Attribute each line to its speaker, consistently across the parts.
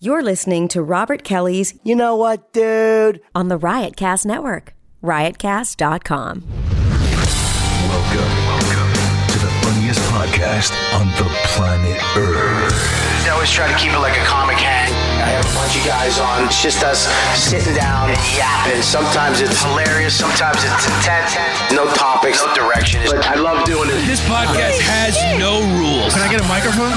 Speaker 1: You're listening to Robert Kelly's
Speaker 2: You know what, dude?
Speaker 1: on the Riotcast Network, riotcast.com.
Speaker 3: Welcome to the funniest podcast on the planet Earth.
Speaker 4: I always try to keep it like a comic hang. I have a bunch of guys on. It's just us sitting down and yapping. Sometimes it's hilarious. Sometimes it's intense. No topics, no direction. But I love doing it.
Speaker 5: This podcast has no rules. Can I get a microphone?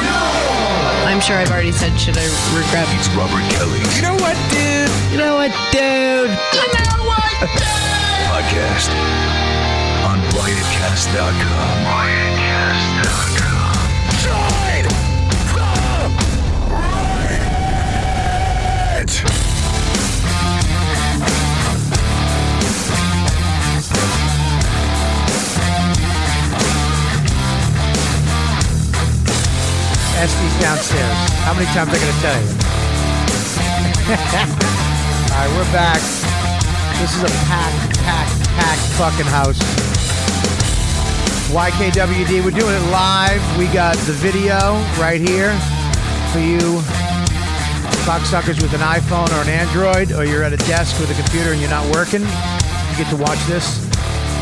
Speaker 6: I'm sure I've already said should I regret.
Speaker 3: It's Robert Kelly's
Speaker 5: You know what, dude?
Speaker 2: You know what, dude?
Speaker 3: podcast on riotcast.com. Riotcast.com. Join the riot.
Speaker 2: Ask these downstairs. How many times I gonna tell you? All right, we're back. This is a packed, packed, packed fucking house. YKWd. We're doing it live. We got the video right here for you cocksuckers with an iPhone or an Android, or you're at a desk with a computer and you're not working. You get to watch this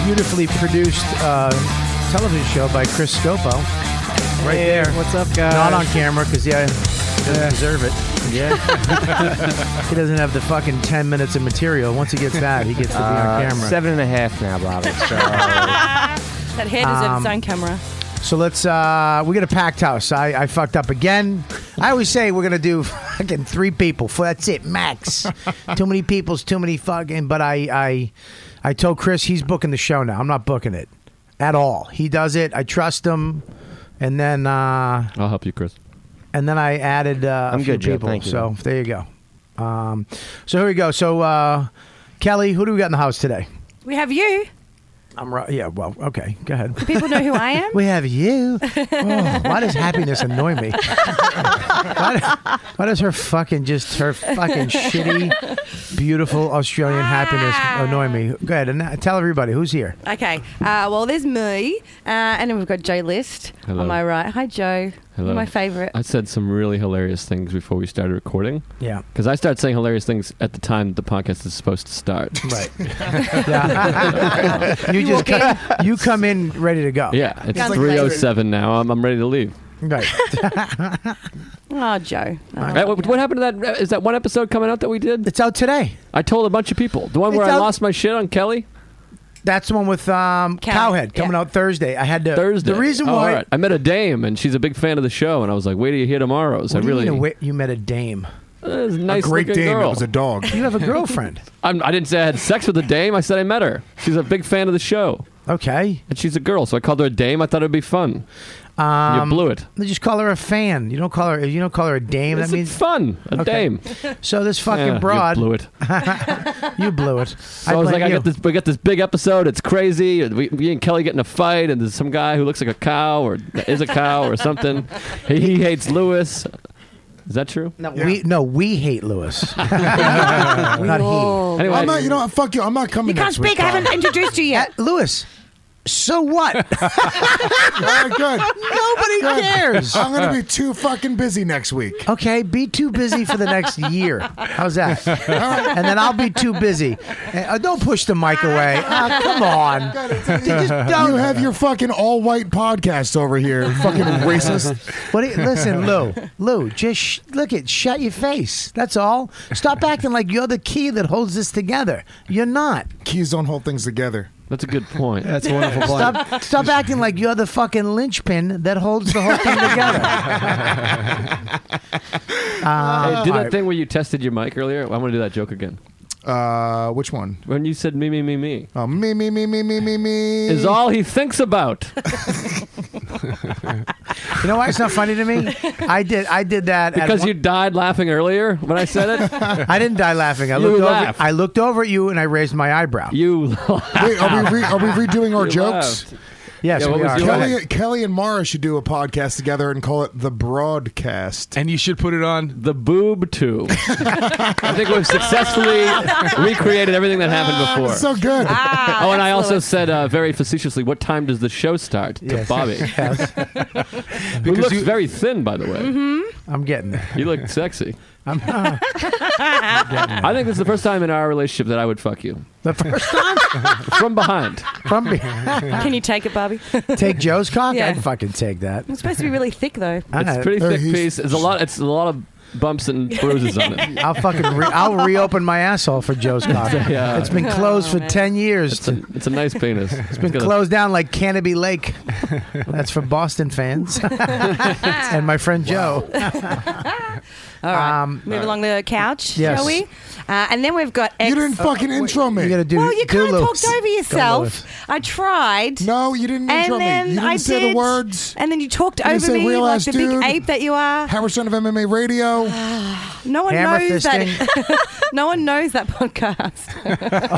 Speaker 2: beautifully produced uh, television show by Chris Scopo. Right there.
Speaker 7: What's up, guys?
Speaker 2: Not on camera because yeah, he doesn't deserve it. Yeah, he doesn't have the fucking ten minutes of material. Once he gets that, he gets to be on camera.
Speaker 7: Uh, Seven and a half now, Bobby. So
Speaker 6: That head
Speaker 2: Um,
Speaker 6: is on camera.
Speaker 2: So let's. uh We got a packed house. I, I fucked up again. I always say we're gonna do fucking three people. For that's it, max. too many people's too many fucking. But I, I, I told Chris he's booking the show now. I'm not booking it at all. He does it. I trust him. And then, uh
Speaker 8: I'll help you, Chris.
Speaker 2: and then I added uh, a
Speaker 7: I'm
Speaker 2: few
Speaker 7: good, Joe.
Speaker 2: people.
Speaker 7: Thank you.
Speaker 2: so there you go. Um, so here we go. So uh, Kelly, who do we got in the house today?
Speaker 9: We have you.
Speaker 2: I'm right. Yeah. Well. Okay. Go ahead.
Speaker 9: People know who I am.
Speaker 2: We have you. Oh, why does happiness annoy me? why, why does her fucking just her fucking shitty, beautiful Australian happiness
Speaker 9: Ah.
Speaker 2: annoy me? Go ahead and uh, tell everybody who's here.
Speaker 9: okay. Uh, well, there's me, uh, and then we've got Joe List
Speaker 8: Hello.
Speaker 9: on my right. Hi, Joe.
Speaker 8: Hello.
Speaker 9: My favorite.
Speaker 8: I said some really hilarious things before we started recording
Speaker 2: Yeah.
Speaker 8: because I started saying hilarious things at the time the podcast is supposed to start.
Speaker 2: Right. Yeah. you just come, you come in ready to go.
Speaker 8: Yeah, it's
Speaker 9: Sounds like
Speaker 8: three oh seven now. I'm, I'm ready to leave.
Speaker 2: Right.
Speaker 9: Oh, Joe. Oh,
Speaker 8: Hey, what, what happened to that? Is that one episode coming out that we did?
Speaker 2: It's out today.
Speaker 8: I told a bunch of people. The one where
Speaker 2: It's
Speaker 8: I
Speaker 2: out-
Speaker 8: lost my shit on Kelly
Speaker 2: That's the one with um,
Speaker 9: Cow-
Speaker 2: Cowhead coming
Speaker 9: yeah.
Speaker 2: out Thursday. I had to
Speaker 8: Thursday.
Speaker 2: The reason
Speaker 8: Oh,
Speaker 2: why
Speaker 8: all right. I met a dame and she's a big fan of the show, and I was like, "Wait till you hear tomorrow's."
Speaker 2: What
Speaker 8: I
Speaker 2: do you,
Speaker 8: really
Speaker 2: mean a wit- you met a dame.
Speaker 8: Uh, it was a nice
Speaker 10: great
Speaker 8: looking
Speaker 10: dame
Speaker 8: girl.
Speaker 10: that was a dog.
Speaker 2: You have a girlfriend.
Speaker 8: I'm, I didn't say I had sex with a dame. I said I met her. She's a big fan of the show,
Speaker 2: okay.
Speaker 8: and she's a girl, so I called her a dame. I thought it'd be fun.
Speaker 2: Um,
Speaker 8: you blew it.
Speaker 2: They just call her a fan. You don't call her. You don't call her a dame.
Speaker 8: It's
Speaker 2: that means
Speaker 8: fun. A dame.
Speaker 2: so. This fucking
Speaker 8: Yeah, you
Speaker 2: broad.
Speaker 8: blew it.
Speaker 2: You blew it.
Speaker 8: So I was like,
Speaker 2: blame
Speaker 8: I
Speaker 2: you.
Speaker 8: got this. We got this big episode. It's crazy. and We, me and Kelly get in a fight, and there's some guy who looks like a cow or is a cow or something. He, he hates Lewis. Is that true?
Speaker 2: No, we no. We hate Lewis. Not
Speaker 9: Oh.
Speaker 8: Anyway,
Speaker 10: I'm not. You know, what? fuck you. I'm not coming.
Speaker 9: You can't
Speaker 10: next week,
Speaker 9: speak. I haven't
Speaker 10: Bob.
Speaker 9: introduced you
Speaker 2: he.
Speaker 9: yet.
Speaker 2: At Lewis. So what?
Speaker 10: All right, good.
Speaker 2: Nobody
Speaker 10: Good.
Speaker 2: cares.
Speaker 10: I'm gonna be too fucking busy next week.
Speaker 2: Okay, be too busy for the next year. How's that? And then I'll be too busy. Uh, don't push the mic away. Ah, come on. You just don't.
Speaker 10: You have your fucking all white podcast over here, fucking racist.
Speaker 2: What do you, listen, Lou. Lou, just sh- look at shut your face. That's all. Stop acting like you're the key that holds this together. You're not.
Speaker 10: Keys don't hold things together.
Speaker 8: that's a good point.
Speaker 7: that's a wonderful point.
Speaker 2: Stop, stop acting like you're the fucking linchpin that holds the whole thing together.
Speaker 10: Uh,
Speaker 8: hey, do that thing where you tested your mic earlier. I want to do that joke again.
Speaker 10: Uh, which one?
Speaker 8: When you said me, me, me, me
Speaker 10: Oh, me, me, me, me, me, me, me.
Speaker 8: is all he thinks about.
Speaker 2: You know why it's not funny to me? I did. I did that at
Speaker 8: Because
Speaker 2: one-
Speaker 8: you died laughing earlier when I said it.
Speaker 2: I didn't die laughing. I
Speaker 8: You
Speaker 2: looked
Speaker 8: laughed.
Speaker 2: over. I looked over at you and I raised my eyebrow.
Speaker 8: You laughed.
Speaker 10: Wait, are we re- are we redoing our
Speaker 8: You
Speaker 10: jokes?
Speaker 8: laughed.
Speaker 2: yes,
Speaker 8: Yeah, what
Speaker 2: we
Speaker 8: was
Speaker 2: are.
Speaker 8: your-
Speaker 10: Kelly, Kelly and Mara should do a podcast together and call it the Broadcast.
Speaker 7: And you should put it on.
Speaker 8: The boob tube. I think we've successfully recreated everything that happened before.
Speaker 10: Ah, So good.
Speaker 2: Ah,
Speaker 8: Oh, and I also said uh, very facetiously, "What time does the show start?" to
Speaker 2: Yes.
Speaker 8: Bobby,
Speaker 2: Yes,
Speaker 8: who looks very thin, by the way.
Speaker 2: Mm-hmm. I'm getting there.
Speaker 8: You look sexy.
Speaker 2: I'm not.
Speaker 8: I think this is the first time in our relationship that I would fuck you.
Speaker 2: The first time?
Speaker 8: From behind.
Speaker 2: From
Speaker 9: Can you take it, Bobby?
Speaker 2: Take Joe's cock?
Speaker 9: Yeah.
Speaker 2: I'd fucking take that.
Speaker 9: It's supposed to be really thick, though.
Speaker 8: It's a pretty
Speaker 2: er,
Speaker 8: thick piece. It's a lot. It's a lot of bumps and bruises on it.
Speaker 2: I'll fucking re- I'll reopen my asshole for Joe's cock.
Speaker 8: Yeah.
Speaker 2: It's been closed
Speaker 9: Oh,
Speaker 2: for ten years.
Speaker 8: It's a, it's a nice penis. It's
Speaker 2: been closed down like Canopy Lake. That's for Boston fans and my friend Joe.
Speaker 9: All right.
Speaker 2: Um,
Speaker 9: Move along the couch,
Speaker 2: Yes. Oh,
Speaker 9: shall we? Uh, and then we've got. Ex-
Speaker 10: You didn't fucking intro me.
Speaker 2: You gotta do.
Speaker 9: well, you
Speaker 2: do
Speaker 9: kind of
Speaker 2: Lewis.
Speaker 9: talked over
Speaker 2: Lewis.
Speaker 9: yourself. I tried.
Speaker 10: No, you didn't
Speaker 9: And
Speaker 10: intro
Speaker 9: then
Speaker 10: me. You didn't
Speaker 9: I
Speaker 10: say
Speaker 9: did,
Speaker 10: the words.
Speaker 9: And then you talked
Speaker 10: didn't
Speaker 9: over
Speaker 10: say
Speaker 9: me
Speaker 10: real
Speaker 9: like
Speaker 10: ass
Speaker 9: the
Speaker 10: dude.
Speaker 9: big ape that you are.
Speaker 10: Howard Stern of MMA Radio.
Speaker 9: No one
Speaker 2: Hammer
Speaker 9: knows
Speaker 2: fisting.
Speaker 9: that. no one knows that podcast.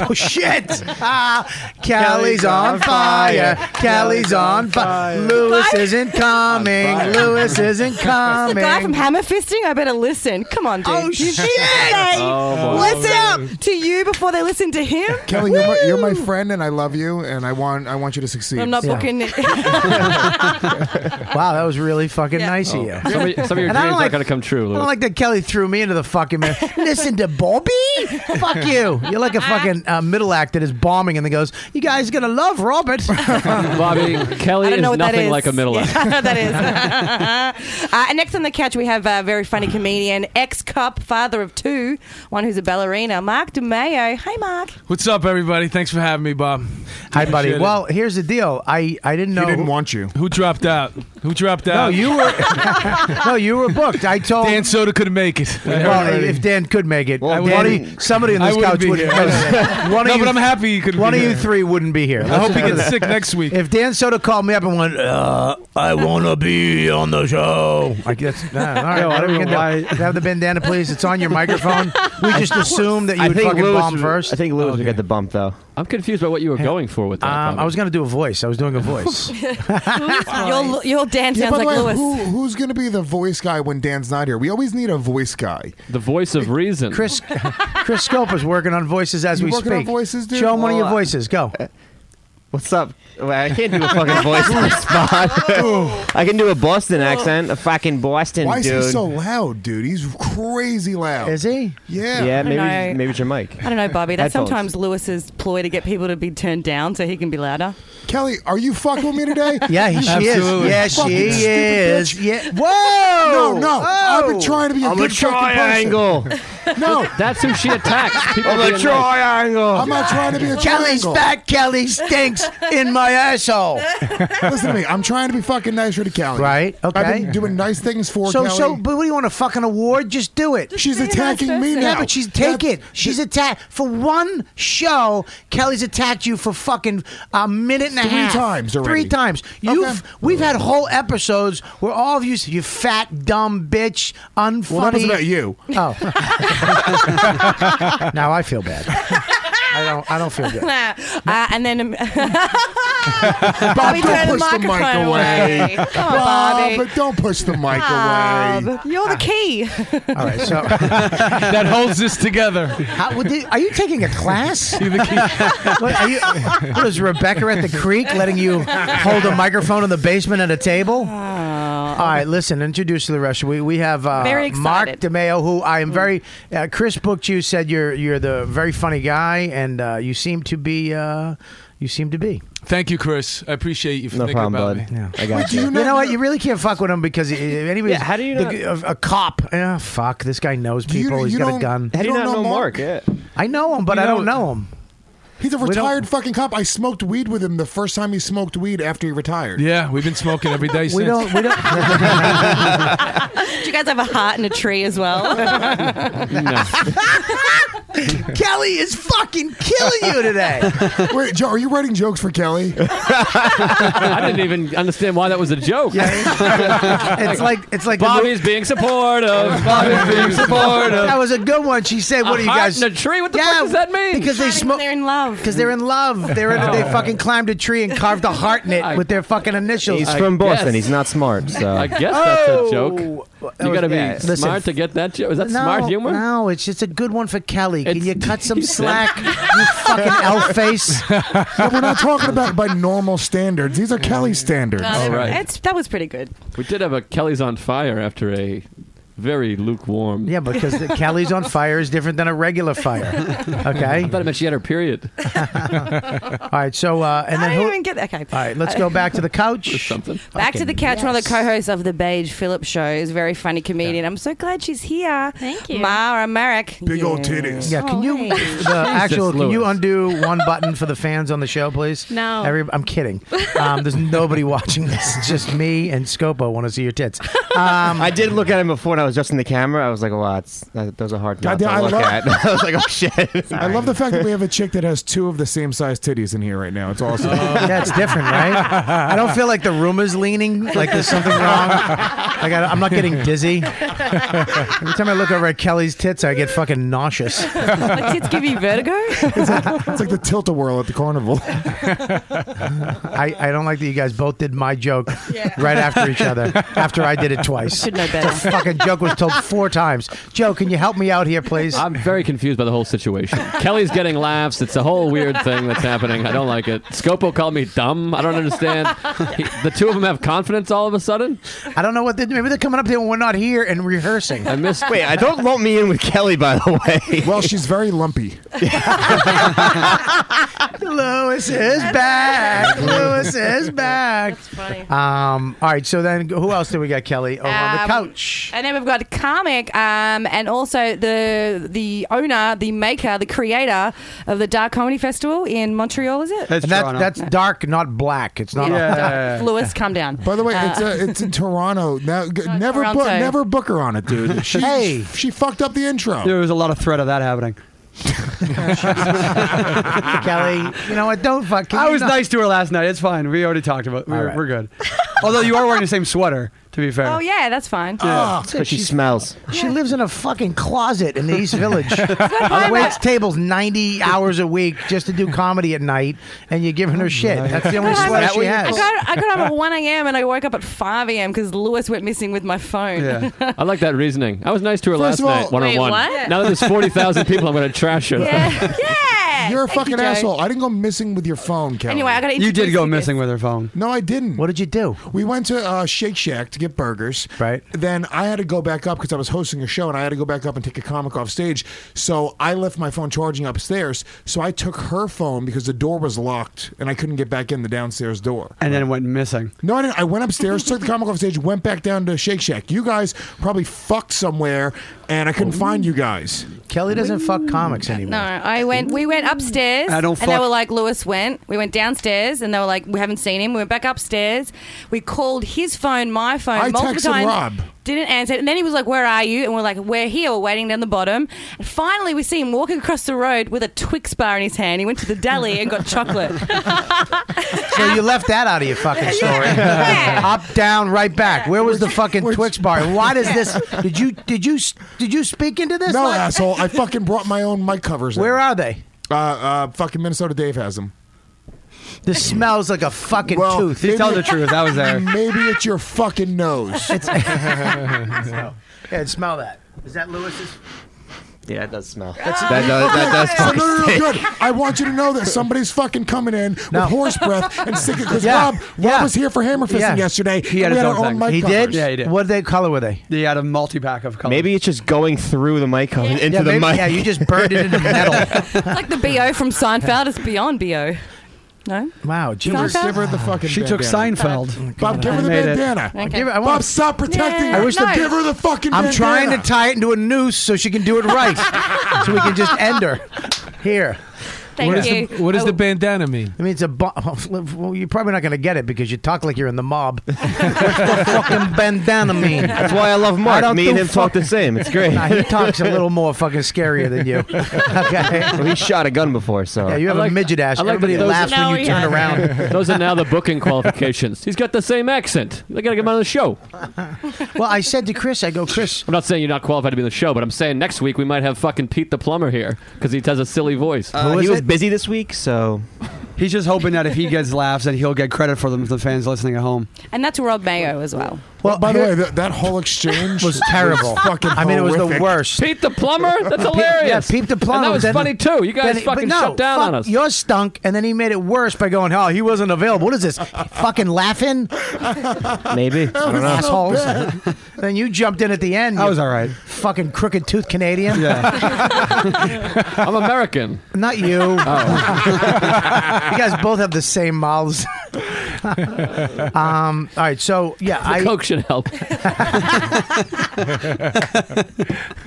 Speaker 2: Oh shit! Ah, Callie's on fire. Callie's on fire. Lewis
Speaker 9: Bye.
Speaker 2: isn't coming. Lewis isn't
Speaker 9: That's
Speaker 2: coming.
Speaker 9: the guy from Hammer Fisting. I better listen. Come on, dude.
Speaker 2: Oh,
Speaker 9: You
Speaker 2: shit.
Speaker 9: should say
Speaker 8: Oh, boy.
Speaker 9: listen to you before they listen to him.
Speaker 10: Kelly, you're my, you're my friend, and I love you, and I want I want you to succeed.
Speaker 9: I'm not
Speaker 2: Yeah.
Speaker 9: booking it.
Speaker 2: wow, that was really fucking
Speaker 9: Yeah.
Speaker 2: nice of you.
Speaker 8: Oh. Some of, y- some of your
Speaker 2: And
Speaker 8: dreams
Speaker 2: I don't
Speaker 8: aren't
Speaker 2: like-
Speaker 8: going to come true,
Speaker 2: I don't
Speaker 8: Louis.
Speaker 2: like that Kelly threw me into the fucking mirror. Listen to Bobby? Fuck you. You're like a fucking uh, middle act that is bombing and then goes, You guys are going to love Robert.
Speaker 8: Bobby, Kelly
Speaker 9: I
Speaker 8: is
Speaker 9: don't know what
Speaker 8: nothing
Speaker 9: that is.
Speaker 8: like a middle act.
Speaker 9: Yeah, I know that is. uh, and next on the couch, we have a very funny comedian, ex cop, father of two, one who's a ballerina, Mark DeMeo. Hey, Mark.
Speaker 7: What's up, everybody? Thanks for having me, Bob.
Speaker 2: Hi, buddy.
Speaker 7: Appreciate it.
Speaker 2: Well, here's the deal. I, I didn't know.
Speaker 10: He didn't want you.
Speaker 7: who dropped out? Who dropped
Speaker 2: no,
Speaker 7: out?
Speaker 2: you were no, you were booked. I told
Speaker 7: Dan Soda couldn't make it. I heard
Speaker 2: well,
Speaker 7: already.
Speaker 2: if Dan could make it,
Speaker 7: I
Speaker 2: Danny,
Speaker 7: wouldn't-
Speaker 2: somebody on
Speaker 7: I
Speaker 2: this
Speaker 7: wouldn't
Speaker 2: couch
Speaker 7: be
Speaker 2: wouldn't.
Speaker 7: here.
Speaker 2: One of
Speaker 7: no,
Speaker 2: you-
Speaker 7: but I'm happy you could.
Speaker 2: One
Speaker 7: be
Speaker 2: of you
Speaker 7: here.
Speaker 2: three wouldn't be here.
Speaker 7: I hope he gets sick next week.
Speaker 2: If Dan Soda called me up and went, uh, I want to be on the show. Like that's nah, all right.
Speaker 7: Yo, I
Speaker 2: what are we
Speaker 7: don't know
Speaker 2: gonna do?
Speaker 7: why-
Speaker 2: Can I Have the bandana, please. It's on your microphone. We just assumed that you would fucking bomb first.
Speaker 11: I think Lewis would get the bump though.
Speaker 8: I'm confused by what you were going for with that.
Speaker 2: um,
Speaker 8: Bobby.
Speaker 2: I was gonna do a voice. I was doing a voice.
Speaker 9: Your, your Dan sounds
Speaker 10: Yeah, by the
Speaker 9: like
Speaker 10: way,
Speaker 9: Lewis.
Speaker 10: who, who's going to be the voice guy when Dan's not here? We always need a voice guy.
Speaker 8: the voice of reason.
Speaker 2: Chris Chris Scopa's working on voices as
Speaker 10: You
Speaker 2: we
Speaker 10: working
Speaker 2: speak.
Speaker 10: on voices, dude? uh,
Speaker 2: Show him one of your
Speaker 11: Well, I-
Speaker 2: voices. Go.
Speaker 11: What's up? Well, I can't do a fucking voice on the spot. I can do a Boston accent, a fucking Boston
Speaker 10: Why is
Speaker 11: dude.
Speaker 10: he so loud, dude? He's crazy loud.
Speaker 2: Is he?
Speaker 10: Yeah.
Speaker 11: yeah, maybe
Speaker 9: know.
Speaker 11: maybe it's your mic.
Speaker 9: I don't know, Bobby. That's
Speaker 11: Headphones.
Speaker 9: sometimes Lewis's ploy to get people to be turned down so he can be louder.
Speaker 10: Kelly, are you fucking with me today?
Speaker 2: Yeah, he, she
Speaker 7: Absolutely.
Speaker 2: is. Yeah,
Speaker 10: Fucking
Speaker 2: she
Speaker 10: stupid
Speaker 2: is.
Speaker 10: bitch.
Speaker 2: Yeah. Whoa.
Speaker 10: No, no. I've
Speaker 2: Oh.
Speaker 10: been trying to be a
Speaker 11: I'm a
Speaker 10: good fucking person.
Speaker 11: triangle.
Speaker 10: No,
Speaker 8: That's who she attacks. People
Speaker 11: I'm
Speaker 8: being
Speaker 11: a
Speaker 8: nice.
Speaker 10: I'm
Speaker 11: triangle.
Speaker 10: not trying to be a
Speaker 2: Kelly's
Speaker 10: triangle.
Speaker 2: back. Kelly stinks in my asshole.
Speaker 10: Listen to me. I'm trying to be fucking nicer to Kelly.
Speaker 2: Right, okay.
Speaker 10: I've been doing nice things for
Speaker 2: So,
Speaker 10: Kelly.
Speaker 2: so, but what do you want a fucking award? Just do it.
Speaker 10: She's attacking me now.
Speaker 2: Yeah, but she's take it. She's attacked for one show. Kelly's attacked you for fucking a minute and a
Speaker 10: Three
Speaker 2: half.
Speaker 10: times already.
Speaker 2: Three times. You've we've had whole episodes where all of you, you fat dumb bitch, unfunny.
Speaker 10: Well, that was about you.
Speaker 2: Oh. now I feel bad. I don't. I don't feel good.
Speaker 9: uh, and then. Um, Bobby, turn
Speaker 10: don't push the mic
Speaker 9: microphone
Speaker 10: away.
Speaker 9: Come on,
Speaker 10: Bob,
Speaker 9: Bobby.
Speaker 10: but don't push the mic away.
Speaker 9: Bob, you're the key.
Speaker 2: All right. So, how,
Speaker 7: that holds this together.
Speaker 2: would they- are you taking a class?
Speaker 7: You think he-
Speaker 2: What, are you, what is Rebecca at the creek letting you hold a microphone in the basement at a table?
Speaker 11: Oh.
Speaker 2: All right, listen, introduce to the rest. We, we have uh,
Speaker 9: Very
Speaker 2: Mark
Speaker 9: excited.
Speaker 2: DeMeo, who I
Speaker 11: Mm.
Speaker 2: am very. Uh, Chris booked you, said you're you're the very funny guy, and uh, you seem to be. Uh, you seem to be.
Speaker 7: Thank you, Chris. I appreciate you for
Speaker 11: No
Speaker 7: thinking
Speaker 11: problem,
Speaker 7: about
Speaker 11: bud.
Speaker 7: me.
Speaker 11: I got
Speaker 10: do
Speaker 11: you.
Speaker 10: you
Speaker 2: You
Speaker 10: know,
Speaker 2: know what? You really can't fuck with him because if anybody,
Speaker 11: Yeah, how do you
Speaker 2: the, a, a cop? eh, fuck, this guy knows
Speaker 10: Do you-
Speaker 2: people. He's
Speaker 10: you
Speaker 2: got a
Speaker 10: don't-
Speaker 2: gun.
Speaker 11: How do you
Speaker 10: You don't
Speaker 11: not
Speaker 10: know
Speaker 11: know
Speaker 10: Mark?
Speaker 11: Mark? Yeah.
Speaker 2: I know him, but
Speaker 7: You
Speaker 2: I don't
Speaker 7: know-
Speaker 2: know him.
Speaker 10: He's a
Speaker 2: don't-
Speaker 10: retired fucking cop. I smoked weed with him the first time he smoked weed after he retired.
Speaker 7: Yeah, we've been smoking every day
Speaker 2: We
Speaker 7: since.
Speaker 2: don't. We don't.
Speaker 9: Do you guys have a heart and a tree as well?
Speaker 2: Kelly is fucking killing you today.
Speaker 10: Wait, Joe, are you writing jokes for Kelly?
Speaker 8: I didn't even understand why that was a joke.
Speaker 2: it's like it's like the
Speaker 8: Bobby's being supportive. Bobby's being
Speaker 2: movie-
Speaker 8: supportive.
Speaker 2: That was a good one. She said, "What
Speaker 8: A
Speaker 2: do you
Speaker 8: heart
Speaker 2: guys?"
Speaker 8: and a tree? What the fuck does that mean?
Speaker 2: Because they smoke.
Speaker 9: They're in love.
Speaker 2: Because they're in love. They're in, they fucking climbed a tree and carved a heart in it with their fucking initials.
Speaker 11: He's from Boston.
Speaker 8: guess.
Speaker 11: He's not smart. So
Speaker 8: I guess that's a joke.
Speaker 2: Oh,
Speaker 8: You gotta be
Speaker 11: yeah,
Speaker 8: smart to get that joke. Is that
Speaker 2: no,
Speaker 8: smart humor?
Speaker 2: No, it's just a good one for Kelly. Can
Speaker 8: It's-
Speaker 2: you cut some
Speaker 8: he said-
Speaker 2: slack, you fucking elf face?
Speaker 10: Yeah, we're not talking about by normal standards. These are Kelly standards.
Speaker 9: Oh,
Speaker 8: right.
Speaker 9: It's, that was pretty good.
Speaker 8: We did have a Kelly's on fire after a very lukewarm.
Speaker 2: Yeah, because the Kelly's on fire is different than a regular fire. Okay.
Speaker 8: I thought it meant she had her period.
Speaker 2: All right. So uh, and
Speaker 9: I
Speaker 2: then
Speaker 9: didn't
Speaker 2: who?
Speaker 9: even get that. Okay.
Speaker 2: All right. Let's go back to the couch. something.
Speaker 9: Back to the couch, one of the co-hosts of the Beige Phillips show, is a very funny comedian. I'm so glad she's here. Thank you, Mara Merrick.
Speaker 10: Big old titties.
Speaker 9: Oh,
Speaker 2: Yeah, can you the actual? Can you undo one button for the fans on the show, please?
Speaker 9: No.
Speaker 2: Every, I'm kidding. Um, there's nobody watching this. It's just me and Scopo want to see your tits. Um,
Speaker 11: I did look at him before, and I was just in the camera. I was like, "Wow, that's, that, those are hard not
Speaker 10: Goddamn, I
Speaker 11: to look
Speaker 10: love-
Speaker 11: at." I was like, "Oh shit!"
Speaker 10: I love the fact that we have a chick that has two of the same size titties in here right now. It's awesome.
Speaker 2: yeah, it's different, right? I don't feel like the room is leaning. Like there's something wrong. Like I, I'm not getting dizzy. Every time I look over at Kelly's tits, I get fucking nauseous.
Speaker 9: My tits give you vertigo.
Speaker 10: it's, like, it's like the tilt a whirl at the carnival.
Speaker 2: I, I don't like that you guys both did my joke right after each other. After I did it twice.
Speaker 9: Should know better.
Speaker 2: The fucking joke was told four times. Joe, can you help me out here, please?
Speaker 8: I'm very confused by the whole situation. Kelly's getting laughs. It's a whole weird thing that's happening. I don't like it. Scopo called me dumb. I don't understand. He- the two of them have confidence all of a sudden.
Speaker 2: I don't know what. They, maybe they're coming up there when we're not here and rehearsing.
Speaker 8: I missed.
Speaker 11: Wait, I don't lump me in with Kelly, by the way.
Speaker 10: well, she's very lumpy.
Speaker 2: Lewis is back. Lewis is back.
Speaker 9: Funny.
Speaker 2: Um. All right. So then, who else do we got, Kelly? Over on the
Speaker 9: Um,
Speaker 2: couch.
Speaker 9: And then we've got comic, um, and also the the owner, the maker, the creator of the Dark Comedy Festival in Montreal. Is it?
Speaker 2: That's and that's, that's dark, not black. It's not.
Speaker 9: Lewis, come down.
Speaker 10: By the way, it's uh, it's in Toronto now. G- never
Speaker 9: Toronto.
Speaker 10: book, never book her on it, dude. She,
Speaker 2: Hey.
Speaker 10: she fucked up the intro.
Speaker 12: There was a lot of threat of that happening.
Speaker 2: Kelly, you know what? Don't fuck. can
Speaker 12: I
Speaker 2: you
Speaker 12: was
Speaker 2: not-
Speaker 12: nice to her last night. It's fine. We already talked about. We're,
Speaker 2: right.
Speaker 12: we're good. Although you are wearing the same sweater, to be fair.
Speaker 9: Oh yeah, that's fine.
Speaker 10: Ah,
Speaker 11: but she smells.
Speaker 2: She lives in a fucking closet in the East Village. waits tables ninety hours a week just to do comedy at night, and you're giving her shit. That's the only
Speaker 9: God,
Speaker 2: sweater she
Speaker 9: I,
Speaker 2: has.
Speaker 9: got, I got up at 1 a.m. and I woke up at 5 a.m. because Lewis went missing with my phone.
Speaker 12: Yeah.
Speaker 8: I like that reasoning. I was nice to her last
Speaker 10: First of all-
Speaker 8: night, one on
Speaker 6: Wait,
Speaker 8: one.
Speaker 6: what?
Speaker 8: Now that there's forty thousand people, I'm going to trash her.
Speaker 9: yeah. Yeah.
Speaker 10: You're a
Speaker 9: Thank you,
Speaker 10: fucking
Speaker 9: Joe.
Speaker 10: asshole. I didn't go missing with your phone, Kelly.
Speaker 9: Anyway, I got to
Speaker 12: You did go missing with her phone.
Speaker 10: no, I didn't.
Speaker 2: What did you do?
Speaker 10: We went to uh, Shake Shack to get burgers.
Speaker 2: Right.
Speaker 10: Then I had to go back up because I was hosting a show and I had to go back up and take a comic off stage. So I left my phone charging upstairs. So I took her phone because the door was locked and I couldn't get back in the downstairs door.
Speaker 12: And then went missing.
Speaker 10: No, I didn't. I went upstairs, took the comic off stage, went back down to Shake Shack. You guys probably fucked somewhere and I couldn't find you guys.
Speaker 2: Oh. Kelly doesn't fuck comics anymore.
Speaker 9: No, I went. We went upstairs,
Speaker 12: I don't
Speaker 9: and they
Speaker 12: fuck-
Speaker 9: were like, "Lewis went." We went downstairs, and they were like, "We haven't seen him." We went back upstairs. We called his phone, my phone,
Speaker 10: I
Speaker 9: multiple
Speaker 10: texted
Speaker 9: times.
Speaker 10: Rob.
Speaker 9: Didn't answer, and then he was like, "Where are you?" And we're like, "We're here. We're waiting down the bottom." And finally, we see him walking across the road with a Twix bar in his hand. He went to the deli and got chocolate.
Speaker 2: So you left that out of your fucking story.
Speaker 9: Yeah.
Speaker 2: Up, down, right back. Where was the fucking Twix bar? Why does this? Did you did you did you speak into this?
Speaker 10: No,
Speaker 2: Mike?
Speaker 10: asshole. I fucking brought my own mic covers in.
Speaker 2: Where are they?
Speaker 10: Uh, uh, fucking Minnesota Dave has them.
Speaker 2: This smells like a fucking
Speaker 10: Well,
Speaker 2: tooth.
Speaker 10: they-
Speaker 12: Please tell the truth. I was there.
Speaker 10: Maybe it's your fucking nose.
Speaker 2: yeah, smell that. Is that Lewis's?
Speaker 11: Yeah, it does smell. that does, that does
Speaker 10: No,
Speaker 11: fucking
Speaker 10: no, no, no,
Speaker 11: stink.
Speaker 10: good. I want you to know that somebody's fucking coming in
Speaker 2: No.
Speaker 10: with horse breath and sticking. Because
Speaker 2: Yeah.
Speaker 10: Rob, Rob
Speaker 2: Yeah.
Speaker 10: was here for hammer fisting
Speaker 2: Yeah.
Speaker 10: yesterday.
Speaker 12: He
Speaker 10: and
Speaker 12: had
Speaker 10: we
Speaker 12: his
Speaker 10: had
Speaker 12: own
Speaker 10: our own
Speaker 12: thing.
Speaker 10: mic
Speaker 2: He
Speaker 10: covers.
Speaker 2: did.
Speaker 12: Yeah, he did.
Speaker 2: What they color were they?
Speaker 12: They had a multi pack of colors.
Speaker 11: Maybe it's just going through the mic cover into
Speaker 2: yeah,
Speaker 11: the
Speaker 2: maybe-
Speaker 11: mic.
Speaker 2: yeah, you just burned it into metal.
Speaker 9: it's like the bo from Seinfeld. It's beyond bo. No,
Speaker 2: Wow,
Speaker 10: Give
Speaker 2: Jesus.
Speaker 10: her- Give her the fucking.
Speaker 12: She took
Speaker 10: bandana.
Speaker 12: Seinfeld.
Speaker 10: Bob, give her the
Speaker 12: I made it.
Speaker 10: bandana.
Speaker 9: Okay.
Speaker 2: Give it- I
Speaker 10: Bob,
Speaker 2: want-
Speaker 10: stop protecting
Speaker 9: Yeah.
Speaker 10: her.
Speaker 9: I wish the-
Speaker 10: give her the fucking.
Speaker 2: I'm
Speaker 10: bandana.
Speaker 2: trying to tie it into a noose so she can do it right, so we can just end her. Here,
Speaker 9: thank
Speaker 7: What is
Speaker 9: you.
Speaker 7: the, what does
Speaker 9: I
Speaker 7: the
Speaker 9: will-
Speaker 7: bandana mean?
Speaker 2: I mean it's a. Bu- well, you're probably not going to get it because you talk like you're in the mob. What's the fucking bandana mean?
Speaker 11: That's why I love Mark.
Speaker 2: don't
Speaker 11: me and
Speaker 2: do
Speaker 11: him talk the same. It's great.
Speaker 2: Nah, he talks a little more fucking scarier than you. Okay.
Speaker 11: we shot a gun before, so
Speaker 2: Yeah, you have
Speaker 8: I
Speaker 2: a
Speaker 8: like-
Speaker 2: midget ass.
Speaker 8: I like
Speaker 2: Everybody
Speaker 8: that those-
Speaker 2: laughs
Speaker 6: No,
Speaker 2: when you
Speaker 6: he
Speaker 2: turn
Speaker 6: hasn't.
Speaker 2: around.
Speaker 8: Those are now the booking qualifications. He's got the same accent. They got to get him on the show.
Speaker 2: Well, I said to Chris, I go, Chris,
Speaker 8: I'm not saying you're not qualified to be on the show, but I'm saying next week we might have fucking Pete the plumber here because he has a silly voice.
Speaker 11: Uh, he was busy this week, so
Speaker 12: He's just hoping that if he gets laughs, that he'll get credit for them. If the fans listening at home,
Speaker 9: and that's Rob Mayo as well.
Speaker 10: Well, by the way, that, that whole exchange
Speaker 2: was terrible.
Speaker 10: fucking
Speaker 2: I mean, it was the
Speaker 10: horrific.
Speaker 2: worst.
Speaker 8: Pete the plumber? That's hilarious.
Speaker 2: Yeah, Pete the
Speaker 8: And that
Speaker 2: plumber.
Speaker 8: was funny, too. You guys
Speaker 2: but
Speaker 8: fucking
Speaker 2: no,
Speaker 8: shut down
Speaker 2: fuck,
Speaker 8: on us.
Speaker 2: Yours stunk, and then he made it worse by going, "Oh, he wasn't available." What is this? fucking laughing.
Speaker 11: Maybe. I don't know.
Speaker 2: Assholes. then you jumped in at the end. I was
Speaker 12: all right.
Speaker 2: Fucking crooked tooth Canadian.
Speaker 8: I'm American.
Speaker 2: Not you.
Speaker 8: Oh.
Speaker 2: you guys both have the same mouths. um, all right, so yeah,
Speaker 8: The
Speaker 2: I
Speaker 8: Coke should help.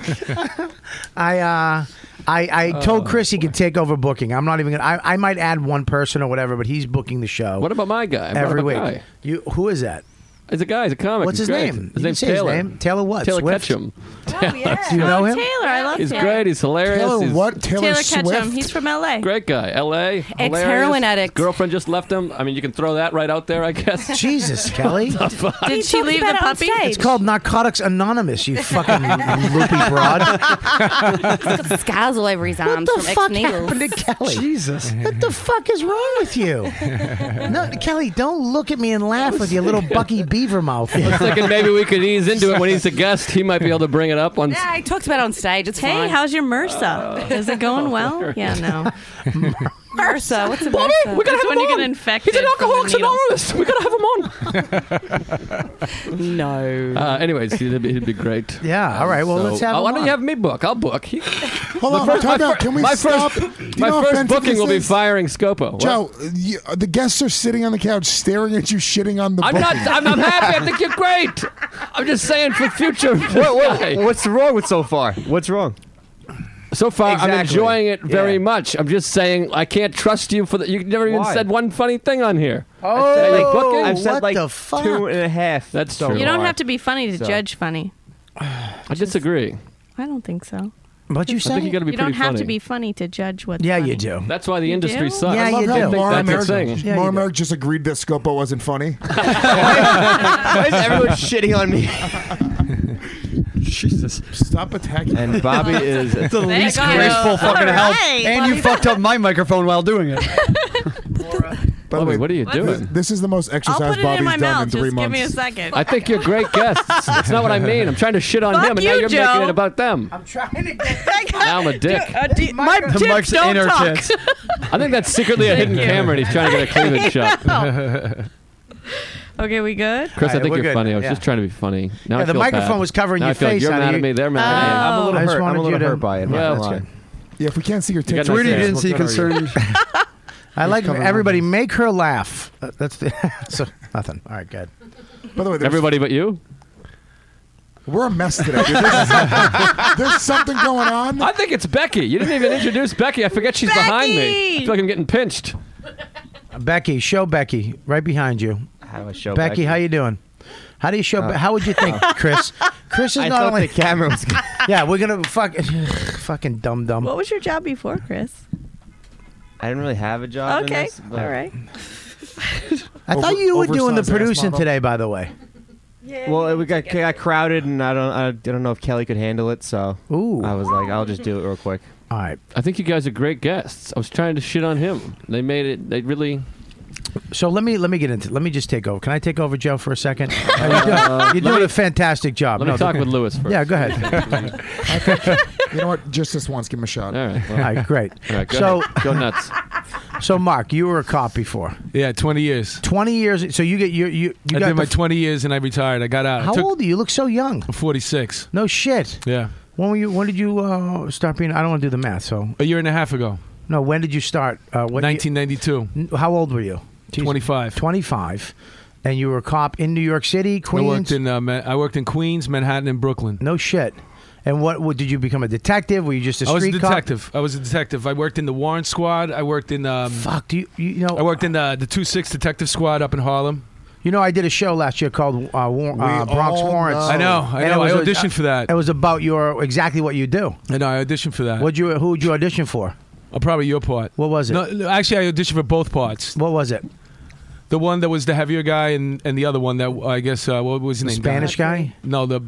Speaker 2: I uh, I, I
Speaker 8: Oh,
Speaker 2: told
Speaker 10: Uh.
Speaker 2: Chris he could take over booking. I'm not even gonna. I, I might add one person or whatever, but he's booking the show.
Speaker 8: What about my guy? I brought
Speaker 2: every
Speaker 8: up
Speaker 2: week?
Speaker 8: a guy.
Speaker 2: You who is that?
Speaker 8: He's a guy. He's a comic.
Speaker 2: What's
Speaker 8: He's
Speaker 2: his
Speaker 8: great.
Speaker 2: name?
Speaker 8: His
Speaker 2: You can
Speaker 8: name's
Speaker 2: say his
Speaker 8: Taylor.
Speaker 2: name. Taylor what?
Speaker 8: Taylor
Speaker 2: Swift?
Speaker 8: Ketchum. Taylor
Speaker 2: Do you know him?
Speaker 9: Oh, Taylor, I love
Speaker 8: He's
Speaker 9: Taylor.
Speaker 8: great. He's hilarious.
Speaker 10: Taylor
Speaker 8: He's
Speaker 10: what? Taylor,
Speaker 9: Taylor
Speaker 10: Swift.
Speaker 9: Ketchum. He's from LA.
Speaker 8: Great guy. L.A.
Speaker 9: Ex-heroin
Speaker 8: hilarious.
Speaker 9: addict.
Speaker 8: Girlfriend just left him. I mean, you can throw that right out there, I guess.
Speaker 2: Jesus, Kelly.
Speaker 8: What the fuck?
Speaker 9: Did she leave the puppy?
Speaker 2: It's called Narcotics Anonymous. You fucking loopy broad.
Speaker 13: Scars all over his arms from
Speaker 2: What the fuck
Speaker 13: ex-needles.
Speaker 2: happened to Kelly?
Speaker 12: Jesus.
Speaker 2: What the fuck is wrong with you? No, Kelly, don't look at me and laugh with your little Bucky Beaver mouth.
Speaker 8: I was thinking maybe we could ease into it when he's a guest. He might be able to bring it up on. Uh,
Speaker 13: Yeah, I talked about it on stage. It's
Speaker 9: Hey,
Speaker 13: fine.
Speaker 9: how's your MRSA? Is it going well? Yeah, no. MRSA, what's a
Speaker 8: Bobby,
Speaker 9: MRSA?
Speaker 8: we're gonna
Speaker 9: It's
Speaker 8: have
Speaker 9: when
Speaker 8: him
Speaker 9: you
Speaker 8: on.
Speaker 9: get infected.
Speaker 8: He's an
Speaker 9: from the
Speaker 8: alcoholics
Speaker 9: needle.
Speaker 8: anonymous. We gotta have him on.
Speaker 9: No.
Speaker 8: Uh, anyways, it'd be, it'd be great.
Speaker 2: Yeah, all right, well, let's have
Speaker 8: Oh,
Speaker 2: him
Speaker 8: why don't
Speaker 2: on.
Speaker 8: you have me book? I'll book. He-
Speaker 10: Hold
Speaker 8: The
Speaker 10: on,
Speaker 8: first-
Speaker 10: time
Speaker 8: my
Speaker 10: out.
Speaker 8: fir-
Speaker 10: Can we
Speaker 8: my
Speaker 10: stop?
Speaker 8: first-
Speaker 10: Do you
Speaker 8: my
Speaker 10: know how
Speaker 8: first
Speaker 10: offensive
Speaker 8: booking
Speaker 10: this
Speaker 8: will be
Speaker 10: is?
Speaker 8: firing Scopo. What?
Speaker 10: Joe, you, the guests are sitting on the couch staring at you, shitting on the.
Speaker 8: I'm not.
Speaker 10: booking.
Speaker 8: I'm, I'm happy. I think you're great. I'm just saying for future.
Speaker 11: What- what-
Speaker 8: guy.
Speaker 11: what's wrong with so far? What's wrong?
Speaker 8: So far,
Speaker 11: Exactly.
Speaker 8: I'm enjoying it very
Speaker 11: Yeah.
Speaker 8: much. I'm just saying I can't trust you for the. You never even
Speaker 11: Why?
Speaker 8: said one funny thing on here.
Speaker 2: Oh,
Speaker 8: Are you booking?
Speaker 11: I've said
Speaker 2: what
Speaker 11: like
Speaker 2: the fuck?
Speaker 11: two and a half.
Speaker 8: That's
Speaker 11: so
Speaker 8: true.
Speaker 11: far.
Speaker 6: You don't have to be funny to
Speaker 11: So-
Speaker 6: judge funny.
Speaker 8: I disagree.
Speaker 6: I don't think so.
Speaker 2: What you
Speaker 8: I
Speaker 2: say?
Speaker 8: think you got to be
Speaker 6: you
Speaker 8: pretty
Speaker 6: don't have
Speaker 8: funny.
Speaker 6: to be funny to judge what's
Speaker 2: yeah,
Speaker 6: funny.
Speaker 2: you do.
Speaker 8: That's why the
Speaker 6: You do?
Speaker 8: industry sucks.
Speaker 2: Yeah,
Speaker 8: I love
Speaker 2: you do.
Speaker 8: to think
Speaker 10: Laura
Speaker 8: that's a
Speaker 10: Merrick,
Speaker 8: thing.
Speaker 2: Yeah, you
Speaker 10: Laura
Speaker 2: do.
Speaker 10: Merrick just agreed that Scopo wasn't funny.
Speaker 11: Why is everyone shitting on me?
Speaker 12: Jesus.
Speaker 10: Stop attacking.
Speaker 11: And Bobby is.
Speaker 12: It's the least
Speaker 6: go.
Speaker 12: graceful fucking
Speaker 6: All
Speaker 12: help.
Speaker 6: right,
Speaker 12: And you fucked up my microphone while doing it.
Speaker 10: By the
Speaker 8: Bobby,
Speaker 10: way,
Speaker 8: what are you doing?
Speaker 10: This is the most
Speaker 6: I'll
Speaker 10: exercise
Speaker 6: put it in my
Speaker 10: Bobby's done in
Speaker 6: mouth. Just
Speaker 10: three
Speaker 6: give me a
Speaker 10: months.
Speaker 6: second.
Speaker 8: I think you're great guests. That's not what I mean. I'm trying to shit on
Speaker 6: Fuck
Speaker 8: him, and now
Speaker 6: you,
Speaker 8: you're
Speaker 6: Joe.
Speaker 8: making it about them.
Speaker 2: I'm trying to get
Speaker 8: Now I'm a dick.
Speaker 6: Uh, d- my
Speaker 2: The
Speaker 6: tits
Speaker 12: mic's
Speaker 6: don't
Speaker 12: in her
Speaker 6: talk.
Speaker 12: tits.
Speaker 8: I think that's secretly a hidden
Speaker 6: you.
Speaker 8: camera, and he's trying to get a cleavage shot.
Speaker 6: okay, we good?
Speaker 8: Chris,
Speaker 2: All
Speaker 8: I
Speaker 2: right,
Speaker 8: think
Speaker 2: we're
Speaker 8: you're
Speaker 2: good.
Speaker 8: funny. I was
Speaker 2: Yeah.
Speaker 8: just trying to be funny. Now
Speaker 2: Yeah,
Speaker 8: I
Speaker 2: the
Speaker 8: feel
Speaker 2: microphone
Speaker 8: bad.
Speaker 2: was covering
Speaker 8: now
Speaker 2: your
Speaker 8: I feel
Speaker 2: face,
Speaker 8: Like you're
Speaker 2: honey. Oh.
Speaker 8: mad at me. They're mad at me.
Speaker 11: I'm a little
Speaker 2: I just
Speaker 11: hurt. I'm a
Speaker 2: wanted you
Speaker 11: little
Speaker 2: to-
Speaker 11: hurt by it. I'm
Speaker 8: Yeah,
Speaker 11: not
Speaker 8: that's
Speaker 11: gonna lie.
Speaker 10: Yeah, if we can't see your
Speaker 8: got
Speaker 10: tits,
Speaker 8: no
Speaker 10: we
Speaker 8: Weird you didn't
Speaker 10: can't.
Speaker 12: didn't see concerned.
Speaker 2: I like
Speaker 12: covering
Speaker 2: everybody make her laugh. Uh, That's the so, nothing. All right, good.
Speaker 10: By the way, there's-
Speaker 8: Everybody but you.
Speaker 10: we're a mess today. dude. This is- there's something going on.
Speaker 8: I think it's Becky. You didn't even introduce Becky. I forget she's behind me. I
Speaker 6: Becky!
Speaker 8: feel like I'm getting pinched.
Speaker 2: Becky, show Becky right behind you.
Speaker 11: Have a show, Uh,
Speaker 2: Becky, how you doing? How do you show? Be- how would you think, Chris? Chris is
Speaker 11: I
Speaker 2: not
Speaker 11: thought
Speaker 2: only.
Speaker 11: the camera was.
Speaker 2: yeah, we're gonna fuck, fucking dumb dumb.
Speaker 6: What was your job before, Chris?
Speaker 11: I didn't really have a job. in
Speaker 6: Okay,
Speaker 11: this,
Speaker 6: all
Speaker 11: but-
Speaker 6: right.
Speaker 2: I thought you were
Speaker 10: Over-
Speaker 2: doing
Speaker 10: oversized
Speaker 2: the
Speaker 10: ass
Speaker 2: producing
Speaker 10: model.
Speaker 2: today, by the way.
Speaker 11: Well, it we got, got crowded, and I don't, I don't know if Kelly could handle it, so
Speaker 2: Ooh.
Speaker 11: I was like, I'll just do it real quick.
Speaker 2: All right.
Speaker 8: I think you guys are great guests. I was trying to shit on him. They made it. They really.
Speaker 2: So let me let me get into. Let me just take over. Can I take over, Joe, for a second?
Speaker 11: Uh,
Speaker 2: You're doing, you're doing a fantastic job.
Speaker 8: Let me
Speaker 2: No,
Speaker 8: talk
Speaker 2: the-
Speaker 8: with Lewis first.
Speaker 2: Yeah, go ahead.
Speaker 10: You know what? Just this once, give him a shot.
Speaker 8: All right. well,
Speaker 2: All right, great.
Speaker 8: all right, go
Speaker 2: so
Speaker 8: ahead. go nuts.
Speaker 2: so Mark, you were a cop before.
Speaker 7: Yeah, 20 years.
Speaker 2: Twenty years. So you get you you you
Speaker 7: I
Speaker 2: got
Speaker 7: did my
Speaker 2: the-
Speaker 7: 20 years and I retired. I got out. I
Speaker 2: How
Speaker 7: Uh, took-
Speaker 2: old are you? You look so young.
Speaker 7: I'm 46.
Speaker 2: No shit.
Speaker 7: Yeah.
Speaker 2: When were you? When did you uh, start being? I don't want to do the math. So
Speaker 7: A year and a half ago.
Speaker 2: no. When did you start? Uh, what?
Speaker 7: 1992.
Speaker 2: year- how old were you?
Speaker 7: 25.
Speaker 2: Twenty-five, and you were a cop in New York City,
Speaker 7: I
Speaker 2: Queens.
Speaker 7: worked in uh, Ma- I worked in Queens, Manhattan, and Brooklyn.
Speaker 2: no shit. And what, what did you become a detective? Were you just a
Speaker 7: I was a
Speaker 2: street cop?
Speaker 7: detective. I was a detective. I worked in the Warren Squad. I worked in um,
Speaker 2: Fuck. Do you you know?
Speaker 7: I worked in the the two six Detective Squad up in Harlem.
Speaker 2: You know, I did a show last year called uh, War- uh, Bronx
Speaker 10: all
Speaker 2: Warrants.
Speaker 10: know.
Speaker 7: I know. I
Speaker 2: And
Speaker 7: know. I
Speaker 2: it was- uh,
Speaker 7: auditioned for that.
Speaker 2: It was about your exactly what you do.
Speaker 7: I know. I auditioned for that.
Speaker 2: What you who would you audition for?
Speaker 7: Uh, probably your part.
Speaker 2: What was it?
Speaker 7: No, no, actually, I auditioned for both parts.
Speaker 2: What was it?
Speaker 7: The one that was the heavier guy, and, and the other one that I guess uh, what was his
Speaker 2: The
Speaker 7: name?
Speaker 2: Spanish guy,
Speaker 7: No, the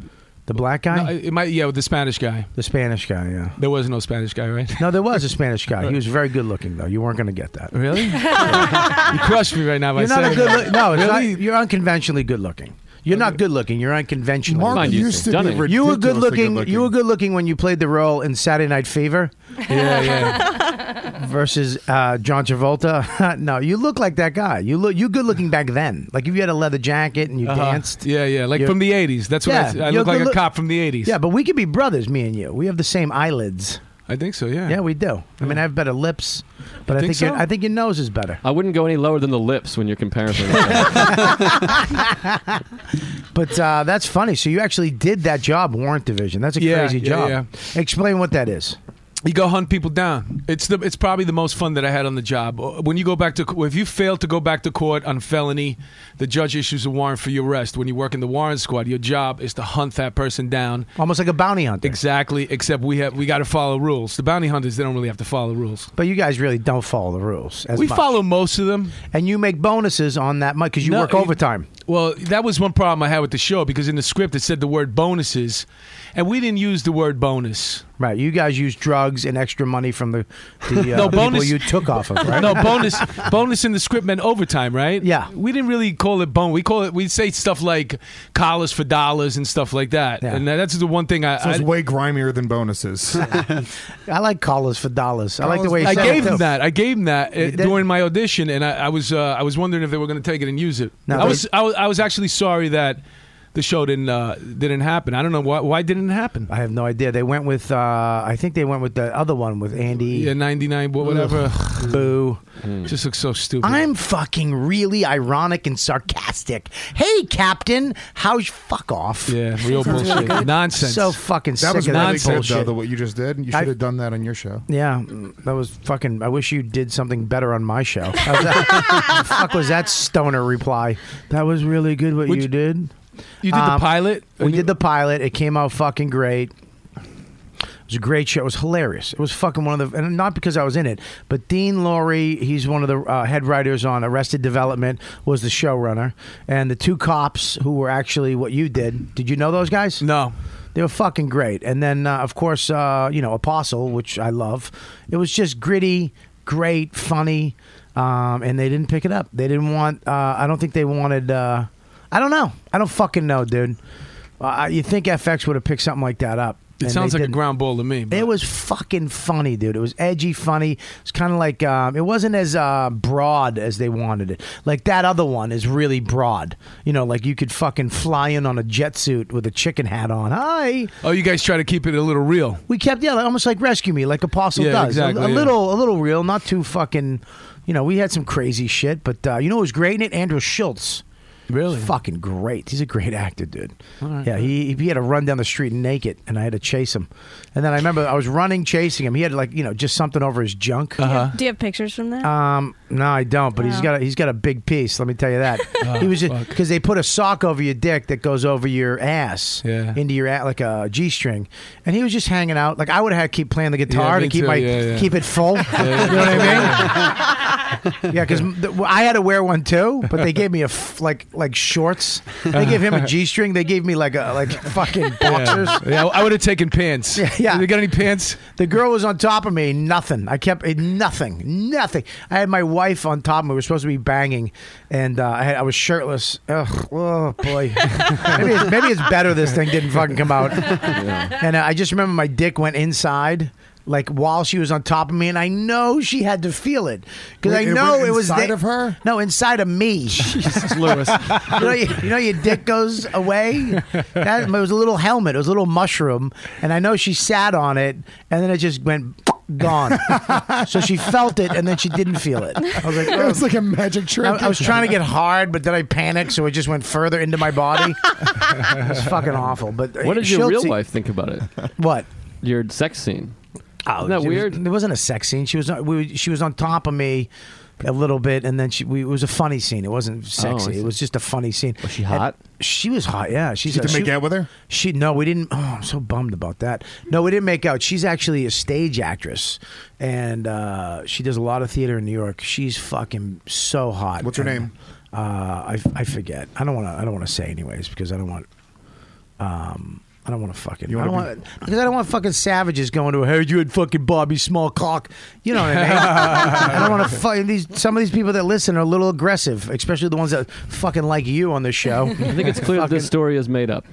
Speaker 2: the black
Speaker 7: no,
Speaker 2: guy,
Speaker 7: it might yeah the Spanish guy.
Speaker 2: the Spanish guy. Yeah.
Speaker 7: There was no Spanish guy, right?
Speaker 2: No, there was a Spanish guy. He was very good looking though. You weren't going to get that.
Speaker 7: Really? you crushed me right now by
Speaker 2: You're not
Speaker 7: saying
Speaker 2: a good.
Speaker 7: that.
Speaker 2: Look- no, it's
Speaker 7: Really?
Speaker 2: not, you're unconventionally good looking. You're not good looking. You're unconventional.
Speaker 10: Mark Mind you, used to be stunning.
Speaker 2: You were good
Speaker 10: ridiculously
Speaker 2: looking.
Speaker 10: good-looking.
Speaker 2: You were good looking when you played the role in Saturday Night Fever.
Speaker 7: Yeah,
Speaker 2: yeah. Versus uh, John Travolta. no, you look like that guy. You look. You good looking back then. Like if you had a leather jacket and you
Speaker 7: Uh-huh.
Speaker 2: danced.
Speaker 7: Yeah, yeah, like
Speaker 2: You're-
Speaker 7: from the '80s. That's what I- I,
Speaker 2: you're
Speaker 7: look like
Speaker 2: good
Speaker 7: a
Speaker 2: look-
Speaker 7: cop from the '80s.
Speaker 2: Yeah, but we could be brothers, me and you. We have the same eyelids.
Speaker 7: I think so. Yeah.
Speaker 2: Yeah, we do. I mean, I have better lips, but I
Speaker 8: think
Speaker 2: think, your,
Speaker 8: so?
Speaker 2: I think your nose is better.
Speaker 8: I wouldn't go any lower than the lips when you're comparison. That's
Speaker 2: But uh, that's funny. So you actually did that job, warrant division. That's a
Speaker 7: Yeah,
Speaker 2: crazy
Speaker 7: yeah,
Speaker 2: job.
Speaker 7: yeah.
Speaker 2: Explain what that is.
Speaker 7: You go hunt people down. It's the it's probably the most fun that I had on the job. Uh, When you go back to if you fail to go back to court on felony, the judge issues a warrant for your arrest. When you work in the warrant squad, your job is to hunt that person down.
Speaker 2: Almost like a bounty hunter.
Speaker 7: Exactly. Except we have we got to follow rules. The bounty hunters they don't really have to follow rules.
Speaker 2: But you guys really don't follow the rules. As
Speaker 7: We
Speaker 2: much.
Speaker 7: follow most of them,
Speaker 2: and you make bonuses on that money because you
Speaker 7: No,
Speaker 2: work
Speaker 7: you-
Speaker 2: overtime.
Speaker 7: Well, that was one problem I had with the show because in the script it said the word bonuses, and we didn't use the word bonus.
Speaker 2: Right, you guys use drugs and extra money from the, the uh,
Speaker 7: No,
Speaker 2: people
Speaker 7: bonus-
Speaker 2: you took off of, right?
Speaker 7: No bonus. bonus in the script meant overtime, right? Yeah. We didn't really call it bone. We call it. We say stuff like collars for dollars and stuff like that. And that's the one thing I.
Speaker 10: So it's
Speaker 7: I-
Speaker 10: way grimier than bonuses.
Speaker 2: I like collars for dollars. I like the way he
Speaker 7: I
Speaker 2: said
Speaker 7: gave
Speaker 2: it, too.
Speaker 7: him that. I gave him that uh,
Speaker 2: did?
Speaker 7: during my audition, and I, I was uh, I was wondering if they were going to take it and use it.
Speaker 2: No,
Speaker 7: I
Speaker 2: they-
Speaker 7: was I was I was actually sorry that the show didn't uh, didn't happen. I don't know why why didn't it happen.
Speaker 2: I have no idea. They went with, uh, I think they went with the other one with Andy.
Speaker 7: Yeah, ninety nine, whatever. Hmm.
Speaker 2: Boo.
Speaker 7: Just looks so stupid.
Speaker 2: I'm fucking really ironic and sarcastic. Hey, Captain, how's fuck off?
Speaker 7: Yeah, real bullshit. Nonsense.
Speaker 2: So fucking
Speaker 10: That
Speaker 2: sick
Speaker 10: was
Speaker 2: of
Speaker 10: really
Speaker 2: that
Speaker 10: good,
Speaker 2: bullshit.
Speaker 10: though, the- what you just did. You
Speaker 2: I-
Speaker 10: should have done that on your show.
Speaker 2: Yeah, mm, that was fucking. I wish you did something better on my show. That- fuck was that stoner reply? That was really good what you, did. Um,
Speaker 7: You did the pilot?
Speaker 2: We did the pilot. It came out fucking great. It was a great show. It was hilarious. It was fucking one of the, and not because I was in it, but Dean Laurie, he's one of the uh, head writers on Arrested Development, was the showrunner, and the two cops who were actually what you did. Did you know those guys?
Speaker 7: No.
Speaker 2: They were fucking great. And then, uh, of course, uh, you know, Apostle, which I love. It was just gritty, great, funny, um, and they didn't pick it up. They didn't want, uh, I don't think they wanted, uh, I don't know. I don't fucking know, dude. Uh, you think FX would have picked something like that up.
Speaker 7: It
Speaker 2: and
Speaker 7: sounds
Speaker 2: they
Speaker 7: like a
Speaker 2: didn't.
Speaker 7: ground ball to me.
Speaker 2: It was fucking funny, dude. It was edgy, funny. It's kind of like um, it wasn't as uh, broad as they wanted it. Like that other one is really broad. You know, like you could fucking fly in on a jet suit with a chicken hat on. Hi.
Speaker 7: Oh, you guys try to keep it a little real.
Speaker 2: We kept yeah, like, almost like rescue me, like Apostle
Speaker 7: Yeah,
Speaker 2: does. A-
Speaker 7: exactly,
Speaker 2: a,
Speaker 7: yeah.
Speaker 2: little, a little real, not too fucking. You know, we had some crazy shit, but uh, you know, who was great in it. Andrew Schultz.
Speaker 7: Really?
Speaker 2: Fucking great. He's a great actor, dude.
Speaker 7: All right.
Speaker 2: yeah, he he had to run down the street naked, and I had to chase him. And then I remember I was running, chasing him. He had like you know just something over his junk.
Speaker 7: Uh-huh.
Speaker 13: Do you have pictures from that?
Speaker 2: Um, no, I don't. But he's
Speaker 13: Wow.
Speaker 2: got a, he's got a big piece. Let me tell you that.
Speaker 7: Oh,
Speaker 2: he was just
Speaker 7: fuck.
Speaker 2: because they put a sock over your dick that goes over your ass,
Speaker 7: Yeah.
Speaker 2: into your a- like a g string, and he was just hanging out. Like I would have had to keep playing the guitar
Speaker 7: me
Speaker 2: to keep
Speaker 7: too.
Speaker 2: my
Speaker 7: Yeah, yeah.
Speaker 2: keep it full.
Speaker 7: yeah.
Speaker 2: You know what I mean? yeah, because I had to wear one too, but they gave me a f- like like shorts. They gave him a g string. They gave me like a like fucking boxers.
Speaker 7: Yeah, yeah I would have taken pants.
Speaker 2: Yeah, yeah.
Speaker 7: Did you got any pants?
Speaker 2: The girl was on top of me. Nothing. I kept it. Nothing. Nothing. I had my wife on top of me. We were supposed to be banging, and uh, I, had, I was shirtless. Ugh, oh boy. maybe, it's, maybe it's better this thing didn't fucking come out. And uh, I just remember my dick went inside. Like while she was on top of me, and I know she had to feel it because
Speaker 10: Wait,
Speaker 2: I
Speaker 10: it
Speaker 2: know
Speaker 10: went
Speaker 2: it, was
Speaker 10: inside
Speaker 2: the-
Speaker 10: of her?
Speaker 2: No, inside of me.
Speaker 12: Jesus, Lewis.
Speaker 2: you, know, you, you know your dick goes away. That it was a little helmet. It was a little mushroom, and I know she sat on it, and then it just went gone. so she felt it, and then she didn't feel it. I was like,
Speaker 10: It was
Speaker 2: "Oh."
Speaker 10: like a magic trick.
Speaker 2: I, I was trying to get hard, but then I panicked, so it just went further into my body. it was fucking awful. But uh,
Speaker 8: what did your
Speaker 2: Schultz-
Speaker 8: real wife think about it?
Speaker 2: What?
Speaker 8: Your sex scene.
Speaker 2: Oh,
Speaker 8: Isn't that
Speaker 2: it was-
Speaker 8: weird?
Speaker 2: there wasn't a sex scene. She was on, we, were- she was on top of me a little bit, and then she we, it was a funny scene. It wasn't
Speaker 8: Oh, I
Speaker 2: sexy.
Speaker 8: see.
Speaker 2: it was just a funny scene. Was she
Speaker 8: hot?
Speaker 2: she was hot. Yeah, she's
Speaker 10: Did
Speaker 2: a-
Speaker 10: you make
Speaker 2: she-
Speaker 10: out with her?
Speaker 2: She no, we didn't. Oh, I'm so bummed about that. No, we didn't make out. She's actually a stage actress, and uh, she does a lot of theater in New York. She's fucking so hot.
Speaker 10: What's her
Speaker 2: And,
Speaker 10: name?
Speaker 2: Uh, I I forget. I don't want to. I don't want to say anyways because I don't want. Um, I don't want to fucking.
Speaker 10: You
Speaker 2: I
Speaker 10: wanna
Speaker 2: don't want because I don't want fucking savages going to. I heard you had fucking Bobby Small cock. You know what I mean? I don't want to fucking these. Some of these people that listen are a little aggressive, especially the ones that fucking like you on this show.
Speaker 8: I think it's clear that this story is made up.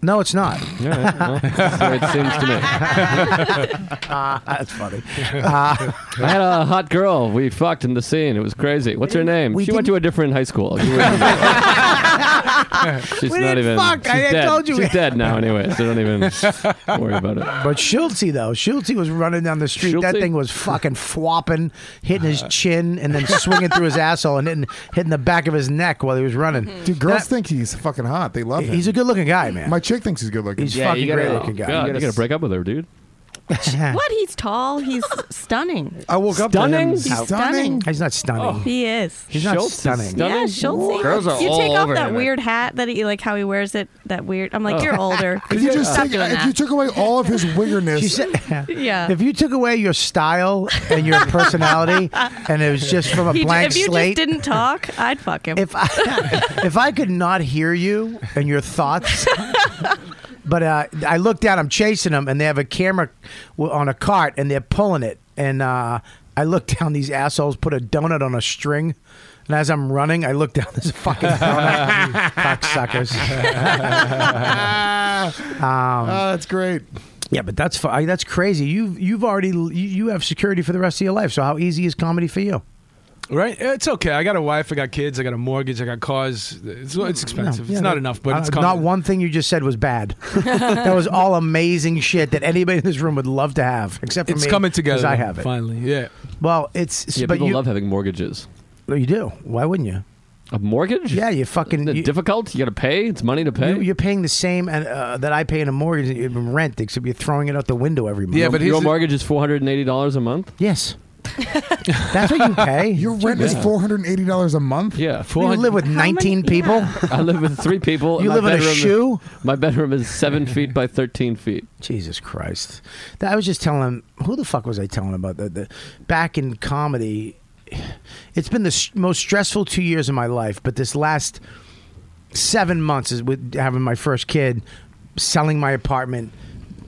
Speaker 2: No, it's not.
Speaker 8: All right, well, that's the way it seems to me.
Speaker 2: Ah, that's funny. Uh,
Speaker 10: Ah,
Speaker 8: I had a hot girl. We fucked in the scene. It was crazy. What's her name? she went to a different high school. You wouldn't- she's
Speaker 2: We
Speaker 8: not
Speaker 2: didn't
Speaker 8: even.
Speaker 2: fuck.
Speaker 8: She's
Speaker 2: I
Speaker 8: dead.
Speaker 2: told you we-
Speaker 8: She's dead now, anyway. So don't even worry about it.
Speaker 2: But Schultzy though, Schultzy was running down the street. That thing was fucking flopping, hitting his chin, and then swinging through his asshole and hitting, hitting the back of his neck while he was running.
Speaker 10: Mm-hmm. Dude, girls think he's fucking hot. They love him.
Speaker 2: He's a good-looking guy, man.
Speaker 10: My chick thinks he's good-looking.
Speaker 2: He's Yeah, you fucking gotta- great-looking
Speaker 8: God, you gotta break up with her, dude.
Speaker 13: What? He's tall. He's stunning.
Speaker 10: I woke
Speaker 13: up to him. Stunning?
Speaker 2: He's
Speaker 13: He's
Speaker 2: stunning. Oh.
Speaker 13: stunning.
Speaker 2: He's not stunning.
Speaker 13: He is.
Speaker 2: He's not
Speaker 13: Schultz is
Speaker 2: stunning.
Speaker 13: Yeah, Schultz.
Speaker 2: Girls are
Speaker 13: you
Speaker 2: all
Speaker 13: take off
Speaker 2: over
Speaker 13: that
Speaker 2: him. Oh.
Speaker 13: weird hat that he like how he wears it. That weird. I'm like, you're older.
Speaker 10: If you just
Speaker 13: Stop
Speaker 10: take,
Speaker 13: doing
Speaker 10: if
Speaker 13: that.
Speaker 10: you took away all of his wiggerness,
Speaker 13: yeah.
Speaker 2: If you took away your style and your personality, and it was just from a
Speaker 13: He j-
Speaker 2: blank
Speaker 13: if you
Speaker 2: slate,
Speaker 13: just didn't talk, I'd fuck him. If
Speaker 2: I, if I could not hear you and your thoughts, but uh, I look down, I'm chasing them, and they have a camera w- on a cart, and they're pulling it, and uh, I look down. These assholes put a donut on a string. And as I'm running, I look down. There's a fucking donut. Cocksuckers. um,
Speaker 10: oh, that's great.
Speaker 2: Yeah, but that's fu- I- that's crazy. You've you've already you, you have security for the rest of your life. So how easy is comedy for you?
Speaker 7: Right? It's okay. I got a wife. I got kids. I got a mortgage. I got cars. It's, it's expensive.
Speaker 2: Yeah,
Speaker 7: it's not
Speaker 2: that-
Speaker 7: enough, but
Speaker 2: uh,
Speaker 7: it's coming.
Speaker 2: not one thing you just said was bad. that was all amazing shit that anybody in this room would love to have, except for
Speaker 7: it's
Speaker 2: me.
Speaker 7: coming together.
Speaker 2: 'cause I have it.
Speaker 7: finally. Yeah.
Speaker 2: Well, it's
Speaker 8: Yeah,
Speaker 2: but
Speaker 8: people
Speaker 2: you,
Speaker 8: love having mortgages.
Speaker 2: Well, you do. Why wouldn't you?
Speaker 8: A mortgage?
Speaker 2: Yeah, you fucking
Speaker 8: Isn't it
Speaker 2: you-
Speaker 8: difficult. You got to pay. It's money to pay.
Speaker 2: You, you're paying the same uh, that I pay in a mortgage in rent, except you're throwing it out the window every month.
Speaker 8: your, your mortgage is four hundred and eighty dollars a month.
Speaker 2: Yes, that's what you pay.
Speaker 10: Your rent is
Speaker 8: Yeah.
Speaker 10: four hundred and eighty dollars a month.
Speaker 8: Yeah,
Speaker 2: You live with 19 people.
Speaker 8: I live with three people.
Speaker 2: You
Speaker 8: My
Speaker 2: live in a
Speaker 8: bedroom is-
Speaker 2: shoe?
Speaker 8: my bedroom is seven feet by thirteen feet.
Speaker 2: Jesus Christ. That, I was just telling him, who the fuck was I telling about that? The, back in comedy, it's been the s- most stressful two years of my life, but this last seven months is with having my first kid, selling my apartment,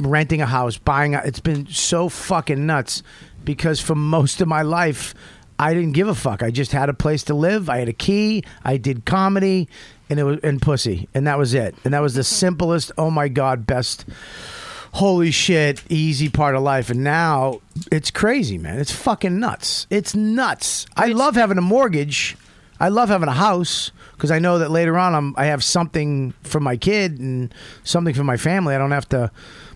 Speaker 2: renting a house, buying. A, it's been so fucking nuts because for most of my life, I didn't give a fuck. I just had a place to live. I had a key. I did comedy, and it was and pussy, and that was it. And that was the simplest. Oh my god, best. Holy shit, easy part of life. And now it's crazy, man. It's fucking nuts. It's nuts. I love having a mortgage. I love having a house because I know that later on I'm, I have something for my kid and something for my family. I don't have to.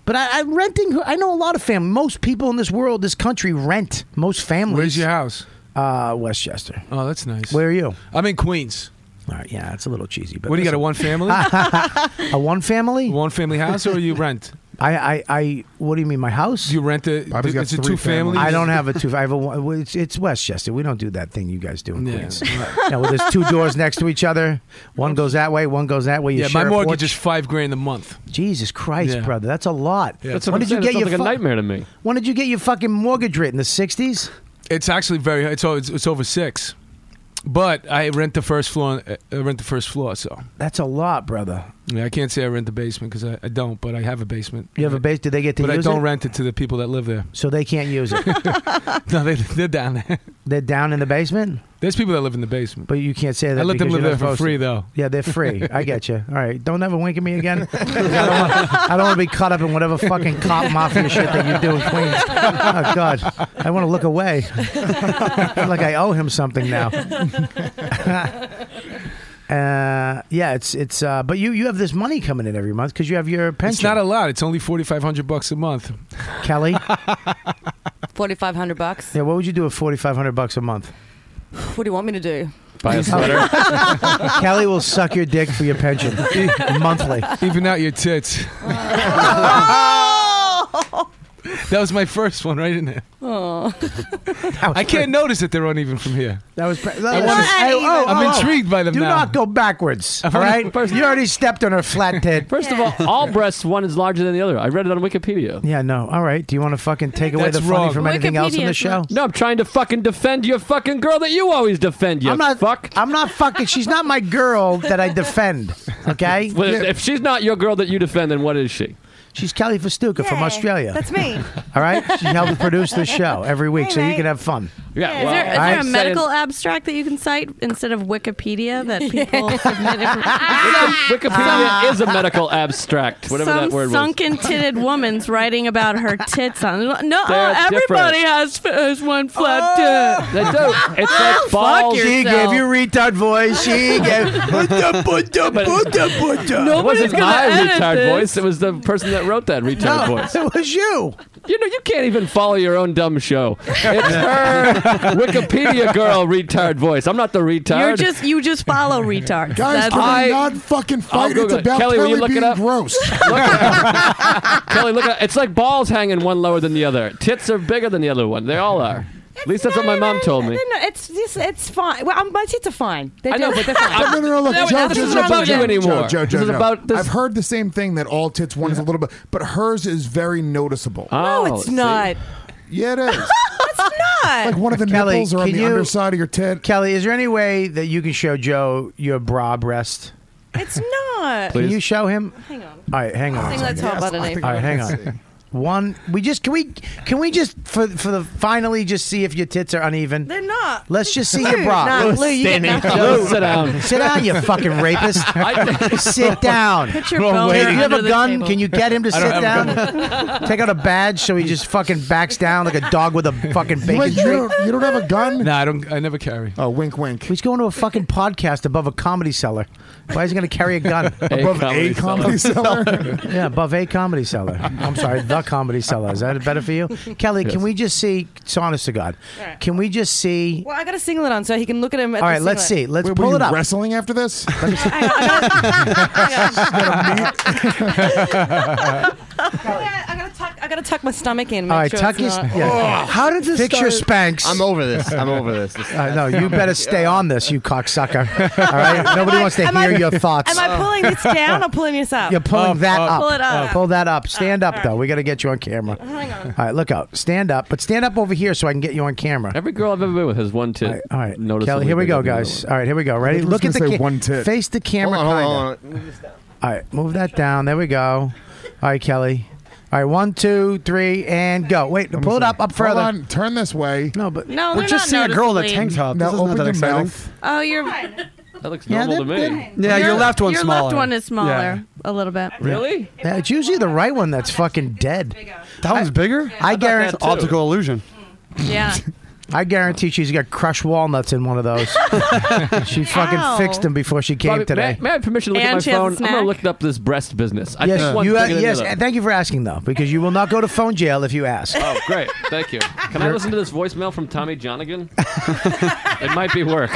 Speaker 2: But I, I'm renting. I know a lot of family. Most people in this world, this country, rent. Most families. Where's your
Speaker 7: house?
Speaker 2: Uh, Westchester.
Speaker 7: Oh, that's nice.
Speaker 2: Where are you?
Speaker 7: I'm in Queens.
Speaker 2: All right, yeah, it's a little cheesy. But
Speaker 7: What do you got? A one
Speaker 2: listen.
Speaker 7: family?
Speaker 2: a one family?
Speaker 7: One family house, or you rent?
Speaker 2: I, I, I, what do you mean, my house?
Speaker 7: You rent it? Bobby's got
Speaker 2: It's a
Speaker 7: three families.
Speaker 2: I don't have a two. I have a. one- well, It's, it's Westchester. We don't do that thing you guys do in
Speaker 7: Yeah.
Speaker 2: Queens. no, well, there's two doors next to each other. One goes that way. One goes that way. You
Speaker 7: yeah,
Speaker 2: share
Speaker 7: my
Speaker 2: a
Speaker 7: mortgage
Speaker 2: porch.
Speaker 7: is five grand a month.
Speaker 2: Jesus Christ,
Speaker 7: Yeah.
Speaker 2: brother, that's a lot.
Speaker 7: Yeah. That's what I'm saying. That sounds like a nightmare to me.
Speaker 2: When did you get your fucking mortgage rate in the '60s?
Speaker 7: It's actually very. It's o- it's, it's over six, but I rent the first floor. uh, I rent the first floor, so
Speaker 2: that's a lot, brother.
Speaker 7: Yeah, I can't say I rent the basement because I, I don't, but I have a basement.
Speaker 2: You have a base. Did they get to
Speaker 7: but
Speaker 2: use
Speaker 7: I don't
Speaker 2: it?
Speaker 7: rent it to the people that live there.
Speaker 2: so they can't use it.
Speaker 7: No, they, they're down there.
Speaker 2: They're down in the basement.
Speaker 7: There's people that live in the basement,
Speaker 2: but you can't say that.
Speaker 7: I let them
Speaker 2: because
Speaker 7: live there
Speaker 2: you're not
Speaker 7: for
Speaker 2: supposed to.
Speaker 7: free, though.
Speaker 2: Yeah, they're free. I get you. All right, don't ever wink at me again. 'Cause I don't want- I don't want to be caught up in whatever fucking cop mafia shit that you do in Queens. Oh God, I want to look away. I feel like I owe him something now. Uh, yeah, it's it's. Uh, but you you have this money coming in every month because you have your pension.
Speaker 7: It's not a lot. It's only forty five hundred bucks a month.
Speaker 2: Kelly.
Speaker 9: Forty five hundred bucks.
Speaker 2: Yeah, what would you do with forty five hundred bucks a month?
Speaker 9: What do you want me to do?
Speaker 8: Buy a sweater.
Speaker 2: Kelly will suck your dick for your pension monthly.
Speaker 7: Even out your tits. that was my first one, right in there.
Speaker 9: Oh.
Speaker 7: I can't notice that they're uneven from here.
Speaker 2: That was. Pre- that
Speaker 7: I
Speaker 2: was-
Speaker 7: wanna-
Speaker 2: Hey, oh,
Speaker 7: I'm
Speaker 2: oh, oh.
Speaker 7: intrigued by them
Speaker 2: Do
Speaker 7: now.
Speaker 2: not go backwards.
Speaker 7: I
Speaker 2: All
Speaker 7: wanna-
Speaker 2: right. you already stepped on her flat tit.
Speaker 8: First of all, all breasts one is larger than the other. I read it on Wikipedia.
Speaker 2: Yeah. No. All right. Do you want to fucking take away the funny from anything else in the show?
Speaker 8: No, I'm trying to fucking defend your fucking girl that you always defend. You
Speaker 2: I'm not.
Speaker 8: fuck.
Speaker 2: I'm not fucking. She's not my girl that I defend. Okay.
Speaker 8: Well, If she's not your girl that you defend, then what is she?
Speaker 2: She's Kelly Festuca from
Speaker 9: Yay,
Speaker 2: Australia.
Speaker 9: that's me.
Speaker 2: All right, she helped produce this show every week, so you can have fun.
Speaker 13: Yeah, is there, is there a medical abstract that you can cite instead of Wikipedia that people submit?
Speaker 8: Wikipedia is a medical abstract, whatever
Speaker 13: Ah. Some
Speaker 8: that word was.
Speaker 13: sunken titted woman's writing about her tits on. No, oh,
Speaker 8: They're
Speaker 13: everybody
Speaker 8: different. Ah!
Speaker 13: has, has one flat tit.
Speaker 8: They do. It's like
Speaker 13: Fuck
Speaker 8: balls.
Speaker 13: yourself. She gave you
Speaker 2: retard voice. She gave- Buddha, Buddha, Buddha, Buddha.
Speaker 8: It wasn't my retard
Speaker 2: this.
Speaker 8: voice. It was the person that wrote that retard
Speaker 2: No,
Speaker 8: voice.
Speaker 2: it was you.
Speaker 8: You know, you can't even follow your own dumb show. It's her Wikipedia girl retard voice. I'm not the retard.
Speaker 13: You're just you just follow retards.
Speaker 10: Guys,
Speaker 13: That's-
Speaker 10: can we not fucking
Speaker 8: I'll
Speaker 10: fight? It's
Speaker 8: Google it.
Speaker 10: about
Speaker 8: Kelly, will you look
Speaker 10: being
Speaker 8: it up?
Speaker 10: gross.
Speaker 8: Kelly, look at it's like balls hanging one lower than the other. Tits are bigger than the other one. They all are. At least that's what my mom told me.
Speaker 9: No, it's just, it's fine. Well, um, my tits are fine. They're,
Speaker 10: I know,
Speaker 9: doing-
Speaker 10: but
Speaker 9: they're fine.
Speaker 10: no, no, no, look,
Speaker 9: No,
Speaker 10: Joe,
Speaker 9: nothing
Speaker 10: Joe,
Speaker 9: is
Speaker 10: Joe,
Speaker 9: wrong
Speaker 10: Joe,
Speaker 9: with
Speaker 10: Joe,
Speaker 9: them.
Speaker 8: anymore.
Speaker 10: Joe, Joe,
Speaker 8: This is
Speaker 10: Joe.
Speaker 8: about this-
Speaker 10: I've heard the same thing that all tits one is a little bit, but hers is very noticeable.
Speaker 8: Oh,
Speaker 9: it's see? not.
Speaker 10: Yeah, it is.
Speaker 9: It's not.
Speaker 10: like one of the
Speaker 2: Kelly,
Speaker 10: nipples are on
Speaker 2: can
Speaker 10: the
Speaker 2: you-
Speaker 10: underside of your tit.
Speaker 2: Kelly, is there any way that you can show Joe your bra breast?
Speaker 9: It's not.
Speaker 2: Can you show him?
Speaker 9: Hang on.
Speaker 2: All right, hang on.
Speaker 9: I think
Speaker 2: a
Speaker 9: let's
Speaker 2: second.
Speaker 9: talk about it Yes, I think
Speaker 2: All right, hang
Speaker 9: let's
Speaker 2: on. One, we just can we can we just for for the finally just see if your tits are uneven.
Speaker 9: They're not.
Speaker 2: Let's just see
Speaker 9: Dude,
Speaker 2: your bra.
Speaker 9: nah, Lou, you get Standing. nothing.
Speaker 2: Joe,
Speaker 9: Lou, sit
Speaker 8: down.
Speaker 2: sit down, you fucking rapist. sit down.
Speaker 9: Put your boner
Speaker 2: Hey, do you have
Speaker 9: under
Speaker 2: a
Speaker 9: the
Speaker 2: gun?
Speaker 9: table.
Speaker 2: Can you get him to
Speaker 9: I
Speaker 2: sit
Speaker 9: don't have a
Speaker 2: down? Take out a badge so he just fucking backs down like a dog with a fucking bacon
Speaker 10: Wait, you
Speaker 2: treat.
Speaker 10: don't, you don't have a gun?
Speaker 7: No, I don't. I never carry.
Speaker 10: Oh, wink, wink.
Speaker 2: He's going to a fucking podcast above a comedy cellar. Why is he going to carry a gun
Speaker 10: Above comedy a comedy cellar.
Speaker 2: yeah, above a comedy cellar. I'm sorry, the comedy cellar. Is that better for you, Kelly? Can we just see? It's honest to God.
Speaker 9: Alright.
Speaker 2: Can we just see?
Speaker 9: Well, I got a singlet on so he can look at him. At
Speaker 2: All right,
Speaker 9: the
Speaker 2: let's see.
Speaker 9: singlet.
Speaker 2: Let's pull it up.
Speaker 10: Wrestling after this?
Speaker 9: I gotta tuck. I gotta tuck my stomach in.
Speaker 2: All right, tuck his. yeah.
Speaker 9: How did this
Speaker 2: Fix your
Speaker 9: start?
Speaker 2: spanks.
Speaker 9: I'm over this.
Speaker 11: I'm over this.
Speaker 2: Uh, no, you better stay on this, you cocksucker. All right, nobody wants to hear your thoughts.
Speaker 9: Am I pulling this down or pulling this up?
Speaker 2: You're pulling that up. Uh,
Speaker 9: Pull it up.
Speaker 2: Pull that up. Stand up, though. We got to get you on camera. Hang on. All right, look up. Stand up, but stand up over here so I can get you on camera.
Speaker 8: Every girl I've ever been with has one tit.
Speaker 2: All right, Kelly, here we go, guys. All right, here we go. Ready?
Speaker 8: was
Speaker 2: Look at
Speaker 8: gonna
Speaker 2: the
Speaker 8: say
Speaker 2: ca-
Speaker 8: one tit.
Speaker 2: Face the camera,
Speaker 11: Hold on, hold on,
Speaker 2: kind of. All right, move that down. There we go. All right, Kelly. All right, one, two, three, and go. Wait, pull it up, up further.
Speaker 10: Hold on, turn this way.
Speaker 2: No, but
Speaker 13: No, We're they're just not seeing a girl in a noticeably- tank top.
Speaker 10: Now
Speaker 13: This is
Speaker 10: open
Speaker 13: not that
Speaker 10: your
Speaker 13: exciting.
Speaker 10: mouth.
Speaker 13: Oh, your
Speaker 8: That looks
Speaker 2: Yeah,
Speaker 8: normal
Speaker 2: that-
Speaker 8: to me.
Speaker 2: Yeah, your left one's
Speaker 13: Your left
Speaker 2: smaller.
Speaker 13: one is smaller
Speaker 2: Yeah.
Speaker 13: a little bit.
Speaker 8: Really?
Speaker 2: Yeah, it's usually the right one that's fucking dead.
Speaker 12: That one's bigger.
Speaker 2: I guarantee
Speaker 12: It's an optical illusion.
Speaker 13: Yeah.
Speaker 2: I guarantee she's got crushed walnuts in one of those. she fucking
Speaker 8: Wow.
Speaker 2: fixed them before she came
Speaker 8: Bobby,
Speaker 2: today.
Speaker 8: May, I- may I have permission to look
Speaker 13: And
Speaker 8: at
Speaker 13: she
Speaker 8: my
Speaker 13: has a
Speaker 8: phone? I'm
Speaker 13: snack.
Speaker 8: gonna look up this breast business. I
Speaker 2: yes,
Speaker 8: think one
Speaker 2: you,
Speaker 8: bigger than
Speaker 2: yes.
Speaker 8: the other.
Speaker 2: and Thank you for asking though, because you will not go to phone jail if you ask.
Speaker 8: Oh, great. Thank you. Can I listen to this voicemail from Tommy Johnigan? it might be work.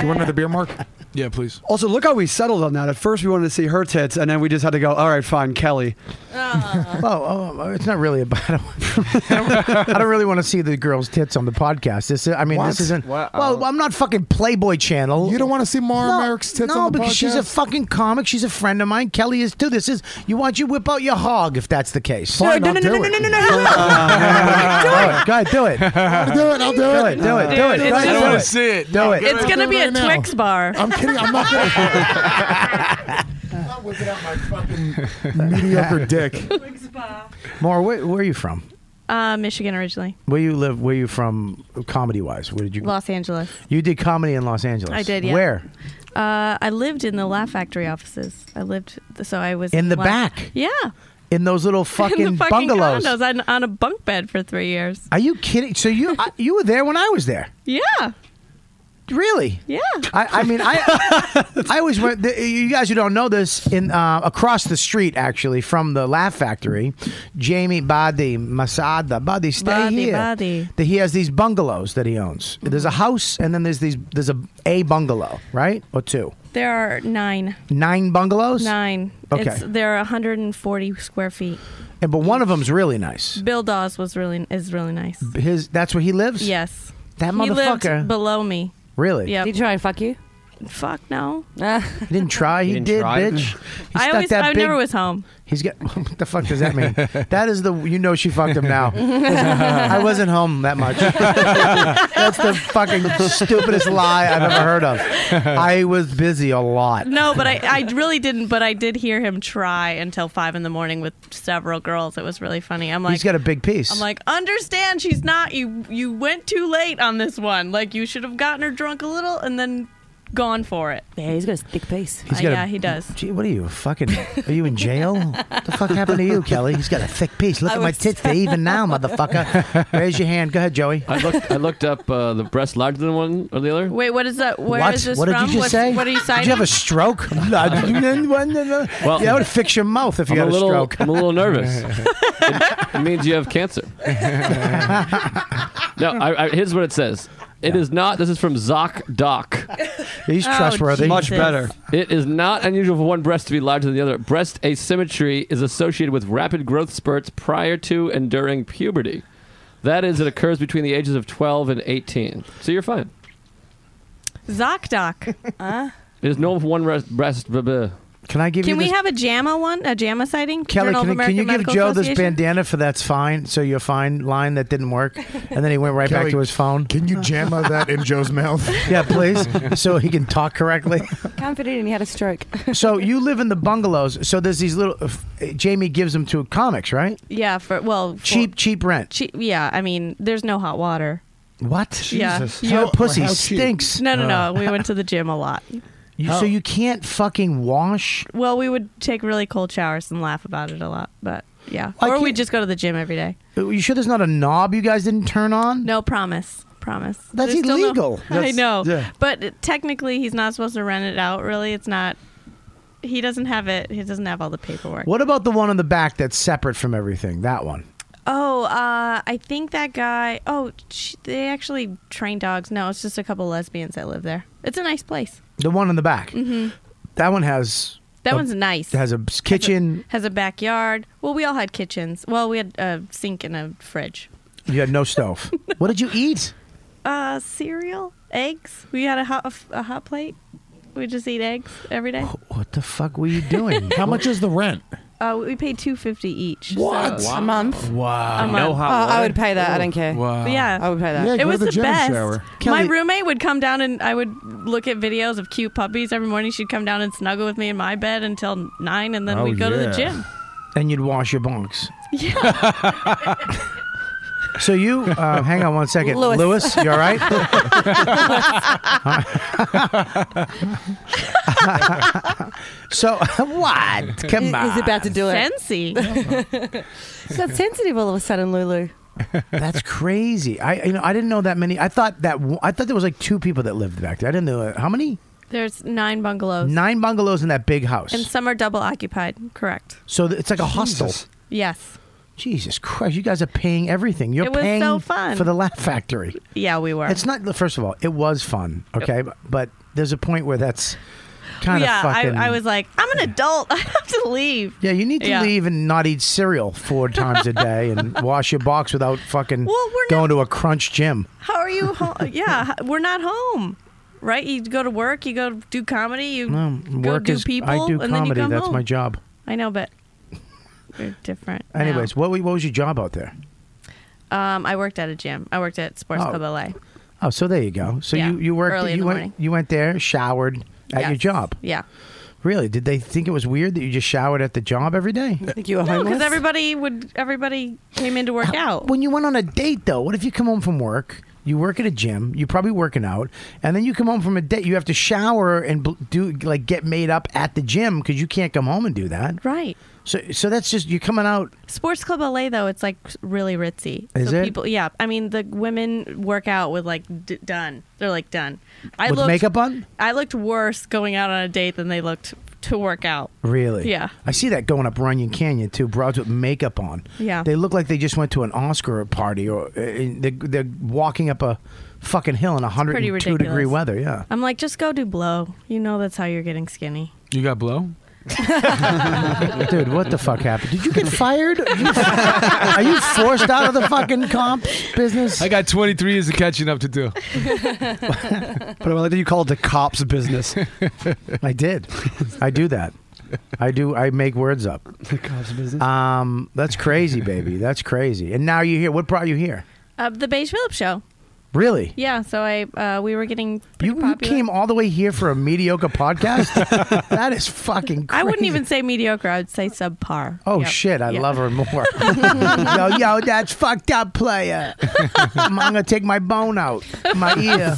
Speaker 10: You want another beer, Mark?
Speaker 7: Yeah, please.
Speaker 12: Also, look how we settled on that. At first, we wanted to see her tits, and then we just had to go. All right, fine, Kelly.
Speaker 2: Oh, oh, oh, it's not really about. I don't, I don't really want to see the girls' tits on the podcast. This, is- I mean,
Speaker 10: What?
Speaker 2: this isn't.
Speaker 10: Wow.
Speaker 2: Well, I'm not fucking Playboy Channel.
Speaker 10: You don't want to see Mara Merrick's tits
Speaker 2: no,
Speaker 10: on the
Speaker 2: because she's a
Speaker 10: podcast?
Speaker 2: fucking comic. She's a friend of mine. Kelly is too. This is you want you whip out your hog if that's the case.
Speaker 10: Fine, I'll do it.
Speaker 2: Go ahead, do it.
Speaker 10: I'll do it. I'll do
Speaker 2: Do
Speaker 10: it.
Speaker 2: it. Do it. Do it.
Speaker 13: Dude,
Speaker 2: Go
Speaker 13: it's just-
Speaker 2: ahead, do
Speaker 13: I wanna
Speaker 2: it.
Speaker 7: see it.
Speaker 2: Do it.
Speaker 13: It's gonna be a
Speaker 10: Right now.
Speaker 13: Twix bar.
Speaker 10: I'm kidding. I'm not going to whipping out my fucking mediocre dick.
Speaker 2: More. Where, where are you from?
Speaker 13: Uh, Michigan originally,
Speaker 2: Where you live? Where you from? Comedy wise, where did you?
Speaker 13: Los Angeles.
Speaker 2: you did comedy in Los Angeles.
Speaker 13: I did. Yeah.
Speaker 2: Where?
Speaker 13: Uh, I lived in the Laugh Factory offices. I lived, so I was
Speaker 2: In the
Speaker 13: La-
Speaker 2: back?
Speaker 13: Yeah,
Speaker 2: In those little fucking,
Speaker 13: in the fucking
Speaker 2: bungalows.
Speaker 13: condos. I'm on a bunk bed for three years.
Speaker 2: Are you kidding? So you I, you were there when I was there?
Speaker 13: Yeah,
Speaker 2: Really?
Speaker 13: yeah.
Speaker 2: I, I mean, I I always went. The, you guys who don't know this, in uh, across the street, actually, from the Laugh Factory, Jamie Badi Masada Badi, stay
Speaker 13: Badi,
Speaker 2: here.
Speaker 13: Badi.
Speaker 2: That he has these bungalows that he owns. There's a house, and then there's these there's a a bungalow, right, or two,
Speaker 13: There are nine,
Speaker 2: nine bungalows.
Speaker 13: nine.
Speaker 2: Okay.
Speaker 13: It's, there are 140 square feet.
Speaker 2: And, but one of them's really nice.
Speaker 13: Bill Dawes was really is really nice.
Speaker 2: His that's where he lives.
Speaker 13: Yes,
Speaker 2: That
Speaker 13: he lived
Speaker 2: motherfucker.
Speaker 13: below me.
Speaker 2: really?
Speaker 13: Yeah.
Speaker 9: Did you try and fuck you?
Speaker 13: Fuck no.
Speaker 2: He didn't try.
Speaker 13: He
Speaker 2: He,
Speaker 13: didn't
Speaker 2: did,
Speaker 13: try?
Speaker 2: bitch.
Speaker 13: I
Speaker 2: stuck
Speaker 13: always-
Speaker 2: that
Speaker 13: I never was home.
Speaker 2: He's got. What the fuck does that mean? that is the. You know she fucked him now. I wasn't home that much. That's the fucking stupidest lie I've ever heard of. I was busy a lot.
Speaker 13: No, but I, I really didn't. But I did hear him try until five in the morning with several girls. It was really funny. I'm like,
Speaker 2: He's got a big piece.
Speaker 13: I'm like, understand, she's not. You you went too late on this one. Like you should have gotten her drunk a little and then gone for it.
Speaker 9: Yeah, he's got a thick piece.
Speaker 2: He's
Speaker 13: Uh,
Speaker 2: got a-
Speaker 13: yeah, he does.
Speaker 2: Gee, what are you? a Fucking? Are you in jail? what the fuck happened to you, Kelly? He's got a thick piece. Look
Speaker 13: I
Speaker 2: at my
Speaker 13: was-
Speaker 2: tits. They even now, motherfucker. Raise your hand. Go ahead, Joey.
Speaker 8: I looked. I looked up uh, the breast larger than one or the other.
Speaker 13: Wait, what is that? Where is
Speaker 2: what?
Speaker 13: this
Speaker 2: what
Speaker 13: from?
Speaker 2: did you just
Speaker 13: What's-
Speaker 2: say?
Speaker 13: What are you
Speaker 2: Did
Speaker 13: citing?
Speaker 2: you have a stroke? well, yeah, I would fix your mouth if you
Speaker 8: I'm
Speaker 2: had
Speaker 8: a little.
Speaker 2: stroke.
Speaker 8: I'm a little nervous. it, it means you have cancer. no, I, I, here's what it says. It is not. This is from Zoc Doc.
Speaker 2: He's Oh, trustworthy.
Speaker 12: Much Jesus. better.
Speaker 8: It is not unusual for one breast to be larger than the other. Breast asymmetry is associated with rapid growth spurts prior to and during puberty. That is, it occurs between the ages of 12 and 18. So you're fine.
Speaker 13: Zocdoc. Uh,
Speaker 8: It is normal for one breast. breast blah, blah.
Speaker 2: Can I give
Speaker 13: can we have a JAMA one? A JAMA sighting?
Speaker 2: Kelly,
Speaker 13: Journal
Speaker 2: can,
Speaker 13: of
Speaker 2: can you
Speaker 13: American
Speaker 2: give
Speaker 13: Medical
Speaker 2: Joe this
Speaker 13: Association?
Speaker 2: bandana for that's fine, so you're fine line that didn't work? And then he went right back
Speaker 10: Kelly,
Speaker 2: to his phone. Can you jammer that in Joe's mouth? yeah, please, so he can talk correctly.
Speaker 9: Can't fit it in. He had a stroke.
Speaker 2: So you live in the bungalows, so there's these little. Uh, Jamie gives them to comics, right?
Speaker 13: Yeah, for well, for-
Speaker 2: Cheap, cheap rent.
Speaker 13: cheap. Yeah, I mean, there's no hot water.
Speaker 2: What?
Speaker 13: Yeah,
Speaker 2: Your pussy stinks. Uh.
Speaker 13: No, no, no. We went to the gym a lot.
Speaker 2: You- so you can't fucking wash.
Speaker 13: Well, we would take really cold showers and laugh about it a lot, but yeah.
Speaker 2: I
Speaker 13: or we
Speaker 2: can't-
Speaker 13: just go to the gym every day.
Speaker 2: Uh, You sure there's not a knob you guys didn't turn on?
Speaker 13: No, promise, promise.
Speaker 2: That's
Speaker 13: There's still no-
Speaker 2: illegal.
Speaker 13: I
Speaker 2: That's-
Speaker 13: know,
Speaker 2: yeah.
Speaker 13: but technically, he's not supposed to rent it out. Really, it's not. He doesn't have it. He doesn't have all the paperwork.
Speaker 2: What about the one on the back that's separate from everything? That one.
Speaker 13: Oh, uh, I think that guy. Oh, sh- they actually train dogs. No, it's just a couple lesbians that live there. It's a nice place.
Speaker 2: The one on the back.
Speaker 13: hmm
Speaker 2: That one has.
Speaker 13: That
Speaker 2: a-
Speaker 13: one's nice.
Speaker 2: Has a s- kitchen.
Speaker 13: Has a backyard. Well, we all had kitchens. Well, we had a sink and a fridge.
Speaker 2: You had no stove. what did you eat?
Speaker 13: Uh, cereal, eggs. We had a hot a, f- a hot plate. We just eat eggs every day.
Speaker 2: What the fuck were you doing?
Speaker 10: How much is the rent?
Speaker 13: Uh, we paid two fifty each.
Speaker 10: What?
Speaker 13: so-
Speaker 10: Wow.
Speaker 9: A month.
Speaker 2: Wow.
Speaker 13: A month. No hot
Speaker 9: I
Speaker 13: water?
Speaker 9: would pay that. I don't care.
Speaker 13: Wow. Yeah.
Speaker 9: I would pay that.
Speaker 13: it was the, best.
Speaker 9: Kelly-
Speaker 13: My roommate would come down and I would look at videos of cute puppies every morning. She'd come down and snuggle with me in my bed until nine, and then
Speaker 2: Oh,
Speaker 13: we'd go to the
Speaker 2: yeah.
Speaker 13: gym.
Speaker 2: And you'd wash your bonks.
Speaker 13: Yeah.
Speaker 2: So you, uh, hang on one second.
Speaker 13: Louis.
Speaker 2: you all right? so, what? Come
Speaker 9: He-
Speaker 2: on.
Speaker 9: He's about to do it.
Speaker 13: Fancy.
Speaker 9: He's got sensitive all of a sudden, Lulu.
Speaker 2: That's crazy. I you know I didn't know that many. I thought that w- I thought there was like two people that lived back there. I didn't know uh, how many.
Speaker 13: There's nine bungalows,
Speaker 2: Nine bungalows in that big house.
Speaker 13: and some are double occupied. Correct.
Speaker 2: so th- it's like a hostel.
Speaker 13: Yes.
Speaker 2: Jesus Christ! You guys are paying everything. You're
Speaker 13: It was
Speaker 2: paying
Speaker 13: so fun.
Speaker 2: for the Laugh Factory.
Speaker 13: Yeah, we were.
Speaker 2: It's not. First of all, it was fun. Okay, but, but there's a point where that's kind of
Speaker 13: yeah,
Speaker 2: fucking.
Speaker 13: I, I was like, I'm an adult. I have to leave.
Speaker 2: Yeah, you need to
Speaker 13: Yeah.
Speaker 2: leave and not eat cereal four times a day and wash your box without fucking going to a crunch gym.
Speaker 13: How are you? Home? yeah, h- we're not home, right? You go to work, you go do comedy, you
Speaker 2: No,
Speaker 13: go
Speaker 2: work
Speaker 13: do
Speaker 2: is
Speaker 13: people,
Speaker 2: I do
Speaker 13: and then you
Speaker 2: comedy.
Speaker 13: come
Speaker 2: That's
Speaker 13: home.
Speaker 2: my job.
Speaker 13: I know, but we're different. now.
Speaker 2: Anyways, what wa- what was your job out there?
Speaker 13: um, I worked at a gym. I worked at Sports
Speaker 2: Oh.
Speaker 13: Club LA.
Speaker 2: Oh, so there you go. So
Speaker 13: Yeah,
Speaker 2: you you worked
Speaker 13: early in
Speaker 2: you
Speaker 13: the
Speaker 2: went
Speaker 13: morning.
Speaker 2: you went there, showered at your
Speaker 13: Yes.
Speaker 2: job.
Speaker 13: Yeah,
Speaker 2: Really? Did they think it was weird that you just showered at the job every day? Oh, I
Speaker 9: think you were
Speaker 13: no, because everybody would everybody came in to work out.
Speaker 2: When you went on a date though, what if you come home from work? You work at a gym. You're probably working out, and then you come home from a date. You have to shower and bl- do like get made up at the gym because you can't come home and do that.
Speaker 13: Right.
Speaker 2: So, so that's just you're coming out.
Speaker 13: Sports Club LA though, it's like really ritzy.
Speaker 2: Is
Speaker 13: so
Speaker 2: it?
Speaker 13: people yeah, I mean the women work out with like d- done. They're like done. I
Speaker 2: With
Speaker 13: looked
Speaker 2: makeup on?
Speaker 13: I looked worse going out on a date than they looked to work out.
Speaker 2: Really?
Speaker 13: Yeah.
Speaker 2: I see that going up Runyon Canyon too. Broads with makeup on.
Speaker 13: Yeah.
Speaker 2: They look like they just went to an Oscar party, or uh, they're, they're walking up a fucking hill in
Speaker 13: Pretty
Speaker 2: 102
Speaker 13: ridiculous.
Speaker 2: degree weather. Yeah.
Speaker 13: I'm like just go do blow. You know that's how you're getting skinny.
Speaker 7: You got blow?
Speaker 2: Dude, what the fuck happened? Did you get fired? Are you forced out of the fucking comp business?
Speaker 7: I got 23 years of catching up to do.
Speaker 12: But I like that you call it the cops business.
Speaker 2: I did. I do that. I do. I make words up.
Speaker 12: The cops business.
Speaker 2: Um, that's crazy, baby. That's crazy. And now you're here. What brought you here?
Speaker 13: Uh, the Beige Phillips show.
Speaker 2: Really?
Speaker 13: Yeah, so I uh, we were getting pretty
Speaker 2: You, you
Speaker 13: popular.
Speaker 2: came all the way here for a mediocre podcast? that is fucking crazy.
Speaker 13: I wouldn't even say mediocre. I would say subpar.
Speaker 2: Oh
Speaker 13: Yep.
Speaker 2: shit! I
Speaker 13: Yeah.
Speaker 2: love her more. yo, yo, that's fucked up, player. I'm, I'm gonna take my bone out, my ear.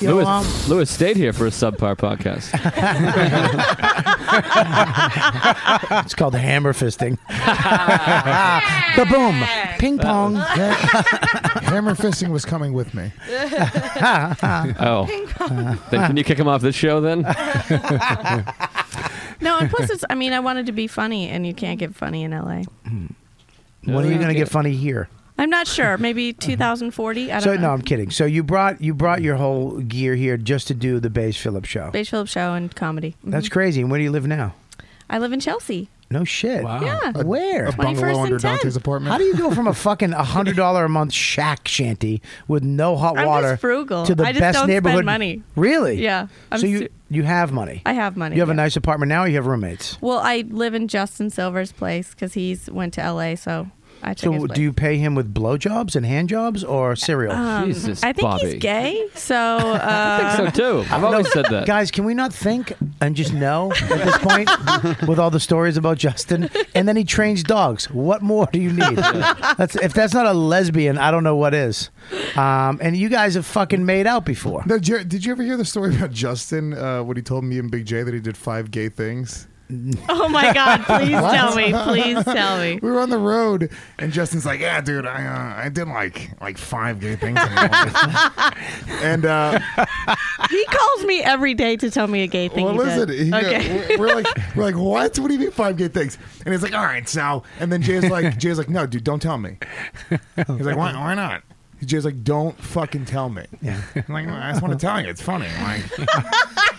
Speaker 2: You know,
Speaker 8: Lewis,
Speaker 2: um,
Speaker 8: Lewis stayed here for a subpar podcast.
Speaker 2: it's called hammer fisting. the boom, ping pong.
Speaker 10: Hammer fisting was coming with me.
Speaker 2: Uh-huh.
Speaker 8: oh, then can you kick him off this show then?
Speaker 13: No, and plus it's. I mean, I wanted to be funny, and you can't get funny in LA.
Speaker 2: when are you gonna get funny here?
Speaker 13: I'm not sure. Maybe 2040. I don't
Speaker 2: Uh-huh. So
Speaker 13: know.
Speaker 2: no, I'm kidding. So you brought you brought your whole gear here just to do the Bass Phillips show.
Speaker 13: Beige Phillips show and comedy. Mhm.
Speaker 2: That's crazy. And where do you live now?
Speaker 13: I live in Chelsea.
Speaker 2: No shit.
Speaker 13: Wow. Yeah. A-
Speaker 2: Where?
Speaker 13: a bungalow 21st and under 10. Dante's apartment.
Speaker 2: How do you go from a fucking hundred dollar a month shack shanty with no hot
Speaker 13: I'm just
Speaker 2: water
Speaker 13: frugal.
Speaker 2: to the
Speaker 13: I just
Speaker 2: best
Speaker 13: don't spend
Speaker 2: neighborhood?
Speaker 13: money.
Speaker 2: Really?
Speaker 13: Yeah, I'm
Speaker 2: so you
Speaker 13: su-
Speaker 2: you have money.
Speaker 13: I have money,
Speaker 2: You have a
Speaker 13: yeah.
Speaker 2: nice apartment now. Or you have roommates.
Speaker 13: Well, I live in Justin Silver's place because he's went to LA, so I took his
Speaker 2: So
Speaker 13: place.
Speaker 2: do you pay him with blowjobs and hand jobs or cereal?
Speaker 13: Um, I think he's gay, so uh,
Speaker 8: I think so too. I've always said that.
Speaker 2: Guys, can we not think and just know at this point with all the stories about Justin? And then he trains dogs. What more do you need? That's, if that's not a lesbian, I don't know what is. Um, and you guys have fucking made out before.
Speaker 10: No, Jer- did you ever hear the story about Justin? Uh, what he told me and Big J that he did five gay things.
Speaker 13: Oh my God! Please
Speaker 10: What?
Speaker 13: tell me. Please tell me.
Speaker 10: We were on the road, and Justin's like, "Yeah, dude, I uh, I did like like five gay things." in my life." and uh,
Speaker 13: He calls me every day to tell me a gay thing.
Speaker 10: well,
Speaker 13: he
Speaker 10: listen,
Speaker 13: did.
Speaker 10: he- uh,
Speaker 13: okay.
Speaker 10: we're, we're like, we're like, what? What do you mean five gay things? And he's like, all right, so. And then Jay's like, Jay's like, no, dude, don't tell me. He's like, why? Why not? Jay's like, don't fucking tell me. Yeah. I'm like, I just want to tell you. It's funny. Like,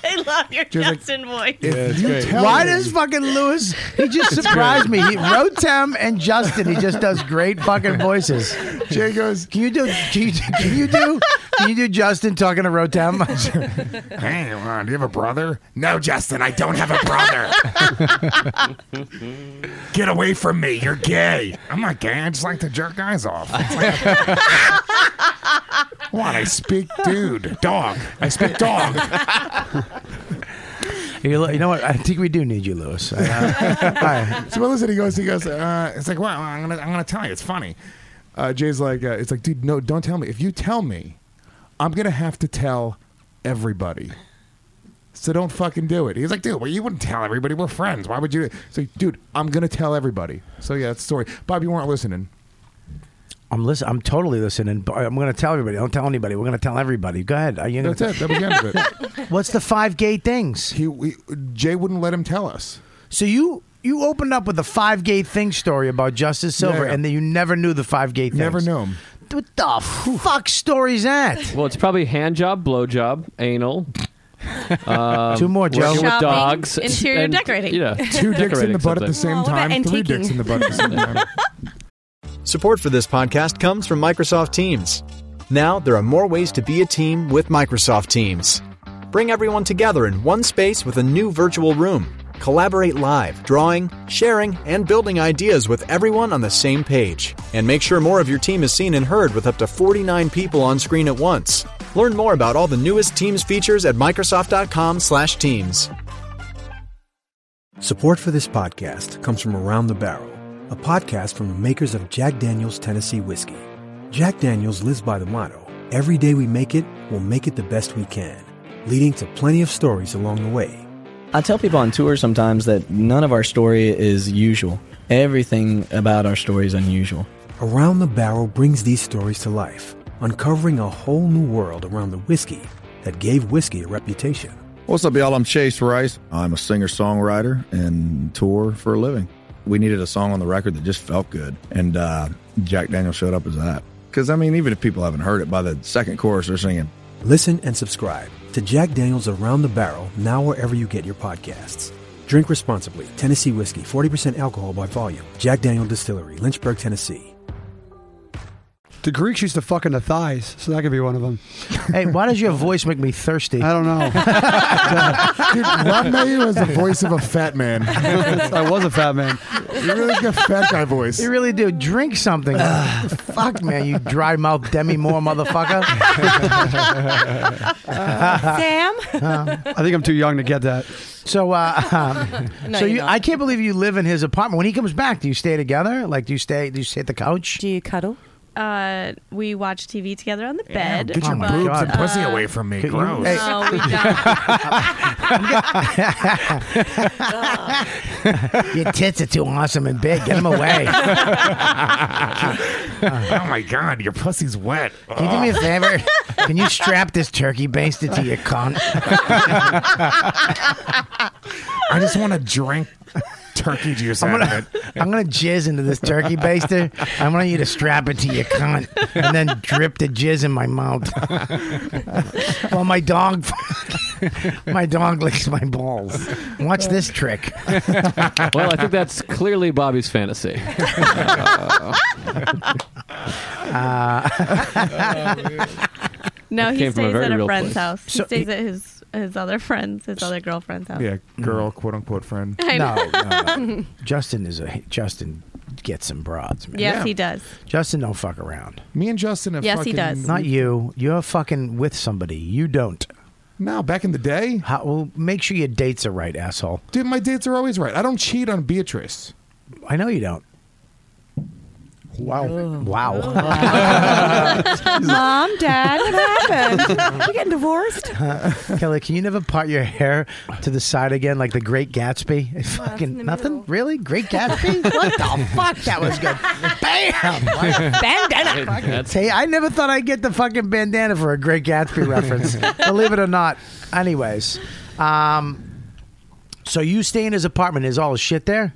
Speaker 13: I love your
Speaker 10: Just like-
Speaker 13: Justin voice.
Speaker 10: if you tell
Speaker 2: Why
Speaker 10: me-
Speaker 2: does fucking Lewis? He just surprised me. He, Rotem and Justin. He just does great fucking voices.
Speaker 10: Jay goes,
Speaker 2: Can you do? Can you, can you do? Can you do Justin talking to Rotem?
Speaker 10: Hey, uh, do you have a brother? No, Justin, I don't have a brother. Get away from me. You're gay. I'm not gay. I just like to jerk guys off. It's like- what? I speak dude. Dog. I speak dog.
Speaker 2: You lo- you know what? I think we do need you, Lewis. I- uh, I- I-
Speaker 10: So well, listen, he goes, he goes, uh, it's like, well, I'm gonna, I'm gonna tell you, it's funny. Uh, Jay's like, uh, it's like, dude, no, don't tell me. If you tell me, I'm gonna have to tell everybody. So don't fucking do it. He's like, dude, well, you wouldn't tell everybody. We're friends. Why would you? So, dude, I'm gonna tell everybody. So yeah, that's the story. Bob, you weren't listening.
Speaker 2: I'm listen. I'm totally listening. But I'm going to tell everybody. Don't tell anybody. We're going to tell everybody. Go ahead. Are you gonna
Speaker 10: That's it. That was the end of it.
Speaker 2: What's the five gay things?
Speaker 10: He, we, Jay wouldn't let him tell us.
Speaker 2: So you you opened up with the five gay thing story about Justice Silver,
Speaker 10: Yeah.
Speaker 2: and then you never knew the five gay things.
Speaker 10: Never knew him.
Speaker 2: What the fuck story's that?
Speaker 8: Well, it's probably hand job, blow job, anal. um,
Speaker 2: Two more, Joe.
Speaker 8: working with
Speaker 13: Shopping,
Speaker 8: dogs,
Speaker 13: interior
Speaker 8: and-
Speaker 13: decorating.
Speaker 8: Yeah,
Speaker 10: Two dicks in the
Speaker 8: decorating
Speaker 10: butt at
Speaker 8: something.
Speaker 10: the same
Speaker 13: Well, what about
Speaker 10: time. Three
Speaker 13: antiquing?
Speaker 10: dicks in the butt at the same time.
Speaker 14: Support for this podcast comes from Microsoft Teams. Now, there are more ways to be a team with Microsoft Teams. Bring everyone together in one space with a new virtual room. Collaborate live, drawing, sharing, and building ideas with everyone on the same page. And make sure more of your team is seen and heard with up to 49 people on screen at once. Learn more about all the newest Teams features at Microsoft.com/Teams.
Speaker 15: Support for this podcast comes from Around the Barrel, a podcast from the makers of Jack Daniels Tennessee Whiskey. Jack Daniels lives by the motto Every day we make it, we'll make it the best we can, leading to plenty of stories along the way.
Speaker 16: I tell people on tour sometimes that none of our story is usual. Everything about our story is unusual.
Speaker 15: Around the Barrel brings these stories to life, uncovering a whole new world around the whiskey that gave whiskey a reputation.
Speaker 17: What's up, y'all? I'm Chase Rice. I'm a singer songwriter and tour for a living. We needed a song on the record that just felt good, and uh, Jack Daniel showed up as that. Because, I mean, even if people haven't heard it, by the second chorus, they're singing.
Speaker 15: Listen and subscribe to Jack Daniels Around the Barrel now wherever you get your podcasts. Drink responsibly. Tennessee whiskey, 40% alcohol by volume. Jack Daniel Distillery, Lynchburg, Tennessee.
Speaker 12: The Greeks used to fuck in the thighs, so that could be one of them.
Speaker 2: Hey, why does your voice make me thirsty?
Speaker 12: I don't know.
Speaker 10: Dude, Rob Mayu has the voice of a fat man.
Speaker 12: I was a fat Oh, man.
Speaker 10: You really got fat guy voice.
Speaker 2: You really do. Drink something. Fuck, man, you dry mouth Demi Moore motherfucker.
Speaker 9: Sam?
Speaker 12: I think I'm too young to get that.
Speaker 2: So, uh, um,
Speaker 9: No,
Speaker 2: so
Speaker 9: you
Speaker 2: you,
Speaker 9: don't.
Speaker 2: I can't believe you live in his apartment. When he comes back, do you stay together? Like, do you stay? Do you stay at the couch?
Speaker 9: Do you cuddle?
Speaker 13: Uh, we watch TV together on the
Speaker 10: Yeah,
Speaker 13: bed.
Speaker 10: Get
Speaker 2: Oh
Speaker 10: your
Speaker 13: but,
Speaker 10: boobs and
Speaker 13: uh,
Speaker 10: pussy away from me.
Speaker 13: Could you-
Speaker 10: Gross.
Speaker 13: Hey. No, we
Speaker 2: Your tits are too awesome and big. Get them away.
Speaker 10: oh my god, your pussy's wet.
Speaker 2: Can you do me a
Speaker 10: Ugh.
Speaker 2: favor? Can you strap this turkey baster to your cunt?
Speaker 10: I just want to drink turkey juice
Speaker 2: I'm
Speaker 10: out of
Speaker 2: gonna,
Speaker 10: it.
Speaker 2: I'm gonna jizz into this turkey baster. I want you to strap it to your cunt and then drip the jizz in my mouth. While my dog, my dog licks my balls. Watch this trick.
Speaker 8: well, I think that's clearly Bobby's fantasy.
Speaker 2: Uh,
Speaker 13: No,
Speaker 8: It
Speaker 13: Uh, he
Speaker 8: came from a
Speaker 13: stays
Speaker 8: very
Speaker 13: at a
Speaker 8: real
Speaker 13: friend's
Speaker 8: place.
Speaker 13: house. He
Speaker 8: So-
Speaker 13: stays at his his other friend's, his other girlfriend's house.
Speaker 10: Yeah,
Speaker 2: Mm-hmm.
Speaker 10: girl, quote unquote friend.
Speaker 13: Oh. I know.
Speaker 2: Justin is a Justin gets some broads. Man.
Speaker 13: Yes, he does.
Speaker 2: Justin don't fuck around.
Speaker 10: Me and Justin have
Speaker 13: Yes, he
Speaker 10: fucking-
Speaker 13: does.
Speaker 2: Not you. You're fucking with somebody. You don't.
Speaker 10: No, back in the day.
Speaker 2: How, well, make sure your dates are right, asshole.
Speaker 10: Dude, my dates are always right. I don't cheat on Beatrice.
Speaker 2: I know you don't. Wow.
Speaker 13: Oh.
Speaker 2: Wow.
Speaker 9: Mom, Dad, what happened? You getting divorced?
Speaker 2: Kelly, can you never part your hair to the side again like the Great
Speaker 13: Oh,
Speaker 2: Gatsby? fucking nothing, really? Great Gatsby? what the fuck? That was good. Bam!
Speaker 9: Bandana.
Speaker 2: Fucking- Hey, I never thought I'd get the fucking bandana for a Great Gatsby reference. Believe it or not. Anyways, um, so you stay in his apartment? Is all his shit there?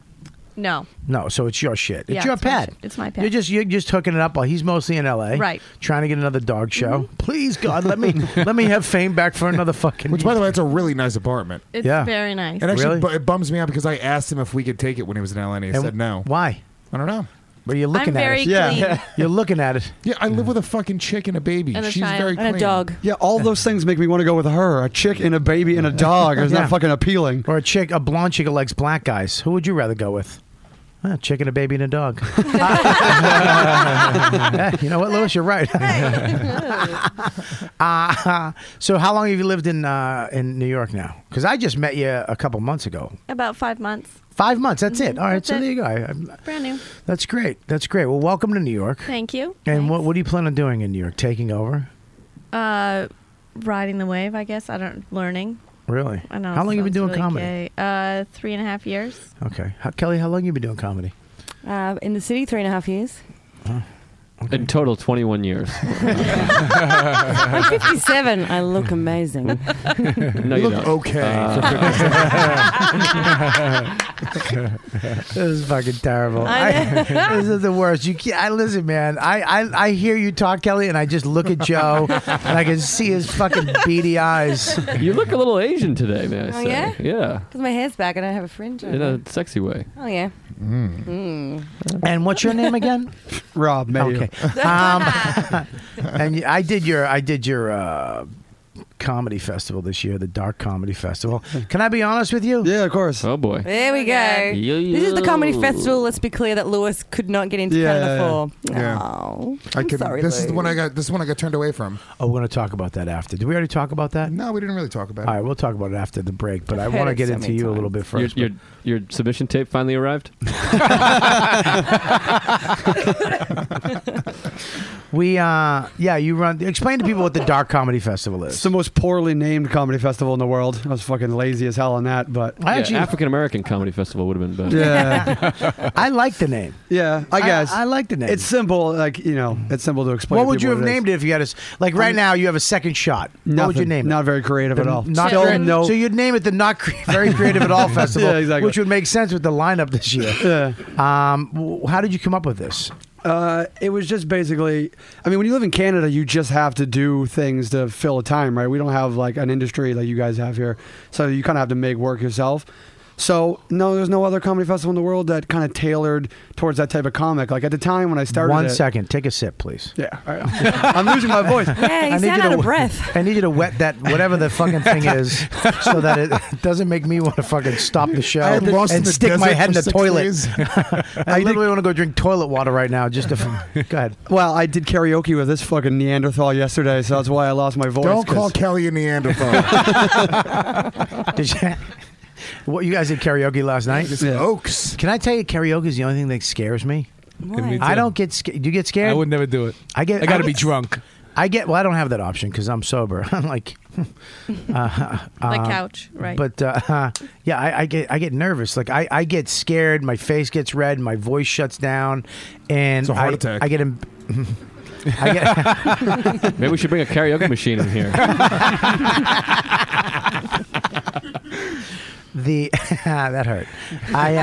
Speaker 13: No.
Speaker 2: No, so it's your shit.
Speaker 13: Yeah,
Speaker 2: It's your
Speaker 13: it's my
Speaker 2: pad.
Speaker 13: shit. It's my pad.
Speaker 2: You're just you're just hooking it up while he's mostly in L.A.
Speaker 13: Right. Mm-hmm.
Speaker 2: Trying to get another dog show. Please God, let me let me have fame back for another fucking.
Speaker 10: Which, by the way, it's a really nice apartment.
Speaker 13: It's very nice.
Speaker 10: And actually, bu- it bums me out because I asked him if we could take it when he was in LA, and he
Speaker 2: And
Speaker 10: said no.
Speaker 2: Why?
Speaker 10: I don't know.
Speaker 2: But you're looking
Speaker 13: I'm
Speaker 2: at
Speaker 13: very
Speaker 2: it.
Speaker 13: clean.
Speaker 2: You're looking at it.
Speaker 10: Yeah, I live with a fucking chick and a baby.
Speaker 13: And a
Speaker 10: She's
Speaker 13: child.
Speaker 10: very clean.
Speaker 13: And a dog.
Speaker 12: Yeah, all those things make me want to go with her. A chick and a baby and a dog. It's
Speaker 2: Yeah.
Speaker 12: not fucking appealing.
Speaker 2: Or a chick, a blonde chick who likes black guys. Who would you rather go with? Ah, A chick and a baby and a dog. Yeah, you know what, Lewis? You're right. uh, so, how long have you lived in uh, in New York now? Because I just met you a couple months ago.
Speaker 13: About five months.
Speaker 2: Five months. That's it.
Speaker 13: Mhm,
Speaker 2: All right.
Speaker 13: that's
Speaker 2: so
Speaker 13: it.
Speaker 2: there you go. I, I'm-
Speaker 13: Brand new.
Speaker 2: that's great. That's great. Well, welcome to New York.
Speaker 13: Thank you.
Speaker 2: And what what do you plan on doing in New York? Taking over?
Speaker 13: Uh, riding the wave, I guess. I don't learning.
Speaker 2: Really?
Speaker 13: I know.
Speaker 2: How long
Speaker 13: it
Speaker 2: you been
Speaker 13: sounds really
Speaker 2: doing comedy?
Speaker 13: gay. Uh, three and a half years.
Speaker 2: Okay. How, Kelly, how long you been doing comedy?
Speaker 9: Uh, in the city, three and a half years.
Speaker 8: In total, 21 years.
Speaker 9: I'm 57. I look amazing.
Speaker 8: No, you,
Speaker 10: You look
Speaker 8: don't. Uh,
Speaker 10: okay.
Speaker 2: This is fucking terrible.
Speaker 9: I know.
Speaker 2: I- this is the worst. You can't, I listen, man. I, I I hear you talk, Kelly, and I just look at Joe, and I can see his fucking beady eyes.
Speaker 8: you look a little Asian today, may I
Speaker 9: Oh,
Speaker 8: say?
Speaker 9: yeah?
Speaker 8: Yeah.
Speaker 9: Because my hair's back and I have a fringe on.
Speaker 8: In a sexy way.
Speaker 9: Oh, yeah.
Speaker 10: Mm.
Speaker 9: Hmm.
Speaker 2: And what's your name again?
Speaker 12: Rob, Mayo.
Speaker 2: Okay. Um, and you- I did your I did your uh, comedy festival this year, the Dark Comedy Festival. Can I be honest with you?
Speaker 12: Yeah, of course.
Speaker 8: Oh, boy.
Speaker 9: There we go.
Speaker 8: Yo,
Speaker 9: This is the comedy
Speaker 8: yo.
Speaker 9: festival. Let's be clear that Lewis could not get into
Speaker 12: Yeah,
Speaker 9: Canada for.
Speaker 10: yeah.
Speaker 9: Oh,
Speaker 10: I
Speaker 9: I'm
Speaker 10: could,
Speaker 9: sorry.
Speaker 10: this is
Speaker 9: Lou.
Speaker 10: the one I got. This one I got turned away from.
Speaker 2: Oh, we're going to talk about that after. Did we already talk about that?
Speaker 10: No, we didn't really talk about
Speaker 2: All right, we'll talk about it after the break. But I
Speaker 9: I've heard
Speaker 2: want to
Speaker 9: it
Speaker 2: get
Speaker 9: so
Speaker 2: into
Speaker 9: many
Speaker 2: you a little bit
Speaker 8: Your,
Speaker 2: first.
Speaker 8: your, your submission tape finally arrived?
Speaker 2: We uh yeah, you run explain to people what the Dark Comedy Festival is.
Speaker 12: It's the most poorly named comedy festival in the world. I was fucking lazy as hell on that, but
Speaker 2: I actually
Speaker 8: African American Comedy Festival would have been better.
Speaker 12: yeah,
Speaker 2: I like the name.
Speaker 12: yeah. I guess
Speaker 2: I, like the name.
Speaker 12: it's simple. Like you know, it's simple to explain.
Speaker 2: what
Speaker 12: to
Speaker 2: would you
Speaker 12: people
Speaker 2: have
Speaker 12: what it is.
Speaker 2: named it if you had a s- like right now you have a second shot. what would you
Speaker 12: Nothing.
Speaker 2: name
Speaker 12: Not
Speaker 2: it?
Speaker 12: very creative
Speaker 2: The
Speaker 12: at all.
Speaker 2: Not
Speaker 12: Still
Speaker 2: Cre-
Speaker 12: no.
Speaker 2: So you'd name it the Not Cre- Very Creative at All Festival,
Speaker 12: Yeah, exactly.
Speaker 2: which would make sense with the lineup this year.
Speaker 12: Yeah.
Speaker 2: Um, w- how did you come up with this?
Speaker 12: Uh, it was just basically. I mean, when you live in Canada, you just have to do things to fill a time, right? We don't have like an industry like you guys have here, so you kind of have to make work yourself. So no, there's no other comedy festival in the world that kind of tailored towards that type of comic. Like at the time when I started,
Speaker 2: One
Speaker 12: it-
Speaker 2: second. Take a sip, please.
Speaker 12: Yeah, all right. I'm losing my voice.
Speaker 2: I need you to w- I need you to wet that whatever the fucking thing is, so that it doesn't make me want to fucking stop the show
Speaker 12: I had lost in
Speaker 2: and
Speaker 12: the
Speaker 2: stick my
Speaker 12: desert
Speaker 2: head in
Speaker 12: for
Speaker 2: the
Speaker 12: six
Speaker 2: toilet.
Speaker 12: days.
Speaker 2: I literally want to go drink toilet water right now. Just to, f- go ahead.
Speaker 12: Well, I did karaoke with this fucking Neanderthal yesterday, so that's why I lost my voice.
Speaker 10: Don't
Speaker 12: 'cause-
Speaker 10: call Kelly a Neanderthal.
Speaker 2: Did you? What you guys did karaoke last night?
Speaker 10: Oaks.
Speaker 2: Can I tell you, karaoke is the only thing that scares me.
Speaker 7: Why? Me too.
Speaker 2: I don't get scared. Do you get scared?
Speaker 7: I would never do it.
Speaker 2: I get.
Speaker 7: I gotta be drunk.
Speaker 2: I get. Well, I don't have that option because I'm sober. I'm like, uh,
Speaker 13: The couch, right.
Speaker 2: But uh, yeah, I, I get. I get nervous. Like I, I get scared. My face gets red. My voice shuts down, and
Speaker 8: It's a heart
Speaker 2: I,
Speaker 8: attack.
Speaker 2: I get. Em- I get.
Speaker 8: Maybe we should bring a karaoke machine in here.
Speaker 2: The ah, that hurt. I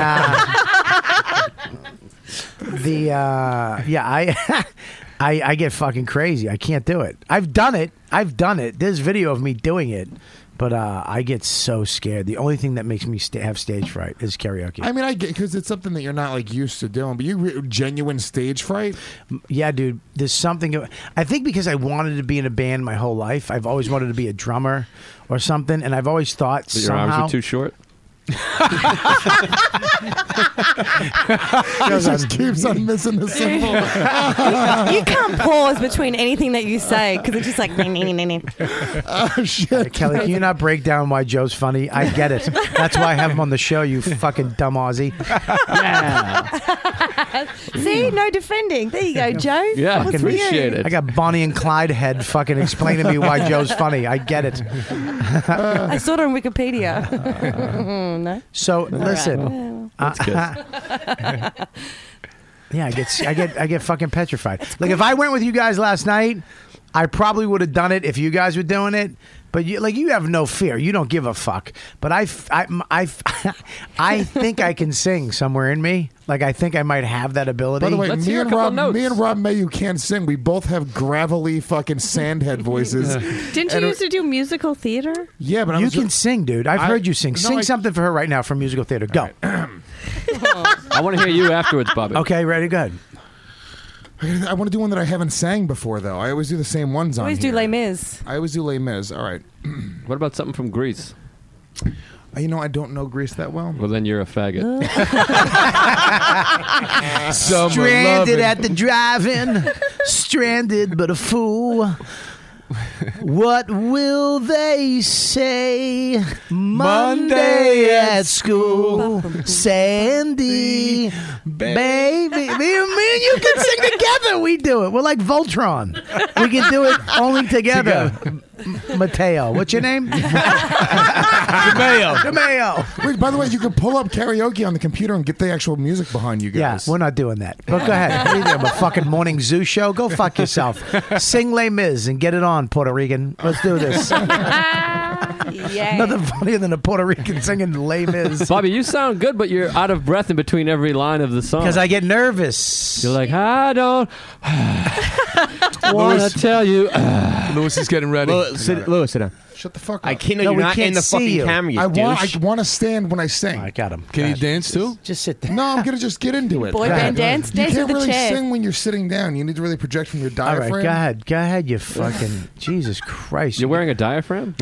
Speaker 2: uh, the uh, yeah I. I, I get fucking crazy. I can't do it. I've done it. I've done it. There's video of me doing it, but uh, I get so scared. The only thing that makes me sta have stage fright is karaoke.
Speaker 10: I mean, I get because it's something that you're not like used to doing, but you re- genuine stage fright.
Speaker 2: Yeah, dude. There's something. I think because I wanted to be in a band my whole life, I've always wanted to be a drummer or something, and I've always thought
Speaker 8: That your
Speaker 2: somehow
Speaker 8: arms were too short.
Speaker 10: He just keeps on missing the symbol.
Speaker 9: you can't pause between anything that you say because it's just like.
Speaker 10: oh shit,
Speaker 2: Kelly, can you not break down why Joe's funny? I get it. That's why I have him on the show. You fucking dumb Aussie.
Speaker 9: See, no defending. There you go, Joe. What's with you?
Speaker 2: I got Bonnie and Clyde head fucking explaining to me why Joe's funny. I get it.
Speaker 9: I saw it on Wikipedia. Hmm, no.
Speaker 2: So
Speaker 9: right.
Speaker 2: listen,
Speaker 9: That's good.
Speaker 2: yeah, I get I get I get fucking petrified. Like if I went with you guys last night, I probably would have done it if you guys were doing it. But you, like you have no fear, you don't give a fuck. But I, f- I, m- I f- I think I can sing somewhere in me. Like I think I might have that ability.
Speaker 10: By the way, me and, Rob, me and Rob Mayu can't sing. We both have gravelly fucking sandhead voices.
Speaker 13: Didn't you
Speaker 10: And-
Speaker 13: used to do musical theater?
Speaker 10: Yeah, but I
Speaker 2: you
Speaker 10: was-
Speaker 2: can sing, dude. I've
Speaker 10: I-
Speaker 2: heard you sing.
Speaker 10: No,
Speaker 2: sing
Speaker 10: I-
Speaker 2: something for her right now from musical theater. Go.
Speaker 8: I want to hear you afterwards, Bobby.
Speaker 2: Okay, ready? Good.
Speaker 10: I want to do one that I haven't sang before, though. I always do the same ones on
Speaker 9: Always do Les
Speaker 10: here.
Speaker 9: Mis.
Speaker 10: I always do Les Mis. All right.
Speaker 8: What about something from Greece?
Speaker 10: Uh, You know, I don't know Greece that well.
Speaker 8: Well, then you're a faggot.
Speaker 2: Summer Stranded at the drive-in, stranded but a fool. What will they say Monday at school? Sandy, baby, me, and- me and you can sing together. We do it. We're like Voltron. We can do it only together. M- Mateo, what's your name?
Speaker 10: Jameo.
Speaker 2: Jameo.
Speaker 10: Wait, by the way, you can pull up karaoke on the computer and get the actual music behind you
Speaker 2: Yeah,
Speaker 10: guys.
Speaker 2: we're not doing that. But go ahead. What are you doing? A fucking morning zoo show? Go fuck yourself. Sing Les Mis and get it on, Puerto Rican. Let's do this. Nothing funnier than a Puerto Rican singing Les Mis.
Speaker 8: Bobby, you sound good, but you're out of breath in between every line of the song.
Speaker 2: Because I get nervous.
Speaker 8: You're like, I don't want
Speaker 7: Louis-
Speaker 8: to tell you.
Speaker 7: Lewis is getting ready.
Speaker 11: Lewis, sit, Lewis, sit down.
Speaker 10: Shut the fuck up.
Speaker 11: I can't. No, you're not in the fucking camera. You
Speaker 10: I want,
Speaker 11: douche.
Speaker 10: I want to stand when I sing.
Speaker 2: I got him.
Speaker 7: Can you dance too?
Speaker 2: Just sit there.
Speaker 10: No, I'm gonna just get into it.
Speaker 9: Boy
Speaker 10: Go
Speaker 9: band
Speaker 10: ahead.
Speaker 9: dance?
Speaker 10: You
Speaker 9: Dance
Speaker 10: can't
Speaker 9: with the
Speaker 10: really
Speaker 9: chair.
Speaker 10: sing when you're sitting down. You need to really project from your
Speaker 2: All
Speaker 10: diaphragm.
Speaker 2: right, go ahead. Go ahead, you fucking. Jesus Christ.
Speaker 8: You're wearing a diaphragm?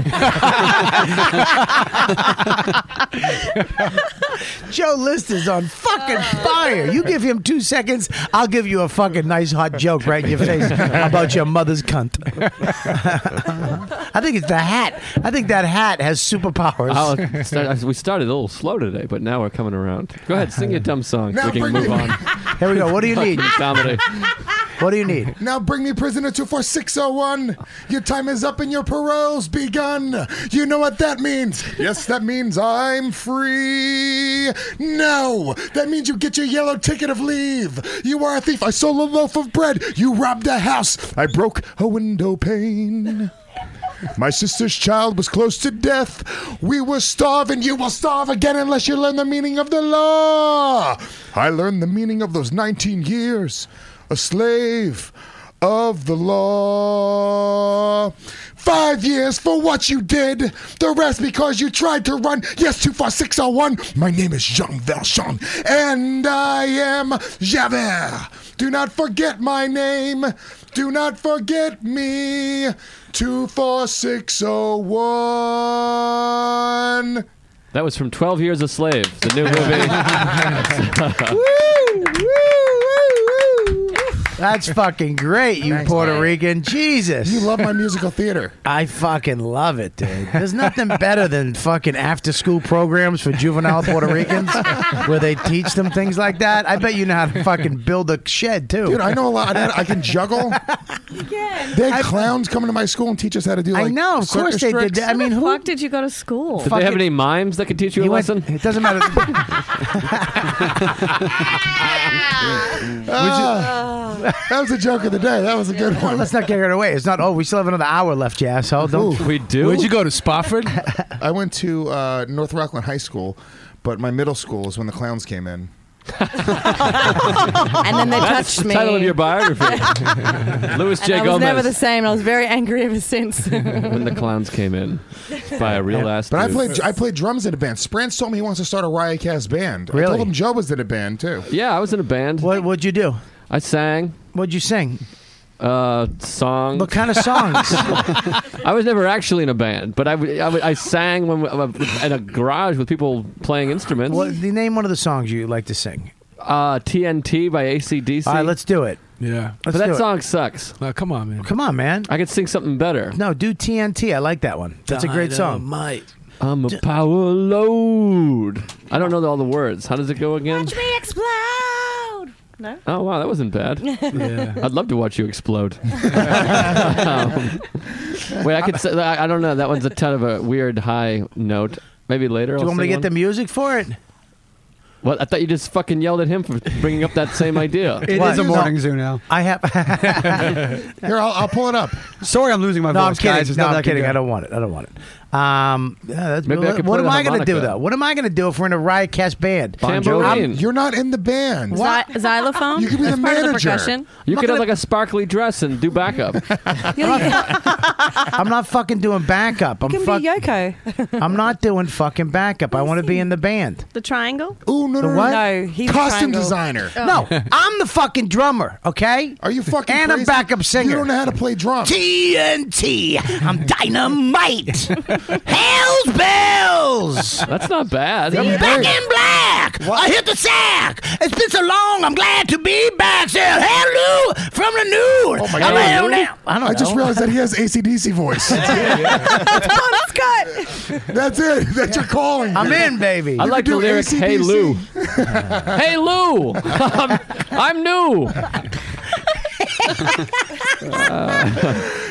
Speaker 2: Joe List is on fucking fire. You give him two seconds, I'll give you a fucking nice hot joke right in your face about your mother's cunt. I think it's the hat. I think that hat has superpowers.
Speaker 8: I'll start, we started a little slow today, but now we're coming around. Go ahead, sing your dumb song.
Speaker 10: Now
Speaker 8: so we can
Speaker 10: bring
Speaker 8: move
Speaker 10: it.
Speaker 8: on.
Speaker 2: Here we go. What do you need?
Speaker 8: Fucking Comedy.
Speaker 2: What do you need?
Speaker 10: Now bring me prisoner 24601. Your time is up and your parole's begun. You know what that means. Yes, that means I'm free. No, that means you get your yellow ticket of leave. You are a thief. I stole a loaf of bread. You robbed a house. I broke a window pane. My sister's child was close to death. We were starving. You will starve again unless you learn the meaning of the law. I learned the meaning of those 19 years. A slave, of the law. Five years for what you did. The rest because you tried to run. Yes, two four six oh one. My name is Jean Valjean, and I am Javert. Do not forget my name. Do not forget me. Two four six oh one.
Speaker 8: That was from 12 Years a Slave, the new movie.
Speaker 2: That's fucking great, you Puerto Rican. Jesus. You love my musical theater. I fucking love it, dude. There's nothing better than fucking after school programs for juvenile Puerto Ricans where they teach them things like that. I bet you know how to fucking build a shed, too.
Speaker 10: Dude, I know a lot. I I can juggle. They had clowns coming to my school and teach us how to do. Like,
Speaker 2: I know, of course
Speaker 10: circus
Speaker 2: they did.
Speaker 10: tricks.
Speaker 2: that. I mean, who
Speaker 13: fuck did you go to school?
Speaker 8: Did they have any mimes that could teach you a lesson?
Speaker 2: it doesn't matter.
Speaker 10: Ah. that was a joke of the day. That was a good one.
Speaker 2: Let's not get it away. It's not. Oh, we still have another hour left, you asshole. Don't.
Speaker 8: Oh, We do.
Speaker 2: Where'd you go to Spofford?
Speaker 10: I went to uh, North Rockland High School, but my middle school is when the clowns came in.
Speaker 9: and then they
Speaker 8: That's
Speaker 9: touched
Speaker 8: the
Speaker 9: me.
Speaker 8: title of your biography. Louis
Speaker 9: and
Speaker 8: J.
Speaker 9: I was
Speaker 8: Gomez.
Speaker 9: never the same. I was very angry ever since.
Speaker 8: when the clowns came in by a real ass.
Speaker 10: But I
Speaker 8: dude.
Speaker 10: played I played drums in a band. Sprance told me he wants to start a Riot Cast band. I
Speaker 8: Really?
Speaker 10: told him Joe was in a band too.
Speaker 8: Yeah, I was in a band.
Speaker 2: What What'd you do?
Speaker 8: I sang.
Speaker 2: What'd you sing?
Speaker 8: Uh, song.
Speaker 2: What kind of songs?
Speaker 8: I was never actually in a band, but I, w- I, w- I sang when we- at a garage with people playing instruments.
Speaker 2: Well, the name one of the songs you like to sing.
Speaker 8: Uh, TNT by ACDC.
Speaker 2: All right, let's do it.
Speaker 7: Yeah. Uh,
Speaker 8: But
Speaker 2: Let's do
Speaker 8: that
Speaker 2: it.
Speaker 8: song sucks.
Speaker 7: come on, man.
Speaker 2: Come on, man.
Speaker 8: I could sing something better.
Speaker 2: No, do TNT. I like that one. That's a great song.
Speaker 7: Might.
Speaker 8: I'm a power load. I don't know all the words. How does it go again?
Speaker 9: me explode. No.
Speaker 8: Oh wow, that wasn't bad.
Speaker 9: Yeah.
Speaker 8: I'd love to watch you explode. Um, wait, I could. Say, I I don't know. That one's a ton of a weird high note. Maybe later. I'll
Speaker 2: Do you want me to
Speaker 8: sing
Speaker 2: get
Speaker 8: one.
Speaker 2: the music for it?
Speaker 8: Well, I thought you just fucking yelled at him for bringing up that same idea.
Speaker 12: It is a morning zoo now.
Speaker 2: I have.
Speaker 10: Here, I'll, I'll pull it up.
Speaker 12: Sorry, I'm losing my
Speaker 2: no, I'm
Speaker 12: voice,
Speaker 2: kidding.
Speaker 12: guys. There's
Speaker 2: no,
Speaker 12: nothing
Speaker 2: I'm
Speaker 12: can
Speaker 2: kidding.
Speaker 12: do.
Speaker 2: I don't want it. I don't want it. Um, yeah, that's,
Speaker 12: Maybe I
Speaker 2: what
Speaker 12: could
Speaker 2: what
Speaker 12: play
Speaker 2: am
Speaker 12: the
Speaker 2: I going to do
Speaker 12: harmonica.
Speaker 2: though? What am I going to do if we're in a riot cast band?
Speaker 8: Bon Jovi. Tambourine.
Speaker 10: You're not in the band.
Speaker 2: What?
Speaker 13: Xy- xylophone.
Speaker 10: You could be the
Speaker 13: That's part of
Speaker 10: manager.
Speaker 13: percussion.
Speaker 8: You could have like a sparkly dress and do backup.
Speaker 2: I'm not fucking doing backup. I'm
Speaker 13: can be
Speaker 2: fuck-
Speaker 13: Yoko.
Speaker 2: I'm not doing fucking backup. I want to be in the band.
Speaker 13: The triangle.
Speaker 10: Ooh, no,
Speaker 2: The
Speaker 10: no,
Speaker 2: what?
Speaker 10: no. Costume designer.
Speaker 2: No, I'm the fucking drummer. Okay.
Speaker 10: Are you fucking
Speaker 2: And
Speaker 10: crazy?
Speaker 2: a backup singer.
Speaker 10: You don't know how to play drums.
Speaker 2: TNT. I'm dynamite. Hell's bells.
Speaker 8: That's not bad.
Speaker 2: I'm back in black. I hit the sack. It's been so long. I'm glad to be back. Say hello from the news.
Speaker 10: Oh my
Speaker 2: I'm
Speaker 10: God.
Speaker 2: hell now. I don't
Speaker 10: just
Speaker 2: know.
Speaker 10: realized that he has ACDC voice. That's it. That's your calling.
Speaker 2: I'm
Speaker 10: dude.
Speaker 2: in, baby.
Speaker 8: I
Speaker 10: You
Speaker 8: like
Speaker 10: could
Speaker 8: the
Speaker 10: do
Speaker 8: lyrics,
Speaker 10: AC/DC.
Speaker 8: "Hey, Lou." hey Lou, I'm, I'm new.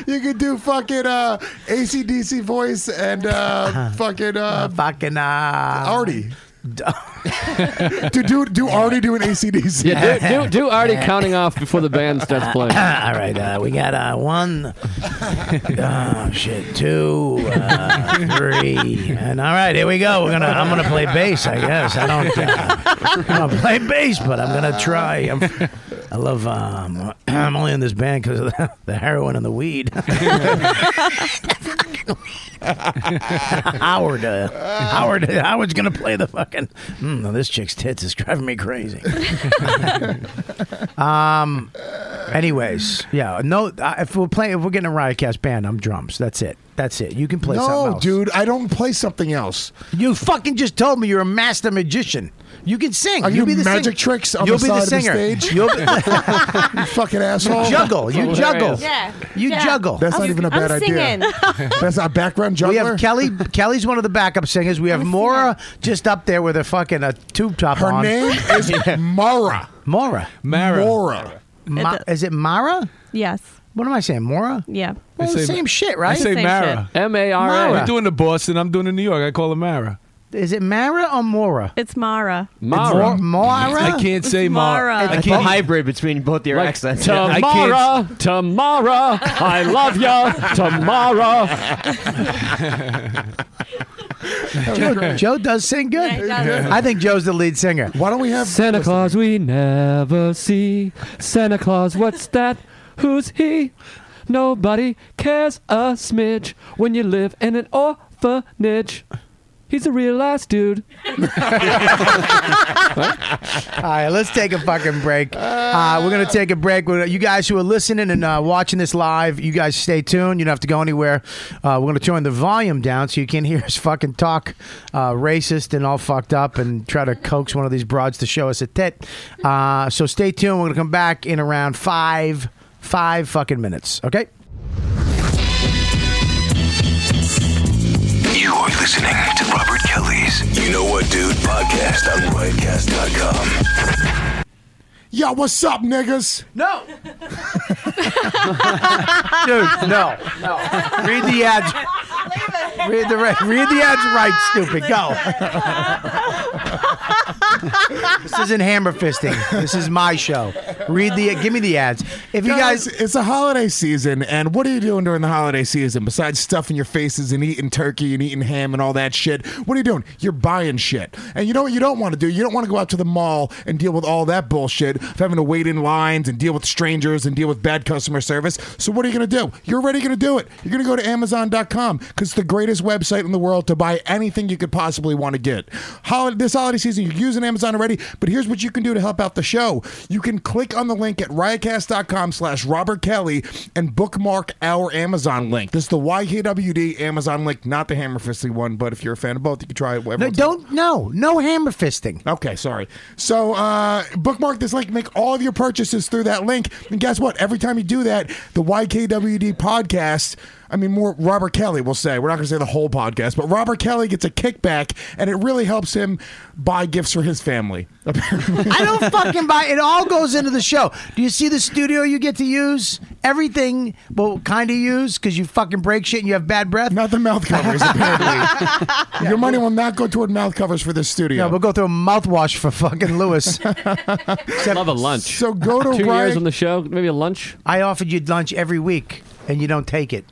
Speaker 10: You could do fucking uh, ACDC voice and uh, fucking uh,
Speaker 2: Uh-huh. fucking uh,
Speaker 10: Artie. do, do, do Artie do an ACDC?
Speaker 8: Yeah, do, do, do already counting off before the band starts playing.
Speaker 2: All right, uh, we got uh, one, oh shit, two, uh, three, and all right, here we go. We're gonna, I'm gonna play bass, I guess. I don't, uh, I don't play bass, but I'm gonna try. I'm, I love, um, I'm only in this band because of the, the heroin and the weed. Howard, uh, Howard, Howard's gonna play the fucking. Mm, no, this chick's tits is driving me crazy. um. Anyways, yeah. No, uh, if we're playing, if we're getting a Riotcast band, I'm drums. That's it. That's it. You can play something
Speaker 10: No,
Speaker 2: else.
Speaker 10: dude, I don't play something else.
Speaker 2: You fucking just told me you're a master magician. You can sing.
Speaker 10: Are
Speaker 2: You'll
Speaker 10: you
Speaker 2: be the
Speaker 10: magic
Speaker 2: sing-
Speaker 10: tricks on
Speaker 2: You'll
Speaker 10: the
Speaker 2: be
Speaker 10: side
Speaker 2: the
Speaker 10: of the
Speaker 2: singer.
Speaker 10: stage?
Speaker 2: You'll be-
Speaker 10: You fucking asshole.
Speaker 2: you juggle. You
Speaker 8: Hilarious.
Speaker 2: juggle.
Speaker 9: Yeah.
Speaker 2: You
Speaker 9: Yeah.
Speaker 2: juggle.
Speaker 10: That's not even a bad idea. That's a background juggler.
Speaker 2: We have Kelly. Kelly's one of the backup singers. We have Mora just up there with her fucking a tube top
Speaker 10: Her
Speaker 2: on.
Speaker 10: name is Mara.
Speaker 2: Mora.
Speaker 7: Mara.
Speaker 10: Mara.
Speaker 2: Ma- is it Mara?
Speaker 13: Yes.
Speaker 2: What am I saying? Mora?
Speaker 13: Yeah.
Speaker 2: Well, the
Speaker 7: say-
Speaker 2: same shit, right?
Speaker 7: I say
Speaker 13: Same
Speaker 7: Mara.
Speaker 8: M A R A.
Speaker 2: Mara.
Speaker 7: You're doing the Boston. I'm doing the New York. I call her Mara.
Speaker 2: Is it Mara or Mora?
Speaker 13: It's Mara.
Speaker 2: Mor-
Speaker 8: Mara.
Speaker 2: Mara?
Speaker 7: I can't say Mara.
Speaker 13: Mara.
Speaker 7: I
Speaker 11: A
Speaker 7: can't.
Speaker 11: hybrid between both your accents.
Speaker 7: I can't-
Speaker 8: Tamara, Tamara, I love ya, Tamara.
Speaker 2: Joe, Joe does sing good. I think Joe's the lead singer.
Speaker 10: Why don't we have
Speaker 8: Santa Claus we never see. Santa Claus, what's that? Who's he? Nobody cares a smidge when you live in an orphanage. He's a real ass dude.
Speaker 2: All right, let's take a fucking break. Uh, we're gonna take a break. We're, you guys who are listening and uh, watching this live, you guys stay tuned. You don't have to go anywhere. Uh, we're gonna turn the volume down so you can't hear us fucking talk uh, racist and all fucked up and try to coax one of these broads to show us a tit. Uh, so stay tuned. We're gonna come back in around five, five fucking minutes. Okay.
Speaker 3: You are listening to Robert Kelly's You Know What Dude podcast on riotcast.com.
Speaker 10: Yo, what's up, niggas?
Speaker 2: No. Dude, no, no. Read the ads. Read the re- read the ads right, stupid. Go. this isn't hammer fisting. This is my show. Read the give me the ads. If you guys,
Speaker 10: it's the holiday season, and what are you doing during the holiday season besides stuffing your faces and eating turkey and eating ham and all that shit? What are you doing? You're buying shit, and you know what you don't want to do. You don't want to go out to the mall and deal with all that bullshit of having to wait in lines and deal with strangers and deal with bad customer service. So what are you going to do? You're already going to do it. You're going to go to Amazon.com because it's the greatest website in the world to buy anything you could possibly want to get. Holiday, this holiday season, you're using Amazon already, but here's what you can do to help out the show. You can click on the link at riotcast.com slash Robert Kelly and bookmark our Amazon link. This is the YKWD Amazon link, not the hammer fisting one, but if you're a fan of both, you can try it. No,
Speaker 2: don't, no, no hammer fisting.
Speaker 10: Okay, sorry. So uh, bookmark this link, make all of your purchases through that link. And guess what? Every time you do that, the YKWD podcast. I mean, more Robert Kelly will say. We're not going to say the whole podcast, but Robert Kelly gets a kickback, and it really helps him buy gifts for his family.
Speaker 2: I don't fucking buy it. All goes into the show. Do you see the studio you get to use? Everything, well, kind of use because you fucking break shit and you have bad breath.
Speaker 10: Not the mouth covers, apparently. Your money will not go toward mouth covers for this studio.
Speaker 2: No, we'll go through a mouthwash for fucking Lewis.
Speaker 8: Love a lunch.
Speaker 10: So go to
Speaker 8: two years
Speaker 10: riot-
Speaker 8: on the show, maybe a lunch.
Speaker 2: I offered you lunch every week and you don't take it.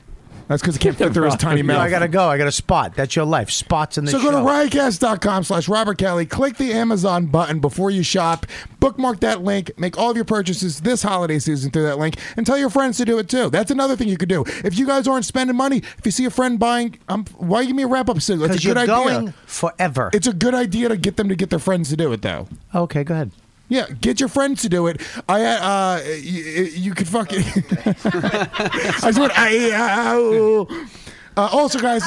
Speaker 10: That's because it can't fit through his tiny
Speaker 2: No, I
Speaker 10: mouth.
Speaker 2: gotta go. I got a spot. That's your life. Spots in the
Speaker 10: So
Speaker 2: show.
Speaker 10: go to riotcast.com slash Robert Kelly, click the Amazon button before you shop, bookmark that link, make all of your purchases this holiday season through that link, and tell your friends to do it too. That's another thing you could do. If you guys aren't spending money, if you see a friend buying, um, why give me a wrap up signal? It's a
Speaker 2: 'Cause you're
Speaker 10: good idea.
Speaker 2: going forever.
Speaker 10: It's a good idea to get them to get their friends to do it though.
Speaker 2: okay, go ahead.
Speaker 10: Yeah, get your friends to do it. I uh, y- y- you could fucking. I swear. I, I- I- uh, also, guys,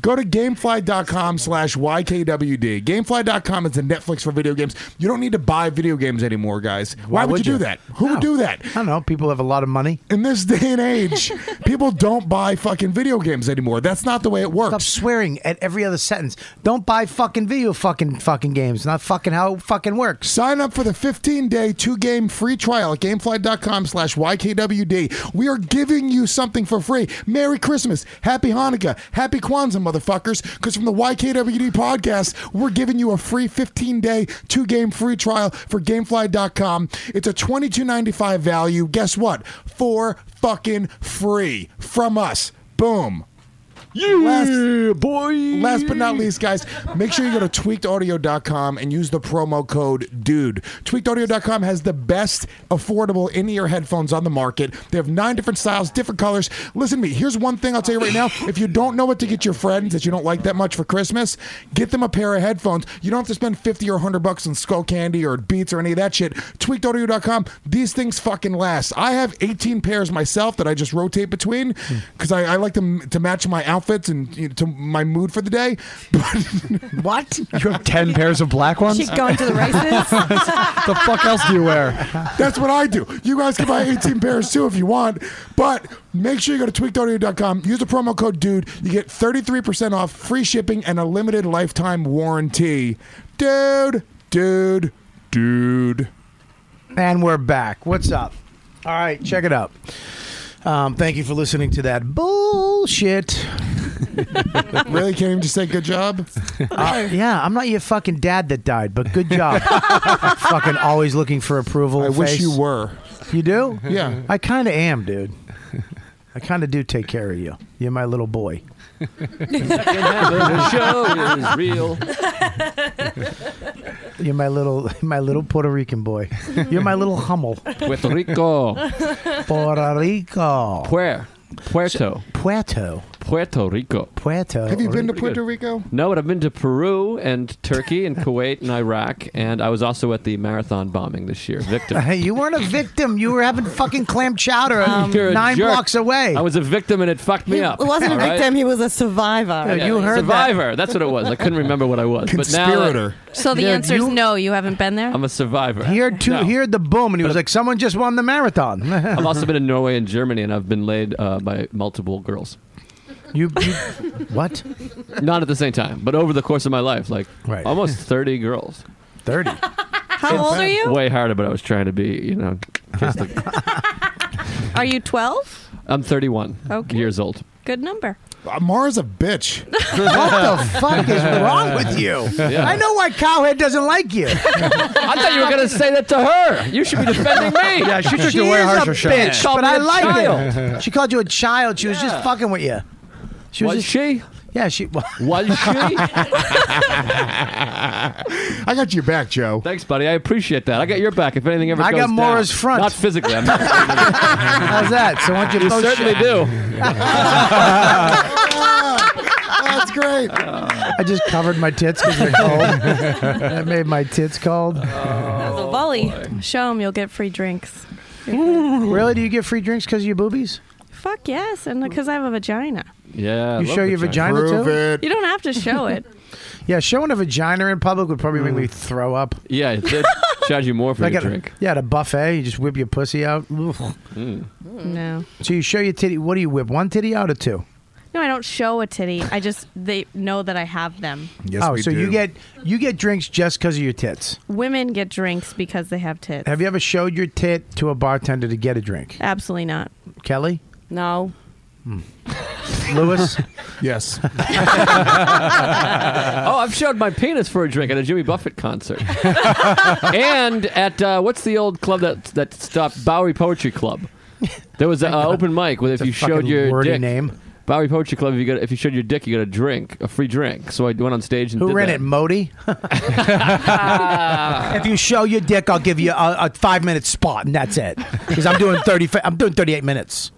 Speaker 10: go to gamefly.com slash YKWD. Gamefly.com is the Netflix for video games. You don't need to buy video games anymore, guys. Why, would, you, do that? Who would do that?
Speaker 2: I don't know. People have a lot of money.
Speaker 10: In this day and age, people don't buy fucking video games anymore. That's not the way it
Speaker 2: Stop
Speaker 10: works.
Speaker 2: swearing at every other sentence. Don't buy fucking video fucking fucking games. Not fucking how it fucking works.
Speaker 10: Sign up for the 15-day two-game free trial at gamefly.com slash YKWD. We are giving you something for free. Merry Christmas, Happy Hanukkah, Happy Kwanzaa, motherfuckers, because from the YKWD podcast, we're giving you a free 15-day two-game free trial for gamefly.com. It's a $22.95 value. Guess what? For fucking free from us. Boom. Last,
Speaker 7: boy.
Speaker 10: Last but not least, guys, make sure you go to tweakedaudio.com and use the promo code DUDE. Tweakedaudio.com has the best affordable in ear headphones on the market. They have nine different styles, different colors. Listen to me. Here's one thing I'll tell you right now. If you don't know what to get your friends that you don't like that much for Christmas, get them a pair of headphones. You don't have to spend 50 or 100 bucks on skull candy or beats or any of that shit. Tweakedaudio.com, these things fucking last. I have 18 pairs myself that I just rotate between
Speaker 12: Hmm.
Speaker 10: because I, I like them to match my outfits and you know, to my mood for the day.
Speaker 2: What?
Speaker 12: You have ten pairs of black ones.
Speaker 9: She's going to the races.
Speaker 12: the fuck else do you wear?
Speaker 10: That's what I do. You guys can buy 18 pairs too if you want, but make sure you go to tweakedaudio.com. Use the promo code DUDE. You get 33% off, free shipping, and a limited lifetime warranty. Dude, dude, dude.
Speaker 2: And we're back. What's up? All right, check it out. Um, thank you for listening to that bullshit.
Speaker 10: Really can't even just say good job?
Speaker 2: Uh, yeah, I'm not your fucking dad that died, but good job. fucking always looking for approval.
Speaker 10: I wish
Speaker 2: face.
Speaker 10: you were.
Speaker 2: You do?
Speaker 10: Yeah.
Speaker 2: I kind of am, dude. I kind of do take care of you. You're my little boy.
Speaker 8: the show is real.
Speaker 2: You're my little my little Puerto Rican boy. You're my little Hummel.
Speaker 8: Puerto Rico.
Speaker 2: Puerto Rico.
Speaker 8: Puer. Puerto.
Speaker 2: Puerto.
Speaker 8: Puerto Rico.
Speaker 2: Puerto.
Speaker 10: Have you
Speaker 12: Oh,
Speaker 10: been to Puerto Rico?
Speaker 8: No, but I've been to Peru and Turkey and Kuwait and Iraq, and I was also at the marathon bombing this year. Victim.
Speaker 2: Hey, you weren't a victim. You were having fucking clam chowder
Speaker 8: Um, You're a
Speaker 2: nine
Speaker 8: jerk.
Speaker 2: blocks away.
Speaker 8: I was a victim, and it fucked me up.
Speaker 9: It wasn't
Speaker 8: all
Speaker 9: a
Speaker 8: right?
Speaker 9: victim. He was a survivor.
Speaker 2: Oh,
Speaker 8: Yeah, survivor. That's what it was. I couldn't remember what I was.
Speaker 2: Conspirator.
Speaker 8: But now,
Speaker 13: So the
Speaker 2: Dude,
Speaker 13: answer is
Speaker 2: you-
Speaker 13: no. You haven't been there.
Speaker 8: I'm a survivor.
Speaker 2: He heard two,
Speaker 8: No.
Speaker 2: he heard the boom, and he was like, "Someone just won the marathon."
Speaker 8: I've also been in Norway and Germany, and I've been laid uh, by multiple girls.
Speaker 2: You, you what?
Speaker 8: Not at the same time, but over the course of my life, like almost thirty girls.
Speaker 2: Thirty.
Speaker 13: How old are you?
Speaker 8: Way harder, but I was trying to be, you know. kiss the-
Speaker 13: Are you 12?
Speaker 8: I'm 31
Speaker 13: Okay.
Speaker 8: years old.
Speaker 13: Good number.
Speaker 10: Uh, Mara's a bitch.
Speaker 2: what the fuck is wrong with you?
Speaker 8: Yeah.
Speaker 2: I know why Cowhead doesn't like you.
Speaker 8: I thought you were gonna say that to her. You should be defending me.
Speaker 12: Yeah, she took
Speaker 2: she
Speaker 12: the way
Speaker 2: is
Speaker 12: harsher
Speaker 2: a
Speaker 12: shot.
Speaker 2: bitch,
Speaker 8: Called
Speaker 2: but
Speaker 8: me
Speaker 2: I
Speaker 8: a
Speaker 2: like her.
Speaker 8: child.
Speaker 2: She called you a child. She was just fucking with you. She was,
Speaker 8: Was
Speaker 2: just,
Speaker 8: she?
Speaker 2: Yeah, she
Speaker 8: was she.
Speaker 10: I got your back, Joe.
Speaker 8: Thanks, buddy. I appreciate that. I got your back. If anything ever
Speaker 2: I
Speaker 8: goes
Speaker 2: got Maura's
Speaker 8: down.
Speaker 2: front.
Speaker 8: Not physically. I'm not
Speaker 2: How's that? So why don't you,
Speaker 8: You
Speaker 2: both
Speaker 8: certainly do.
Speaker 10: That's great.
Speaker 2: I just covered my tits because they're cold. that made my tits cold.
Speaker 8: Oh.
Speaker 13: That was a volley.
Speaker 7: Oh,
Speaker 13: Show him. You'll get free drinks.
Speaker 2: really? Do you get free drinks because of your boobies?
Speaker 13: Fuck yes, and because I have a vagina.
Speaker 8: Yeah.
Speaker 2: You show your vagina too?
Speaker 13: You don't have to show it.
Speaker 2: Yeah, showing a vagina in public would probably make me throw up.
Speaker 8: Yeah, they charge you more for
Speaker 2: Like
Speaker 8: your
Speaker 2: at-
Speaker 8: Mm. drink.
Speaker 2: Yeah, at a buffet, you just whip your pussy out. Ugh.
Speaker 8: Mm.
Speaker 13: no.
Speaker 2: So you show your titty. What do you whip? One titty out or two?
Speaker 13: No, I don't show a titty. I just they know that I have them.
Speaker 2: oh, so you get you get drinks just because of your tits.
Speaker 13: women get drinks because they have tits.
Speaker 2: Have you ever showed your tit to a bartender to get a drink?
Speaker 13: Absolutely not.
Speaker 2: Kelly,
Speaker 13: No.
Speaker 2: Lewis,
Speaker 10: yes.
Speaker 8: oh, I've showed my penis for a drink at a Jimmy Buffett concert, and at uh, what's the old club that that stopped Bowery Poetry Club? There was an uh, open mic where if
Speaker 2: a
Speaker 8: you showed
Speaker 2: fucking
Speaker 8: your
Speaker 2: wordy
Speaker 8: dick,
Speaker 2: name.
Speaker 8: Bowery Poetry Club. If you got if you showed your dick, you got a drink, a free drink. So I went on stage and
Speaker 2: who
Speaker 8: did
Speaker 2: ran
Speaker 8: that.
Speaker 2: it? Modi. if you show your dick, I'll give you a, a five minute spot, and that's it. Because I'm doing thirty. fi- I'm doing thirty eight minutes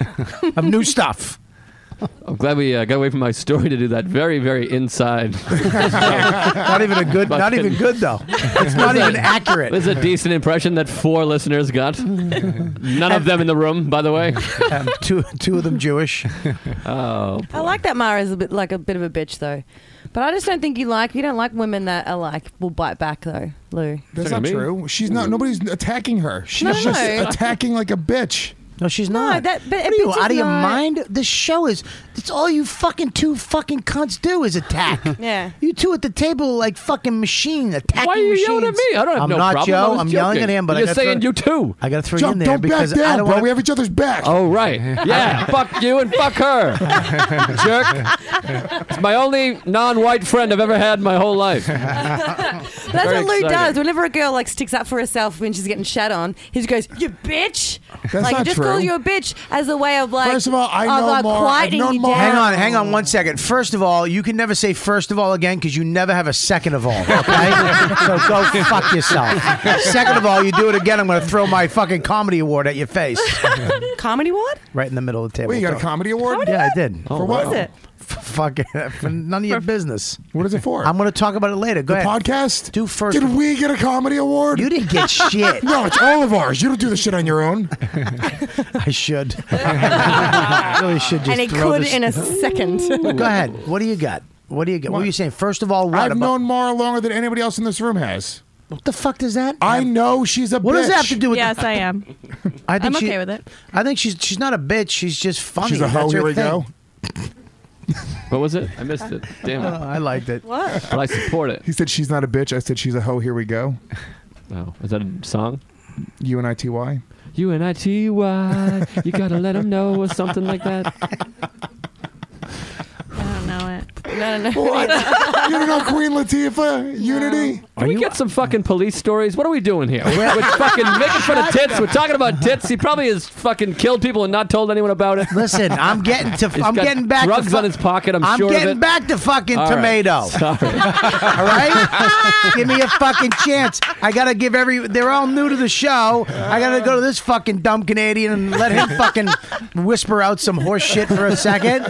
Speaker 2: of new stuff.
Speaker 8: I'm glad we uh, got away from my story to do that. Very very inside.
Speaker 2: Not even a good. Not even good though. It's not even accurate.
Speaker 8: This is a decent impression that four listeners got. None of them in the room, by the way.
Speaker 2: Um, two two of them Jewish.
Speaker 8: Oh,
Speaker 9: I like that Mara is a bit like a bit of a bitch though, but I just don't think you like you don't like women that are like will bite back though, Lou.
Speaker 10: That's not true. She's not. Nobody's attacking her. She's
Speaker 9: No, no,
Speaker 10: just
Speaker 9: no.
Speaker 10: attacking like a bitch.
Speaker 2: No, she's not.
Speaker 9: that- but
Speaker 2: what
Speaker 9: a
Speaker 2: are you
Speaker 9: bitch is
Speaker 2: out of your
Speaker 9: not-
Speaker 2: mind? This show is. It's all you fucking two fucking cunts do is attack.
Speaker 9: Yeah.
Speaker 2: You two at the table are like fucking machine attacking.
Speaker 8: Why are you
Speaker 2: machines.
Speaker 8: yelling at me? I don't have
Speaker 2: I'm
Speaker 8: no
Speaker 2: not
Speaker 8: problem. I
Speaker 2: Joe.
Speaker 8: was
Speaker 2: I'm
Speaker 8: joking.
Speaker 2: yelling at him, but
Speaker 8: You're
Speaker 2: I gotta
Speaker 8: saying
Speaker 2: throw,
Speaker 8: you too.
Speaker 2: I got to throw you
Speaker 10: Jump,
Speaker 2: in there
Speaker 10: don't back
Speaker 2: because
Speaker 10: down,
Speaker 2: I don't
Speaker 10: bro.
Speaker 2: want
Speaker 10: We have each other's back.
Speaker 8: Oh right, yeah. fuck you and fuck her, jerk. It's my only non-white friend I've ever had in my whole life.
Speaker 9: But that's
Speaker 8: Very
Speaker 9: what Lou
Speaker 8: exciting.
Speaker 9: does. Whenever a girl like sticks up for herself when she's getting shat on, he just goes, "You bitch!"
Speaker 10: That's
Speaker 9: like
Speaker 10: not
Speaker 9: just
Speaker 10: true.
Speaker 9: calls you a bitch as a way of like. oh,
Speaker 10: First of all, I know
Speaker 9: like,
Speaker 10: Mara. I've
Speaker 9: quieting
Speaker 10: known
Speaker 9: you
Speaker 10: Mara.
Speaker 9: down.
Speaker 2: Hang on, hang on one second. First of all, you can never say first of all again because you never have a second of all. Okay, so go fuck yourself. Second of all, you do it again, I'm going to throw my fucking comedy award at your face
Speaker 9: Comedy what?
Speaker 2: right in the middle of the table.
Speaker 10: Wait, you got a
Speaker 2: Don't-
Speaker 10: comedy award?
Speaker 2: Yeah, I did.
Speaker 10: For
Speaker 9: What
Speaker 10: what?
Speaker 9: is it?
Speaker 2: F- fuck it. For none of your business.
Speaker 10: What is it for?
Speaker 2: I'm going to talk about it later. Go
Speaker 10: the
Speaker 2: ahead.
Speaker 10: podcast?
Speaker 2: Do first.
Speaker 10: Did we get a comedy award?
Speaker 2: you didn't get shit.
Speaker 10: no, it's all of ours. You don't do the shit on your own.
Speaker 2: I should. I really should just
Speaker 9: And it
Speaker 2: throw
Speaker 9: could
Speaker 2: this.
Speaker 9: in a second.
Speaker 2: Go ahead. What do you got? What do you got? What, were you saying? First of all, what
Speaker 10: I've
Speaker 2: about-
Speaker 10: known Mara longer than anybody else in this room has.
Speaker 2: What the fuck does that?
Speaker 10: I know she's a bitch.
Speaker 2: What does that have to do with?
Speaker 13: Yes, I am.
Speaker 2: I
Speaker 13: I'm
Speaker 2: think she-
Speaker 13: okay with it.
Speaker 2: I think she's she's not a bitch. She's just funny.
Speaker 10: She's a hoe.
Speaker 2: That's her
Speaker 10: Here we
Speaker 2: thing.
Speaker 10: go.
Speaker 8: What was it? I missed it. Damn
Speaker 2: Oh,
Speaker 8: it.
Speaker 2: I liked it.
Speaker 9: What?
Speaker 8: But I support it.
Speaker 10: He said she's not a bitch. I said she's a hoe. Here we go.
Speaker 8: Oh, is that a song?
Speaker 10: U N I T Y.
Speaker 8: You and I T Y. You gotta let them know or something like that.
Speaker 13: I don't know it.
Speaker 9: no, no, no.
Speaker 10: What? you don't know Queen Latifah? Unity?
Speaker 8: Can we get some fucking police stories? What are we doing here? We're, we're fucking making fun of tits. We're talking about tits. He probably has fucking killed people and not told anyone about it.
Speaker 2: Listen, I'm getting to. I'm getting back
Speaker 8: drugs
Speaker 2: to fu-
Speaker 8: on his pocket. I'm, sure of
Speaker 2: getting
Speaker 8: it.
Speaker 2: back to fucking
Speaker 8: All right.
Speaker 2: tomato.
Speaker 8: Sorry.
Speaker 2: All right, give me a fucking chance. I gotta give every. They're all new to the show. I gotta go to this fucking dumb Canadian and let him fucking whisper out some horse shit for a second,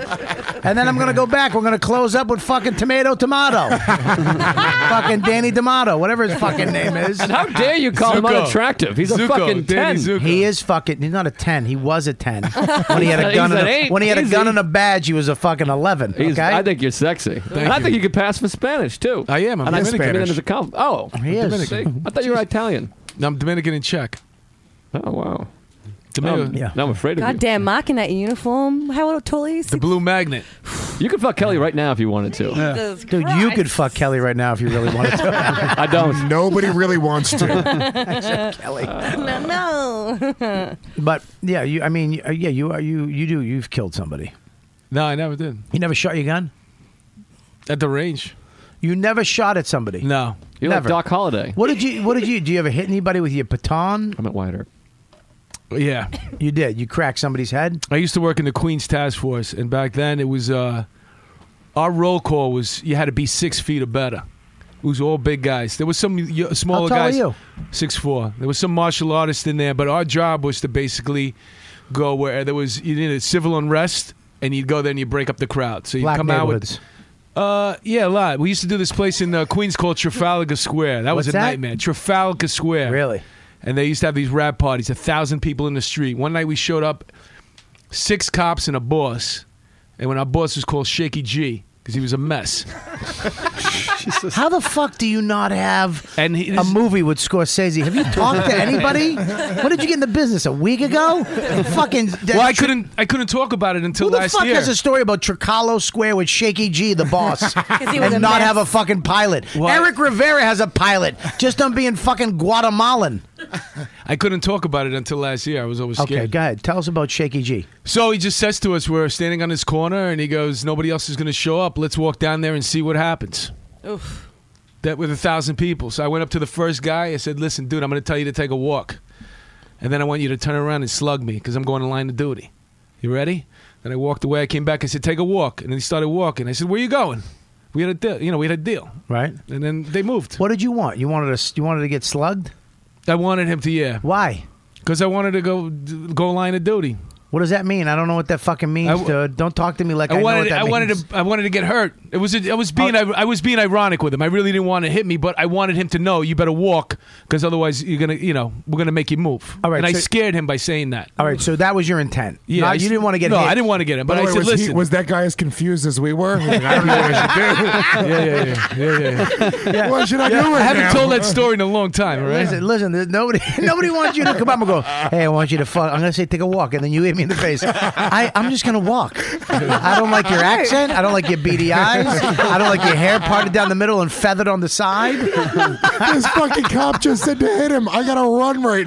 Speaker 2: and then I'm gonna go back. We're gonna close up with fucking tomato, tomato, fucking Danny D'Amato, whatever his fucking name is.
Speaker 8: And how dare you call him
Speaker 2: Zuko.
Speaker 8: unattractive? He's a fucking ten.
Speaker 2: He is fucking. He's not a ten. He was a ten. When he had a
Speaker 8: He's
Speaker 2: gun,
Speaker 8: an
Speaker 2: and a,
Speaker 8: eight.
Speaker 2: when he had a
Speaker 8: Easy.
Speaker 2: gun and a badge, he was a fucking eleven.
Speaker 8: He's-
Speaker 2: okay,
Speaker 8: I think you're sexy. and I
Speaker 2: you.
Speaker 8: think you could pass for Spanish too. I am.
Speaker 7: I'm
Speaker 8: and I think
Speaker 7: Dominican.
Speaker 8: it as a compliment. Oh,
Speaker 7: He is.
Speaker 8: See?
Speaker 7: Dominican.
Speaker 8: I thought you were Italian.
Speaker 7: No, I'm Dominican and Czech.
Speaker 8: Oh wow.
Speaker 7: Tomato.
Speaker 8: Um, Now I'm afraid of you.
Speaker 9: Goddamn, Mark in that uniform. How tall is he?
Speaker 8: The blue magnet. You could fuck Kelly right now if you wanted to.
Speaker 9: Jesus
Speaker 2: Dude, you could fuck Kelly right now if you really wanted to.
Speaker 8: I don't.
Speaker 10: Nobody really wants
Speaker 2: Kelly.
Speaker 9: no, no.
Speaker 2: But yeah, you. I mean, uh, yeah, you are. You you do. You've killed somebody.
Speaker 7: No, I never did.
Speaker 2: You never shot your gun
Speaker 7: at the range.
Speaker 2: You never shot at somebody.
Speaker 7: No,
Speaker 8: You're like
Speaker 2: never.
Speaker 8: Doc Holliday.
Speaker 2: What did you? What did you? Do you ever hit anybody with your baton?
Speaker 8: I'm at White Earp.
Speaker 7: Yeah,
Speaker 2: you did. You cracked somebody's head.
Speaker 7: I used to work in the Queens Task Force, and back then it was uh, our roll call was you had to be six feet or better. It was all big guys. There was some y- smaller
Speaker 2: tall are
Speaker 7: guys.
Speaker 2: you?
Speaker 7: Six four. There was some martial artist in there, but our job was to basically go where there was you needed civil unrest, and you'd go there and you break up the crowd. So you
Speaker 2: Black
Speaker 7: come out with.
Speaker 2: neighborhoods.
Speaker 7: Uh, yeah, a lot. We used to do this place in uh, Queens called Trafalgar Square. That was
Speaker 2: What's
Speaker 7: a
Speaker 2: that?
Speaker 7: nightmare. Trafalgar Square.
Speaker 2: Really?
Speaker 7: And they used to have these rap parties, a thousand people in the street. One night we showed up, six cops and a boss. And when our boss was called Shaky G, because he was a mess.
Speaker 2: How the fuck do you not have
Speaker 7: And he,
Speaker 2: a movie with Scorsese? Have you talked to anybody? When did you get in the business? A week ago? Fucking.
Speaker 7: well, I couldn't, I couldn't talk about it until
Speaker 2: Who the
Speaker 7: last
Speaker 2: fuck
Speaker 7: year.
Speaker 2: has a story about Tricalo Square with Shaky G, the boss,
Speaker 9: he
Speaker 2: and
Speaker 9: was
Speaker 2: not
Speaker 9: a mess.
Speaker 2: have a fucking pilot? Eric Rivera has a pilot just on being fucking Guatemalan.
Speaker 7: I couldn't talk about it until last year. I was always
Speaker 2: Okay,
Speaker 7: scared.
Speaker 2: go ahead. Tell us about Shaky G.
Speaker 7: So he just says to us, we're standing on this corner, and he goes, nobody else is going to show up. Let's walk down there and see what happens.
Speaker 9: Oof.
Speaker 7: that with a thousand people. So I went up to the first guy. I said, "Listen, dude, I'm going to tell you to take a walk, and then I want you to turn around and slug me because I'm going to line of duty. You ready?" Then I walked away. I came back. I said, "Take a walk," and then he started walking. I said, "Where you going?" We had a deal. You know, we had a deal.
Speaker 2: Right.
Speaker 7: And then they moved.
Speaker 2: What did you want? You wanted to. You wanted to get slugged.
Speaker 7: I wanted him to yeah.
Speaker 2: Why?
Speaker 7: Because I wanted to go d- go line of duty.
Speaker 2: What does that mean? I don't know what that fucking means,
Speaker 7: I w-
Speaker 2: dude. Don't talk to me like I,
Speaker 7: I wanted.
Speaker 2: know
Speaker 7: I
Speaker 2: what that
Speaker 7: wanted
Speaker 2: means. Oh.
Speaker 7: to. I wanted to get hurt. It was. I was being. I, I was being ironic with him. I really didn't want to hit me, but I wanted him to know you better walk because otherwise you're gonna. You know, we're gonna make you move.
Speaker 2: All right,
Speaker 7: And I
Speaker 2: so-
Speaker 7: scared him by saying that.
Speaker 2: All right, so that was your intent.
Speaker 7: Yeah,
Speaker 2: Not-
Speaker 7: I
Speaker 2: you
Speaker 7: s-
Speaker 2: didn't want to get
Speaker 7: no,
Speaker 2: hit.
Speaker 7: I didn't want to get him, but I
Speaker 10: By the way,
Speaker 7: said,
Speaker 10: was,
Speaker 7: listen.
Speaker 10: He, was that guy as confused as we were? Like, I don't know what I should do.
Speaker 7: yeah, yeah, yeah, yeah, yeah.
Speaker 10: Yeah. What should I do
Speaker 7: I
Speaker 10: right
Speaker 7: haven't
Speaker 10: now?
Speaker 7: told that story in a long time. all Right?
Speaker 2: Listen, listen. there's Nobody, nobody wants you to come up and go. Hey, I want you to fuck. I'm gonna say take a walk, and then you hit me in the face. I, I'm just gonna walk. I don't like your accent. I don't like your beady eyes. I don't like your hair parted down the middle and feathered on the side.
Speaker 10: this fucking cop just said to hit him. I gotta run right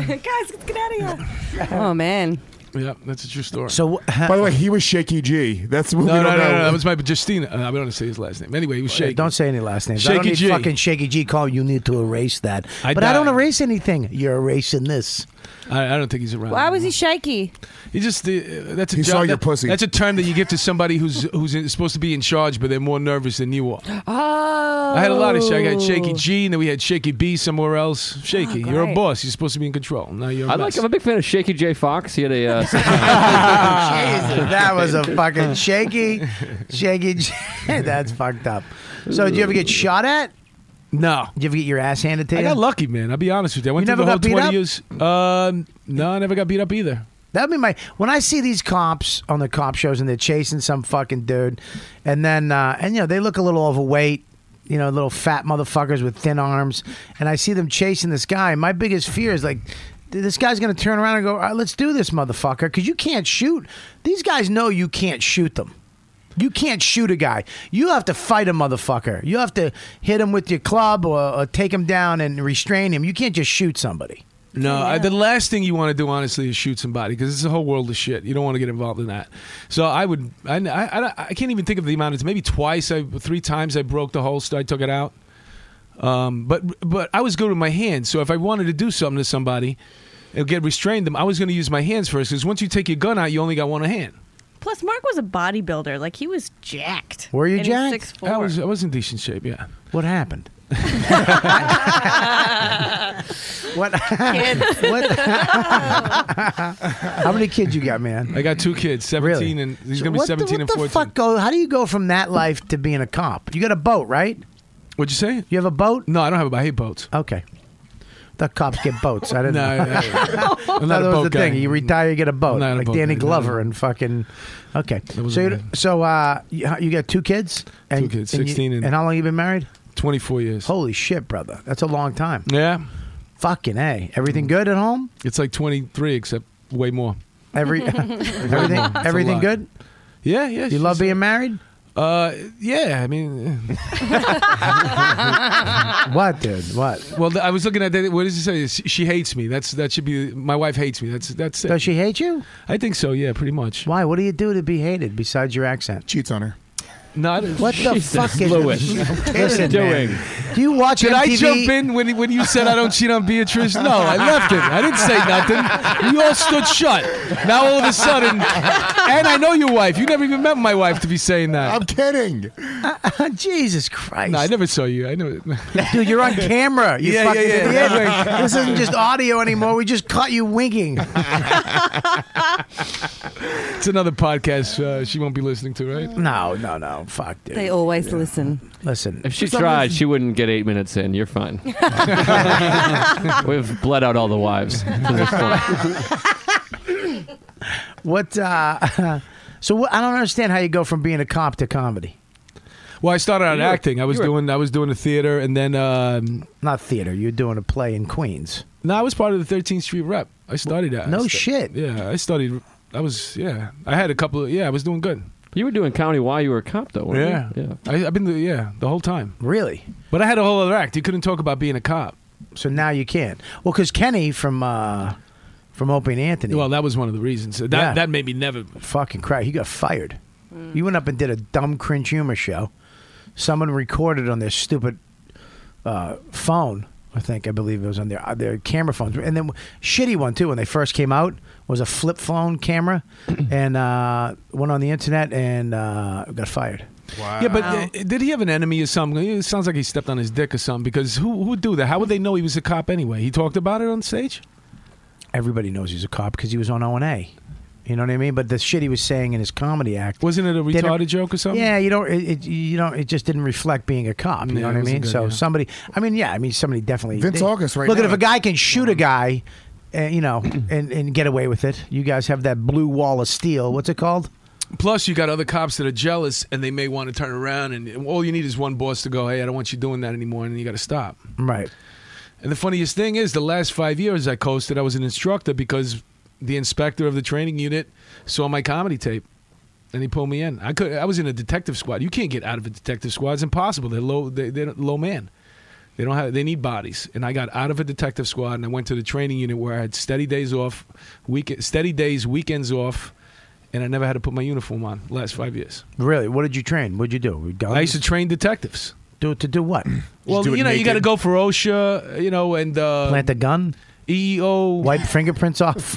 Speaker 9: Guys, let's get out of here. Oh man.
Speaker 7: Yeah, that's a true story.
Speaker 2: So, uh,
Speaker 10: By the way, he was Shaky G. That's what
Speaker 7: no,
Speaker 10: we
Speaker 7: no,
Speaker 10: don't
Speaker 7: no,
Speaker 10: know.
Speaker 7: no, no, that was my Justina. Uh, I don't want to say his last name. Anyway, he was shaking.
Speaker 2: Don't say any last names. I don't
Speaker 7: Shaky
Speaker 2: need
Speaker 7: G.
Speaker 2: fucking shaky G. Call you need to erase that.
Speaker 7: I
Speaker 2: but I don't
Speaker 7: died.
Speaker 2: erase anything. You're erasing this.
Speaker 7: I, I don't think he's around.
Speaker 9: Why was he shaky?
Speaker 7: He just uh, that's a
Speaker 10: He
Speaker 7: job-
Speaker 10: saw your
Speaker 7: that-
Speaker 10: pussy.
Speaker 7: That's a term that you give to somebody who's who's in- supposed to be in charge, but they're more nervous than you are.
Speaker 9: Oh.
Speaker 7: I had a lot of shit. I had
Speaker 8: Oh.
Speaker 7: Shaky G, and then we had Shaky B somewhere else. Shaky, you're a
Speaker 9: great.
Speaker 7: boss. You're supposed to be in control. Now you're. a
Speaker 8: Ah, I
Speaker 7: mess.
Speaker 8: like. I'm a big fan of Shaky J Fox. He had a. Uh,
Speaker 2: that was a fucking shaky, shaky. G. That's fucked up. So, did you ever get shot at?
Speaker 7: No.
Speaker 2: Did you ever get your ass handed to
Speaker 7: I
Speaker 2: you?
Speaker 7: got lucky, man. I'll be honest with you. I went
Speaker 2: You
Speaker 7: through
Speaker 2: never
Speaker 7: the whole
Speaker 2: got
Speaker 7: 20 years. Um, no, I never got beat up either.
Speaker 2: That'd be my when I see these cops on the cop shows and they're chasing some fucking dude, and then uh, and you know they look a little overweight, you know, little fat motherfuckers with thin arms, and I see them chasing this guy. My biggest fear is like. th- This guy's gonna turn around and go, All right, "Let's do this, motherfucker!" Because you can't shoot. These guys know you can't shoot them. You can't shoot a guy. You have to fight a motherfucker. You have to hit him with your club or, or take him down and restrain him. You can't just shoot somebody.
Speaker 7: No, I, the last thing you want to do, honestly, is shoot somebody because it's a whole world of shit. You don't want to get involved in that. So I would, I, I, I- I can't even think of the amount. It's maybe twice, I, three times I broke the holster. I took it out. Um, but but I was good with my hands. So if I wanted to do something to somebody, and get restrained them, I was going to use my hands first because once you take your gun out, you only got one hand.
Speaker 13: Plus, Mark was a bodybuilder. Like he was jacked.
Speaker 7: Were
Speaker 13: And he's 6'4".
Speaker 7: I was I was in decent shape. Yeah.
Speaker 2: What happened? what? what? How many kids you got, man?
Speaker 7: I got two kids, seventeen and he's going to be
Speaker 2: What the-
Speaker 7: seventeen
Speaker 2: what
Speaker 7: and
Speaker 2: the
Speaker 7: fourteen.
Speaker 2: fuck go? How do you go from that life to being a cop? You got a boat, right?
Speaker 7: What'd you say?
Speaker 2: You have a boat?
Speaker 7: No, I don't have a boat. I hate boats.
Speaker 2: Okay. The cops get boats. I didn't
Speaker 7: No,
Speaker 2: know.
Speaker 7: yeah, yeah. I'm not
Speaker 2: that
Speaker 7: a
Speaker 2: was
Speaker 7: boat
Speaker 2: the
Speaker 7: guy.
Speaker 2: thing. You retire, you get a boat,
Speaker 7: not a
Speaker 2: like
Speaker 7: boat
Speaker 2: Danny
Speaker 7: guy, no.
Speaker 2: Glover and fucking. Okay, so you, so uh, you, you got two kids, and,
Speaker 7: Two kids,
Speaker 2: and you-
Speaker 7: 16 and-
Speaker 2: how long you been married?
Speaker 7: Twenty four years.
Speaker 2: Holy shit, brother, that's a long time.
Speaker 7: Yeah.
Speaker 2: Fucking a. Everything good at home?
Speaker 7: It's like twenty three, except way more.
Speaker 2: Every everything
Speaker 7: It's a
Speaker 2: everything
Speaker 7: lot.
Speaker 2: good?
Speaker 7: Yeah, yeah.
Speaker 2: You love being married?
Speaker 7: Uh, yeah. I mean,
Speaker 2: what, dude? What?
Speaker 7: Well, th- I was looking at that. What does it say? She- She hates me. That's that should be. My wife hates me. That's that's. It.
Speaker 2: Does she hate you?
Speaker 7: I think so. Yeah, pretty much.
Speaker 2: Why? What do you do to be hated besides your accent?
Speaker 10: Cheats on her.
Speaker 7: Not
Speaker 2: What the fuck is Listen, man. Do you watch
Speaker 7: Did I
Speaker 2: MTV?
Speaker 7: jump in when when you said I don't cheat on Beatrice? No, I left it. I didn't say nothing. You all stood shut. Now all of a sudden, and I know your wife. You never even met my wife to be saying that. I'm
Speaker 10: kidding.
Speaker 2: Uh, Jesus Christ!
Speaker 7: No, I never saw you. I never.
Speaker 2: Dude, you're on camera. You
Speaker 7: Yeah,
Speaker 2: fucking
Speaker 7: yeah, yeah.
Speaker 2: did the N-word. This isn't just audio anymore. We just caught you winking.
Speaker 7: It's another podcast. Uh, she won't be listening to, right?
Speaker 2: No, no, no. Fuck, dude.
Speaker 9: They always listen.
Speaker 2: Listen.
Speaker 8: If she tried, she wouldn't get eight minutes in. You're fine. We've bled out all the wives. to this point.
Speaker 2: What? Uh, so what, I don't understand how you go from being a cop to comedy.
Speaker 7: Well, I started out
Speaker 2: You were-
Speaker 7: acting. I was
Speaker 2: you were-
Speaker 7: doing I was doing the theater, and then um,
Speaker 2: not theater. You're doing a play in Queens.
Speaker 7: No, I was part of the 13th Street Rep. I studied that.
Speaker 2: No
Speaker 7: I stu-
Speaker 2: shit.
Speaker 7: Yeah, I studied. I was yeah. I had a couple of yeah. I was doing good.
Speaker 8: You were doing comedy while you were a cop, though. Weren't
Speaker 7: Yeah,
Speaker 8: You? Yeah.
Speaker 7: I, I've been the, yeah the whole time.
Speaker 2: Really?
Speaker 7: But I had a whole other act. You couldn't talk about being a cop.
Speaker 2: So now you can't. Well, because Kenny from uh, from Opie and Anthony.
Speaker 7: Well, that was one of the reasons. That
Speaker 2: Yeah.
Speaker 7: that made me never.
Speaker 2: fucking crap. He got fired. You went up and did a dumb cringe humor show. Someone recorded on their stupid uh, phone. I think I believe it was on their uh, their camera phones, and then shitty one too. When they first came out, was a flip phone camera, and uh, went on the internet and uh, got fired.
Speaker 10: Wow.
Speaker 7: Yeah, but uh, did he have an enemy or something? It sounds like he stepped on his dick or something. Because who who would do that? How would they know he was a cop anyway? He talked about it on stage.
Speaker 2: Everybody knows he's a cop because he was on O and A. You know what I mean? But the shit he was saying in his comedy act
Speaker 7: wasn't it a
Speaker 2: Didn't-
Speaker 7: retarded joke or something?
Speaker 2: Yeah, you don't. It, it, you don't. It just didn't reflect being a cop. You
Speaker 7: Yeah,
Speaker 2: know
Speaker 7: it
Speaker 2: what I
Speaker 7: wasn't
Speaker 2: mean?
Speaker 7: good,
Speaker 2: so
Speaker 7: yeah.
Speaker 2: somebody. I mean, yeah. I mean, somebody definitely.
Speaker 10: Vince August right
Speaker 2: Look at
Speaker 10: now.
Speaker 2: if a guy can shoot a guy, uh, you know, and and get away with it. You guys have that blue wall of steel. What's it called?
Speaker 7: Plus, you got other cops that are jealous, and they may want to turn around. And all you need is one boss to go, "Hey, I don't want you doing that anymore," and you got to stop.
Speaker 2: Right.
Speaker 7: And the funniest thing is, the last five years I coasted. I was an instructor because the inspector of the training unit saw my comedy tape, and he pulled me in. I could. I was in a detective squad. You can't get out of a detective squad. It's impossible. They're low. They, they're low man. They don't have. They need bodies. And I got out of a detective squad, and I went to the training unit where I had steady days off, week steady days, weekends off, and I never had to put my uniform on. Last five years.
Speaker 2: Really? What did you train? What did you do? Guns?
Speaker 7: I used to train detectives.
Speaker 2: Do to do what?
Speaker 7: Well,
Speaker 2: do it
Speaker 7: you know, you
Speaker 2: naked.
Speaker 7: got to go for OSHA, you know, and uh,
Speaker 2: Plant a gun.
Speaker 7: EEO.
Speaker 2: Wipe fingerprints off.
Speaker 7: E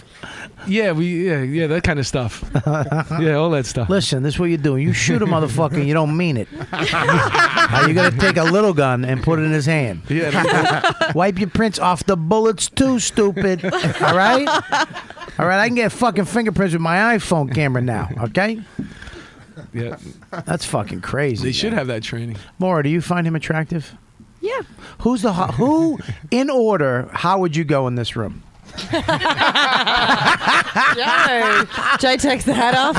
Speaker 7: Yeah, we yeah yeah that kind of stuff. yeah, all that stuff.
Speaker 2: Listen, this is what you're doing. You shoot a motherfucker and you don't mean it. Now you're gonna take a little gun and put it in his hand.
Speaker 7: Yeah.
Speaker 2: Wipe your prints off the bullets too, stupid. All right? All right, I can get fucking fingerprints with my iPhone camera now, okay?
Speaker 7: Yeah,
Speaker 2: That's fucking crazy.
Speaker 7: they should have that training.
Speaker 2: Maura, do you find him attractive?
Speaker 13: Yeah.
Speaker 2: Who's the ho- who in order, how would you go in this room?
Speaker 9: Joe. Joe takes the hat off.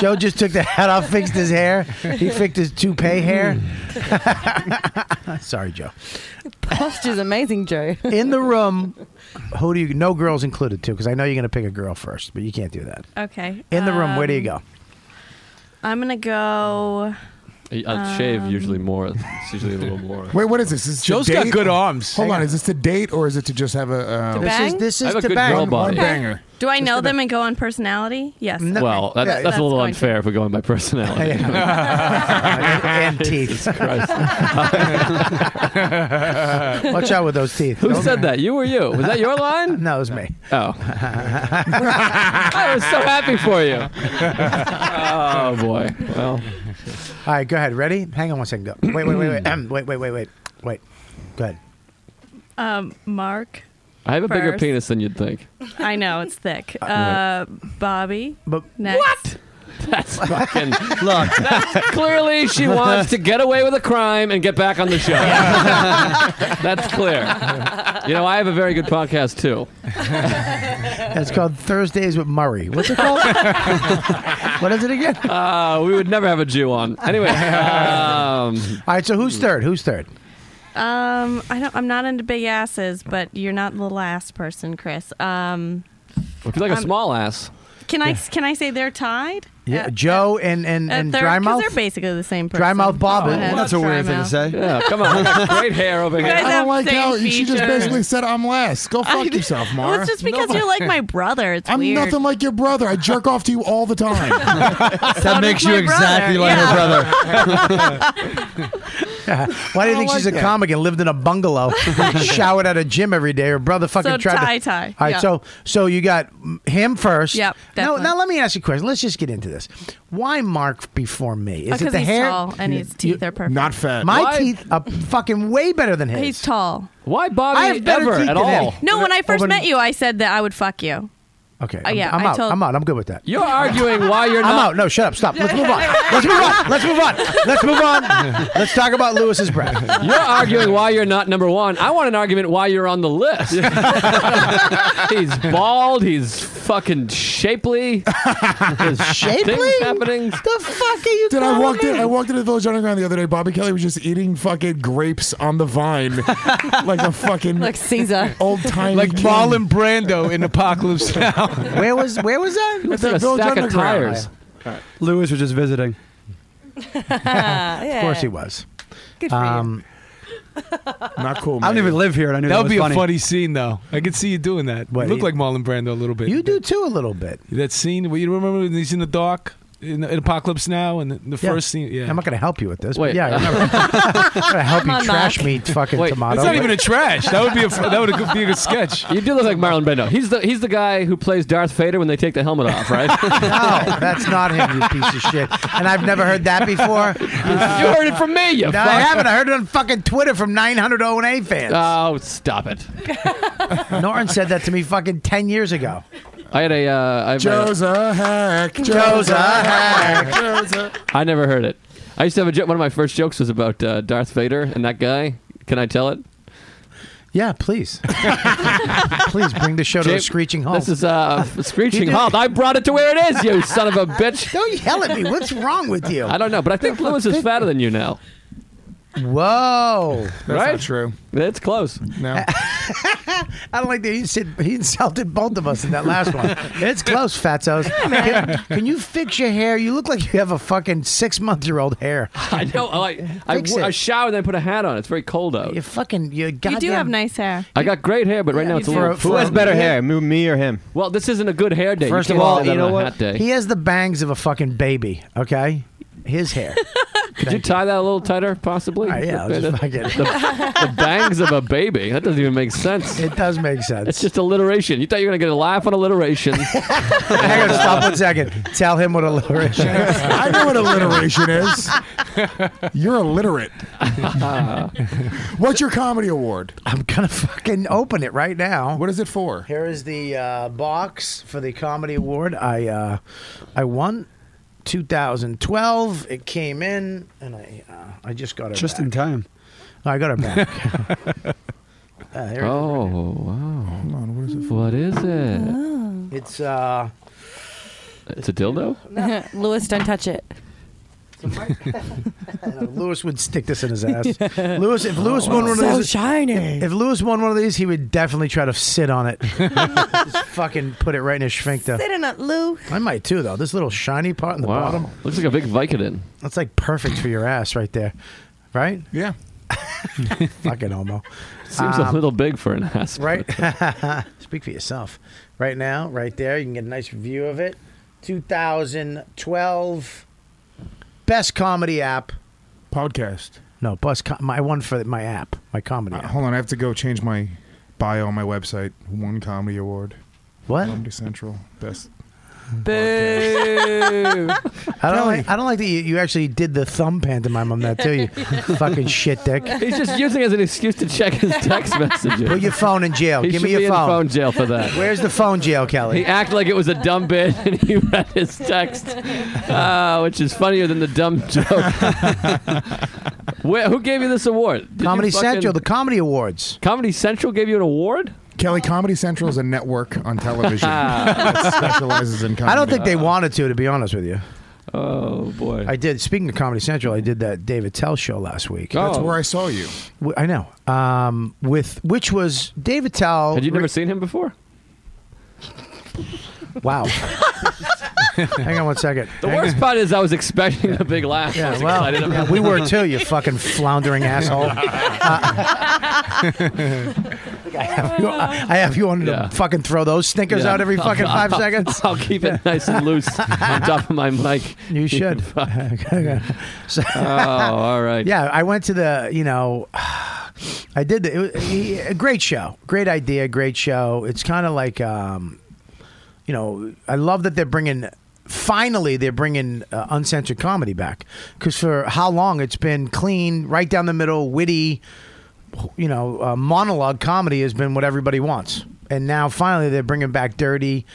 Speaker 2: Joe just took the hat off, fixed his hair. He fixed his toupee hair. Sorry, Joe.
Speaker 9: Posture's amazing, Joe.
Speaker 2: In the room, who do you? No girls included, too, because I know you're going to pick a girl first, but you can't do that.
Speaker 13: Okay.
Speaker 2: In the room, where do you
Speaker 13: Um,
Speaker 2: go?
Speaker 13: I'm gonna go.
Speaker 8: I I Uh, shave
Speaker 2: Um,
Speaker 8: usually more. It's usually a little more.
Speaker 10: Wait, what is this? Is this
Speaker 8: Joe's
Speaker 10: to
Speaker 8: got
Speaker 10: date?
Speaker 8: good arms.
Speaker 10: Hold
Speaker 8: Hang
Speaker 10: on.
Speaker 8: on.
Speaker 10: Is this to date or is it to just have a?
Speaker 8: To
Speaker 10: Uh,
Speaker 8: Oh. This is- bang? this I have is a to good bang. girl
Speaker 10: One, one
Speaker 8: body.
Speaker 10: banger.
Speaker 13: Do I know them and go on personality? Yes.
Speaker 8: well, that, that's, a little unfair if we're going by personality.
Speaker 2: and teeth. Watch out with those teeth.
Speaker 8: Um, uh, Who said that? You or you? Was that your line?
Speaker 2: No, it was me.
Speaker 8: Oh. I was so happy for you. Oh, boy. Well.
Speaker 2: All right, go ahead. Ready? Hang on one second. Go. Wait, wait, wait, wait. Ahem. wait, wait, wait, wait. Wait. Go ahead.
Speaker 13: Um, Mark.
Speaker 8: I have a bigger
Speaker 13: First.
Speaker 8: penis than you'd think.
Speaker 13: I know it's thick.
Speaker 8: right.
Speaker 13: Uh, Bobby.
Speaker 2: But
Speaker 13: what?
Speaker 8: That's fucking look. clearly, she wants to get away with a crime and get back on the show. That's clear. You know, I have a very good podcast too.
Speaker 2: It's called Thursdays with Murray. What's it called? what is it again?
Speaker 8: Uh, we would never have a Jew on. Anyway, um,
Speaker 2: All right, so who's third? Who's third?
Speaker 13: Um, I don't. I'm not into big asses, but you're not the last person, Chris. Um,
Speaker 8: if you like a
Speaker 13: I'm-
Speaker 8: small ass,
Speaker 13: can I can I say they're tied?
Speaker 2: Yeah, Joe and and,
Speaker 13: Uh,
Speaker 2: and
Speaker 13: they're, 'cause
Speaker 2: Drymouth.
Speaker 13: They're basically the same person.
Speaker 2: Drymouth Bob.
Speaker 13: Go ahead.
Speaker 8: Yeah, come on. Great hair over
Speaker 13: You
Speaker 8: here.
Speaker 13: guys
Speaker 10: I
Speaker 13: have
Speaker 10: don't like
Speaker 13: same
Speaker 10: how she just
Speaker 13: features.
Speaker 10: basically said I'm last. Go fuck yourself, Mara.
Speaker 13: Well, it's just because you're like my brother. It's
Speaker 10: I'm
Speaker 13: weird.
Speaker 10: nothing like your brother. I jerk off to you all the time.
Speaker 13: That
Speaker 2: makes you exactly like her Why do you
Speaker 10: I don't
Speaker 2: think she's
Speaker 10: like
Speaker 2: a
Speaker 10: that.
Speaker 2: comic and lived in a bungalow, showered at a gym every day? Her brother fucking
Speaker 13: So
Speaker 2: tried to
Speaker 13: tie-tie,
Speaker 2: All right,
Speaker 13: yeah.
Speaker 2: so so you got him first.
Speaker 13: Yep,
Speaker 2: Now,
Speaker 13: definitely.
Speaker 2: now let me ask you a question. Let's just get into this. Why Mark before me? Is it
Speaker 13: Because Oh,
Speaker 2: the
Speaker 13: he's
Speaker 2: hair?
Speaker 13: tall and his teeth are perfect.
Speaker 10: Not fat.
Speaker 2: My
Speaker 13: Why-
Speaker 2: teeth are fucking way better than his.
Speaker 13: He's tall.
Speaker 8: Why Bobby
Speaker 13: I have better
Speaker 8: ever
Speaker 2: teeth
Speaker 8: at
Speaker 2: than him.
Speaker 8: all?
Speaker 13: No, when I first
Speaker 2: Open-
Speaker 13: met you, I said that I would fuck you.
Speaker 2: Okay.
Speaker 13: Oh,
Speaker 2: I'm-
Speaker 13: yeah,
Speaker 2: I'm,
Speaker 13: I
Speaker 2: out.
Speaker 13: told-
Speaker 2: I'm out. I'm good with that.
Speaker 8: You're arguing why you're
Speaker 2: I'm
Speaker 8: not.
Speaker 2: out. No, shut up. Stop. Let's move on. Let's move on. Let's move on. Let's move on. Let's talk about Lewis's breath.
Speaker 8: You're arguing why you're not number one. I want an argument why you're on the list. he's bald. He's fucking shapely. His
Speaker 2: Shapely?
Speaker 8: things happening.
Speaker 2: The fuck are you
Speaker 10: Dude, I
Speaker 2: calling
Speaker 10: walked in.
Speaker 2: me?
Speaker 10: I walked into the Village Underground the other day. Bobby Kelly was just eating fucking grapes on the vine, like a fucking
Speaker 9: Like Caesar.
Speaker 10: old time,
Speaker 7: Like Marlon Brando in Apocalypse Now.
Speaker 2: Where was where was that?
Speaker 10: It's like a stack of tires.
Speaker 12: Lewis was just visiting.
Speaker 2: Of course he was.
Speaker 9: Good
Speaker 12: for you.
Speaker 2: um,
Speaker 10: Not cool.
Speaker 12: I don't even live here, and I knew
Speaker 7: That
Speaker 12: that
Speaker 7: would
Speaker 12: was
Speaker 7: be
Speaker 12: funny.
Speaker 7: a funny scene, though. I could see you doing that.
Speaker 2: What,
Speaker 7: you look
Speaker 2: you-
Speaker 7: like Marlon Brando a little bit.
Speaker 2: You do too a little bit.
Speaker 7: that scene where you remember when he's in the dark in, in Apocalypse Now and the, the
Speaker 2: Yeah.
Speaker 7: first scene. Yeah,
Speaker 2: I'm not going to help you with this.
Speaker 8: Wait.
Speaker 2: But yeah, I remember. I'm going to help
Speaker 9: Come
Speaker 2: you
Speaker 9: on,
Speaker 2: trash
Speaker 9: Mark.
Speaker 2: me fucking
Speaker 8: Wait,
Speaker 2: tomato.
Speaker 7: it's not even a trash. That would be a that would be a good sketch.
Speaker 8: You do look like Marlon Brando. He's the he's the guy who plays Darth Vader when they take the helmet off, right?
Speaker 2: no, that's not him, you piece of shit. And I've never heard that before.
Speaker 8: you heard it from me. You
Speaker 2: No, I haven't. I heard it on fucking Twitter from 900 O&A fans.
Speaker 8: Oh, stop it!
Speaker 2: Norton said that to me fucking 10 years ago.
Speaker 8: I had a. Uh, I,
Speaker 10: Joe's a hack.
Speaker 2: Joe's a hack.
Speaker 10: Joe's a-
Speaker 8: I never heard it. I used to have a joke. One of my first jokes was about uh, Darth Vader and that guy. Can I tell it?
Speaker 2: Yeah, please. please bring the show to a
Speaker 8: Jake,
Speaker 2: screeching halt.
Speaker 8: This is uh, a
Speaker 2: You
Speaker 8: screeching
Speaker 2: did-
Speaker 8: halt. I brought it to where it is, you son of a bitch.
Speaker 2: Don't yell at me. What's wrong with you?
Speaker 8: I don't know, but I think Lewis is fatter than you now.
Speaker 2: Whoa.
Speaker 10: That's
Speaker 8: Right?
Speaker 10: not true.
Speaker 8: It's close.
Speaker 10: No.
Speaker 2: I don't like that he said he insulted both of us in that last one. It's close, fatzos. Can, can you fix your hair? You look like you have a fucking six month year old hair.
Speaker 8: I know. I, like, I,
Speaker 2: Fix
Speaker 8: wo-
Speaker 2: it.
Speaker 8: I shower and then put a hat on. It's very cold out.
Speaker 2: You fucking you goddamn.
Speaker 13: You do have nice hair.
Speaker 8: I got great hair, but right now it's a
Speaker 2: For-
Speaker 8: little.
Speaker 2: for-
Speaker 16: Who has better hair, me- me or him?
Speaker 8: well, this isn't a good hair day.
Speaker 16: First
Speaker 8: you
Speaker 16: of
Speaker 8: can't
Speaker 16: all,
Speaker 8: say that
Speaker 16: you know
Speaker 8: on a
Speaker 16: what?
Speaker 8: Hat day.
Speaker 2: He has the bangs of a fucking baby. Okay, his hair.
Speaker 8: Could you tie that a little tighter, possibly?
Speaker 2: All right, yeah, I'll
Speaker 8: the,
Speaker 2: just
Speaker 8: the-
Speaker 2: fucking.
Speaker 8: the bangs of a baby. That doesn't even make sense.
Speaker 2: It does make sense.
Speaker 8: It's just alliteration. You thought you were going to get a laugh on alliteration.
Speaker 2: Hang on, stop one second. Tell him what alliteration is.
Speaker 10: I know what alliteration is. You're illiterate. What's your comedy award?
Speaker 2: I'm gonna fucking open it right now.
Speaker 10: What is it for?
Speaker 2: Here is the uh, box for the comedy award. I uh, I won 2012. It came in, and I uh, I just got it.
Speaker 12: Just
Speaker 2: back.
Speaker 12: in time.
Speaker 2: I got it back. uh, here it is.
Speaker 8: oh, wow. What is it?
Speaker 2: It's uh,
Speaker 8: It's a dildo?
Speaker 9: Lewis, don't touch it.
Speaker 2: Lewis would stick this in his ass. Lewis, if Lewis won one of
Speaker 9: Oh, So
Speaker 2: these,
Speaker 9: shiny.
Speaker 2: if Lewis won one of these, he would definitely try to sit on it. just fucking put it right in his sphincter.
Speaker 9: Sit in it, Lou.
Speaker 2: I might too, though. This little shiny part in the
Speaker 8: Wow.
Speaker 2: bottom,
Speaker 8: Looks like a big Vicodin.
Speaker 2: that's like perfect for your ass right there, right?
Speaker 10: Yeah.
Speaker 2: Fucking homo.
Speaker 8: Seems a
Speaker 2: Um,
Speaker 8: little big for an ass.
Speaker 2: Right? Speak for yourself. Right now, right there, you can get a nice review of it. 2012 best comedy app
Speaker 10: podcast.
Speaker 2: No, bus. Com- my one for my app, my comedy. app.
Speaker 10: Uh, Hold on, I have to go change my bio on my website. One comedy award.
Speaker 2: What?
Speaker 10: Comedy Central best.
Speaker 2: Boo! I don't like. I don't like that you, you actually did the thumb pantomime on that too. You fucking shit dick.
Speaker 8: He's just using it as an excuse to check his text messages.
Speaker 2: Put your phone in jail.
Speaker 8: He
Speaker 2: Give
Speaker 8: should
Speaker 2: me your
Speaker 8: be in
Speaker 2: phone.
Speaker 8: phone jail for that.
Speaker 2: Where's the phone jail, Kelly?
Speaker 8: He acted like it was a dumb bit, and he read his text, uh, which is funnier than the dumb joke. Where, who gave you this award? Did you
Speaker 10: Comedy
Speaker 8: fucking-
Speaker 10: Central, the
Speaker 2: Comedy Awards.
Speaker 8: Comedy Central gave you an award?
Speaker 10: Kelly, Comedy Central is a network on television
Speaker 8: Ah,
Speaker 10: that specializes in comedy.
Speaker 2: I don't think they wanted to, to be honest with you.
Speaker 8: Oh boy!
Speaker 2: I did. Speaking of Comedy Central, I did that David Tell show last week.
Speaker 8: Oh,
Speaker 10: That's where I saw you.
Speaker 2: W- I know. Um, with which was David Tell.
Speaker 8: Had you never seen him before?
Speaker 2: Wow. Hang on one second.
Speaker 8: The
Speaker 2: Hang
Speaker 8: worst
Speaker 2: on.
Speaker 8: part is I was expecting a big laugh. I
Speaker 2: Yeah,
Speaker 8: was
Speaker 2: well,
Speaker 8: excited about
Speaker 2: yeah,
Speaker 8: it.
Speaker 2: we were too. You fucking floundering asshole. Uh, I have you, I have you wanted to fucking throw those stinkers
Speaker 8: Yeah.
Speaker 2: out every fucking
Speaker 8: I'll-
Speaker 2: 5
Speaker 8: I'll-
Speaker 2: seconds.
Speaker 8: I'll keep it nice and loose on top of my mic.
Speaker 2: You should. So-
Speaker 8: oh, all right.
Speaker 2: Yeah, I went to the, you know, I did the, it was, he, a great show. Great idea, great show. It's kind of like, um, you know, I love that they're bringing, finally, they're bringing uh, uncensored comedy back. Because for how long it's been clean, right down the middle, witty, you know, uh, monologue comedy has been what everybody wants. And now finally they're bringing back dirty,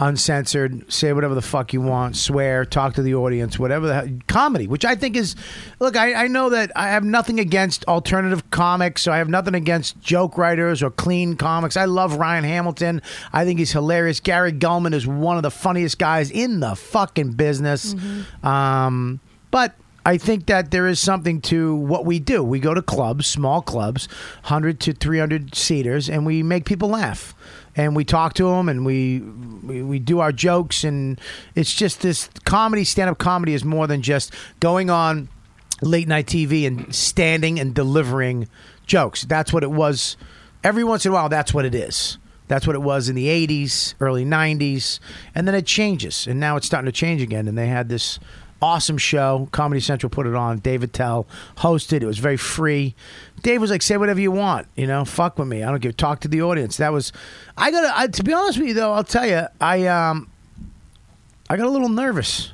Speaker 2: uncensored, say whatever the fuck you want, swear, talk to the audience, whatever the hell, comedy, which I think is, look, I, I know that I have nothing against alternative comics, so I have nothing against joke writers or clean comics. I love Ryan Hamilton. I think he's hilarious. Gary Gulman is one of the funniest guys in the fucking business. Um, but I think that there is something to what we do. We go to clubs, small clubs, 100 to 300 seaters, and we make people laugh. And we talk to them and we, we, we do our jokes. And it's just this comedy, stand up comedy is more than just going on late night TV and standing and delivering jokes. That's what it was. Every once in a while, that's what it is. That's what it was in the 80s, early 90s. And then it changes. And now it's starting to change again. And they had this awesome show. Comedy Central put it on. David Tell hosted. It was very free. Dave was like, say whatever you want. You know, fuck with me. I don't give talk to the audience. That was, I got to, I, to be honest with you though, I'll tell you, I, um, I got a little nervous.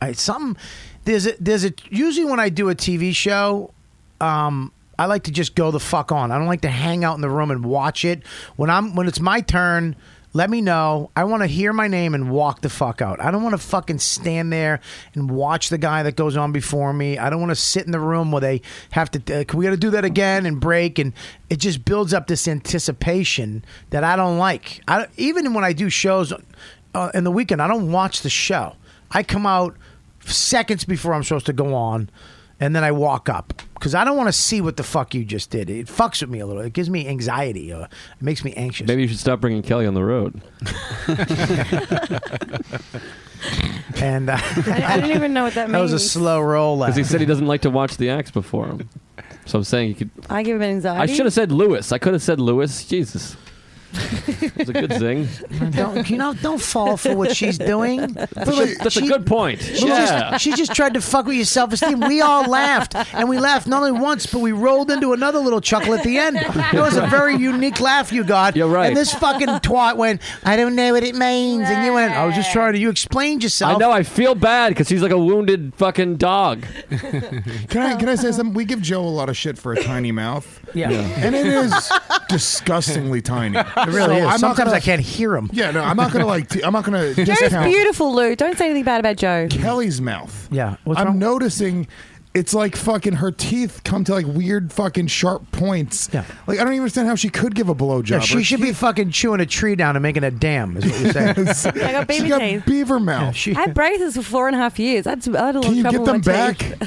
Speaker 2: I something there's a there's a usually when I do a TV show, um, I like to just go the fuck on. I don't like to hang out in the room and watch it. When I'm when it's my turn, let me know. I want to hear my name and walk the fuck out. I don't want to fucking stand there and watch the guy that goes on before me. I don't want to sit in the room where they have to. Uh, we got to do that again and break, and it just builds up this anticipation that I don't like. I don't- even when I do shows uh, in the weekend, I don't watch the show. I come out seconds before I'm supposed to go on, and then I walk up because I don't want to see what the fuck you just did. It fucks with me a little. It gives me anxiety. Or it makes me anxious.
Speaker 8: Maybe you should stop bringing Kelly on the road.
Speaker 2: And uh,
Speaker 13: I don't even know what that
Speaker 2: was a
Speaker 13: means.
Speaker 2: slow roll.
Speaker 8: Because he said he doesn't like to watch the acts before him. So I'm saying he could.
Speaker 9: I give him anxiety.
Speaker 8: I should have said Lewis. I could have said Lewis. Jesus. It's a good zing.
Speaker 2: Don't you know? Don't fall for what she's doing.
Speaker 8: That's, a, that's a good point.
Speaker 2: She,
Speaker 8: yeah.
Speaker 2: just, she just tried to fuck with your self esteem. We all laughed, and we laughed not only once, but we rolled into another little chuckle at the end. It was a very unique laugh you got. You're
Speaker 8: right.
Speaker 2: And this fucking twat went, "I don't know what it means," and you went, "I was just trying to." You explained yourself.
Speaker 8: I know. I feel bad because he's like a wounded fucking dog.
Speaker 10: Can I can I say something? We give Joe a lot of shit for a tiny mouth.
Speaker 8: Yeah. Yeah.
Speaker 10: and it is disgustingly tiny. It
Speaker 2: really is. Sometimes I can't hear him.
Speaker 10: Yeah, no, I'm not gonna like. T- I'm not gonna
Speaker 9: Joe's
Speaker 10: discount
Speaker 9: beautiful, Lou. Don't say anything bad about Joe.
Speaker 10: Kelly's mouth.
Speaker 2: Yeah,
Speaker 10: I'm noticing. It's like fucking her teeth come to like weird fucking sharp points. Yeah. Like I don't even understand how she could give a blowjob.
Speaker 2: Yeah,
Speaker 10: Her
Speaker 2: she should be fucking chewing a tree down and making a dam. Is what you're saying.
Speaker 10: Yes. I
Speaker 9: got baby
Speaker 10: She got
Speaker 9: teeth.
Speaker 10: beaver mouth.
Speaker 2: she-
Speaker 9: I had braces for four and a half years. That's I had a little
Speaker 10: Can you
Speaker 9: trouble
Speaker 10: get them
Speaker 9: with my teeth.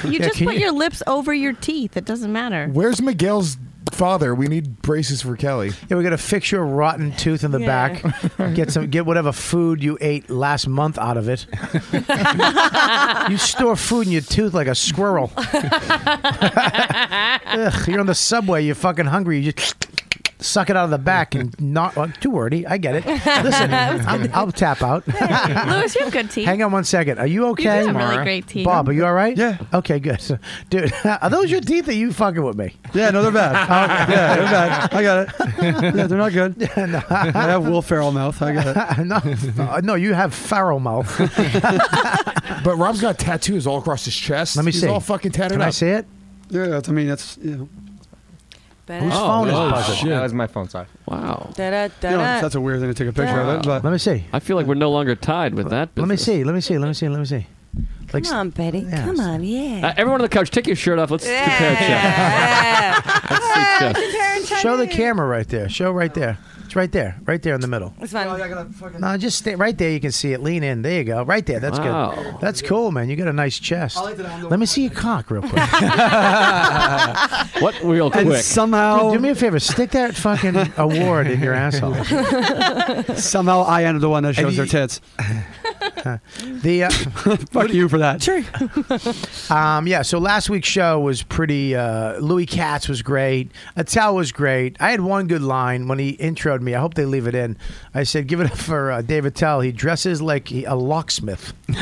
Speaker 10: back?
Speaker 13: You
Speaker 10: Yeah,
Speaker 13: just
Speaker 10: can
Speaker 13: put
Speaker 10: you-
Speaker 13: your lips over your teeth. It doesn't matter.
Speaker 10: Where's Miguel's father, we need braces for Kelly.
Speaker 2: Yeah, we got to fix your rotten tooth in the
Speaker 10: Yeah.
Speaker 2: back. Get some, get whatever food you ate last month out of it. you store food in your tooth like a squirrel. Ugh, you're on the subway. You're fucking hungry. You just suck it out of the back and not well, too wordy. I get it. Listen, I'm, I'll tap out.
Speaker 13: Louis, you have good teeth.
Speaker 2: Hang on one second. Are you okay?
Speaker 13: have really Mara? great teeth.
Speaker 2: Bob, are you all right? Yeah. Okay, good. So, dude, are those your teeth? Or are you fucking with me? Yeah, no, they're bad.
Speaker 12: Yeah, they're bad. I got it. Yeah, they're not good. I have Will Ferrell mouth. I got
Speaker 2: it. no, no, you have Farrell mouth.
Speaker 10: but Rob's got tattoos all across his chest.
Speaker 2: Let me
Speaker 10: He's
Speaker 2: see.
Speaker 10: all fucking tatted
Speaker 2: Can I
Speaker 10: up.
Speaker 2: see it?
Speaker 12: Yeah, that's, I mean, that's. You know.
Speaker 2: Whose phone is
Speaker 12: Oh,
Speaker 2: Oh, buzzing?
Speaker 11: That was my phone, sorry.
Speaker 8: Wow.
Speaker 12: You know, that's a weird thing to take a picture of it. But
Speaker 2: Let me see.
Speaker 8: I feel like we're no longer tied with that.
Speaker 2: Let me see. Let me see. Let me see. Let me see. Like,
Speaker 9: Come on, Betty. Come on, yeah.
Speaker 8: Uh, everyone on the couch, take your shirt off. Let's compare chest. Let's
Speaker 13: Ah,
Speaker 8: see chest.
Speaker 2: show the camera right there. Show right there. It's right there. Right there in the middle.
Speaker 9: It's
Speaker 12: Oh,
Speaker 9: fine.
Speaker 2: No, just stay right there. You can see it. Lean in. There you go. Right there. That's
Speaker 8: Wow.
Speaker 2: good. That's cool, man. You got a nice chest. Let me see your cock real quick.
Speaker 8: what real
Speaker 2: And
Speaker 8: quick?
Speaker 12: somehow-
Speaker 2: Dude, do me a favor. Stick that fucking award in your asshole.
Speaker 12: somehow I ended the one that
Speaker 2: And
Speaker 12: shows their
Speaker 2: you-
Speaker 12: tits.
Speaker 2: The uh,
Speaker 12: fuck you for that.
Speaker 2: True. um, yeah. So last week's show was pretty. Uh, Louis Katz was great. Attell was great. I had one good line when he introed me. I hope they leave it in. I said, "Give it up for uh, Dave Attell. He dresses like he, a locksmith." um,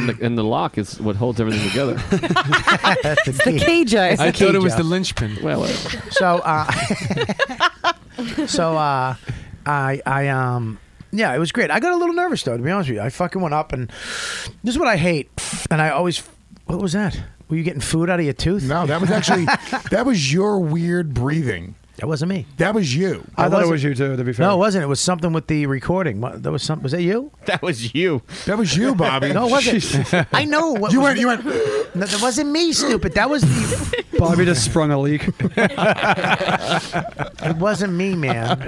Speaker 8: And the, and the lock is what holds everything together.
Speaker 2: it's
Speaker 9: the key, Joe. It's
Speaker 7: I
Speaker 9: the
Speaker 7: thought
Speaker 9: key,
Speaker 7: it was
Speaker 9: Joe.
Speaker 7: the linchpin.
Speaker 12: uh,
Speaker 8: Well,
Speaker 2: so uh, so uh, I I um yeah, it was great. I got a little nervous though, to be honest with you. I fucking went up and this is what I hate, and I always what was that? Were you getting food out of your tooth?
Speaker 10: No, that was actually that was your weird breathing.
Speaker 2: That wasn't me.
Speaker 10: That was you.
Speaker 12: I thought it was you too. To be fair,
Speaker 2: No, it wasn't. It was something with the recording. What, that was something. Was that you?
Speaker 11: That was you.
Speaker 10: That was you, Bobby.
Speaker 2: No, it wasn't. I know. What
Speaker 10: You
Speaker 2: was-
Speaker 10: went. You went.
Speaker 2: No, that wasn't me, stupid. That was the.
Speaker 12: Bobby just sprung a leak.
Speaker 2: It wasn't me, man.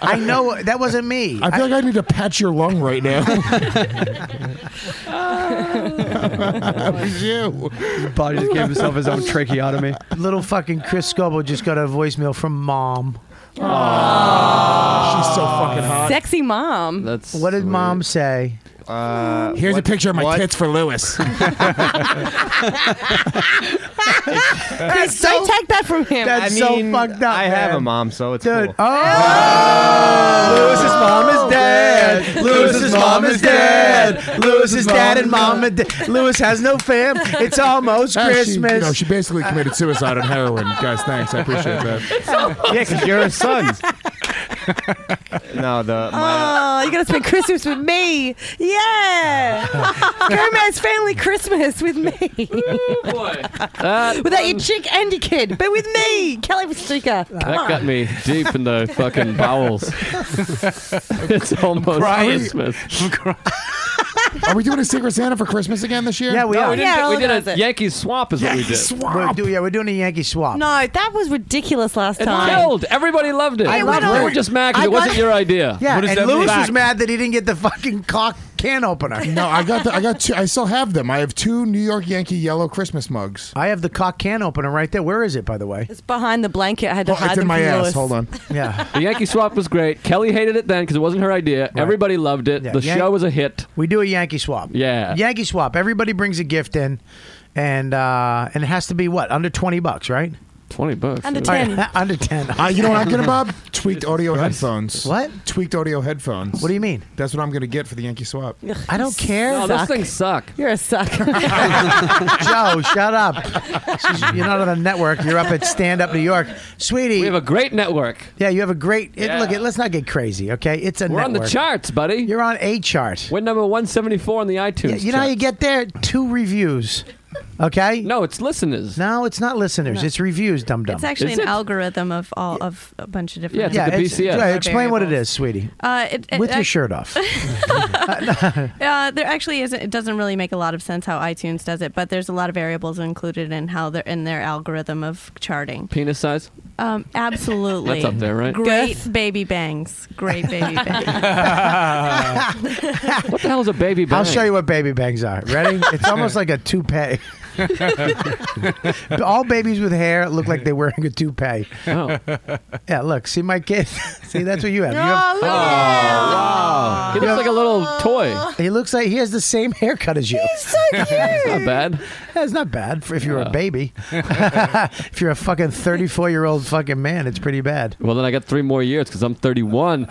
Speaker 2: I know that wasn't me.
Speaker 10: I feel like I need to pat your lung right now. that was you.
Speaker 12: Bobby just gave himself his own tracheotomy.
Speaker 2: Little fucking Chris Scoble just got a voicemail from mom.
Speaker 10: She's so fucking hot.
Speaker 9: Sexy mom.
Speaker 8: That's
Speaker 2: What did mom say?
Speaker 11: Uh,
Speaker 10: Here's
Speaker 11: what-
Speaker 10: a picture of my
Speaker 11: what-
Speaker 10: tits for Lewis.
Speaker 9: Chris, don't take that from him.
Speaker 11: I
Speaker 2: That's so
Speaker 11: mean,
Speaker 2: fucked up.
Speaker 11: I have a
Speaker 2: man.
Speaker 11: mom, so it's
Speaker 2: Dude.
Speaker 11: cool.
Speaker 2: Oh!
Speaker 11: Lewis's mom is dead.
Speaker 2: Lewis's mom is dead. Lewis's dad and mom are dead. Lewis has no fam. It's almost
Speaker 10: Ah, She, you
Speaker 2: Christmas.
Speaker 10: know, she basically committed suicide on heroin. Guys, thanks. I appreciate that.
Speaker 11: Yeah, because you're her sons. no, the my,
Speaker 8: uh,
Speaker 9: Oh, you're gonna spend Christmas with me. Yeah. Gomez family Christmas with me.
Speaker 8: Oh,
Speaker 9: Without your chick and your kid, but with me, Kelly Vastica. Come
Speaker 8: that
Speaker 9: on.
Speaker 8: got me deep in the fucking bowels. it's almost
Speaker 10: crying.
Speaker 8: Christmas.
Speaker 10: Are we doing a Secret Santa for Christmas again this year?
Speaker 2: yeah, we
Speaker 8: No,
Speaker 2: are.
Speaker 8: we, didn't
Speaker 9: Yeah,
Speaker 8: do- we
Speaker 9: I'll
Speaker 8: did
Speaker 9: do
Speaker 8: a
Speaker 9: it.
Speaker 8: Yankee swap, is what we did.
Speaker 10: Yes,
Speaker 2: We're,
Speaker 10: swap.
Speaker 2: do- yeah, we're doing a Yankee swap.
Speaker 9: No, that was ridiculous last
Speaker 8: It
Speaker 9: time.
Speaker 8: killed. Everybody loved it.
Speaker 9: I
Speaker 8: we
Speaker 9: loved
Speaker 8: were
Speaker 9: it.
Speaker 8: just mad 'cause
Speaker 9: I
Speaker 8: it wasn't
Speaker 9: got-
Speaker 8: your idea.
Speaker 2: Yeah,
Speaker 7: What does
Speaker 2: and
Speaker 7: that mean?
Speaker 2: Lewis was
Speaker 7: Back.
Speaker 2: mad that he didn't get the fucking cock can opener.
Speaker 10: No, I got the, I got two. I still have them. I have two New York Yankee yellow Christmas mugs.
Speaker 2: I have the cock can opener right there. Where is it, by the way?
Speaker 9: It's behind the blanket. I had to
Speaker 10: Oh,
Speaker 9: hide
Speaker 10: it's in
Speaker 9: them
Speaker 10: my
Speaker 9: from
Speaker 10: ass.
Speaker 9: Lewis.
Speaker 10: Hold on.
Speaker 2: Yeah,
Speaker 8: The Yankee swap was great. Kelly hated it then because it wasn't her idea. Everybody loved it.
Speaker 2: Yeah,
Speaker 8: the
Speaker 2: Yan-
Speaker 8: show was a hit.
Speaker 2: we do a Yankee swap.
Speaker 8: Yeah.
Speaker 2: Yankee swap. Everybody brings a gift in, and uh, and it has to be what under twenty bucks, right?
Speaker 8: 20 bucks.
Speaker 9: Under
Speaker 8: yeah.
Speaker 2: All right,
Speaker 9: 10.
Speaker 2: under ten.
Speaker 10: Uh, you know what I'm gonna Bob? Tweaked audio headphones.
Speaker 2: What?
Speaker 10: Tweaked audio headphones.
Speaker 2: What do you mean?
Speaker 10: That's what I'm gonna get for the Yankee swap.
Speaker 2: I don't care.
Speaker 8: No, those
Speaker 9: Suck.
Speaker 8: things suck.
Speaker 9: You're a sucker.
Speaker 2: Joe, shut up. She's- You're not on a network. You're up at Stand Up New York, sweetie.
Speaker 8: We have a great network.
Speaker 2: yeah, you have a great. it-
Speaker 8: Yeah.
Speaker 2: Look, it, let's not get crazy, okay? It's a
Speaker 8: We're on the
Speaker 2: network.
Speaker 8: charts, buddy.
Speaker 2: You're on a chart.
Speaker 8: We're number 174 on the iTunes.
Speaker 2: Yeah, you know how you
Speaker 8: charts.
Speaker 2: get there? Two reviews, okay?
Speaker 8: No, it's listeners.
Speaker 2: No, it's not listeners. It's reviews, dum dum.
Speaker 13: It's actually
Speaker 8: Is
Speaker 13: an
Speaker 8: it?
Speaker 13: algorithm of all of a bunch of different.
Speaker 8: Yeah, it's like the BCS.
Speaker 2: yeah, explain what it
Speaker 13: variables.
Speaker 2: is, sweetie.
Speaker 13: Uh, it, it,
Speaker 2: With
Speaker 13: I-
Speaker 2: your shirt off.
Speaker 13: Uh, there actually isn't. It doesn't really make a lot of sense how iTunes does it, but there's a lot of variables included in how they're in their algorithm of charting.
Speaker 8: Penis size?
Speaker 13: Um, absolutely,
Speaker 8: That's up there, right?
Speaker 13: Great baby bangs. Great baby bangs.
Speaker 8: What the hell is a baby bang?
Speaker 2: I'll show you what baby bangs are. Ready? It's almost like a toupee. All babies with hair look like they're wearing a toupee.
Speaker 7: Oh.
Speaker 2: Yeah, look, see my kid. see, that's what you have. You
Speaker 7: Oh,
Speaker 2: have
Speaker 7: look at him. Wow. He looks like a
Speaker 2: little toy. He looks like he has the same haircut as you. He's so
Speaker 7: cute.
Speaker 2: That's
Speaker 7: not
Speaker 2: bad. That's not bad for if you're a baby. if you're a fucking 34 year old fucking man, it's pretty bad.
Speaker 8: Well, then I got three more years because I'm 31.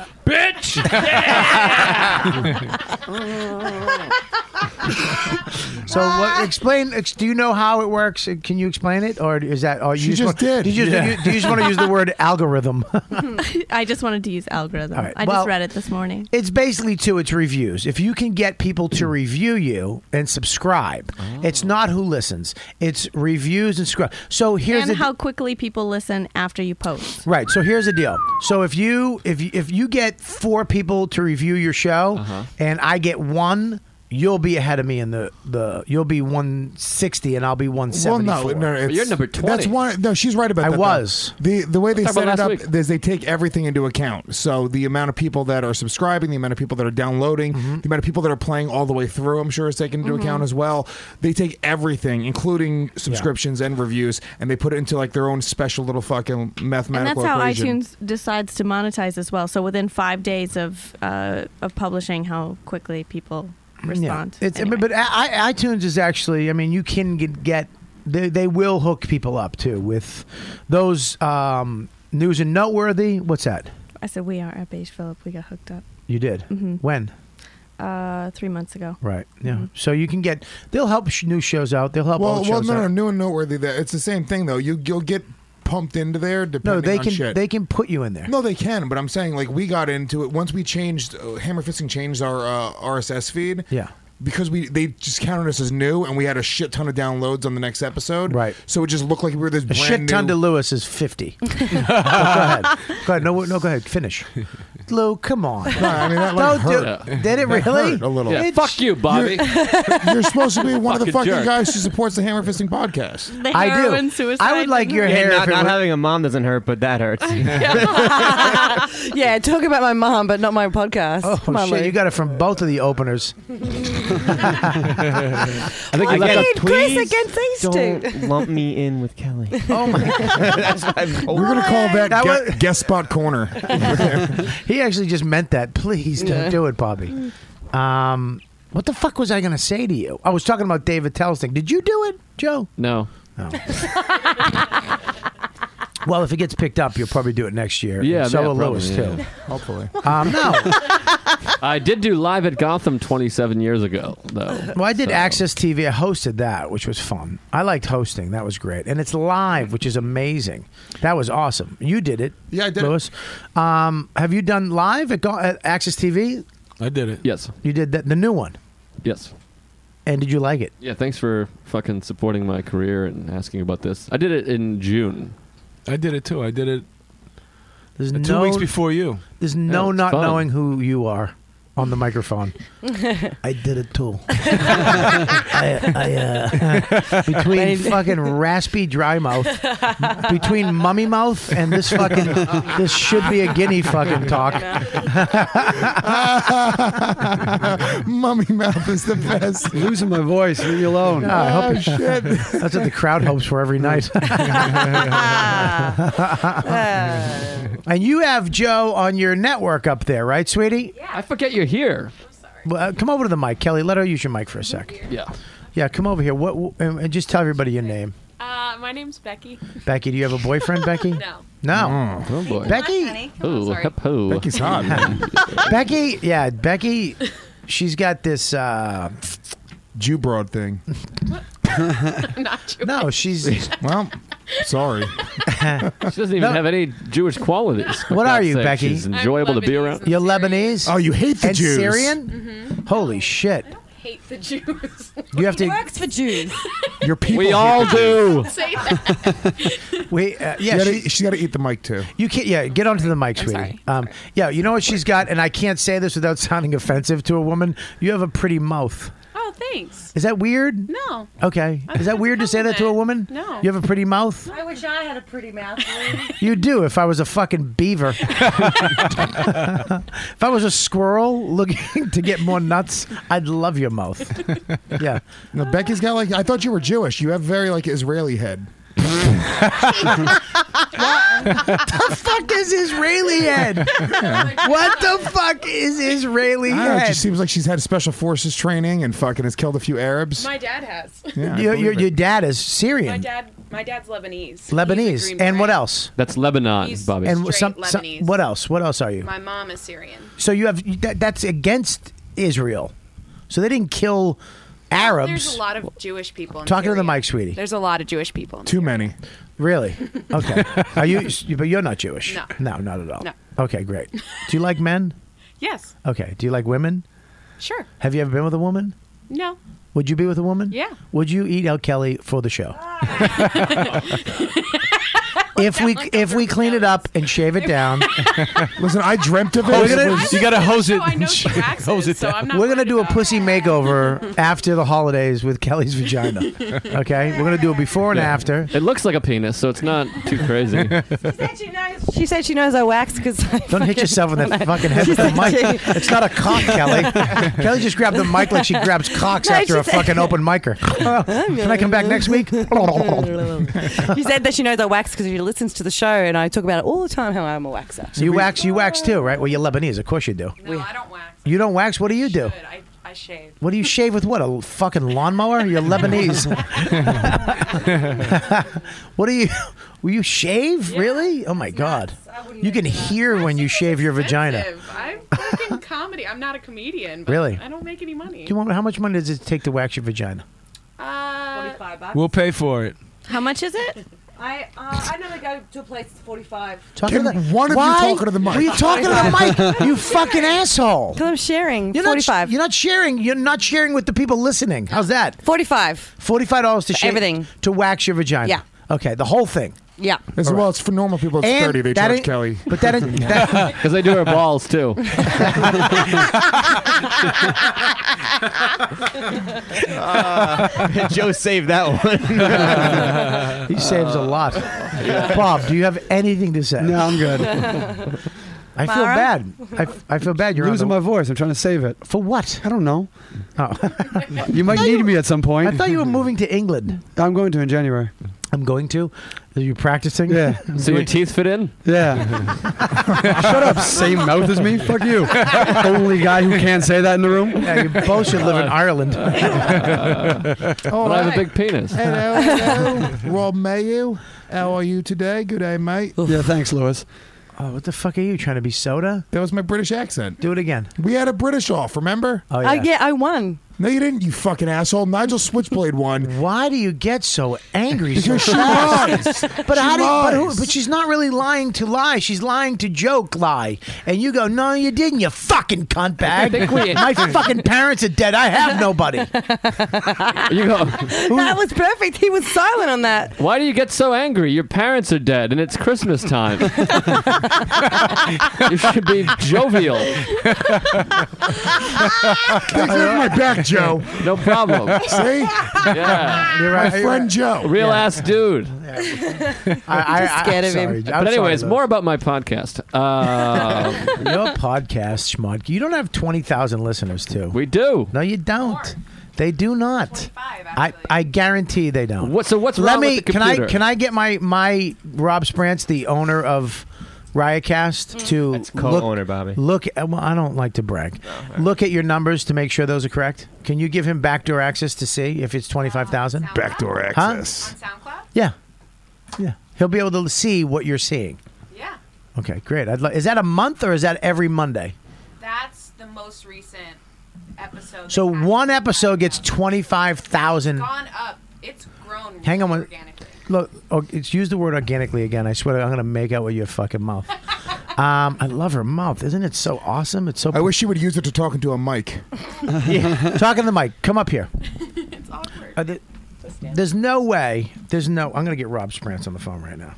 Speaker 2: So,
Speaker 10: Ah.
Speaker 2: what, explain. Ex, do you know how it works? Uh, Can you explain it, or is that? Or you
Speaker 10: She just
Speaker 2: want-
Speaker 10: did.
Speaker 2: Do you just,
Speaker 10: Yeah.
Speaker 2: you- do you just want to use the word algorithm?
Speaker 13: I just wanted to use algorithm.
Speaker 2: All right,
Speaker 13: I
Speaker 2: well-
Speaker 13: just read it this morning.
Speaker 2: It's basically to its reviews. If you can get people to review you and subscribe, it's not who listens. It's reviews and subscribe. So here's
Speaker 13: and
Speaker 2: the,
Speaker 13: how quickly people listen after you post.
Speaker 2: Right. So here's the deal. So if you if you, if you get four people to review your show,
Speaker 10: Uh-huh.
Speaker 2: and I get one. You'll be ahead of me in the, the you'll be 160 and I'll be 174.
Speaker 10: Well, no, no, it's- That's one. No, she's right about
Speaker 2: I
Speaker 10: that. though.
Speaker 2: was.
Speaker 10: the the way they
Speaker 2: Talked about
Speaker 10: set it
Speaker 2: last
Speaker 10: up
Speaker 2: week.
Speaker 10: is they take everything into account. So the amount of people that are subscribing, the amount of people that are downloading,
Speaker 2: Mm-hmm.
Speaker 10: the amount of people that are playing all the way through, I'm sure is taken into
Speaker 18: Mhm.
Speaker 10: account as well. They take everything, including subscriptions and reviews, and they put it into like their own special little fucking
Speaker 13: and that's
Speaker 10: mathematical
Speaker 13: how
Speaker 10: equation.
Speaker 13: iTunes decides to monetize as well. So within five days of uh, of publishing, how quickly people respond.
Speaker 2: Yeah. It's but I, I- iTunes is actually. I mean, you can get, get they, they will hook people up too with those um, news and noteworthy. What's that?
Speaker 13: I said we are at Beige Phillip. We got hooked up
Speaker 2: You did
Speaker 13: Mhm.
Speaker 2: when
Speaker 13: uh, three months ago.
Speaker 2: right? Yeah. So you can get. They'll help sh- new shows out. They'll help
Speaker 10: well,
Speaker 2: old
Speaker 10: well,
Speaker 2: shows
Speaker 10: no, no,
Speaker 2: out.
Speaker 10: new and noteworthy. That it's the same thing though. You you'll get pumped into there depending
Speaker 2: No, they
Speaker 10: on
Speaker 2: can
Speaker 10: shit.
Speaker 2: they can put you in there.
Speaker 10: No, they can, but I'm saying like we got into it once we changed uh, Hammer Fisting changed our uh, RSS feed.
Speaker 2: Yeah.
Speaker 10: Because we they just counted us as new, and we had a shit ton of downloads on the next episode. Right. So it just looked like we were this
Speaker 2: A
Speaker 10: brand
Speaker 2: shit ton
Speaker 10: new.
Speaker 2: to Lewis is fifty. But go ahead. Go ahead. No, no, go ahead. Finish. Lou, come on.
Speaker 10: No, I mean, that, like,
Speaker 2: Don't do-
Speaker 10: hurt.
Speaker 2: Did
Speaker 10: That
Speaker 2: it really?
Speaker 10: hurt a little.
Speaker 2: It's-
Speaker 8: Fuck you, Bobby.
Speaker 10: You're supposed to be one of the
Speaker 11: Fucking
Speaker 10: fucking
Speaker 11: jerk.
Speaker 10: guys who supports the Hammer Fisting podcast.
Speaker 13: The
Speaker 11: I do. heroin
Speaker 13: suicide.
Speaker 2: I would like your
Speaker 11: Yeah,
Speaker 2: hair.
Speaker 11: not,
Speaker 2: if it
Speaker 11: not
Speaker 2: were-
Speaker 11: having a mom doesn't hurt, but that hurts.
Speaker 9: yeah, talk about my mom, but not my podcast.
Speaker 2: Oh
Speaker 9: Come on,
Speaker 2: shit!
Speaker 9: Lou.
Speaker 2: You got it from both of the openers. I
Speaker 11: think you left out,
Speaker 9: Chris
Speaker 11: "Please
Speaker 9: against these
Speaker 11: Don't
Speaker 9: two.
Speaker 11: lump me in with Kelly.
Speaker 2: Oh my!
Speaker 10: We're gonna call that,
Speaker 2: That
Speaker 10: gue-
Speaker 2: was-
Speaker 10: guest spot corner.
Speaker 2: he actually just meant that. Please don't
Speaker 10: Yeah.
Speaker 2: do it, Bobby. Um, what the fuck was I going to say to you? I was talking about David Tell's thing. Did you do it, Joe?
Speaker 8: No.
Speaker 2: Well, if it gets picked up, you'll probably do it next year.
Speaker 8: Yeah,
Speaker 2: And so
Speaker 8: yeah,
Speaker 2: will
Speaker 8: probably,
Speaker 2: Lewis
Speaker 8: yeah.
Speaker 2: too.
Speaker 10: Hopefully.
Speaker 2: Um, no.
Speaker 8: I did do live at Gotham 27 years ago, though.
Speaker 2: Well, I did Access TV. I hosted that, which was fun. I liked hosting. That was great, and it's live, which is amazing. That was awesome. You did it. Yeah, I did. Lewis, Um, have you done live at, Go- at Access TV?
Speaker 7: I did it.
Speaker 8: Yes.
Speaker 2: You did that, the new one.
Speaker 8: Yes.
Speaker 2: And did you like it?
Speaker 8: Yeah, thanks for fucking supporting my career and asking about this. I did it in June.
Speaker 7: I did it too. I did it
Speaker 2: There's
Speaker 7: two
Speaker 2: no-
Speaker 7: weeks before you.
Speaker 2: There's no
Speaker 7: it's
Speaker 2: not
Speaker 7: fun.
Speaker 2: knowing who you are on the microphone. I did it too. I, I, uh, between fucking raspy dry mouth, between mummy mouth and this fucking, this should be a guinea fucking talk. Ah,
Speaker 10: Mummy mouth is the best.
Speaker 12: Losing my voice. Leave me alone.
Speaker 2: Yeah, I hope
Speaker 12: Oh,
Speaker 2: it-
Speaker 12: shit.
Speaker 2: That's what the crowd hopes for every night. and you have Joe on your network up there, right, sweetie?
Speaker 8: I forget you're here.
Speaker 2: Well, uh, come over to the mic, Kelly. Let her use your mic for a sec.
Speaker 8: Yeah.
Speaker 2: Yeah, come over here. What? wh- And and just tell everybody your name.
Speaker 19: Uh, my name's Becky.
Speaker 2: Becky, do you have a boyfriend, Becky?
Speaker 19: No.
Speaker 2: No.
Speaker 8: Oh, boy.
Speaker 2: Becky.
Speaker 8: Ooh, hip ho.
Speaker 2: Becky's hot. Becky, yeah, Becky, she's got this uh
Speaker 10: Jew broad thing.
Speaker 19: Not
Speaker 2: no, she's
Speaker 10: well. Sorry.
Speaker 8: She doesn't even have any Jewish qualities. for
Speaker 2: What are
Speaker 8: God's
Speaker 2: you,
Speaker 8: sake.
Speaker 2: Becky?
Speaker 8: She's enjoyable to be around.
Speaker 2: You're Lebanese?
Speaker 10: Oh, you hate the
Speaker 2: and
Speaker 10: Jews.
Speaker 2: Syrian?
Speaker 19: Mm-hmm.
Speaker 2: Holy shit.
Speaker 19: Hate the Jews.
Speaker 2: You have to- He
Speaker 19: works for Jews.
Speaker 10: Your people.
Speaker 2: We all do.
Speaker 19: Say that.
Speaker 2: We uh, yeah,
Speaker 10: You gotta-
Speaker 2: she-
Speaker 10: she's got to eat the mic too.
Speaker 2: You can't. Yeah, get onto the mic, sweetie. Um, yeah, you know what she's got, and I can't say this without sounding offensive to a woman. You have a pretty mouth.
Speaker 19: Oh, Thanks.
Speaker 2: Is that weird?
Speaker 19: No.
Speaker 2: Okay.
Speaker 19: I
Speaker 2: Is that
Speaker 19: think
Speaker 2: weird to
Speaker 19: it's a
Speaker 2: say that to a woman?
Speaker 19: compliment. No.
Speaker 2: You have a pretty mouth?
Speaker 9: I wish I had a pretty mouth.
Speaker 2: You do if I was a fucking beaver. if I was a squirrel looking to get more nuts, I'd love your mouth. Yeah.
Speaker 10: No, Becky's got like I thought you were Jewish. You have very like Israeli head.
Speaker 2: the fuck is Israeli head? what the fuck is Israeli
Speaker 10: I don't know, it
Speaker 2: head?
Speaker 10: just seems like she's had special forces training and fucking has killed a few Arabs.
Speaker 19: My dad has.
Speaker 10: Yeah, I
Speaker 2: your, your,
Speaker 10: believe it.
Speaker 2: your dad is
Speaker 19: My
Speaker 2: Syrian,
Speaker 19: dad. My dad's Lebanese. He's a
Speaker 2: Lebanese,
Speaker 19: Green
Speaker 2: and what
Speaker 19: Beret.
Speaker 2: else?
Speaker 8: That's Lebanon,
Speaker 19: He's
Speaker 8: Bobby.
Speaker 2: And
Speaker 19: straight
Speaker 2: some, some-
Speaker 19: Lebanese.
Speaker 2: what else? What else are you?
Speaker 19: My mom is Syrian.
Speaker 2: So you have that, that's against Israel. So they didn't kill Arabs.
Speaker 19: There's a lot of Jewish people. In
Speaker 2: Talking to the
Speaker 19: Syria.
Speaker 2: mic, sweetie.
Speaker 19: There's a lot of Jewish people. in
Speaker 10: Too many.
Speaker 2: Really? Okay. Are you? But you're not Jewish.
Speaker 19: No.
Speaker 2: No, not at all.
Speaker 19: No.
Speaker 2: Okay, great. Do you like men?
Speaker 19: Yes.
Speaker 2: Okay. Do you like women?
Speaker 19: Sure.
Speaker 2: Have you ever been with a woman?
Speaker 19: No.
Speaker 2: Would you be with a woman?
Speaker 19: Yeah.
Speaker 2: Would you eat L. Kelly for the show? if we if we clean it up and shave it down.
Speaker 10: Listen, I dreamt of it.
Speaker 2: We're gonna-
Speaker 10: It was- You gotta hose it. I know
Speaker 2: Shit,
Speaker 10: some accents,
Speaker 2: hose it
Speaker 10: so
Speaker 2: down.
Speaker 10: I'm not
Speaker 2: We're gonna do a pussy makeover after the holidays with Kelly's vagina. Okay, we're gonna do a before and
Speaker 8: Yeah.
Speaker 2: after.
Speaker 8: It looks like a penis, so it's not too crazy.
Speaker 9: she said she knows I waxed because
Speaker 2: Don't hit yourself in the fucking head with the mic. It's not a cock, Kelly. Kelly just grabbed the mic like she grabs cocks
Speaker 9: No,
Speaker 2: after a
Speaker 9: she's-
Speaker 2: fucking open micer. Can I come back next week?
Speaker 9: she said that she knows I wax because she listens to the show, and I talk about it all the time how I'm a waxer.
Speaker 2: So you wax, you wax too, right? Well, you're Lebanese, of course you do.
Speaker 19: No, I don't wax.
Speaker 2: You don't wax. What do you do?
Speaker 19: I, I shave.
Speaker 2: What do you shave with? What a fucking lawnmower? You're Lebanese. what do you? Will you shave? Really? Oh my god! You can hear when you shave your vagina.
Speaker 19: I'm fucking comedy. I'm not a comedian. But
Speaker 2: Really?
Speaker 19: I don't make any money.
Speaker 2: Do you want? How much money does it take to wax your vagina?
Speaker 19: Uh,
Speaker 9: Twenty-five bucks.
Speaker 7: We'll pay for it.
Speaker 9: How much is it? I uh, I never go to a place that's forty-five.
Speaker 2: Talk
Speaker 10: Can
Speaker 2: to the,
Speaker 10: one of you
Speaker 2: why
Speaker 10: talking to the mic?
Speaker 2: Are you talking to the mic? You fucking asshole!
Speaker 9: Because I'm sharing.
Speaker 2: You're Not,
Speaker 9: 45.
Speaker 2: you're not sharing. You're not sharing with the people listening. How's that?
Speaker 9: Forty-five.
Speaker 2: Forty-five dollars to
Speaker 9: For
Speaker 2: shave
Speaker 9: everything.
Speaker 2: to wax your vagina.
Speaker 9: Yeah.
Speaker 2: Okay, the whole thing.
Speaker 9: Yeah.
Speaker 10: As well, it's for normal people. It's
Speaker 2: And
Speaker 10: thirty. They
Speaker 2: that
Speaker 10: charge
Speaker 2: ain't-
Speaker 10: Kelly.
Speaker 2: But that ain't- that-
Speaker 8: Because they do her balls too.
Speaker 11: Uh, Joe saved that one.
Speaker 2: he saves a lot. Bob, do you have anything to say? No,
Speaker 12: I'm good.
Speaker 2: I feel
Speaker 12: Mara?
Speaker 2: bad. I, I feel bad. You're on
Speaker 12: losing
Speaker 2: the-
Speaker 12: my voice. I'm trying to save it.
Speaker 2: For what?
Speaker 12: I don't know.
Speaker 2: Oh.
Speaker 12: You might need me at some point.
Speaker 2: I thought you were moving to England.
Speaker 12: I'm going to in January.
Speaker 2: I'm going to. Are you practicing?
Speaker 12: Yeah.
Speaker 8: So your teeth fit in?
Speaker 12: Yeah. Shut up. Same mouth as me. Fuck you. Only guy who can't say that in the room.
Speaker 2: Yeah, you both should live in Ireland.
Speaker 10: All
Speaker 8: but I have
Speaker 10: Oh, right.
Speaker 8: a big penis.
Speaker 10: Hello, hello. Rob Mayu. How are you today? Good day, mate.
Speaker 12: Yeah, thanks, Lewis.
Speaker 2: Oh, what the fuck are you trying to be soda?
Speaker 10: That was my British accent.
Speaker 2: Do it again.
Speaker 10: We had a British off, remember?
Speaker 2: Oh
Speaker 9: Uh, yeah, I won.
Speaker 10: No, you didn't, you fucking asshole. Nigel Switchblade won.
Speaker 2: Why do you get so angry? so
Speaker 10: Because she lies.
Speaker 2: fast? But
Speaker 10: She
Speaker 2: how do you, but, who,
Speaker 10: lies.
Speaker 2: but she's not really lying to lie. She's lying to joke lie. And you go, no, you didn't. You fucking cunt bag.
Speaker 8: think we-
Speaker 2: My fucking parents are dead. I have nobody.
Speaker 8: You go.
Speaker 9: That was perfect. He was silent on that.
Speaker 8: Why do you get so angry? Your parents are dead, and it's Christmas time. you should be jovial.
Speaker 10: Thanks for my back, Joe.
Speaker 8: No problem.
Speaker 10: See?
Speaker 8: Yeah.
Speaker 2: You're
Speaker 10: My friend Joe.
Speaker 8: Real ass dude.
Speaker 2: I,
Speaker 9: Just scared of him.
Speaker 8: but anyways, more about my podcast. Uh,
Speaker 2: Your podcast, Schmuck. You don't have 20,000 listeners, too.
Speaker 8: we do.
Speaker 2: No, you don't. They do not. I, I guarantee they don't.
Speaker 8: What- so what's
Speaker 2: Let
Speaker 8: wrong with
Speaker 2: me
Speaker 8: the
Speaker 2: can I
Speaker 8: computer?
Speaker 2: can I get my my Rob Sprance, the owner of Riotcast, to
Speaker 11: co-owner,
Speaker 2: look,
Speaker 11: Bobby.
Speaker 2: Look, at, well, I don't like to brag. Look at your numbers to make sure those are correct. Can you give him backdoor access to see if it's twenty five thousand?
Speaker 10: Backdoor access.
Speaker 2: Yeah, yeah. He'll be able to see what you're seeing.
Speaker 19: Yeah.
Speaker 2: Okay, great. I'd li- is that a month or is that every Monday?
Speaker 19: That's the most recent episode.
Speaker 2: So one episode gets twenty five thousand
Speaker 19: gone up. It's grown.
Speaker 2: Hang on one.
Speaker 19: Organically.
Speaker 2: Look, oh, it's use the word organically again. I swear, to God, I'm going to make out with your fucking mouth. um, I love her mouth. Isn't it so awesome? It's so.
Speaker 10: I wish you would use it to talking to a mic.
Speaker 2: Talking to the mic. Come up here.
Speaker 19: It's awkward.
Speaker 2: Uh, th- there's no way. There's no. I'm going to get Rob Sprance on the phone right now.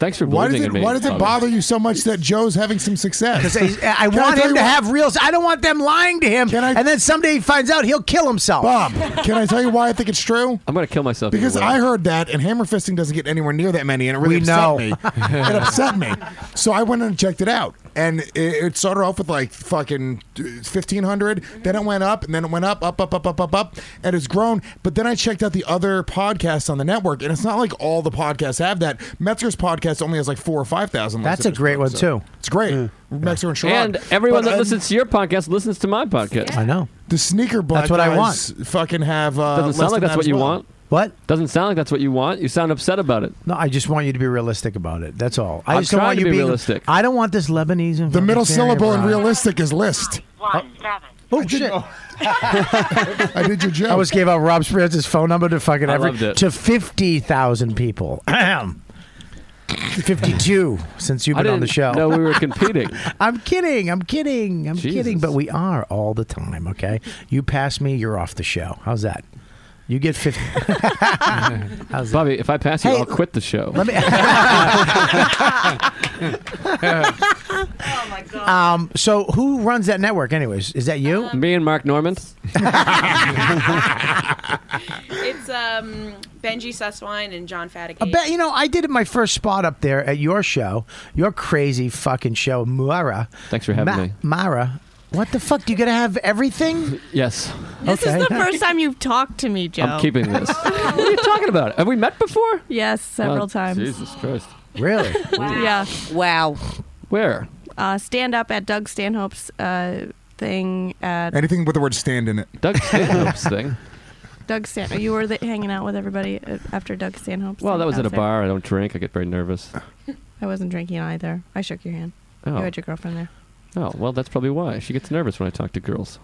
Speaker 8: Thanks for
Speaker 10: Why does
Speaker 8: believing
Speaker 10: it
Speaker 8: in me.
Speaker 10: Why does it
Speaker 8: Bobby.
Speaker 10: bother you so much that Joe's having some success?
Speaker 2: Because I, I
Speaker 10: Can
Speaker 2: want
Speaker 10: tell
Speaker 2: him
Speaker 10: you
Speaker 2: to
Speaker 10: what?
Speaker 2: have real. I don't want them lying to him. and then someday he finds out, he'll kill himself.
Speaker 10: Bob, can I tell you why I think it's true?
Speaker 8: I'm gonna kill myself
Speaker 10: Because
Speaker 8: either way.
Speaker 10: I heard that, and hammer fisting doesn't get anywhere near that many, and it really
Speaker 8: We
Speaker 10: upset
Speaker 8: know.
Speaker 10: me. it upset me. So I went and checked it out, and it, it started off with like fucking fifteen hundred. Then it went up, and then it went up, up, up, up, up, up, up, and it's grown. But then I checked out the other podcasts on the network, and it's not like all the podcasts have that. Metzger's podcast only has like four or five thousand.
Speaker 2: That's a great one, too.
Speaker 10: It's great. Metzger and Sherrod.
Speaker 8: And everyone
Speaker 10: But,
Speaker 8: that
Speaker 10: um,
Speaker 8: listens to your podcast listens to my podcast.
Speaker 2: I know.
Speaker 10: the sneaker black
Speaker 8: That's what I
Speaker 10: guys Fucking have. Uh,
Speaker 8: Doesn't sound
Speaker 10: less
Speaker 8: like
Speaker 10: than
Speaker 8: that's
Speaker 10: that
Speaker 8: what
Speaker 10: as
Speaker 8: you
Speaker 10: well.
Speaker 8: want.
Speaker 2: What?
Speaker 8: Doesn't sound like that's what you want. You sound upset about it.
Speaker 2: No, I just want you to be realistic about it. That's all. I
Speaker 8: I'm
Speaker 2: just don't
Speaker 8: trying
Speaker 2: want
Speaker 8: to
Speaker 2: you
Speaker 8: be
Speaker 2: being
Speaker 8: realistic.
Speaker 2: I don't want this Lebanese. and
Speaker 10: The middle
Speaker 2: fucking Syrian
Speaker 10: syllable in
Speaker 2: broad.
Speaker 10: realistic is list.
Speaker 2: Oh shit!
Speaker 10: I did your job.
Speaker 2: I almost gave out Rob Spirit's phone number to fucking
Speaker 10: I
Speaker 2: every
Speaker 10: loved it.
Speaker 2: to fifty thousand people. Fifty-two since you've
Speaker 8: I
Speaker 2: been on the show.
Speaker 8: didn't know we were competing.
Speaker 2: I'm kidding. I'm kidding. I'm kidding.
Speaker 8: Jesus.
Speaker 2: But we are all the time. Okay, you pass me, you're off the show. How's that? You get fifty.
Speaker 8: Bobby, if I pass you, I'll quit the show.
Speaker 2: Let me.
Speaker 13: Oh,
Speaker 2: Um, so who runs that network, anyways? Is that you?
Speaker 13: Um,
Speaker 8: Me and Mark Norman.
Speaker 19: It's um, Benji Susswine and John Fatigue.
Speaker 2: I bet you know I did my first spot up there at your show, your crazy fucking show, Mara.
Speaker 8: Thanks for having me.
Speaker 2: Mara. What the fuck? Do you gotta have everything?
Speaker 8: Yes.
Speaker 13: This
Speaker 2: Okay.
Speaker 13: is the first time you've talked to me, Joe.
Speaker 8: I'm keeping this. what are you talking about? Have we met before?
Speaker 13: Yes, several
Speaker 8: Oh,
Speaker 13: times.
Speaker 8: Jesus Christ.
Speaker 2: Really?
Speaker 13: Yeah. Wow.
Speaker 8: Where?
Speaker 13: Uh, stand up at Doug Stanhope's uh, thing at
Speaker 10: Anything with the word stand in it.
Speaker 8: Doug Stanhope's thing.
Speaker 13: Doug Stanhope. You were the, hanging out with everybody uh, after Doug Stanhope's.
Speaker 8: Well,
Speaker 13: thing
Speaker 8: that was at a
Speaker 13: downstairs.
Speaker 8: bar. I don't drink. I get very nervous.
Speaker 13: I wasn't drinking either. I shook your hand.
Speaker 8: Oh.
Speaker 13: You had your girlfriend there.
Speaker 8: Oh, well, that's probably why. She gets nervous when I talk to girls.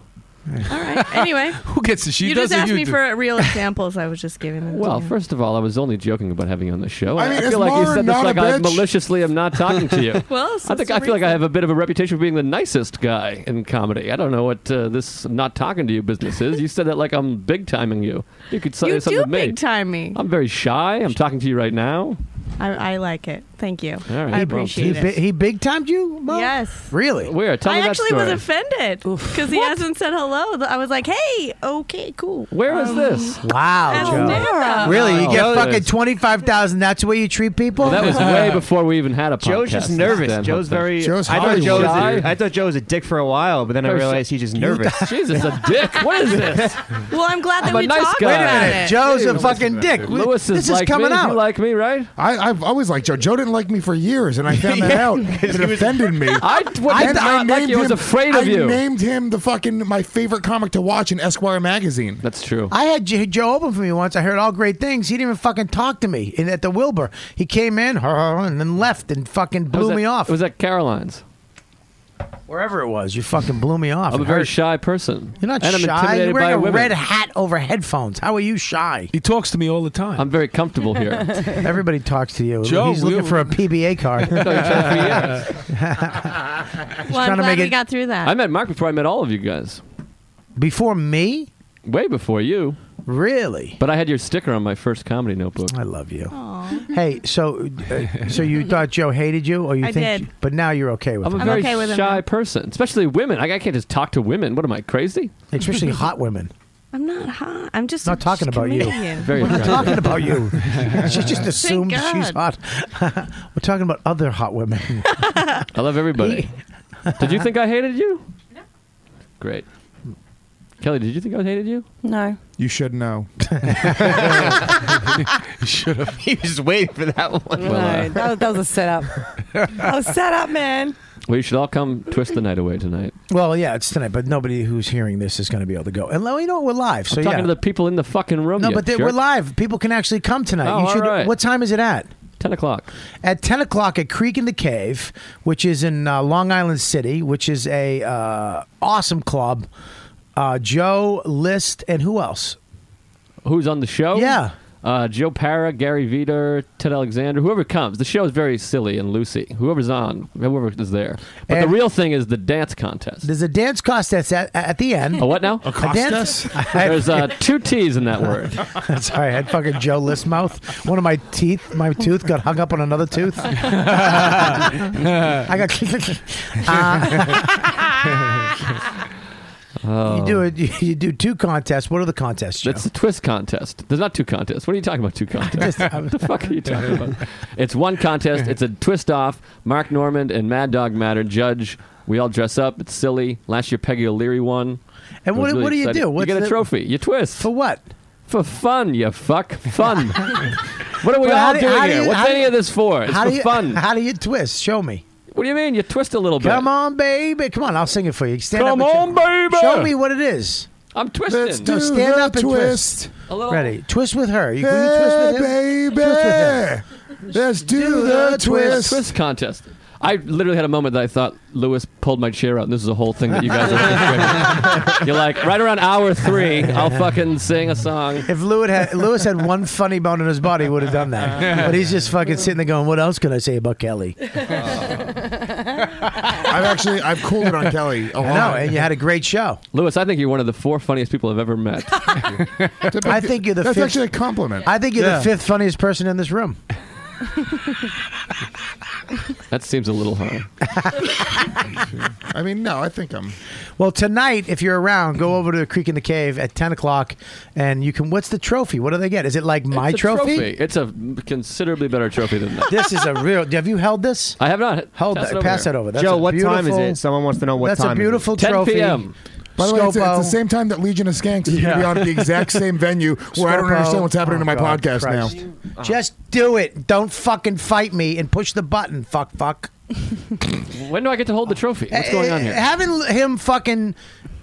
Speaker 13: All right. Anyway,
Speaker 7: Who gets it? She
Speaker 13: you
Speaker 7: does
Speaker 13: just
Speaker 7: it,
Speaker 13: asked
Speaker 7: you
Speaker 13: me
Speaker 7: do.
Speaker 13: for real examples. I was just giving them.
Speaker 8: Well,
Speaker 13: to you.
Speaker 8: first of all, I was only joking about having you on the show.
Speaker 13: I
Speaker 8: and
Speaker 13: mean,
Speaker 8: I
Speaker 13: is
Speaker 8: feel like you
Speaker 13: Lauren
Speaker 8: said this
Speaker 13: not a
Speaker 8: like I
Speaker 13: bitch?
Speaker 8: maliciously am not talking to you.
Speaker 13: Well,
Speaker 8: I
Speaker 13: since
Speaker 8: think
Speaker 13: the
Speaker 8: I feel like I
Speaker 13: reason-
Speaker 8: have a bit of a reputation for being the nicest guy in comedy. I don't know what uh, this not talking to you business is. You said that like I'm big timing you. You could say
Speaker 13: you
Speaker 8: something
Speaker 13: do
Speaker 8: to me.
Speaker 13: big time me.
Speaker 8: I'm very shy. I'm talking to you right now.
Speaker 13: I, I like it. Thank you.
Speaker 8: All right,
Speaker 13: I
Speaker 8: well,
Speaker 13: appreciate
Speaker 8: he
Speaker 13: it.
Speaker 8: bi-
Speaker 2: he big timed you?
Speaker 13: Yes.
Speaker 2: Really?
Speaker 8: Where? Tell
Speaker 13: I
Speaker 8: me that
Speaker 13: actually
Speaker 8: story.
Speaker 13: was offended because he hasn't said hello. Th- I was like, "Hey, okay, cool."
Speaker 8: Where is this?
Speaker 2: Wow,
Speaker 13: That's
Speaker 2: Joe.
Speaker 13: Mara.
Speaker 2: Really? You
Speaker 8: Oh,
Speaker 2: get
Speaker 8: that
Speaker 2: fucking
Speaker 8: is-
Speaker 2: twenty five thousand. That's the way you treat people?
Speaker 8: Well, that was way before we even had a podcast.
Speaker 11: Joe's just nervous.
Speaker 8: Stand-up
Speaker 11: Joe's
Speaker 8: thing.
Speaker 11: very. I thought Joe, was a, I thought Joe was a dick for a while, but then I
Speaker 8: Very
Speaker 11: realized he's just nervous.
Speaker 8: Jesus, a dick. What is this?
Speaker 13: Well, I'm glad that
Speaker 8: I'm a
Speaker 13: we
Speaker 8: nice
Speaker 13: talked
Speaker 8: guy. Wait a
Speaker 13: about
Speaker 8: minute,
Speaker 13: it.
Speaker 2: Joe's a
Speaker 10: Dude,
Speaker 2: fucking dick. We-
Speaker 8: Lewis is
Speaker 2: this
Speaker 8: like
Speaker 2: is coming
Speaker 8: me.
Speaker 2: out.
Speaker 8: You like me, right?
Speaker 10: I, I've always liked Joe. Joe didn't like me for years, and I found that
Speaker 2: Yeah,
Speaker 10: out. and It offended me.
Speaker 8: I d- what did
Speaker 10: And
Speaker 8: not like
Speaker 10: named
Speaker 8: you? I was
Speaker 10: him-
Speaker 8: afraid of you.
Speaker 10: I named him the fucking my favorite comic to watch in Esquire magazine.
Speaker 8: That's true.
Speaker 2: I had J- Joe open for me once. I heard all great things. He didn't even fucking talk to me in, at the Wilbur. He came in and then left and fucking
Speaker 8: It was
Speaker 2: blew
Speaker 8: at-
Speaker 2: me off.
Speaker 8: It was at Caroline's.
Speaker 2: Wherever it was, you fucking blew me off.
Speaker 8: I'm a
Speaker 2: It
Speaker 8: very
Speaker 2: hurt.
Speaker 8: shy person.
Speaker 2: You're not
Speaker 8: and I'm
Speaker 2: shy.
Speaker 8: intimidated
Speaker 2: You're
Speaker 8: by
Speaker 2: wearing a
Speaker 8: women.
Speaker 2: red hat over headphones. How are you shy?
Speaker 7: He talks to me all the time.
Speaker 8: I'm very comfortable here.
Speaker 2: Everybody talks to you.
Speaker 7: Joe,
Speaker 2: He's looking
Speaker 7: we-
Speaker 2: for a PBA card.
Speaker 13: Well,
Speaker 2: trying
Speaker 13: I'm
Speaker 2: to
Speaker 13: glad
Speaker 2: make
Speaker 13: we
Speaker 2: it-
Speaker 13: got through that.
Speaker 8: I met Mark before I met all of you guys.
Speaker 2: Before me?
Speaker 8: Way before you.
Speaker 2: Really?
Speaker 8: But I had your sticker on my first comedy notebook.
Speaker 2: I love you. hey, so uh, so you thought Joe hated you, or you
Speaker 13: I
Speaker 2: think?
Speaker 13: did.
Speaker 2: But now you're okay with
Speaker 8: I'm
Speaker 2: him,
Speaker 8: a very
Speaker 13: okay with him
Speaker 8: shy
Speaker 13: now.
Speaker 8: person, especially women. I, I can't just talk to women. What am I crazy?
Speaker 2: especially hot women.
Speaker 13: I'm not hot. I'm just
Speaker 2: Not talking about you.
Speaker 8: Very
Speaker 2: We're not
Speaker 8: attractive.
Speaker 2: talking about you. she just assumed
Speaker 13: Thank
Speaker 2: she's hot. We're talking about other hot women.
Speaker 8: I love everybody. did you think I hated you? No. Great. Kelly, did you think I hated you?
Speaker 13: No.
Speaker 10: You should know.
Speaker 7: should have.
Speaker 11: He was waiting for that one.
Speaker 8: Well, uh,
Speaker 9: Alright, that, was, that was a setup. that was set up, man.
Speaker 8: well, you should all come twist the night away tonight.
Speaker 2: well, yeah, it's tonight, but nobody who's hearing this is going to be able to go. And well, you know what? We're live, so
Speaker 8: I'm talking to
Speaker 2: yeah.
Speaker 8: the people in the fucking room.
Speaker 2: no,
Speaker 8: you
Speaker 2: but they,
Speaker 8: jerk.
Speaker 2: we're live. People can actually come tonight.
Speaker 8: Oh,
Speaker 2: you should.
Speaker 8: all right.
Speaker 2: What time is it at?
Speaker 8: Ten o'clock.
Speaker 2: At ten o'clock at Creek in the Cave, which is in uh, Long Island City, which is a uh, awesome club. Uh, Joe List and who else?
Speaker 8: Who's on the show?
Speaker 2: Yeah.
Speaker 8: Uh, Joe Para, Gary Veter, Ted Alexander, whoever comes. The show is very silly and loosey. Whoever's on, whoever is there. But the
Speaker 2: And-
Speaker 8: real thing is the dance contest.
Speaker 2: There's a dance contest at, at the end.
Speaker 8: A what now? A
Speaker 2: dance-
Speaker 8: contest? There's uh, two T's in that word.
Speaker 2: Sorry, I had fucking Joe Listmouth. One of my teeth, my tooth got hung up on another tooth. I got. Uh, you do it. You, you do two contests. What are the contests? Joe?
Speaker 8: It's the twist contest. There's not two contests. What are you talking about? Two contests? what the fuck are you talking about? It's one contest. It's a twist off. Mark Norman and Mad Dog Matter judge. We all dress up. It's silly. Last year Peggy O'Leary won. It
Speaker 2: And
Speaker 8: was
Speaker 2: what,
Speaker 8: really
Speaker 2: what do you
Speaker 8: exciting.
Speaker 2: do?
Speaker 8: you get a
Speaker 2: the-
Speaker 8: trophy. You twist. For
Speaker 2: what?
Speaker 8: For fun. You fuck fun. what are we
Speaker 2: But how
Speaker 8: all
Speaker 2: do-
Speaker 8: doing
Speaker 2: how do
Speaker 8: here?
Speaker 2: you- how
Speaker 8: What's
Speaker 2: do
Speaker 8: any
Speaker 2: you-
Speaker 8: of this for? It's
Speaker 2: how
Speaker 8: for
Speaker 2: do you,
Speaker 8: fun.
Speaker 2: How do you twist? Show me.
Speaker 8: What do you mean? You twist a little bit.
Speaker 2: Come on, baby. Come on. I'll sing it for you. Stand
Speaker 8: Come
Speaker 2: up
Speaker 8: on,
Speaker 2: and show-
Speaker 8: baby.
Speaker 2: Show me what it is.
Speaker 8: I'm twisting.
Speaker 2: Let's do No, stand the up and twist. twist.
Speaker 8: A little.
Speaker 2: Ready? Twist with her. You, will you twist with him? Twist with him.
Speaker 10: Let's do
Speaker 2: the twist.
Speaker 8: Twist contest. I literally had a moment that I thought Lewis pulled my chair out, and this is a whole thing that you guys are doing. You're like, right around hour three, I'll fucking sing a song.
Speaker 2: If Lewis had, Lewis had one funny bone in his body, he would have done that. But he's just fucking sitting there going, "What else can I say about Kelly?"
Speaker 10: I've actually I've cooled it on Kelly a
Speaker 2: I
Speaker 10: lot.
Speaker 2: know, and you had a great show.
Speaker 8: Lewis, I think you're one of the four funniest people I've ever met.
Speaker 2: I think you're the
Speaker 10: That's
Speaker 2: fifth,
Speaker 10: actually a compliment.
Speaker 2: I think you're
Speaker 8: Yeah.
Speaker 2: the fifth funniest person in this room.
Speaker 8: That seems a little high.
Speaker 10: I mean, no, I think I'm.
Speaker 2: Well, tonight, if you're around, go over to the Creek in the Cave at ten o'clock, and you can. What's the trophy? What do they get? Is it like my
Speaker 8: It's a
Speaker 2: trophy?
Speaker 8: It's a considerably better trophy than that.
Speaker 2: This is a real. Have you held this?
Speaker 8: I have not.
Speaker 2: Hold
Speaker 8: Pass
Speaker 2: that.
Speaker 8: it over
Speaker 2: pass
Speaker 8: here.
Speaker 2: that over. That's
Speaker 8: Joe,
Speaker 2: a
Speaker 8: what time is
Speaker 2: beautiful-
Speaker 8: it? Someone wants to know what
Speaker 2: that's
Speaker 8: time
Speaker 2: a
Speaker 8: is it.
Speaker 2: beautiful
Speaker 8: 10
Speaker 2: trophy.
Speaker 8: p.m..
Speaker 10: By the way, it's, it's
Speaker 2: Scopo.
Speaker 10: the same time that Legion of Skanks is going to be
Speaker 2: Yeah.
Speaker 10: on at the exact same venue where I don't
Speaker 2: Scorpio.
Speaker 10: understand what's happening
Speaker 2: Oh,
Speaker 10: to my
Speaker 2: God,
Speaker 10: podcast
Speaker 2: Christ.
Speaker 10: now. Uh-huh.
Speaker 2: Uh-huh. Just do it. Don't fucking fight me and push the button. Fuck, fuck.
Speaker 8: When do I get to hold the trophy? What's going on here?
Speaker 2: Uh, Having him fucking.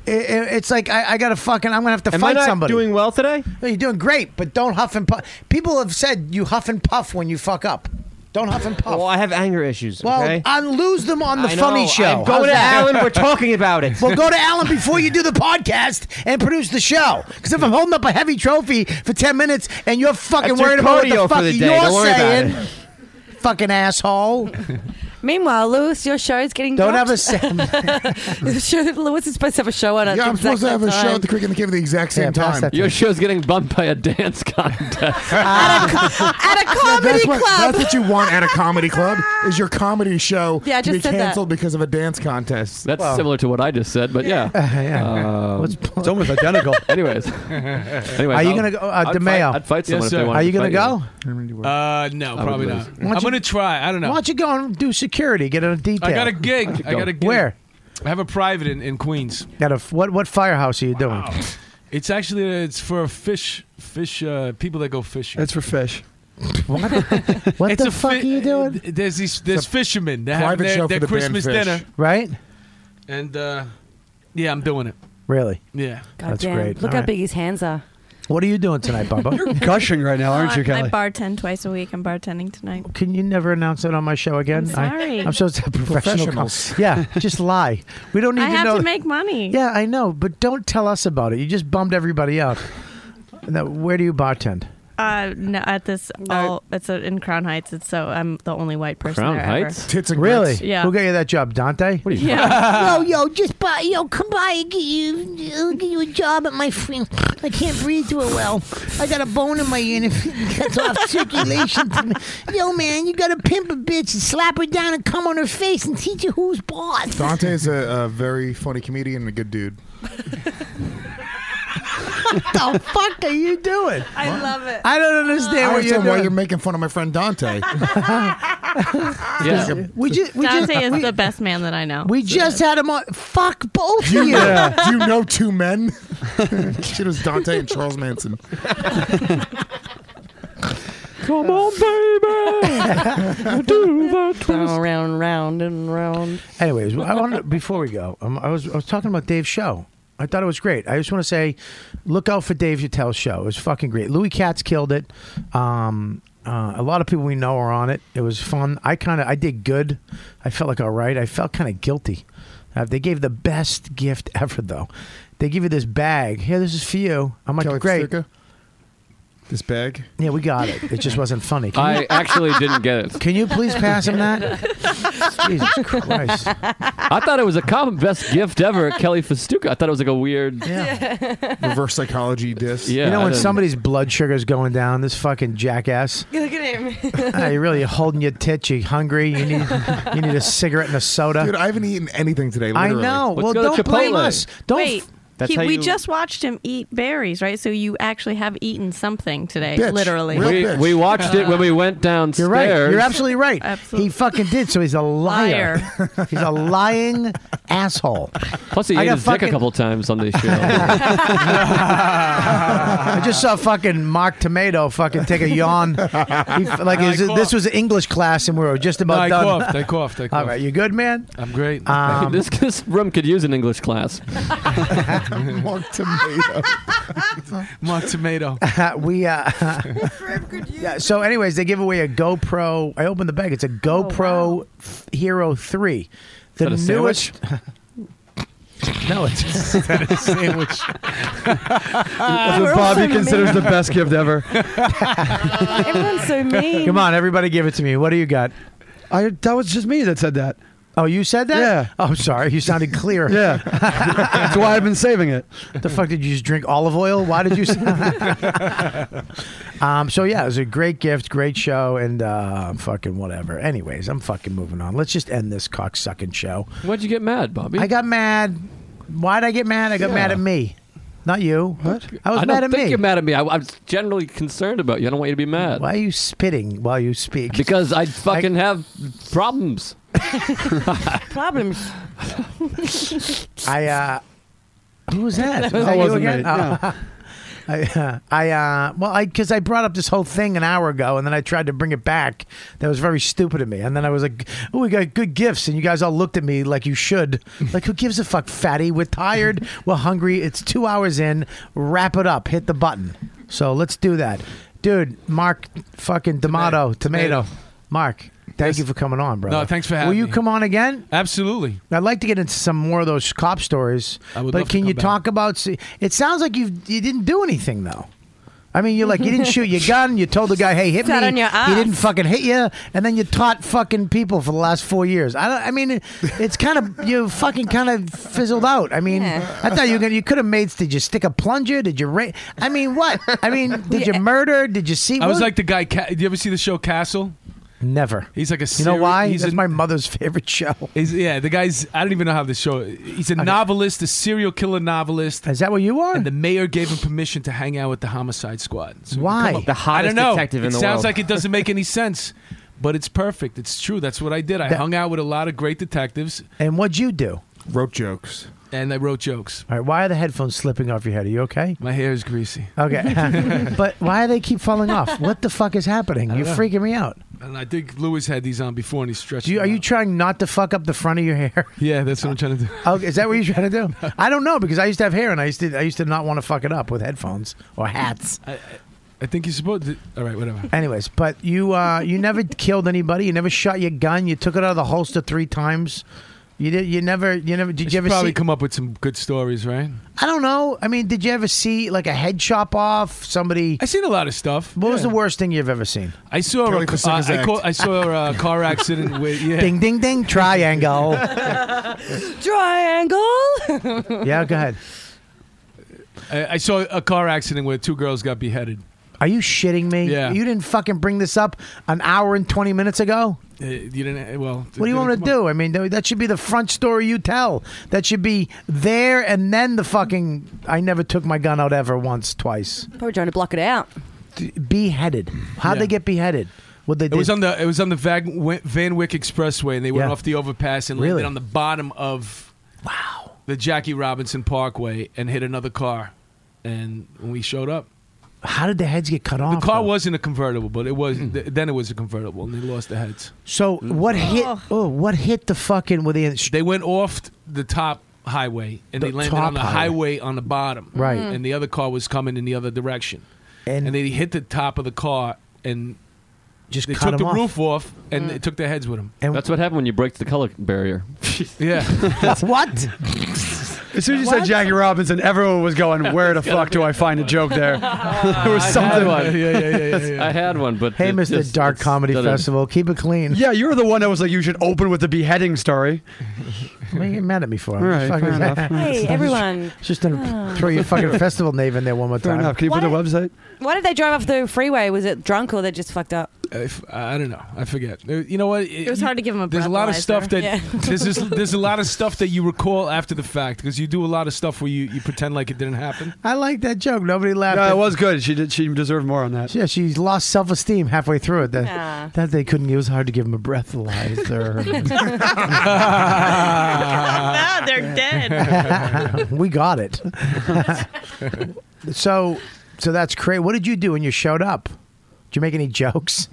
Speaker 2: i- i- It's like I, I gotta fucking. I'm gonna have to
Speaker 8: Am I
Speaker 2: fight
Speaker 8: not
Speaker 2: somebody.
Speaker 8: doing
Speaker 2: well today? No, you're doing great, but don't huff and puff. People have said you huff and puff when you fuck up. Don't huff and puff.
Speaker 16: Well, I have anger issues.
Speaker 2: Well,
Speaker 16: Oh, okay?
Speaker 2: I lose them on the
Speaker 16: I know.
Speaker 2: funny show.
Speaker 16: I'm
Speaker 2: How's
Speaker 16: going to
Speaker 2: that?
Speaker 16: Alan. We're talking about it.
Speaker 2: Well, go to Alan before you do the podcast and produce the show. Because if I'm holding up a heavy trophy for ten minutes and you're fucking
Speaker 16: That's your
Speaker 2: worried about
Speaker 16: cardio for
Speaker 2: what the fuck
Speaker 16: the day.
Speaker 2: you're
Speaker 16: Don't worry about
Speaker 2: saying,
Speaker 16: it.
Speaker 2: fucking asshole.
Speaker 18: Meanwhile, Lewis, your show is getting.
Speaker 2: Don't
Speaker 18: dropped.
Speaker 2: have a sam-
Speaker 18: Lewis is supposed to have a show on. at
Speaker 10: Yeah,
Speaker 18: the
Speaker 10: I'm
Speaker 18: exact
Speaker 10: supposed to have a
Speaker 18: same
Speaker 10: show
Speaker 18: time.
Speaker 10: at the Creek in the Cave at the exact same time.
Speaker 8: Your show's getting bumped by a dance
Speaker 2: Ah,
Speaker 8: contest.
Speaker 18: at a
Speaker 10: comedy that's what,
Speaker 18: club.
Speaker 10: That's what you want at a comedy club is your comedy show
Speaker 18: Yeah, I
Speaker 10: to be
Speaker 18: just said that.
Speaker 10: canceled because of a dance contest.
Speaker 8: That's similar to what I just said, but yeah. Um,
Speaker 2: it's almost identical.
Speaker 8: anyways. Anyways,
Speaker 2: Are you
Speaker 8: I'll-
Speaker 2: gonna go, uh,
Speaker 8: I'd
Speaker 2: DeMeo?
Speaker 8: Fight, I'd fight someone
Speaker 2: Yes,
Speaker 8: if they
Speaker 2: sir.
Speaker 8: wanted
Speaker 2: Are you
Speaker 8: to
Speaker 2: gonna
Speaker 8: fight
Speaker 10: you.
Speaker 7: Uh, no,
Speaker 8: would
Speaker 7: probably
Speaker 8: lose.
Speaker 7: not.
Speaker 2: Why don't
Speaker 7: I'm
Speaker 2: you-
Speaker 7: gonna try. I don't know.
Speaker 2: Why don't you go and do security? Get a detail.
Speaker 7: I got a gig.
Speaker 2: Why don't you
Speaker 7: I got a
Speaker 2: go?
Speaker 7: gig.
Speaker 2: Where?
Speaker 7: I have a private in, in Queens.
Speaker 2: Got a f- what? What firehouse are you doing?
Speaker 7: It's actually uh, it's for fish fish uh, people that go fishing.
Speaker 12: It's for fish.
Speaker 2: What
Speaker 7: It's
Speaker 2: the
Speaker 7: a
Speaker 2: fuck
Speaker 7: fi-
Speaker 2: are you doing?
Speaker 7: There's these there's fishermen that have
Speaker 2: private show
Speaker 7: their, their
Speaker 2: for the band
Speaker 7: Christmas
Speaker 2: Fish.
Speaker 7: dinner,
Speaker 2: Right?
Speaker 7: and uh, yeah, I'm doing it.
Speaker 2: Really?
Speaker 7: Yeah,
Speaker 18: God
Speaker 2: That's
Speaker 18: damn.
Speaker 2: great.
Speaker 18: Look
Speaker 2: All
Speaker 18: how
Speaker 2: right.
Speaker 18: big his hands are.
Speaker 2: What are you doing tonight, Bubba?
Speaker 18: You're
Speaker 12: gushing right now,
Speaker 13: Uh, I bartend twice a week. I'm bartending tonight.
Speaker 2: Can you never announce it on my show again?
Speaker 13: I'm sorry.
Speaker 2: I, am supposed to have professional.
Speaker 13: Professionals.
Speaker 2: Com- yeah, just lie. We don't need
Speaker 13: I
Speaker 2: to
Speaker 13: have
Speaker 2: know.
Speaker 13: to make money.
Speaker 2: yeah, I know, but don't tell us about it. You just bummed everybody out. Now, where do you bartend?
Speaker 13: Uh, no, at this, all, it's uh in Crown Heights. It's so I'm the only white person. there Ever.
Speaker 2: really?
Speaker 13: Yeah.
Speaker 2: Who got you that job, Dante? What
Speaker 8: are
Speaker 13: you- Yeah.
Speaker 20: yo, yo, just buy, yo, come by and get you, I'll get you a job at my friend. I can't breathe real well. I got a bone in my ear and it cuts off circulation to me. Yo, man, you gotta pimp a bitch and slap her down and come on her face and teach her who's boss.
Speaker 10: Dante is a, a very funny comedian and a good dude.
Speaker 2: What the fuck are you doing?
Speaker 13: I love it.
Speaker 2: I don't understand
Speaker 10: I
Speaker 2: what
Speaker 10: understand
Speaker 2: you're
Speaker 10: why
Speaker 2: doing.
Speaker 10: you're making fun of my friend Dante.
Speaker 8: Yeah.
Speaker 2: We just, we
Speaker 13: Dante
Speaker 2: just,
Speaker 13: is
Speaker 2: we,
Speaker 13: the best man that I know.
Speaker 2: we just had him on. Fuck both of
Speaker 10: Do
Speaker 2: you.
Speaker 10: you, do you know two men? Shit was Dante and Charles Manson.
Speaker 8: Come on, baby. Do the twist.
Speaker 18: Round, round, and round.
Speaker 2: Anyways, I wanted before we go. Um, I was I was talking about Dave's show. I thought it was great. I just want to say, look out for Dave Attell's show. It was fucking great. Louis Katz killed it. Um, uh, a lot of people we know are on it. It was fun. I kind of I did good. I felt like all right. I felt kind of guilty. Uh, they gave the best gift ever though. They give you this bag. Here, this is for you. I'm like, great.
Speaker 10: This bag?
Speaker 2: Yeah, we got it. It just wasn't funny. Can
Speaker 8: I
Speaker 2: you-
Speaker 8: actually didn't get it.
Speaker 2: Can you please pass him that? Jesus Christ.
Speaker 8: I thought it was a common best gift ever, Kelly Festuca. I thought it was like a weird
Speaker 10: reverse psychology disc.
Speaker 8: Yeah,
Speaker 2: you know
Speaker 8: I
Speaker 2: when
Speaker 8: didn't-
Speaker 2: somebody's blood sugar's going down, this fucking jackass.
Speaker 18: Look at him.
Speaker 2: Ah, you're really holding your tit. You hungry? You need you need a cigarette and a soda.
Speaker 10: Dude, I haven't eaten anything today.
Speaker 2: I
Speaker 10: literally.
Speaker 2: know. well, don't blame us. Don't.
Speaker 13: Wait.
Speaker 10: That's
Speaker 13: he-
Speaker 10: how
Speaker 13: we
Speaker 10: you-
Speaker 13: just watched him eat berries, right? So you actually have eaten something today,
Speaker 2: Bitch.
Speaker 13: literally.
Speaker 2: Real
Speaker 8: We,
Speaker 2: bitch.
Speaker 8: we watched it when we went downstairs.
Speaker 2: You're right. You're absolutely right. He fucking did. So he's a liar. he's a lying asshole.
Speaker 8: Plus, he
Speaker 2: I
Speaker 8: ate
Speaker 2: got
Speaker 8: his dick
Speaker 2: fucking-
Speaker 8: a couple times on the show.
Speaker 2: I just saw fucking Mark Tomato fucking take a yawn. He f- like
Speaker 7: No, I
Speaker 2: is it- this
Speaker 7: coughed.
Speaker 2: was English class and we were just
Speaker 7: No,
Speaker 2: about
Speaker 7: I
Speaker 2: done.
Speaker 7: coughed. I coughed. I coughed.
Speaker 2: All right, you good, man?
Speaker 7: I'm great.
Speaker 2: Um,
Speaker 8: this, this room could use an English class.
Speaker 10: Mark Tomato.
Speaker 7: Mark Tomato.
Speaker 2: we uh, yeah, so anyways they give away a GoPro I opened the bag it's a GoPro f- Hero 3 the
Speaker 8: that a
Speaker 2: newest No it's is that a sandwich
Speaker 12: That's what Bobby considers the best gift ever.
Speaker 18: Everyone's so mean.
Speaker 2: Come on everybody give it to me what do you got
Speaker 12: I that was just me that said that.
Speaker 2: Oh, you said that?
Speaker 12: Yeah.
Speaker 2: Oh, sorry. You sounded clear.
Speaker 12: Yeah. That's why I've been saving it.
Speaker 2: The fuck did you just drink olive oil? Why did you? um. So yeah, it was a great gift, great show, and uh, fucking whatever. Anyways, I'm fucking moving on. Let's just end this cocksucking show.
Speaker 8: Why'd you get mad, Bobby?
Speaker 2: I got mad. Why'd I get mad? I got
Speaker 8: Yeah.
Speaker 2: mad at me, not you. What? I was
Speaker 8: I
Speaker 2: mad
Speaker 8: don't
Speaker 2: at
Speaker 8: think
Speaker 2: me.
Speaker 8: you're mad at me. I, I'm generally concerned about you. I don't want you to be mad.
Speaker 2: Why are you spitting while you speak?
Speaker 8: Because I fucking have problems.
Speaker 18: Problems.
Speaker 2: I uh, who was that?
Speaker 18: That
Speaker 2: Was
Speaker 18: wasn't
Speaker 2: you
Speaker 18: me,
Speaker 2: again?
Speaker 18: no.
Speaker 2: Oh. I, uh, I uh, well, I because I brought up this whole thing an hour ago, and then I tried to bring it back. That was very stupid of me. And then I was like, "Oh, we got good gifts," and you guys all looked at me like you should. Like, who gives a fuck, fatty? We're tired. We're hungry. It's two hours in. Wrap it up. Hit the button. So let's do that, dude. Mark, fucking tomato, tomato. Mark, thank you for coming on, bro.
Speaker 7: No, thanks for having
Speaker 2: Will you
Speaker 7: me.
Speaker 2: come on again?
Speaker 7: Absolutely.
Speaker 2: I'd like to get into some more of those cop stories.
Speaker 7: I would
Speaker 2: but
Speaker 7: love to
Speaker 2: can you
Speaker 7: come back.
Speaker 2: talk about? see, It sounds like you you didn't do anything though. I mean, you're like you didn't shoot your gun. You told the guy, "Hey, hit
Speaker 18: It's not
Speaker 2: me."
Speaker 18: on your
Speaker 2: He
Speaker 18: ass.
Speaker 2: didn't fucking hit you, and then you taught fucking people for the last four years. I, don't, I mean, it- it's kind of you fucking kind of fizzled out. I mean, I thought you were gonna you could have made. Did you stick a plunger? Did you? Ra- I mean, what? I mean, did you murder? Did you see?
Speaker 7: I was
Speaker 2: what-
Speaker 7: like the guy. Ca- Did you ever see the show Castle?
Speaker 2: never.
Speaker 7: He's like a.
Speaker 2: You know
Speaker 7: seri-
Speaker 2: why?
Speaker 7: He's
Speaker 2: That's
Speaker 7: a-
Speaker 2: my mother's favorite show.
Speaker 7: He's, yeah, the guy's. I don't even know how this show. He's a novelist, a serial killer novelist.
Speaker 2: Is that what you are?
Speaker 7: And the mayor gave him permission to hang out with the homicide squad. So
Speaker 2: Why?
Speaker 7: come up-
Speaker 2: The
Speaker 7: I
Speaker 2: hottest
Speaker 7: don't know.
Speaker 2: detective in
Speaker 7: it
Speaker 2: the
Speaker 7: sounds
Speaker 2: world.
Speaker 7: like it doesn't make any sense, but it's perfect. It's true. That's what I did. I
Speaker 2: That-
Speaker 7: hung out with a lot of great detectives,
Speaker 2: And what'd you do?
Speaker 10: Rope jokes.
Speaker 7: and I wrote jokes.
Speaker 2: All right, why are the headphones slipping off your head? Are you okay?
Speaker 7: My hair is greasy.
Speaker 2: Okay. but why do they keep falling off? What the fuck is happening?
Speaker 7: I
Speaker 2: You're
Speaker 7: don't know.
Speaker 2: freaking me out.
Speaker 7: And I think Louis had these on before, and he stretched.
Speaker 2: Do you,
Speaker 7: them
Speaker 2: are you
Speaker 7: out.
Speaker 2: trying not to fuck up the front of your hair?
Speaker 7: Yeah, that's what I'm trying to do.
Speaker 2: Oh, is that what you're trying to do? I don't know because I used to have hair and I used to I used to not want to fuck it up with headphones or hats.
Speaker 7: I, I- I think you're supposed. to... All right, whatever.
Speaker 2: Anyways, but you uh, you never killed anybody. You never shot your gun. You took it out of the holster three times. You did. You never. You never. Did you ever
Speaker 7: probably
Speaker 2: see?
Speaker 7: come up with some good stories, right?
Speaker 2: I don't know. I mean, did you ever see like a head chop off somebody?
Speaker 7: I seen a lot of stuff.
Speaker 2: What was the worst thing you've ever seen?
Speaker 7: I saw
Speaker 2: Kelly
Speaker 7: a, uh,
Speaker 2: Kosicka's
Speaker 7: I,
Speaker 2: act.
Speaker 7: call, I saw a uh, car accident with yeah.
Speaker 2: Ding ding ding triangle.
Speaker 18: Triangle.
Speaker 2: yeah, go ahead.
Speaker 7: I, I saw a car accident where two girls got beheaded.
Speaker 2: Are you shitting me?
Speaker 7: Yeah.
Speaker 2: You didn't fucking bring this up an hour and 20 minutes ago?
Speaker 7: Uh, you didn't. Well,
Speaker 2: What do you want me to do? I mean, that should be the front story you tell. That should be there and then the fucking. I never took my gun out ever once, twice.
Speaker 18: Probably trying to block it out.
Speaker 2: D- Beheaded. How'd
Speaker 7: Yeah.
Speaker 2: they get beheaded? What they
Speaker 7: It
Speaker 2: did?
Speaker 7: was on the it was on the Van, Van Wick Expressway, and they went
Speaker 2: Yeah.
Speaker 7: off the overpass and landed
Speaker 2: Really?
Speaker 7: on the bottom of wow the Jackie Robinson Parkway and hit another car. And when we showed up,
Speaker 2: How did the heads get cut
Speaker 7: the
Speaker 2: off?
Speaker 7: car
Speaker 2: though?
Speaker 7: wasn't a convertible, but it was th- then it was a convertible, and they lost the heads.
Speaker 2: so what hit? Oh, what hit the fucking with the?
Speaker 7: They went off the top highway and
Speaker 2: The
Speaker 7: they landed
Speaker 2: top
Speaker 7: on the highway.
Speaker 2: highway.
Speaker 7: on the bottom.
Speaker 2: Right. Mhm.
Speaker 7: And the other car was coming in the other direction.
Speaker 2: And-
Speaker 7: And, they hit the top of the car and
Speaker 2: just
Speaker 7: they
Speaker 2: cut
Speaker 7: took
Speaker 2: 'em
Speaker 7: the
Speaker 2: off.
Speaker 7: roof off and they took their heads with them.
Speaker 8: That's what happened when you break the color barrier.
Speaker 7: Yeah.
Speaker 2: what?
Speaker 12: As soon as you said Jackie Robinson, everyone was going, "Where the fuck do I find a joke there?" there was
Speaker 8: I had
Speaker 12: something.
Speaker 8: one. I had one, but
Speaker 12: Hey,
Speaker 8: it
Speaker 12: Mr.
Speaker 8: just-
Speaker 2: Dark
Speaker 8: it's
Speaker 2: Comedy
Speaker 8: done it.
Speaker 2: Festival. Keep it clean.
Speaker 12: Yeah, you were the one that was like, "You should open with the beheading story."
Speaker 2: What are you mad at me for?
Speaker 12: All right, fair enough.
Speaker 18: Hey, everyone.
Speaker 2: Just, just gonna throw your fucking festival name in there one more
Speaker 12: Fair
Speaker 2: time.
Speaker 12: enough. Can you put a
Speaker 18: Ah. What?
Speaker 12: website?
Speaker 18: Why did they drive off the freeway? Was it drunk or they just fucked up?
Speaker 7: If, I don't know. I forget. Uh, You know what?
Speaker 18: It was hard to give him a
Speaker 7: There's a lot of
Speaker 18: breathalyzer.
Speaker 7: stuff that
Speaker 18: Yeah.
Speaker 7: there's this, there's a lot of stuff that you recall after the fact because you do a lot of stuff where you, you pretend like it didn't happen.
Speaker 2: I like that joke. Nobody laughed.
Speaker 12: No,
Speaker 2: at
Speaker 12: it was good. She did. She deserved more on that.
Speaker 2: Yeah, she's lost self esteem halfway through it. That
Speaker 12: Nah.
Speaker 2: that they couldn't. It was hard to give him a breathalyzer.
Speaker 5: Ah,
Speaker 13: they're
Speaker 2: we got it. so, so that's great. What did you do when you showed up? Did you make any jokes?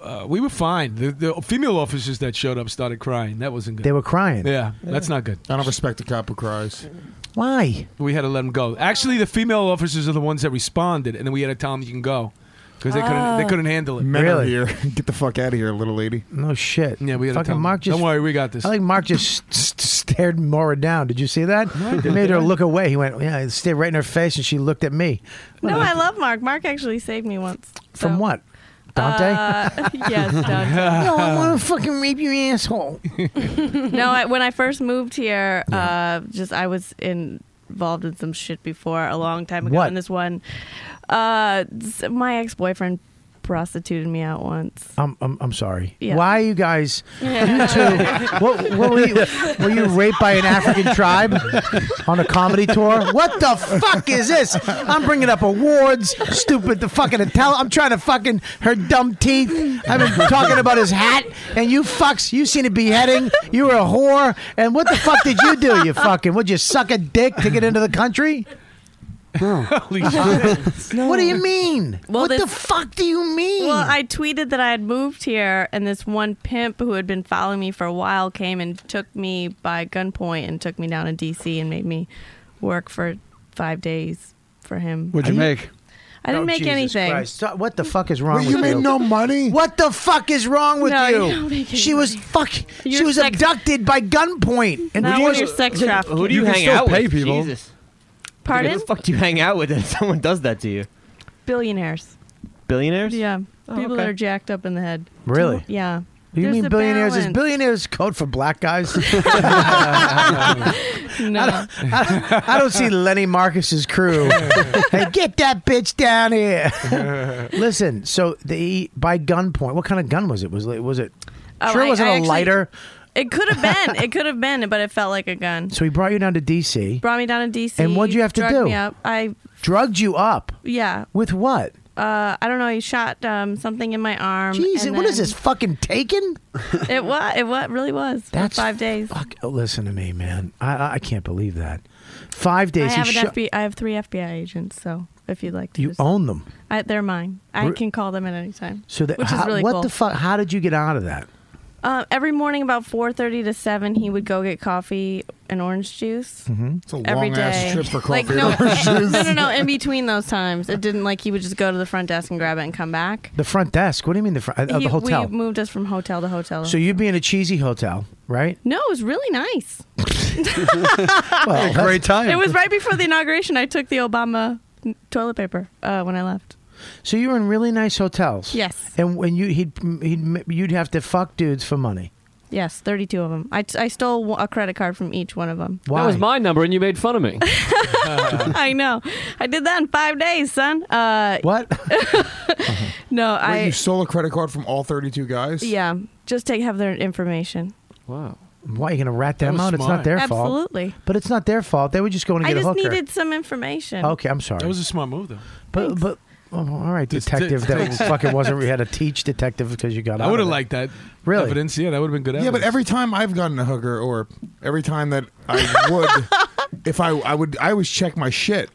Speaker 7: Uh, we were fine. The, the female officers that showed up started crying. That wasn't good.
Speaker 2: They were crying.
Speaker 7: Yeah, that's not good.
Speaker 10: I don't respect a cop who cries.
Speaker 2: Why?
Speaker 7: We had to let them go. Actually, the female officers are the ones that responded, and then we had to tell them you can go because they couldn't they
Speaker 18: Ah.
Speaker 10: Oh.
Speaker 7: couldn't handle it.
Speaker 10: Men are here. Get the fuck out of here, little lady.
Speaker 2: No shit.
Speaker 7: Yeah, we had to tell
Speaker 2: Fucking
Speaker 7: 'em,
Speaker 2: Mark just.
Speaker 7: Don't worry, we got this.
Speaker 2: I think Mark just st- st- stared Maura down. Did you see that? They made her look away. He went, yeah, he stared right in her face, and she looked at me.
Speaker 13: No, I love Mark. Mark actually saved me once.
Speaker 2: From what? Dante?
Speaker 13: Uh, yes, Dante.
Speaker 20: no, I want to fucking rape your asshole.
Speaker 13: no, I, when I first moved here, uh, just I was in, involved in some shit before a long time ago.
Speaker 20: What?
Speaker 13: And this one, uh, s- my ex boyfriend prostituted me out once.
Speaker 2: I'm, I'm, I'm sorry.
Speaker 13: Yeah.
Speaker 2: Why are you guys? You
Speaker 13: Yeah.
Speaker 2: two. What, what were you? Were you raped by an African tribe on a comedy tour? What the fuck is this? I'm bringing up awards. Stupid. The fucking Italian. I'm trying to fucking her dumb teeth. I've been talking about his hat, and you fucks. You seen a beheading. You were a whore. And what the fuck did you do? You fucking. Would you suck a dick to get into the country?
Speaker 7: Holy
Speaker 2: What do you mean?
Speaker 13: what
Speaker 20: the fuck do you mean?
Speaker 13: Well, I tweeted that I had moved here, and this one pimp who had been following me for a while came and took me by gunpoint and took me down to D.C. and made me work for five days for him.
Speaker 12: What'd
Speaker 13: Are
Speaker 12: you make?
Speaker 13: I didn't
Speaker 2: Oh,
Speaker 13: make
Speaker 2: Jesus
Speaker 13: anything.
Speaker 2: Christ. So- What the fuck is wrong
Speaker 13: Wait,
Speaker 2: with
Speaker 13: you
Speaker 2: you?
Speaker 13: made no
Speaker 10: money.
Speaker 2: What the fuck is wrong with
Speaker 13: No, you
Speaker 2: you?
Speaker 13: don't make any
Speaker 2: she was fuck. she
Speaker 13: You're
Speaker 2: was
Speaker 13: sex-
Speaker 2: abducted by gunpoint.
Speaker 13: Not
Speaker 2: she
Speaker 13: when
Speaker 2: was-
Speaker 13: you're sex trafficking.
Speaker 11: Who do you,
Speaker 2: can
Speaker 11: hang
Speaker 2: still
Speaker 11: out
Speaker 2: pay
Speaker 11: with?
Speaker 2: people.
Speaker 11: Jesus.
Speaker 13: Pardon?
Speaker 11: Who the fuck do you hang out with if someone does that to you?
Speaker 13: Billionaires.
Speaker 11: Billionaires?
Speaker 13: Yeah.
Speaker 2: Oh,
Speaker 13: People that
Speaker 11: okay.
Speaker 13: are jacked up in the head.
Speaker 2: Really?
Speaker 13: Yeah.
Speaker 2: You
Speaker 13: There's
Speaker 2: mean
Speaker 13: a
Speaker 2: billionaires? Is
Speaker 13: balance.
Speaker 2: billionaires code for black guys?
Speaker 13: No.
Speaker 2: I don't see Lenny Marcus's crew. hey, get that bitch down here. Listen, so they by gunpoint. What kind of gun was it? Was it was it?
Speaker 13: Oh,
Speaker 2: sure,
Speaker 13: I-
Speaker 2: it wasn't
Speaker 13: I
Speaker 2: a
Speaker 13: actually-
Speaker 2: lighter.
Speaker 13: It could have been. It could have been, but it felt like a gun.
Speaker 2: So he brought you down to D.C.
Speaker 13: Brought me down to D.C.
Speaker 2: And what'd you have to
Speaker 13: drugged
Speaker 2: do?
Speaker 13: Me up. I
Speaker 2: drugged you up
Speaker 13: yeah.
Speaker 2: with what?
Speaker 13: Uh, I don't know. He shot um, something in my arm.
Speaker 2: Jeez,
Speaker 13: and
Speaker 2: what is
Speaker 13: then-
Speaker 2: this fucking taken?
Speaker 13: It was. It was really was. for
Speaker 2: That's
Speaker 13: five days.
Speaker 2: Oh, listen to me, man. I I, I can't believe that. Five
Speaker 13: I
Speaker 2: days. he
Speaker 13: have an
Speaker 2: sho-
Speaker 13: FBI. I have three FBI agents. So if you'd like to,
Speaker 2: you
Speaker 13: just-
Speaker 2: own them.
Speaker 13: I, they're mine. I
Speaker 2: Re-
Speaker 13: can call them at any time.
Speaker 2: So that
Speaker 13: which
Speaker 2: how-
Speaker 13: is really
Speaker 2: what
Speaker 13: cool.
Speaker 2: the fuck? How did you get out of that?
Speaker 13: Uh, every morning about four thirty to seven, he would go get coffee and orange juice.
Speaker 2: Mhm.
Speaker 10: Mm-hmm. It's a
Speaker 13: every
Speaker 10: long ass
Speaker 13: day.
Speaker 10: trip for coffee.
Speaker 13: Like no,
Speaker 10: and orange
Speaker 13: no,
Speaker 10: juice.
Speaker 13: no, no. In between those times, it didn't like he would just go to the front desk and grab it and come back.
Speaker 2: The front desk. What do you mean the front? Uh,
Speaker 13: He-
Speaker 2: the hotel.
Speaker 13: We moved us from hotel to hotel.
Speaker 2: so you'd be in a cheesy hotel, right?
Speaker 13: no, it was really nice.
Speaker 2: Well, great
Speaker 13: It was right before the inauguration. I took the Obama n- toilet paper uh, when I left.
Speaker 2: So you were in really nice hotels.
Speaker 13: Yes.
Speaker 2: And when you he'd, he'd you'd have to fuck dudes for money.
Speaker 13: Yes, 32 of them. I, I stole a credit card from each one of them.
Speaker 8: That was my number, and you made fun of me.
Speaker 13: I know. I did that in five days, son. Uh,
Speaker 2: what? Uh-huh.
Speaker 13: no,
Speaker 10: Wait,
Speaker 13: I.
Speaker 10: you stole a credit card from all 32 guys?
Speaker 13: yeah, just take have their information.
Speaker 8: Wow.
Speaker 2: Why are you going to rat them
Speaker 10: was
Speaker 2: out? It's not
Speaker 10: smart.
Speaker 2: their fault.
Speaker 13: Absolutely.
Speaker 2: But it's not their fault. They were just going to
Speaker 13: I
Speaker 2: get
Speaker 13: just
Speaker 2: a hooker.
Speaker 13: needed some information.
Speaker 2: Okay, I'm sorry.
Speaker 7: That was a smart move, though.
Speaker 2: But but oh, all right,
Speaker 7: Just
Speaker 2: detective.
Speaker 7: t-
Speaker 2: That
Speaker 7: takes-
Speaker 2: fucking wasn't. We had to teach detective because you got.
Speaker 7: I
Speaker 2: out
Speaker 7: would have
Speaker 2: of it.
Speaker 7: liked that.
Speaker 2: Really?
Speaker 7: Evidence? Yeah, that would have been good.
Speaker 10: Yeah,
Speaker 7: Evidence.
Speaker 10: but every time I've gotten a hooker, or every time that I would, if I I would, I always check my shit.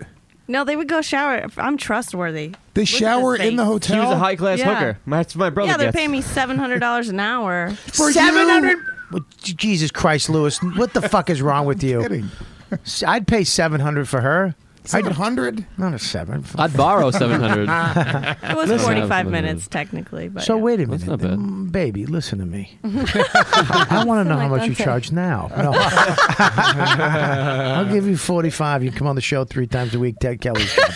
Speaker 13: No, they would go shower. I'm trustworthy.
Speaker 10: They
Speaker 13: Look at
Speaker 10: shower
Speaker 13: this
Speaker 10: in the
Speaker 13: thing.
Speaker 10: hotel.
Speaker 11: She was a high class
Speaker 13: Yeah.
Speaker 11: hooker. That's what my brother
Speaker 13: yeah, they're
Speaker 11: gets.
Speaker 13: paying me seven hundred dollars an hour.
Speaker 2: Seven hundred. Jesus Christ, Lewis! What the fuck is wrong with you? S- I'd pay seven hundred for her.
Speaker 10: Seven hundred?
Speaker 2: Not a seven.
Speaker 8: I'd borrow 700.
Speaker 13: It was 45 minutes technically, but
Speaker 2: So
Speaker 13: yeah.
Speaker 2: wait a minute, Mm, baby. Listen to me. I want to know how much you
Speaker 13: Dante.
Speaker 2: charge now. No. I'll give you forty-five. You come on the show three times a week. Ted Kelly's. job.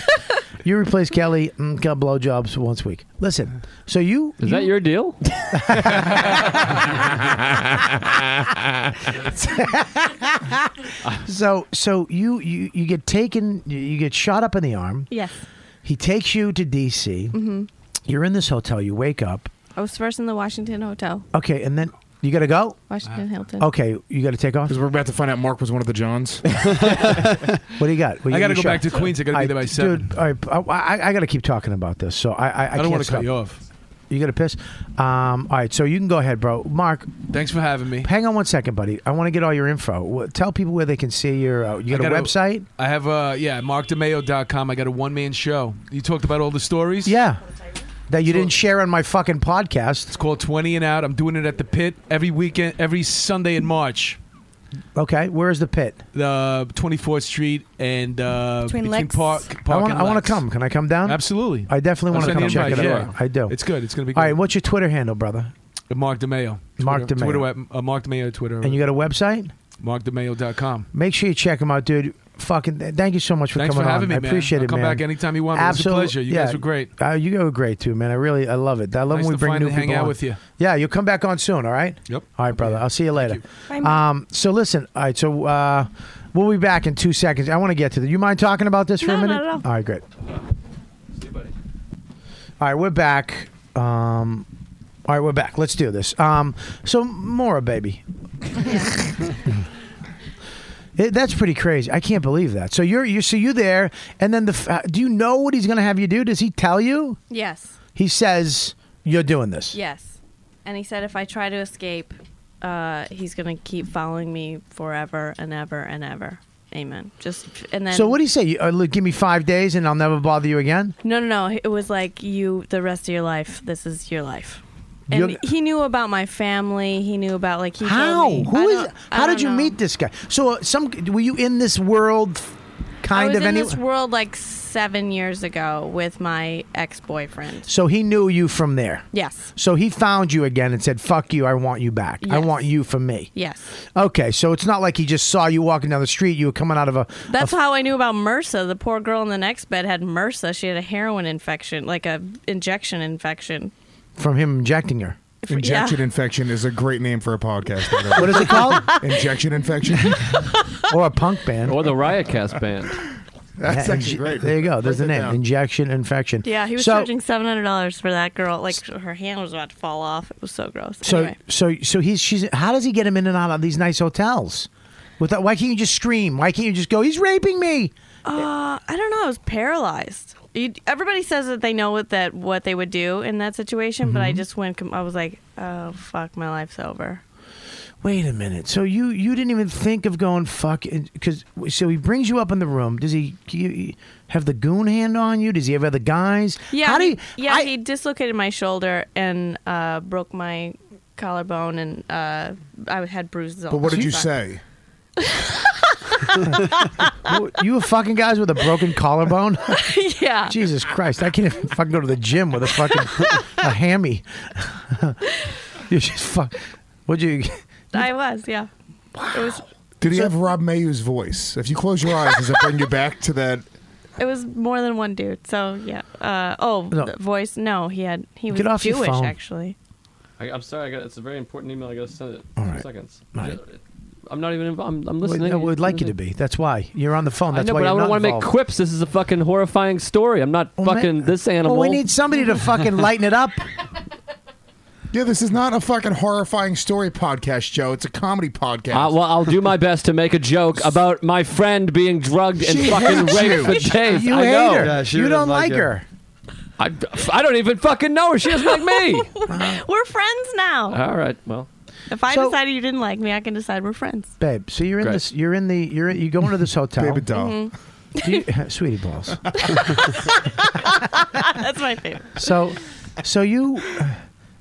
Speaker 2: You replace Kelly, mm, got blowjobs once a week. Listen, so you
Speaker 8: Is that your deal?
Speaker 2: so so you, you you get taken, you- you get shot up in the arm.
Speaker 13: Yes.
Speaker 2: He takes you to D.C.
Speaker 13: Mhm.
Speaker 2: You're in this hotel. You wake up.
Speaker 13: I was first in the Washington Hotel,
Speaker 2: Okay, and then you got to go.
Speaker 13: Washington Hilton.
Speaker 2: Okay, you got to take off.
Speaker 10: Because we're about to find out Mark was one of the Johns.
Speaker 2: What do you got? What
Speaker 10: I
Speaker 2: you-
Speaker 10: gotta
Speaker 2: you
Speaker 10: go
Speaker 2: shot?
Speaker 10: back to Queens. I gotta be
Speaker 2: All
Speaker 10: there by
Speaker 2: right,
Speaker 10: seven.
Speaker 2: Dude, all right, I, I, I got to keep talking about this. So I, I, I,
Speaker 7: I don't
Speaker 2: want
Speaker 7: wanna
Speaker 2: to
Speaker 7: cut you off.
Speaker 2: You got to piss. Um, all right, so you can go ahead, bro. Mark,
Speaker 7: Thanks for having me.
Speaker 2: hang on one second, buddy. I want to get all your info. Wha- Tell people where they can see your. Uh, you got,
Speaker 7: I
Speaker 2: a website?
Speaker 7: I have uh yeah, markdemayo.com. I got a one man show. You talked about all the stories?
Speaker 2: Yeah. That you didn't share on my fucking podcast. It's
Speaker 7: called 20 and out. I'm doing it at the pit every weekend, every Sunday in March.
Speaker 2: Okay, where is the pit?
Speaker 7: The 24th Street and uh
Speaker 2: Between Lex.
Speaker 7: Park,
Speaker 2: I
Speaker 7: Park
Speaker 2: wanna-
Speaker 7: and
Speaker 2: I want
Speaker 7: Lex.
Speaker 2: to come. Can I come down?
Speaker 7: Absolutely.
Speaker 2: I definitely want to
Speaker 7: I'll
Speaker 2: come
Speaker 7: send
Speaker 2: check
Speaker 7: the
Speaker 2: it
Speaker 7: invite,
Speaker 2: out. I do.
Speaker 7: It's good. It's going to be
Speaker 2: All
Speaker 7: good.
Speaker 2: right, what's your Twitter handle, brother?
Speaker 7: Mark DeMeo.
Speaker 2: Mark
Speaker 7: Twitter-
Speaker 2: DeMeo.
Speaker 7: Twitter, uh, Mark DeMeo Twitter.
Speaker 2: And you got a website?
Speaker 7: markdemayo.com.
Speaker 2: Make sure you check him out, dude. Fucking thank you so much for
Speaker 7: Thanks
Speaker 2: coming
Speaker 7: for having
Speaker 2: on.
Speaker 7: me,
Speaker 2: I
Speaker 7: man.
Speaker 2: appreciate
Speaker 7: I'll
Speaker 2: it,
Speaker 7: come
Speaker 2: man.
Speaker 7: back anytime you want. It was a
Speaker 2: Absolute-
Speaker 7: pleasure. You guys were great.
Speaker 2: Uh, you guys were great too, man. I really I love it. I love
Speaker 7: Nice
Speaker 2: when we
Speaker 7: to
Speaker 2: bring
Speaker 7: finally
Speaker 2: new
Speaker 7: hang
Speaker 2: people
Speaker 7: out
Speaker 2: on.
Speaker 7: with you.
Speaker 2: Yeah, you'll come back on soon. All right.
Speaker 7: Yep.
Speaker 2: All right, brother. I'll see you later.
Speaker 7: Bye, Mike.
Speaker 2: um. So listen. All right. So uh, we'll be back in two seconds. I want to get to the. You mind talking about this for a
Speaker 7: No, not
Speaker 2: minute?
Speaker 7: at all.
Speaker 2: All right. Great. All right, we're back. Um, all right, we're back. Let's do this. Um, so Mora, baby. It, that's pretty crazy. I can't believe that. So you're you so you there, and then the f- uh, do you know what he's going to have you do? Does he tell you?
Speaker 13: Yes.
Speaker 2: He says you're doing this.
Speaker 13: Yes. And he said if I try to escape, uh, he's going to keep following me forever and ever and ever. Amen. Just and then
Speaker 2: so what do you say? You, uh, look, give me five days, and I'll never bother you again.
Speaker 13: No, no, no. It was like you the rest of your life. This is your life. And
Speaker 2: You're-
Speaker 13: he knew about my family. He knew about like he told
Speaker 2: How?
Speaker 13: me-
Speaker 2: Who
Speaker 13: I
Speaker 2: is?
Speaker 13: don't- I
Speaker 2: How
Speaker 13: don't
Speaker 2: did you
Speaker 13: know.
Speaker 2: meet this guy? So uh, some were you in this world? Kind
Speaker 13: I was
Speaker 2: of
Speaker 13: in
Speaker 2: any.
Speaker 13: this world like seven years ago with my ex boyfriend.
Speaker 2: So he knew you from there.
Speaker 13: Yes.
Speaker 2: So he found you again and said, "Fuck you! I want you back. I
Speaker 13: Yes.
Speaker 2: want you for me."
Speaker 13: Yes.
Speaker 2: Okay, so it's not like he just saw you walking down the street. You were coming out of a.
Speaker 13: That's how I knew about MRSA. The poor girl in the next bed had MRSA. She had a heroin infection, like a injection infection.
Speaker 2: from him injecting her.
Speaker 10: Injection infection is a great name for a podcast. by the way.
Speaker 2: What is it called?
Speaker 10: Injection infection.
Speaker 2: or a punk band.
Speaker 8: Or the Riotcast band.
Speaker 10: That's
Speaker 2: Yeah,
Speaker 10: actually great.
Speaker 2: There you go. There's the
Speaker 10: Write that
Speaker 2: name:
Speaker 10: down.
Speaker 2: injection infection.
Speaker 13: Yeah, he was
Speaker 2: so,
Speaker 13: charging seven hundred dollars for that girl. Like her hand was about to fall off. It was so gross.
Speaker 2: So
Speaker 13: anyway.
Speaker 2: so so he's she's. How does he get him in and out of these nice hotels? Without why can't you just scream? Why can't you just go? He's raping me.
Speaker 13: Uh, I don't know. I was paralyzed. You, everybody says that they know what that what they would do in that situation, but I
Speaker 2: Mhm.
Speaker 13: just went. com- I was like, oh fuck, my life's over.
Speaker 2: Wait a minute. So you you didn't even think of going fuck because so he brings you up in the room. Does he, he have the goon hand on you? Does he have other guys?
Speaker 13: Yeah,
Speaker 2: How do you,
Speaker 13: he, yeah. he dislocated my shoulder and uh, broke my collarbone, and uh, I had bruises. all
Speaker 10: But what
Speaker 13: over
Speaker 10: did you
Speaker 13: my-
Speaker 10: say?
Speaker 2: you were fucking guys with a broken collarbone?
Speaker 13: yeah.
Speaker 2: Jesus Christ. I can't even fucking go to the gym with a fucking a hammy. You're just fuck. What'd you.
Speaker 13: I was. Yeah. It was.
Speaker 10: Did he have Rob Mayu's voice? If you close your eyes, does it bring you back to that?
Speaker 13: It was more than one dude. So yeah. Uh, oh,
Speaker 10: No.
Speaker 13: the voice. No, he had. He was
Speaker 2: Get off your
Speaker 13: Jewish,
Speaker 2: phone.
Speaker 13: actually.
Speaker 8: I, I'm sorry. I got, it's a very important email. I got to send it.
Speaker 2: All
Speaker 8: Two
Speaker 2: right.
Speaker 8: seconds.
Speaker 2: All right.
Speaker 8: I'm not even. Inv- I'm, I'm
Speaker 2: Well,
Speaker 8: listening.
Speaker 2: no, we'd like you to be. That's why. You're on the phone.
Speaker 8: I
Speaker 2: That's
Speaker 8: know,
Speaker 2: why
Speaker 8: but I
Speaker 2: you're
Speaker 8: don't
Speaker 2: not
Speaker 8: want to make
Speaker 2: involved.
Speaker 8: quips. This is a fucking horrifying story. I'm not
Speaker 2: man.
Speaker 8: fucking this animal.
Speaker 2: Well, we need somebody to fucking lighten it up.
Speaker 10: Yeah, this is not a fucking horrifying story podcast, Joe. It's a comedy podcast.
Speaker 8: Uh, well, I'll do my best to make a joke about my friend being drugged and
Speaker 10: She
Speaker 8: fucking
Speaker 10: hates
Speaker 8: raped
Speaker 10: you.
Speaker 8: for days.
Speaker 10: You
Speaker 8: I
Speaker 10: hate
Speaker 8: know.
Speaker 10: her. Yeah, she You really don't doesn't like like her.
Speaker 8: I, I don't even fucking know her. She doesn't like me.
Speaker 13: We're friends now.
Speaker 8: All right. Well,
Speaker 13: If I
Speaker 2: So-
Speaker 13: decided you didn't like me, I can decide we're friends.
Speaker 2: Babe, so you're in this. You're in the. You're you go into this hotel.
Speaker 10: Baby doll.
Speaker 13: Mhm.
Speaker 8: Mm-hmm.
Speaker 2: Do you, sweetie balls.
Speaker 13: That's my favorite.
Speaker 2: So, so you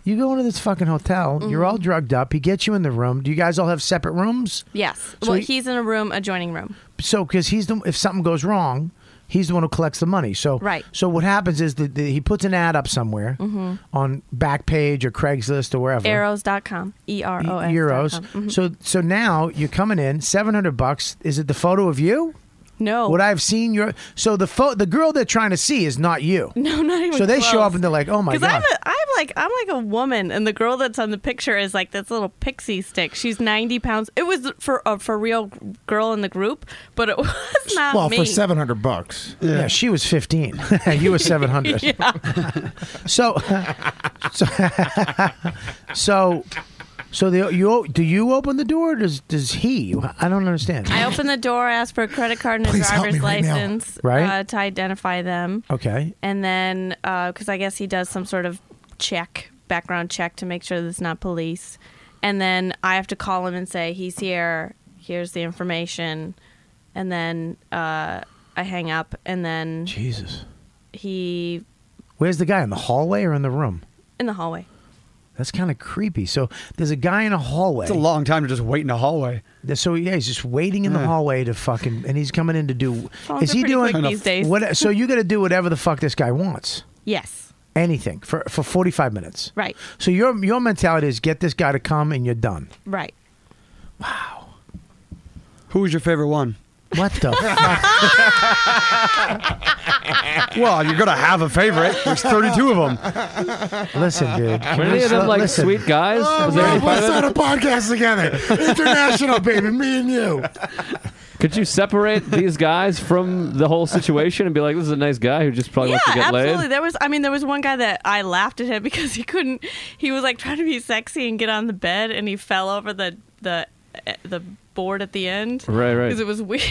Speaker 2: you go into this fucking hotel.
Speaker 8: Mm-hmm.
Speaker 2: You're all drugged up. He gets you in the room. Do you guys all have separate rooms?
Speaker 13: Yes.
Speaker 2: So
Speaker 13: well,
Speaker 2: he-
Speaker 13: he's in a room adjoining room.
Speaker 2: So, because he's the if something goes wrong, He's the one who collects the money. So
Speaker 9: Right.
Speaker 2: So what happens is that the, he puts an ad up somewhere
Speaker 13: Mhm.
Speaker 8: Mm-hmm.
Speaker 2: on Backpage or Craigslist or wherever.
Speaker 13: Arrows.com. E R O S. Mm-hmm.
Speaker 2: Euros. So so now you're coming in seven hundred bucks. Is it the photo of you?
Speaker 13: No.
Speaker 2: What I've seen your so the fo- the girl they're trying to see is not you.
Speaker 13: No, not even
Speaker 2: So they show
Speaker 13: close.
Speaker 2: up and they're like, oh my
Speaker 13: Because
Speaker 2: god.
Speaker 13: I'm, a, I'm like I'm like a woman, and the girl that's on the picture is like this little pixie stick. She's 90 pounds. It was for a for real girl in the group, but it was not
Speaker 10: well,
Speaker 13: me.
Speaker 10: for seven hundred bucks.
Speaker 2: Yeah. she was fifteen. you were seven hundred.
Speaker 13: Yeah.
Speaker 2: So, so, so, so the, you o- do you open the door? Or does does he? I don't understand.
Speaker 13: I opened the door, asked for a credit card and a
Speaker 2: Please help
Speaker 13: driver's
Speaker 2: me right now.
Speaker 13: license
Speaker 2: Right.
Speaker 13: uh, to identify them.
Speaker 2: okay.
Speaker 13: And then, because I guess he does some sort of check, background check to make sure that it's not police. And then I have to call him and say, he's here, here's the information. And then uh, I hang up, and then
Speaker 2: Jesus.
Speaker 13: he
Speaker 2: Where's the guy in the hallway or in the room?
Speaker 13: in the hallway.
Speaker 2: That's kind of creepy. So there's a guy in a hallway.
Speaker 12: It's a long time to just wait in a hallway.
Speaker 2: So yeah, he's just waiting in the
Speaker 12: Yeah.
Speaker 2: hallway to fucking, and he's coming in to do.
Speaker 13: Phones
Speaker 2: is
Speaker 13: are
Speaker 2: he
Speaker 13: pretty
Speaker 2: doing
Speaker 13: quick these days.
Speaker 2: What, so you got to do whatever the fuck this guy wants.
Speaker 13: Yes.
Speaker 2: Anything for for 45 minutes.
Speaker 13: Right.
Speaker 2: So your your mentality is get this guy to come and you're done.
Speaker 13: Right.
Speaker 12: Who was your favorite one?
Speaker 2: What the?
Speaker 12: well, you're gonna have a favorite. There's 32 of them.
Speaker 2: Listen, dude.
Speaker 12: Were any of them, like, sweet guys?
Speaker 10: Oh,
Speaker 12: Was there
Speaker 10: Rob,
Speaker 12: any
Speaker 10: let's
Speaker 12: pilot?
Speaker 10: start a podcast together. International, baby, me and you.
Speaker 8: Could you separate these guys from the whole situation and be like, this is a nice guy who just probably wants to
Speaker 13: yeah,
Speaker 8: get
Speaker 13: absolutely.
Speaker 8: laid?
Speaker 13: There was, I mean, there was one guy that I laughed at him because he couldn't. He was like trying to be sexy and get on the bed, and he fell over the the eh, the board at the end.
Speaker 10: Right, right.
Speaker 13: Because it was weird,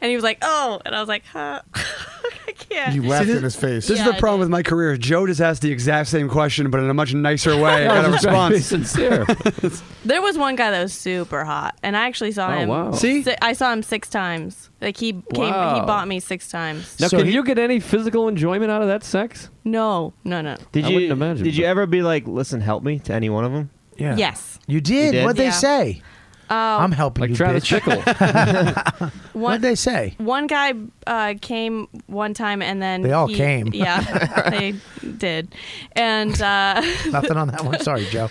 Speaker 13: and he was like, "Oh," and I was like, "Huh."
Speaker 10: You
Speaker 12: See,
Speaker 10: laughed
Speaker 12: this-
Speaker 10: in his face.
Speaker 12: This is the problem with my career. Joe just asked the exact same question, but in a much nicer way. I got a
Speaker 8: Just trying to
Speaker 12: response.
Speaker 8: be sincere.
Speaker 13: There was one guy that was super hot, and I actually saw
Speaker 8: Oh,
Speaker 13: him.
Speaker 8: wow.
Speaker 13: See, I saw him six times. Like he came,
Speaker 8: Wow.
Speaker 13: he bought me six times.
Speaker 8: Now, can you get any physical enjoyment out of that sex?
Speaker 13: No, no, no.
Speaker 11: Did
Speaker 8: I
Speaker 11: you
Speaker 8: wouldn't imagine,
Speaker 11: did you ever be like, listen, help me to any one of them?
Speaker 2: Yeah.
Speaker 13: Yes.
Speaker 2: You did.
Speaker 11: You did?
Speaker 2: What'd they
Speaker 11: Yeah.
Speaker 2: say?
Speaker 13: Oh,
Speaker 2: I'm helping you, bitch. What'd they say?
Speaker 13: One guy uh, came one time, and then
Speaker 2: They all
Speaker 13: he-
Speaker 2: came.
Speaker 13: Yeah, they did, and uh,
Speaker 2: Nothing on that one. Sorry, Joe.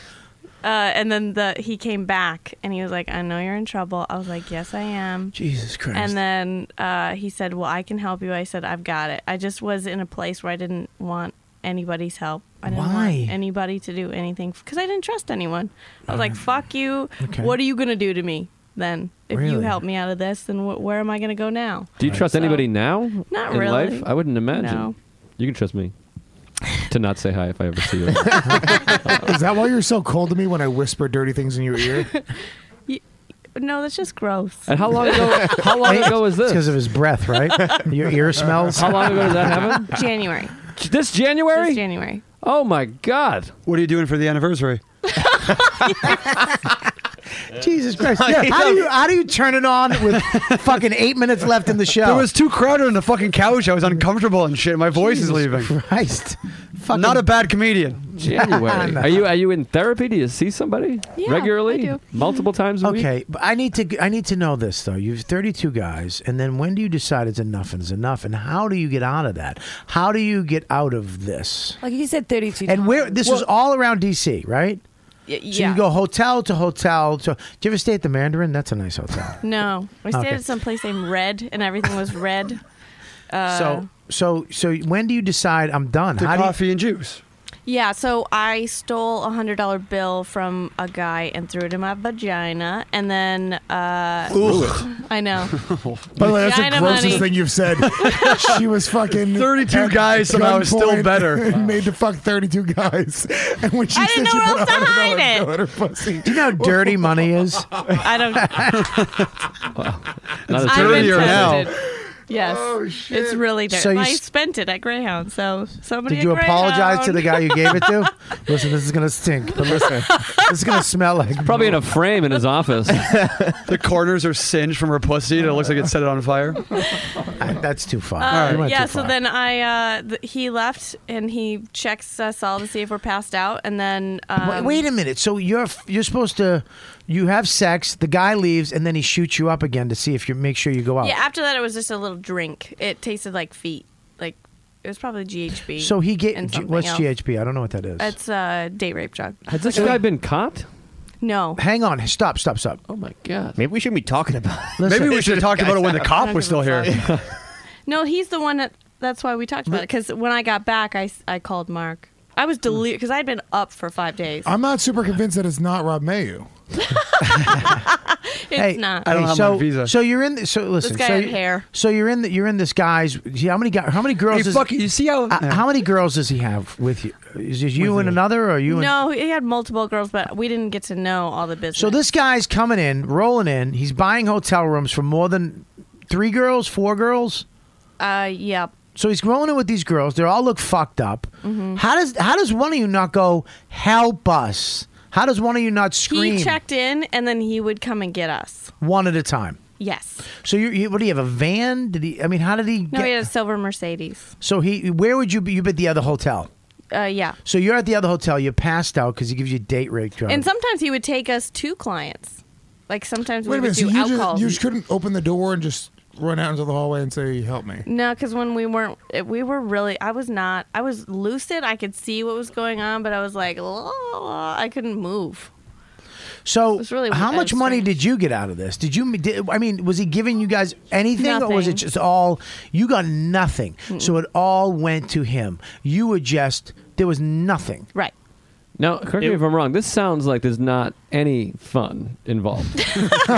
Speaker 13: Uh, and then the he came back, and he was like, "I know you're in trouble." I was like, "Yes, I am."
Speaker 2: Jesus Christ.
Speaker 13: And then uh, he said, "Well, I can help you." I said, "I've got it." I just was in a place where I didn't want anybody's help. I didn't
Speaker 2: Why?
Speaker 13: want anybody to do anything because I didn't trust anyone. I was like, "Fuck you!
Speaker 8: Okay.
Speaker 13: What are you gonna do to me then? If you
Speaker 8: Really?
Speaker 13: help me out of this, then wh- where am I gonna go now?"
Speaker 8: Do you trust
Speaker 13: So-
Speaker 8: anybody now?
Speaker 13: Not
Speaker 8: in
Speaker 13: really.
Speaker 8: life? I wouldn't imagine.
Speaker 13: No.
Speaker 8: You can trust me to not say hi if I ever see you.
Speaker 10: is that why you're so cold to me when I whisper dirty things in your ear?
Speaker 13: No, that's just gross.
Speaker 8: and how long ago? How long ago was this?
Speaker 2: Because of his breath, right? Your ear smells.
Speaker 8: How long ago did that happen?
Speaker 13: January.
Speaker 8: This January?
Speaker 13: This January.
Speaker 8: Oh my God!
Speaker 12: What are you doing for the anniversary?
Speaker 2: Jesus Christ. Yeah, how, do you, how do you turn it on with fucking eight minutes left in the show?
Speaker 12: There was too crowded on the fucking couch. I was uncomfortable and shit. My voice
Speaker 2: Jesus
Speaker 12: is leaving.
Speaker 2: Christ. Fucking-
Speaker 12: Not a bad comedian.
Speaker 8: January.
Speaker 11: Um,
Speaker 8: Are you are you in therapy? Do you see somebody regularly? Multiple
Speaker 11: Mm-hmm.
Speaker 8: times a
Speaker 2: okay,
Speaker 8: week.
Speaker 2: but I need to I need to know this though. You've 32 guys, and then when do you decide it's enough and it's enough, and how do you get out of that? How do you get out of this?
Speaker 18: Like you said, 32
Speaker 2: And where this was
Speaker 18: Well-
Speaker 2: all around DC, right?
Speaker 13: Y-
Speaker 2: So
Speaker 13: yeah.
Speaker 2: you go hotel to hotel. To, do you ever stay at the Mandarin? That's a nice hotel.
Speaker 13: No, we stayed
Speaker 2: Okay.
Speaker 13: at some place named Red, and everything was red. Uh,
Speaker 2: so so so when do you decide I'm done?
Speaker 12: To
Speaker 2: How
Speaker 12: coffee
Speaker 2: do you,
Speaker 12: and juice.
Speaker 13: yeah, so I stole a hundred dollar bill from a guy and threw it in my vagina, and then uh,
Speaker 10: Threw it.
Speaker 13: I know.
Speaker 10: By the way, that's
Speaker 13: Vagina
Speaker 10: the grossest
Speaker 13: money.
Speaker 10: thing you've said. she was fucking
Speaker 12: 32 guys somehow is still better.
Speaker 10: made to fuck 32 guys. And when she
Speaker 13: I
Speaker 10: said
Speaker 13: didn't
Speaker 10: she
Speaker 13: know where
Speaker 10: put a
Speaker 13: else to
Speaker 10: hundred
Speaker 13: hide
Speaker 10: dollar bill
Speaker 13: it.
Speaker 10: in her pussy,
Speaker 2: Do you know how dirty money is?
Speaker 13: I don't.
Speaker 8: Not as
Speaker 13: I've been
Speaker 8: dirtier now.
Speaker 13: tempted. Yes, it's really dirty.
Speaker 2: Oh, So you
Speaker 13: I
Speaker 2: s-
Speaker 13: spent it at Greyhound, so somebody.
Speaker 2: Did you
Speaker 13: at
Speaker 2: apologize to the guy
Speaker 13: Greyhound.
Speaker 2: you gave it to? listen, this is gonna stink.
Speaker 13: Um,
Speaker 2: But listen, this is gonna smell like
Speaker 8: Probably in a frame in his office.
Speaker 12: The corners are singed from her pussy, and it looks like it set it on fire.
Speaker 2: Uh, That's too far.
Speaker 13: Uh, yeah, so then I uh, th- he left and he checks us all to see if we're passed out, and then um,
Speaker 2: Wait, wait a minute. So you're you're supposed to You have sex, the guy leaves, and then he shoots you up again to see if you make sure you go out.
Speaker 13: Yeah, after that, it was just a little drink. It tasted like feet. Like it was probably GHB.
Speaker 2: So he gave
Speaker 13: and
Speaker 2: G-
Speaker 13: something
Speaker 2: what's
Speaker 13: else.
Speaker 2: GHB? I don't know what that is.
Speaker 13: It's a date rape drug.
Speaker 2: Has
Speaker 13: Like
Speaker 2: this
Speaker 13: a-
Speaker 2: guy
Speaker 8: been caught?
Speaker 13: No.
Speaker 2: Hang on. Stop. Stop. Stop.
Speaker 8: Oh my god.
Speaker 11: Maybe we shouldn't be talking about. it.
Speaker 2: Maybe we should have talked about it when the cop was still here.
Speaker 13: No, he's the one that. That's why we talked about it. Because when I got back, I, s- I called Mark. I was delirious because I'd been up for five days.
Speaker 10: I'm not super convinced that it's not Rob Mayu.
Speaker 13: It's
Speaker 2: Hey,
Speaker 13: not.
Speaker 2: hey, so, So you're in. The, so listen.
Speaker 13: guy
Speaker 2: so
Speaker 13: had
Speaker 2: you-
Speaker 13: hair.
Speaker 2: So you're in. The, you're in this guy's. See how many guys? How many girls?
Speaker 13: Hey,
Speaker 2: does,
Speaker 13: fuck
Speaker 2: it, you see how? how many girls does he have with you? Is it you and another, or are you? and-
Speaker 13: no, he had multiple girls, but we didn't get to know all the business.
Speaker 2: so this guy's coming in, rolling in. He's buying hotel rooms for more than three girls, four girls.
Speaker 13: Uh, yeah.
Speaker 2: So he's rolling in with these girls. They all look fucked up.
Speaker 13: Mhm.
Speaker 2: How does how does one of you not go help us? How does one of you not scream
Speaker 13: He checked in, and then he would come and get us.
Speaker 2: one at a time?
Speaker 13: Yes.
Speaker 2: So you, you what do you have a van? Did he? I mean, how did he?
Speaker 13: No,
Speaker 2: get,
Speaker 13: he had a silver Mercedes.
Speaker 2: So he, where would you be? You be at the other hotel.
Speaker 13: Uh, yeah.
Speaker 2: So you're at the other hotel. You're passed out because he gives you date rape drugs.
Speaker 13: And sometimes he would take us to clients. Like sometimes
Speaker 10: Wait
Speaker 13: we
Speaker 10: a
Speaker 13: would
Speaker 10: minute.
Speaker 13: do
Speaker 10: So you,
Speaker 13: alcohol.
Speaker 10: just, you just couldn't open the door and just run out into the hallway and say, "Help me."
Speaker 13: no, because when we weren't, it- we were really. I was not. I was lucid. I could see what was going on, but I was like, la, la, la. I couldn't move.
Speaker 2: so
Speaker 13: really
Speaker 2: how
Speaker 13: weird.
Speaker 2: much
Speaker 13: That was
Speaker 2: money did you get out of this? Did you? Did, I mean, was he giving you guys anything, or was it
Speaker 13: Nothing.
Speaker 2: just all you got nothing? So it all went to him. You were just there was nothing.
Speaker 13: Right.
Speaker 8: Now, correct me if I'm wrong. This sounds like there's not any fun involved.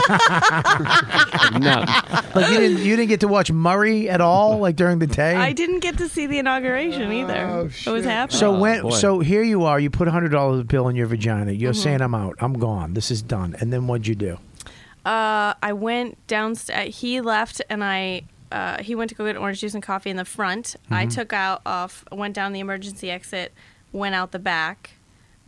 Speaker 8: None.
Speaker 2: Um, Like you didn't you didn't get to watch Murray at all, like during the day.
Speaker 13: I didn't get to see the inauguration either.
Speaker 10: Oh,
Speaker 13: it was happening.
Speaker 2: So when so here you are, you put a hundred dollar bill in your vagina. You're
Speaker 13: Mm-hmm.
Speaker 2: saying I'm out, I'm gone, this is done. And then what'd you do?
Speaker 13: Uh, I went downstairs. He left, and I uh, he went to go get orange juice and coffee in the front. I
Speaker 2: Mhm.
Speaker 13: took out off, went down the emergency exit, went out the back,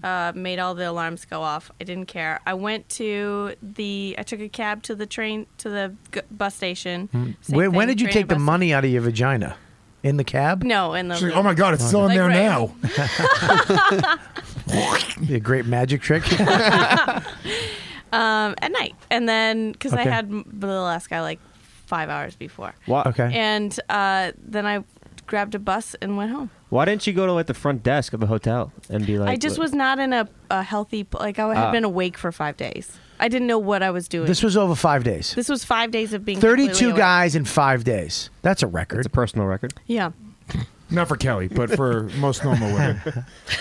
Speaker 13: uh, made all the alarms go off. I didn't care. I went to the. I took a cab to the train to the g- bus station. Same
Speaker 2: When, Mm-hmm. when
Speaker 13: thing,
Speaker 2: did you
Speaker 13: train
Speaker 2: take
Speaker 13: to
Speaker 2: the
Speaker 13: bus-
Speaker 2: money out of your vagina? In the cab?
Speaker 13: No, in the.
Speaker 10: She's like, "Oh my god, it's still in there now."
Speaker 2: Be a great magic trick.
Speaker 13: Um, at night, and then because I
Speaker 2: Okay.
Speaker 13: had m- the last guy like five hours before.
Speaker 11: Wha- Okay.
Speaker 13: And uh, then I grabbed a bus and went home.
Speaker 11: Why didn't you go to like the front desk of a hotel and be like?
Speaker 13: I just
Speaker 11: "Look,
Speaker 13: was not in a, a healthy pl- like I had
Speaker 11: Ah.
Speaker 13: been awake for five days. I didn't know what I was doing.
Speaker 2: this was over five days.
Speaker 13: this was five days of being completely
Speaker 2: Thirty-two
Speaker 13: awake.
Speaker 2: guys in five days. That's a record. It's a
Speaker 11: personal record.
Speaker 13: Yeah,
Speaker 10: Not for Kelly, but for most normal women.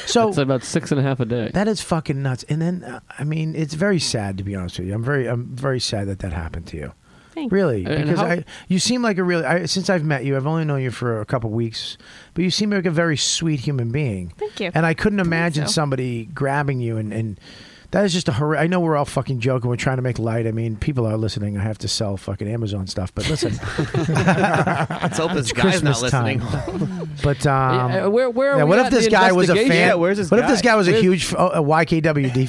Speaker 2: So
Speaker 8: it's about six and a half a day.
Speaker 2: That is fucking nuts. And then, uh, I mean, it's very sad to be honest with you. I'm very, I'm very sad that that happened to you.
Speaker 13: Thanks.
Speaker 2: Really,
Speaker 8: And
Speaker 2: because
Speaker 8: how-
Speaker 2: I, you seem like a really. I, since I've met you, I've only known you for a couple weeks, but you seem like a very sweet human being.
Speaker 13: Thank you.
Speaker 2: And I couldn't
Speaker 13: I think
Speaker 2: imagine
Speaker 13: so.
Speaker 2: somebody grabbing you and. and that is just a horror. I know we're all fucking joking. We're trying to make light. I mean, people are listening. I have to sell fucking Amazon stuff. But listen,
Speaker 11: Let's hope this
Speaker 2: it's
Speaker 11: guy's not
Speaker 2: Christmas time.
Speaker 11: listening.
Speaker 2: But um,
Speaker 11: Yeah, uh, where- where are
Speaker 2: yeah,
Speaker 11: we
Speaker 2: what
Speaker 11: at
Speaker 2: if
Speaker 11: in
Speaker 2: this
Speaker 11: the
Speaker 2: guy was a fan?
Speaker 11: investigation? Yeah, where's this
Speaker 2: what if this
Speaker 11: guy?
Speaker 2: guy was a
Speaker 11: Where's-
Speaker 2: huge f- uh, YKWd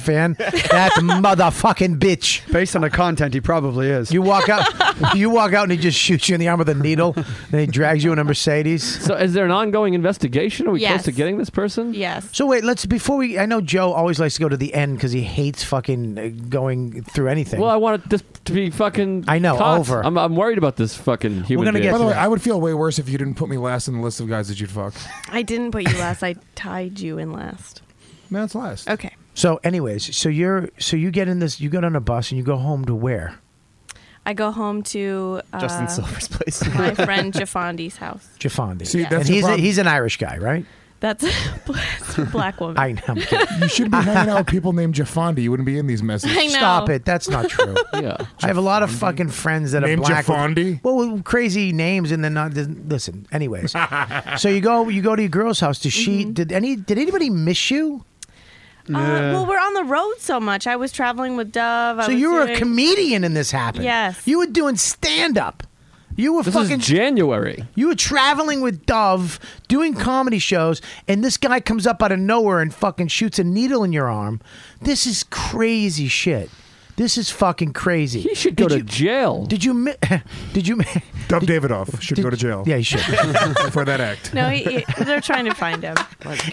Speaker 2: fan? that motherfucking bitch.
Speaker 12: Based on the content, he probably is.
Speaker 2: You walk out, you walk out, and he just shoots you in the arm with a needle. then he drags you in a Mercedes.
Speaker 8: So is there an ongoing investigation? Are we
Speaker 13: Yes.
Speaker 8: close to getting this person?
Speaker 13: Yes.
Speaker 2: So wait, let's before we. I know Joe always likes to go to the end because he hates fucking uh, going through anything.
Speaker 8: Well, I want this to be fucking.
Speaker 2: I know,
Speaker 8: caught.
Speaker 2: over.
Speaker 8: I'm, I'm worried about this fucking human. being.
Speaker 10: By the way, I would feel way worse if you didn't put me last in the list of guys that you'd fuck.
Speaker 13: I didn't put you last. I tied you in last.
Speaker 10: No, it's last.
Speaker 13: Okay.
Speaker 2: so, anyways, so you're so you get in this, you get on a bus, and you go home to where?
Speaker 13: I go home to uh,
Speaker 2: Justin Silver's
Speaker 11: place.
Speaker 13: my friend Jafondi's house.
Speaker 2: Jafandi.
Speaker 10: See, that's
Speaker 2: and
Speaker 10: your
Speaker 2: he's a,
Speaker 10: problem.
Speaker 2: he's an Irish guy, right?
Speaker 13: That's that's a black woman.
Speaker 2: I know. I'm kidding.
Speaker 10: You should be hanging out with people named Jafandi. You wouldn't be in these messes.
Speaker 13: I know.
Speaker 2: Stop it. That's not true.
Speaker 8: yeah.
Speaker 2: I have a lot of fucking friends that
Speaker 10: Named
Speaker 2: are black.
Speaker 10: Jafandi?
Speaker 2: With, well, with crazy names, and then not listen. Anyways, so you go, you go to your girl's house. Does she?
Speaker 13: Mm-hmm.
Speaker 2: Did any? Did anybody miss you?
Speaker 13: Uh, well, we're on the road so much. I was traveling with Dove. I
Speaker 2: so
Speaker 13: was
Speaker 2: you were a
Speaker 13: doing-
Speaker 2: comedian, and this happened.
Speaker 13: Yes.
Speaker 2: you were doing stand up. You were
Speaker 8: This
Speaker 2: fucking.
Speaker 8: is January.
Speaker 2: you were traveling with Dove, doing comedy shows, and this guy comes up out of nowhere and fucking shoots a needle in your arm. This is crazy shit. This is fucking crazy. He
Speaker 8: should
Speaker 10: go to
Speaker 8: jail.
Speaker 2: Did you? mi- Did you?
Speaker 10: Dub Davidoff should go to jail.
Speaker 2: Yeah, he should
Speaker 10: for that act.
Speaker 13: No, he, he- they're trying to find him.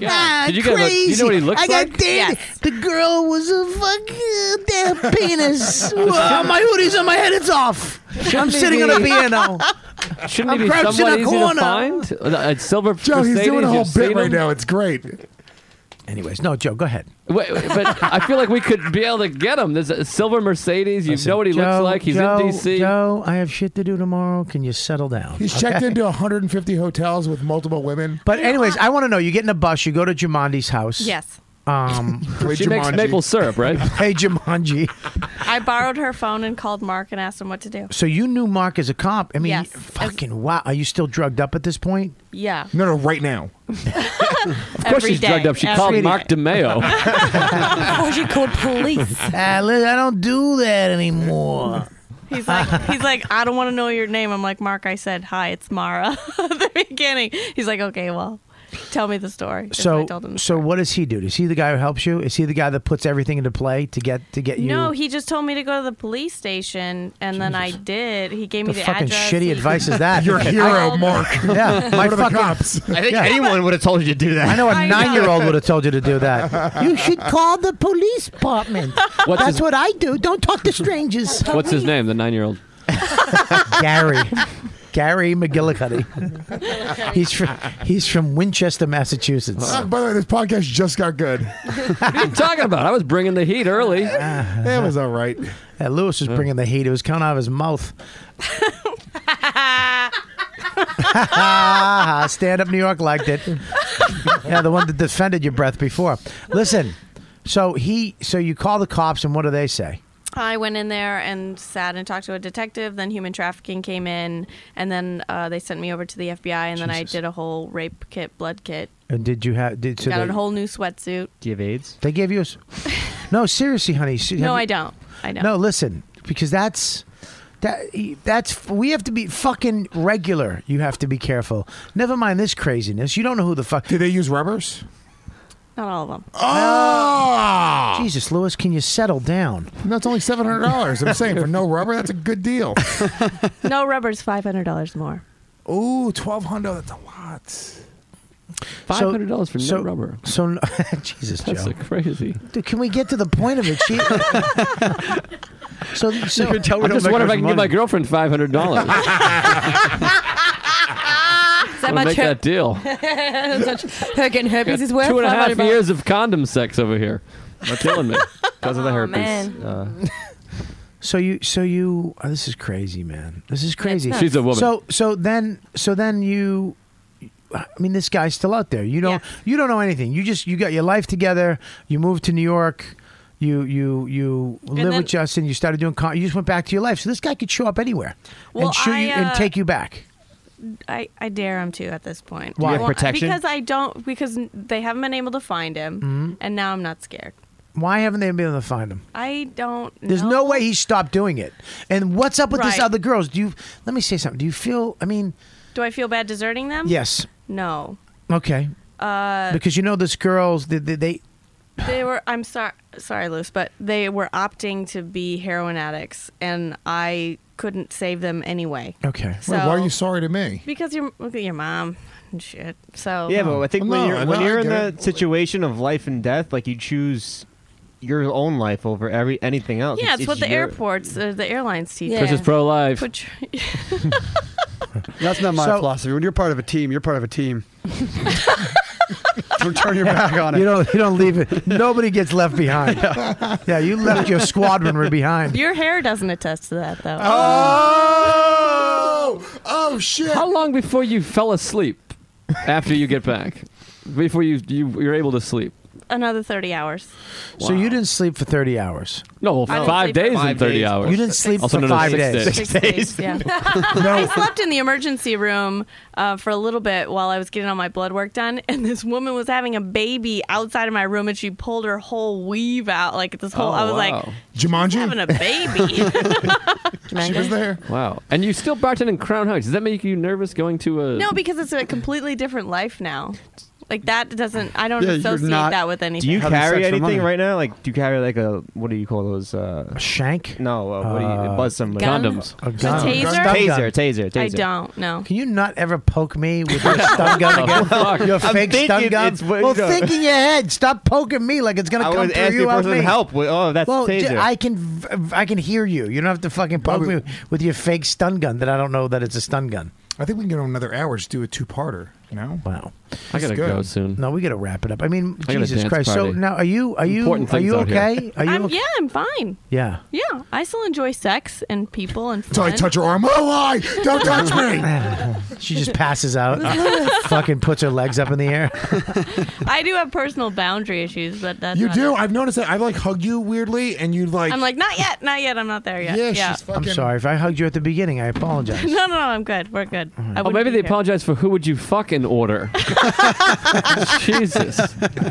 Speaker 20: Ah,
Speaker 10: Did you get a look-
Speaker 20: crazy.
Speaker 10: you know what he looks
Speaker 20: I got
Speaker 10: like?
Speaker 20: dated. The girl was a fucking uh, penis. Whoa, my hoodie's on my head. It's off. I'm
Speaker 2: Shouldn't he
Speaker 20: sitting on a
Speaker 2: be-
Speaker 20: piano.
Speaker 8: Shouldn't
Speaker 20: I'm
Speaker 8: he be
Speaker 20: crouched in
Speaker 8: somewhat
Speaker 20: a
Speaker 8: easy to
Speaker 20: corner.
Speaker 8: find? A silver
Speaker 10: Joe, he's doing a whole bit right now. It's great.
Speaker 2: Anyways, no, Joe, go ahead.
Speaker 8: Wait, wait, but I feel like we could be able to get him. There's a silver Mercedes. You know what he looks
Speaker 2: Joe,
Speaker 8: like. He's
Speaker 2: Joe,
Speaker 8: in D.C.
Speaker 2: Joe, I have shit to do tomorrow. Can you settle down?
Speaker 10: He's
Speaker 2: Okay?
Speaker 10: checked into 150 hotels with multiple women.
Speaker 2: But anyways, I want to know. You get in a bus. You go to Jumanji's house.
Speaker 13: Yes.
Speaker 2: Um,
Speaker 10: She makes Jumanji. maple
Speaker 8: syrup, right?
Speaker 2: hey, Jumanji.
Speaker 13: I borrowed her phone and called Mark and asked him what to do.
Speaker 2: So you knew Mark as a cop. I mean,
Speaker 13: Yes.
Speaker 2: fucking wow. Are you still drugged up at this point?
Speaker 13: Yeah.
Speaker 10: No, no, right now.
Speaker 13: Of
Speaker 8: course she's drugged up. She called Mark DeMeo.
Speaker 2: Before she called police. I don't do that anymore.
Speaker 13: He's like, he's like, I don't want to know your name. I'm like, Mark, I said hi, it's Mara at the beginning. He's like, okay, well, tell me the story. That's what I
Speaker 2: So,
Speaker 13: told him.
Speaker 2: so what does he do? Is he the guy who helps you? Is he the guy that puts everything into play to get to get you?
Speaker 13: No, he just told me to go to the police station, and then I did. He gave
Speaker 2: the
Speaker 13: me the
Speaker 2: fucking
Speaker 13: address.
Speaker 2: shitty
Speaker 13: he-
Speaker 2: advice is that?
Speaker 13: You're a hero,
Speaker 2: Mark. Yeah, my
Speaker 11: Go to the
Speaker 2: fucking.
Speaker 11: cops. I think
Speaker 2: Yeah.
Speaker 11: anyone would have told you to do that.
Speaker 2: I know a nine-year-old would have told you to do that.
Speaker 20: You should call the police department.
Speaker 8: What's
Speaker 20: That's
Speaker 8: his-
Speaker 20: what I do. Don't talk to strangers.
Speaker 8: What's his name? The nine-year-old.
Speaker 2: Gary. Gary McGillicuddy. He's from he's from Winchester, Massachusetts.
Speaker 10: Uh, by the way, this podcast just got good.
Speaker 8: what are you talking about? I was bringing the heat early.
Speaker 10: It was all right.
Speaker 2: Yeah, Lewis was bringing the heat. It was coming out of his mouth. Stand up New York liked it. yeah, the one that defended your breath before. Listen, so he, so you call the cops, and what do they say?
Speaker 13: I went in there and sat and talked to a detective. Then human trafficking came in, and then uh, they sent me over to the FBI. And then I
Speaker 2: Jesus.
Speaker 13: did a whole rape kit, blood kit.
Speaker 2: And did you have? Did so
Speaker 13: Got
Speaker 2: they,
Speaker 13: a whole new sweatsuit.
Speaker 2: Do you have AIDS? They gave you. A, s- no, seriously, honey. se- have
Speaker 13: No,
Speaker 2: you-
Speaker 13: I don't. I don't.
Speaker 2: No, listen, because that's that that's we have to be fucking regular. You have to be careful. Never mind this craziness. You don't know who the fuck. Do
Speaker 10: they use rubbers?
Speaker 13: Not all of them.
Speaker 2: Ah.
Speaker 10: Oh!
Speaker 2: Jesus, Lewis, can you settle down?
Speaker 10: No, it's only seven hundred dollars. I'm saying for no rubber, that's a good deal.
Speaker 13: No rubber's five hundred dollars more.
Speaker 10: Ooh, twelve hundred. That's a lot.
Speaker 2: So-
Speaker 8: $500 for no
Speaker 2: so-
Speaker 8: rubber.
Speaker 2: So n- Jesus,
Speaker 8: That's
Speaker 2: Joe.
Speaker 8: a crazy.
Speaker 2: Dude, can we get to the point of it? She- so, so
Speaker 8: I just wonder if I can give my girlfriend five hundred dollars.
Speaker 18: Is that
Speaker 8: Wanna make that deal.
Speaker 18: her getting herpes is worth
Speaker 8: Two and a half
Speaker 18: 500 bucks.
Speaker 8: years of condom sex over here. That's killing me because of the herpes.
Speaker 18: Oh, man.
Speaker 10: Uh,
Speaker 2: So you, so you, oh, this is crazy, man. This is crazy.
Speaker 8: nuts. She's a woman.
Speaker 2: So, so then, so then you, I mean, this guy's still out there. You don't, you don't know anything. You just, you got your life together. You moved to New York. You, you, you live
Speaker 13: then-
Speaker 2: with Justin. You started doing, con- you just went back to your life. So this guy could show up anywhere
Speaker 13: Well,
Speaker 2: and shoot
Speaker 13: I,
Speaker 2: you and
Speaker 13: uh,
Speaker 2: take you back.
Speaker 13: I, I dare him to at this point.
Speaker 2: Do you have
Speaker 13: I
Speaker 2: protection?
Speaker 13: Because I don't because they haven't been able to find him,
Speaker 2: Mhm.
Speaker 13: and now I'm not scared.
Speaker 2: Why haven't they been able to find him?
Speaker 13: I don't.
Speaker 2: There's no, way he stopped doing it. And what's up with this
Speaker 13: Right.
Speaker 2: other girls? Do you? Let me say something. Do you feel? I mean,
Speaker 13: Do I feel bad deserting them?
Speaker 2: yes.
Speaker 13: No.
Speaker 2: Okay.
Speaker 13: Um, Uh,
Speaker 2: because you know this girls they, they, they
Speaker 13: they were. I'm sorry. Sorry, Luce, but they were opting to be heroin addicts, and I couldn't save them anyway.
Speaker 2: Okay.
Speaker 13: So,
Speaker 10: Wait, why are you sorry to me?
Speaker 13: Because your look at your mom and shit. So
Speaker 11: Yeah, but Oh, I think when
Speaker 13: No,
Speaker 11: you're
Speaker 13: no,
Speaker 11: when
Speaker 13: I
Speaker 11: you're in
Speaker 13: get
Speaker 11: that situation of life and death, like you choose your own life over every anything else.
Speaker 13: Yeah, it's, what the
Speaker 11: oh, your-
Speaker 13: airports, uh, the airlines teach.
Speaker 11: Chris is pro-life.
Speaker 13: Put your-
Speaker 12: That's not my
Speaker 13: So-
Speaker 12: philosophy. When you're part of a team, you're part of a team. Don't turn your back on it.
Speaker 2: You don't. You don't leave it. Nobody gets left behind. yeah, you left your squadron were behind.
Speaker 13: Your hair doesn't attest to that, though.
Speaker 10: Oh, oh shit!
Speaker 8: How long before you fell asleep after you get back? Before you, you you're able to sleep?
Speaker 13: Another 30 hours.
Speaker 2: So you didn't sleep for thirty hours.
Speaker 8: No,
Speaker 13: I
Speaker 8: well,
Speaker 13: didn't
Speaker 8: five
Speaker 13: sleep for
Speaker 8: days
Speaker 13: five
Speaker 8: and thirty
Speaker 13: days.
Speaker 8: hours.
Speaker 2: You didn't sleep
Speaker 8: also
Speaker 2: for
Speaker 8: known as
Speaker 2: five
Speaker 8: six
Speaker 2: days.
Speaker 13: Six days, yeah. I slept in the emergency room uh, for a little bit while I was getting all my blood work done, and this woman was having a baby outside of my room, and she pulled her whole weave out, like this
Speaker 8: Oh,
Speaker 13: whole. I
Speaker 11: Oh,
Speaker 13: was like,
Speaker 10: Jumanji
Speaker 13: having a baby.
Speaker 10: She was there.
Speaker 8: Wow. And you still bartend in Crown Heights. Does that make you nervous going to a
Speaker 13: no, because it's a completely different life now. Like that doesn't. I don't
Speaker 11: Yeah, you're
Speaker 13: associate
Speaker 11: not-
Speaker 13: that with anything.
Speaker 11: Do you carry anything
Speaker 13: right
Speaker 11: right now? Like, do you carry like a what do you call those? Uh, a
Speaker 2: shank?
Speaker 11: No, uh, what do you
Speaker 2: Uh,
Speaker 11: buzz somebody?
Speaker 13: Gun? Condoms. A gun. A taser?
Speaker 11: Taser. Taser. Taser.
Speaker 13: I don't know.
Speaker 2: Can you not ever poke me with your stun gun again?
Speaker 11: Fuck.
Speaker 2: Your
Speaker 11: I'm
Speaker 2: fake stun
Speaker 11: thinking
Speaker 2: gun.
Speaker 11: it's what-
Speaker 2: Well, think in your head. Stop poking me like it's gonna
Speaker 11: I
Speaker 2: come
Speaker 11: was
Speaker 2: through
Speaker 11: asking
Speaker 2: you
Speaker 11: for
Speaker 2: out
Speaker 11: some
Speaker 2: me.
Speaker 11: help. Well, oh, that's
Speaker 2: well, d-
Speaker 11: taser.
Speaker 2: I can, v- I can hear you. You don't have to fucking poke me with your fake stun gun that I don't know that it's a stun gun.
Speaker 10: I think we can go another hour. Just do a two-parter. You know?
Speaker 2: Wow.
Speaker 10: I gotta Good. go
Speaker 8: soon.
Speaker 2: No, we gotta wrap it up. I mean,
Speaker 10: I got a
Speaker 2: Jesus
Speaker 10: dance
Speaker 2: Christ. So
Speaker 10: party.
Speaker 2: now, are you, are you,
Speaker 10: Important
Speaker 2: are
Speaker 10: things
Speaker 2: you
Speaker 10: out here.
Speaker 2: okay? Are you?
Speaker 13: I'm, yeah, I'm fine.
Speaker 2: Yeah.
Speaker 13: Yeah, I still enjoy sex and people and fun.
Speaker 10: Until I touch her arm. Oh, I don't touch me.
Speaker 2: She just passes out. fucking puts her legs up in the air.
Speaker 13: I do have personal boundary issues, but that's
Speaker 10: You
Speaker 13: not
Speaker 10: do.
Speaker 13: it.
Speaker 10: I've noticed that. I like hug you weirdly, and you like.
Speaker 13: I'm like, not yet, not yet. I'm not there yet.
Speaker 10: Yeah,
Speaker 13: yeah.
Speaker 10: she's
Speaker 2: I'm sorry if I hugged you at the beginning. I apologize.
Speaker 13: no, no, no. I'm good. We're good. I
Speaker 8: Oh,
Speaker 13: wouldn't
Speaker 8: maybe
Speaker 13: be
Speaker 8: they
Speaker 13: here.
Speaker 8: apologize for who would you fucking order? Jesus.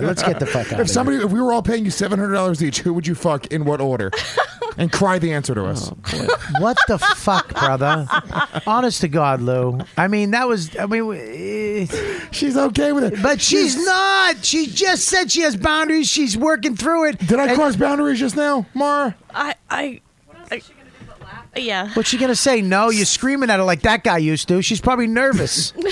Speaker 2: Let's get the fuck
Speaker 10: If somebody, if we were all paying you seven hundred dollars each, who would you fuck in what order? and cry the answer to us.
Speaker 2: what the fuck, brother? Honest to God, Lou. I mean, that was. I mean, eh.
Speaker 10: she's okay with it,
Speaker 2: but she's, not. She just said she has boundaries. She's working through it. Did
Speaker 10: I cross boundaries just now, Mara?
Speaker 13: I, I, I yeah.
Speaker 2: What's she gonna say? No, you're screaming at her like that guy used to. She's probably nervous.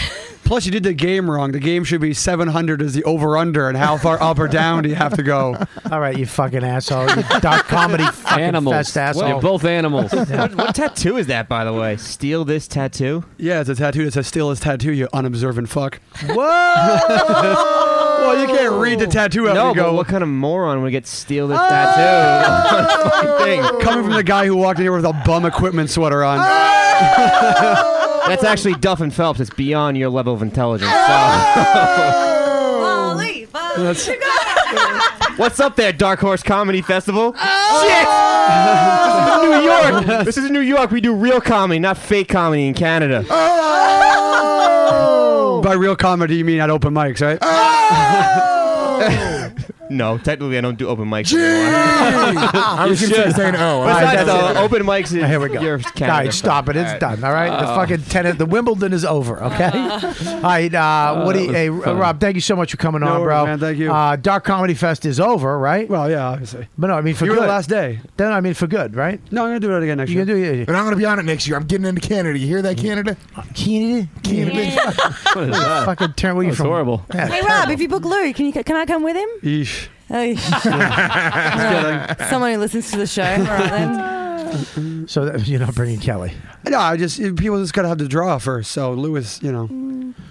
Speaker 12: Plus, you did the game wrong. The game should be 700 is the over under, and how far up or down do you have to go?
Speaker 2: All right, you fucking asshole. You dark comedy fucking
Speaker 12: Animals.
Speaker 2: fest asshole.
Speaker 12: You're both animals.
Speaker 11: what, what tattoo is that, by the way? Steal this tattoo?
Speaker 12: Yeah, it's a tattoo that says "Steal his tattoo." You unobservant fuck.
Speaker 2: Whoa! well,
Speaker 12: you can't read the tattoo.
Speaker 11: No,
Speaker 12: after you
Speaker 11: but
Speaker 12: go. Oh!
Speaker 11: what kind of moron would get steal this tattoo?
Speaker 12: Coming from the guy who walked in here with a bum equipment sweater on.
Speaker 11: That's actually Duff and Phelps. It's beyond your level of intelligence. So.
Speaker 12: That's-
Speaker 11: What's up there, Dark Horse Comedy Festival?
Speaker 10: Oh!
Speaker 11: New York. This is New York. We do real comedy, not fake comedy in Canada. Oh.
Speaker 12: By real comedy, you mean at open mics, right?
Speaker 11: No, technically I don't do open mics anymore.
Speaker 10: I was
Speaker 11: You
Speaker 10: gonna say
Speaker 11: should.
Speaker 10: the same- oh, all right,
Speaker 11: Besides,
Speaker 10: that's
Speaker 11: uh,
Speaker 10: it.
Speaker 11: open mics is
Speaker 2: Here we go.
Speaker 11: your
Speaker 2: All
Speaker 11: Canada.
Speaker 2: right, stop it. It's done. All right, Oh. the fucking tennis, the Wimbledon is over. Okay. All right, uh, what do you,
Speaker 12: that was
Speaker 2: hey,
Speaker 12: fun.
Speaker 2: Rob? Thank you so much for coming
Speaker 12: No
Speaker 2: on,
Speaker 12: worries,
Speaker 2: bro.
Speaker 12: man, thank you.
Speaker 2: Uh, Dark Comedy Fest is over, right?
Speaker 12: Well, yeah, obviously.
Speaker 2: But no, I mean for
Speaker 12: You were
Speaker 2: good.
Speaker 12: the last day.
Speaker 2: Then I mean for good, right?
Speaker 12: No, I'm gonna do that again next
Speaker 2: You
Speaker 12: year.
Speaker 2: gonna do it?
Speaker 10: And I'm gonna be on it next year. I'm getting into Canada. You hear that, Canada?
Speaker 2: Canada,
Speaker 10: Canada.
Speaker 12: What
Speaker 2: is that? Fucking turn. Where you from? Horrible.
Speaker 18: Hey Rob, if you book Lou, can you can I come with him?
Speaker 12: Yeesh.
Speaker 18: Hey. Someone who listens to the show. All right, then.
Speaker 2: So that, you're not bringing Kelly.
Speaker 12: No, I just people just gotta have to draw first. So Lewis, you know,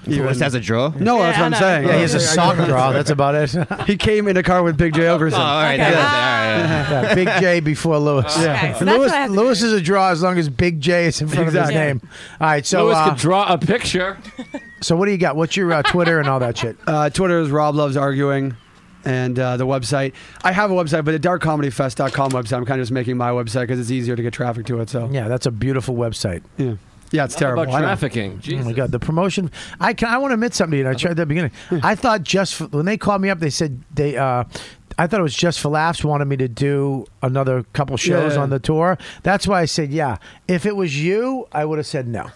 Speaker 11: Lewis has a draw.
Speaker 12: No, that's what I'm saying.
Speaker 2: Yeah, he has a sock draw. That's about it.
Speaker 12: he came in a car with Big J Ogerson.
Speaker 11: Oh, all right, Okay. that's- all right, all right.
Speaker 2: Yeah, Big J before Lewis.
Speaker 12: Ah. Okay, so that's
Speaker 2: Lewis,
Speaker 12: what I have
Speaker 2: Lewis is a draw as long as Big J is in front
Speaker 12: Exactly.
Speaker 2: of his name. All right, so
Speaker 8: Lewis
Speaker 2: uh,
Speaker 8: could draw a picture.
Speaker 2: so what do you got? What's your uh, Twitter and all that shit?
Speaker 12: Uh, Twitter is Rob Loves Arguing, and uh, the website. I have a website, but the darkcomedyfest.com website. I'm kind of just making my website because it's easier to get traffic to it. So
Speaker 2: yeah, that's a beautiful website.
Speaker 12: Yeah, yeah, it's terrible.
Speaker 8: about
Speaker 12: I know.
Speaker 8: trafficking?
Speaker 2: Oh my god, the promotion! I can, I want to admit something. to you, And I tried that at the beginning. I thought just for, when they called me up, they said they. Uh, I thought it was just for laughs. Wanted me to do another couple shows
Speaker 12: Yeah.
Speaker 2: on the tour. That's why I said yeah. If it was you, I would have said no.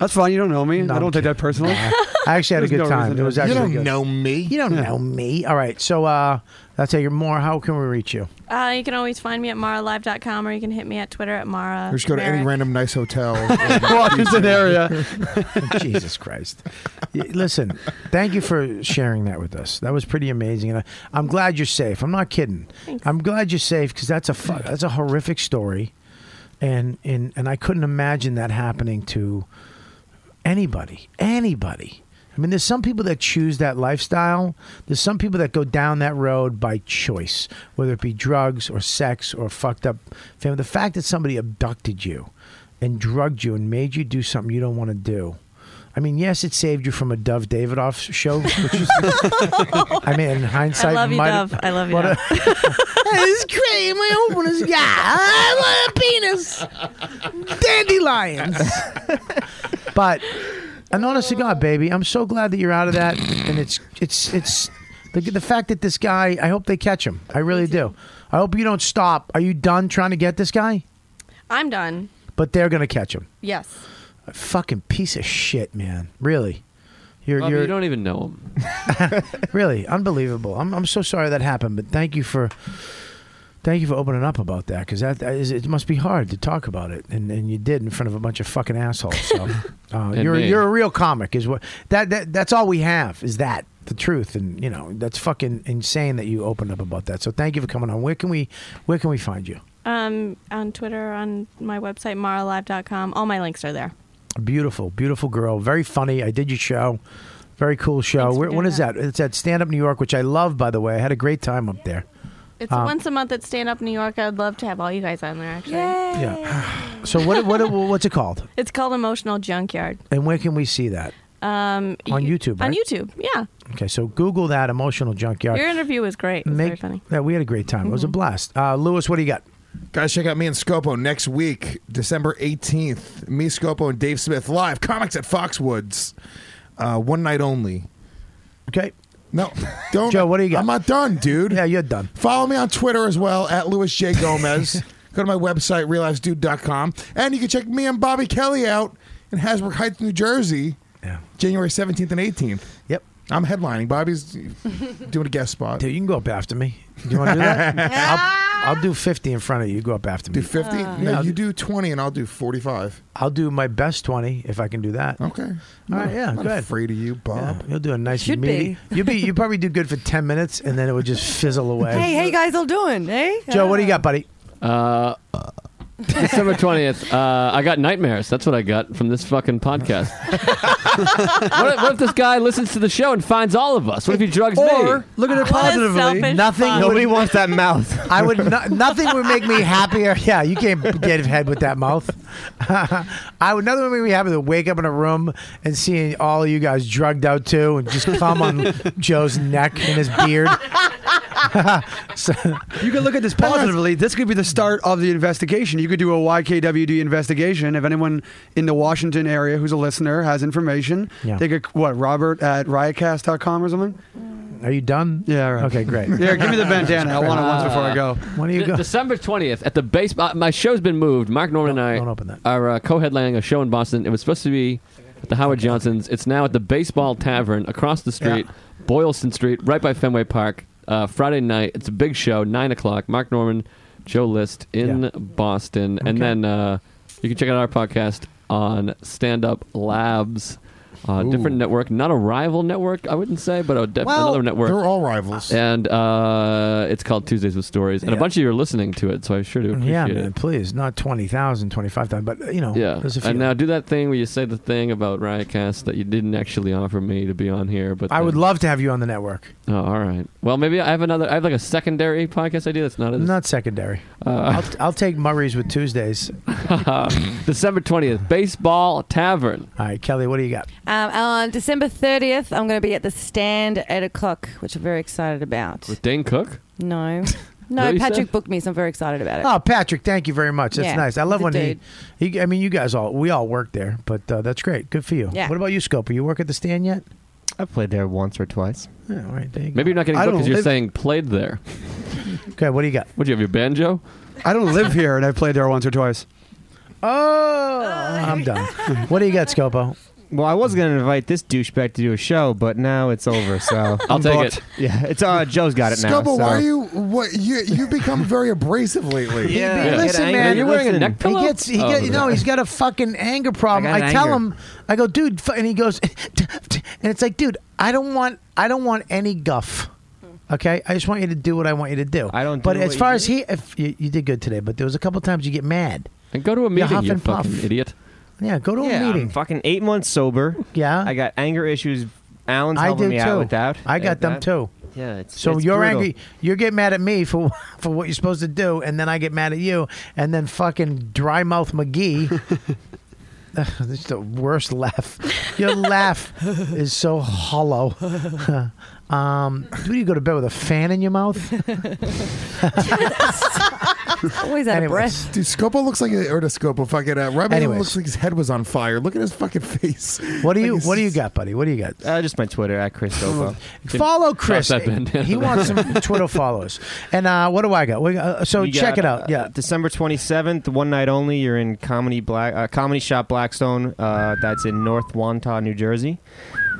Speaker 12: That's fine. You don't know me. I don't take that personally.
Speaker 2: I actually had a
Speaker 12: There's
Speaker 2: good
Speaker 12: no
Speaker 2: time.
Speaker 12: reason
Speaker 2: It
Speaker 12: to.
Speaker 2: was
Speaker 12: You
Speaker 2: actually
Speaker 12: don't
Speaker 2: good.
Speaker 12: know
Speaker 10: me.
Speaker 2: You don't know me. All right. So uh, that's it. You're more. How can we reach you?
Speaker 13: Uh, you can always find me at maralive.com or you can hit me at Twitter at Mara.
Speaker 10: Or just go to any
Speaker 13: Merrick.
Speaker 10: random nice hotel.
Speaker 12: uh, Walk into an area.
Speaker 2: Jesus Christ. Y- Listen, thank you for sharing that with us. That was pretty amazing, and I, I'm glad you're safe. I'm not kidding. I'm glad you're safe because that's a fu- that's a horrific story, and and and I couldn't imagine that happening to anybody, anybody. I mean, there's some people that choose that lifestyle. There's some people that go down that road by choice, whether it be drugs or sex or fucked up family. The fact that somebody abducted you and drugged you and made you do something you don't want to do. I mean, yes, it saved you from a Dove Davidoff show. Which is, I mean, in hindsight,
Speaker 13: I love you,
Speaker 2: might
Speaker 13: Dove. I love you.
Speaker 2: What a-
Speaker 13: Dove.
Speaker 20: This is crazy. My open is yeah. I want a penis. Dandelions.
Speaker 2: But and honest to God, baby, I'm so glad that you're out of that. And it's it's it's the the fact that this guy. I hope they catch him. I really do. I hope you don't stop. Are you done trying to get this guy?
Speaker 13: I'm done.
Speaker 2: But they're gonna catch him.
Speaker 13: Yes.
Speaker 2: A fucking piece of shit, man. Really. You're,
Speaker 8: Bob,
Speaker 2: you're
Speaker 8: you don't even know him.
Speaker 2: really unbelievable. I'm, I'm so sorry that happened, but thank you for thank you for opening up about that because that, that is it must be hard to talk about it, and, and you did in front of a bunch of fucking assholes. So uh,
Speaker 21: And
Speaker 2: you're
Speaker 21: me.
Speaker 2: you're a real comic, is what that, that that's all we have is that the truth, and you know that's fucking insane that you opened up about that. So thank you for coming on. Where can we where can we find you?
Speaker 13: Um, on Twitter, on my website, maralive.com. All my links are there.
Speaker 2: Beautiful, beautiful girl. Very funny. I did your show. Very cool show. Where, when is that? It's at Stand Up New York, which I love, by the way. I had a great time up there.
Speaker 13: It's
Speaker 2: Um,
Speaker 13: once a month at Stand Up New York. I'd love to have all you guys on there, actually.
Speaker 2: Yeah. So what, what what's it called?
Speaker 13: It's called Emotional Junkyard.
Speaker 2: And where can we see that?
Speaker 13: Um,
Speaker 2: On
Speaker 13: you-
Speaker 2: YouTube,
Speaker 13: On
Speaker 2: right?
Speaker 13: YouTube, yeah.
Speaker 2: Okay, so Google that emotional junkyard.
Speaker 13: Your interview was great. It was very funny.
Speaker 2: Yeah, we had a great time. It was a blast. Uh, Lewis, what do you got?
Speaker 10: Guys, check out me and Scopo next week, December 18th. Me, Scopo, and Dave Smith live. Comics at Foxwoods. Uh, one night only.
Speaker 2: Okay.
Speaker 10: No, don't. Joe, what do you got? I'm not done, dude. Yeah,
Speaker 2: you're done.
Speaker 10: Follow me on Twitter as well, at Louis J. Gomez. Go to my website, realizedude.com. And you can check me and Bobby Kelly out in Hasbrook Heights, New Jersey, January 17th and 18th.
Speaker 2: Yep.
Speaker 10: I'm headlining. Bobby's doing a guest spot.
Speaker 2: Dude, you can go up after me. Do you want to do that? I'll, I'll do 50 in front of you. Go up after me.
Speaker 10: Do 50? no, you do 20 and I'll do 45.
Speaker 2: I'll do my best 20 if I can do that.
Speaker 10: Okay. All
Speaker 2: right, yeah,
Speaker 10: I'm not
Speaker 2: good.
Speaker 10: afraid of you, Bob.
Speaker 2: You'll do a nice
Speaker 10: Should
Speaker 2: meaty.
Speaker 10: be.
Speaker 2: You'll be you probably do good for 10 minutes and then it would just fizzle away.
Speaker 18: Hey, hey, guys, all doing? Eh? Hey,
Speaker 2: Joe, what do you got, buddy?
Speaker 8: Uh, December 20th, uh, I got nightmares. That's what I got from this fucking podcast. what, if, what if this guy listens to the show and finds all of us? What if he drugs me?
Speaker 12: Or, look at it What a positively. selfish
Speaker 2: Nothing.
Speaker 12: fuck. Nobody wants
Speaker 2: that mouth. I would. No, nothing would make me happier. Yeah, you can't get ahead with that mouth. I would. Nothing would make me happier than wake up in a room and seeing all you guys drugged out too, and just come on Joe's neck and his beard. so,
Speaker 12: You can look at this positively. This could be the start of the investigation. You could do a YKWD investigation. If anyone in the Washington area who's a listener has information,
Speaker 2: Yeah.
Speaker 12: they could, what, Robert at riotcast.com or something?
Speaker 2: Are you done? Yeah, right. Okay, great.
Speaker 12: Yeah, give me the bandana. I want it once before I go.
Speaker 2: Why do you go?
Speaker 8: December 20th at the base. Uh, my show's been moved. Mark Norman and I are uh, co-headlining a show in Boston. It was supposed to be at the Howard Johnson's. It's now at the Baseball Tavern across the street, Boylston Street, right by Fenway Park. Uh, Friday night. It's a big show. Nine o'clock. Mark Norman, Joe List in Boston, and then uh, you can check out our podcast on Stand Up Labs. Uh, different network, not a rival network, I wouldn't say, but a def-
Speaker 10: Well,
Speaker 8: another network.
Speaker 10: they're all rivals.
Speaker 8: And uh, it's called Tuesdays with Stories, and
Speaker 2: Yeah.
Speaker 8: a bunch of you are listening to it, so I sure do appreciate
Speaker 2: Yeah,
Speaker 8: it.
Speaker 2: man. Please, not 20,000, 25,000, but you know,
Speaker 8: Yeah,
Speaker 2: there's a few.
Speaker 8: and now do that thing where you say the thing about Riotcast that you didn't actually offer me to be on here, but
Speaker 2: I
Speaker 8: then-
Speaker 2: would love to have you on the network.
Speaker 8: Oh, all right. Well, maybe I have another. I have like a secondary podcast idea that's not as Uh,
Speaker 2: Not secondary. I'll, I'll take Murray's with Tuesdays.
Speaker 8: December 20th, Baseball Tavern.
Speaker 2: All right, Kelly, what do you got?
Speaker 18: Um, on December 30th, I'm going to be at the stand at 8 o'clock, which I'm very excited about.
Speaker 8: with Dane Cook.
Speaker 18: No. No,
Speaker 2: Really,
Speaker 18: Patrick
Speaker 2: Steph?
Speaker 18: booked me, so I'm very excited about it.
Speaker 2: Oh, Patrick, thank you very much. That's
Speaker 18: Yeah,
Speaker 2: nice. I love
Speaker 18: he's a
Speaker 2: when he, he. I mean, you guys all we all work there, but uh, that's great. Good for you.
Speaker 18: Yeah.
Speaker 2: What about you, Scoper? You work at the stand yet?
Speaker 11: I've played there once or twice.
Speaker 2: Yeah, all right, there you go.
Speaker 8: Maybe you're not getting
Speaker 2: I
Speaker 8: booked
Speaker 2: don't
Speaker 8: because you're
Speaker 2: live-
Speaker 8: saying played there.
Speaker 2: Okay, what do you got?
Speaker 8: What do you have? Your banjo?
Speaker 12: I don't live here, and I've played there once or twice.
Speaker 2: Oh, I'm done. what do you got, Scopo?
Speaker 11: Well, I was gonna invite this douchebag to do a show, but now it's over. So
Speaker 8: I'll take it.
Speaker 11: Yeah, it's uh, Joe's got it now.
Speaker 10: Scuba,
Speaker 11: so.
Speaker 10: why are you? What you? You become very abrasive lately.
Speaker 11: Yeah. Yeah. Listen, Get man, angry. Listen.
Speaker 2: He gets, he
Speaker 10: Oh,
Speaker 2: get,
Speaker 10: yeah.
Speaker 2: no, he's got a fucking anger problem.
Speaker 11: I
Speaker 2: I,
Speaker 11: got
Speaker 2: tell
Speaker 11: anger.
Speaker 2: him, I go, dude, fu-" and he goes, and it's like, dude, I don't want, I don't want any guff. Okay, I just want you to do what I want you to do. I don't. But
Speaker 11: do
Speaker 2: as
Speaker 11: what
Speaker 2: far
Speaker 11: you
Speaker 2: as he, if you, you did good today, but there was a couple times you get mad.
Speaker 8: And go to a
Speaker 2: You
Speaker 8: meeting,
Speaker 2: huff
Speaker 8: you
Speaker 2: and puff.
Speaker 8: fucking idiot.
Speaker 2: Yeah, go to
Speaker 11: yeah,
Speaker 2: a meeting.
Speaker 11: I'm fucking eight months sober.
Speaker 2: Yeah,
Speaker 11: I got anger issues. Alan's
Speaker 2: I
Speaker 11: helping
Speaker 2: do
Speaker 11: me
Speaker 2: too.
Speaker 11: out with that.
Speaker 2: I got
Speaker 11: With
Speaker 2: them
Speaker 11: that.
Speaker 2: too.
Speaker 11: Yeah, it's
Speaker 2: So
Speaker 11: it's
Speaker 2: you're
Speaker 11: brutal.
Speaker 2: angry. You get mad at me for for what you're supposed to do, and then I get mad at you, and then fucking dry mouth McGee. Ugh, this is the worst laugh. Your laugh is so hollow. Um, do you go to bed with a fan in your mouth?
Speaker 18: Always
Speaker 2: out of
Speaker 10: breath. Dude, Scopo looks like, or the Scopo, fucking uh, Robin
Speaker 2: Anyways.
Speaker 10: looks like his head was on fire. Look at his fucking face.
Speaker 2: What do you What do you got, buddy? What do you got?
Speaker 11: Uh, just my Twitter at Chris Dopo.
Speaker 2: Follow Chris.
Speaker 11: Toss that bandana
Speaker 2: He wants some
Speaker 11: around.
Speaker 2: Twitter followers. And uh, what do I got? We, uh, so
Speaker 11: You
Speaker 2: check
Speaker 11: got,
Speaker 2: it out.
Speaker 11: uh,
Speaker 2: Yeah.
Speaker 11: December 27th, one night only. You're in Comedy Black uh, Comedy Shop Blackstone. Uh, that's in North Wantagh, New Jersey.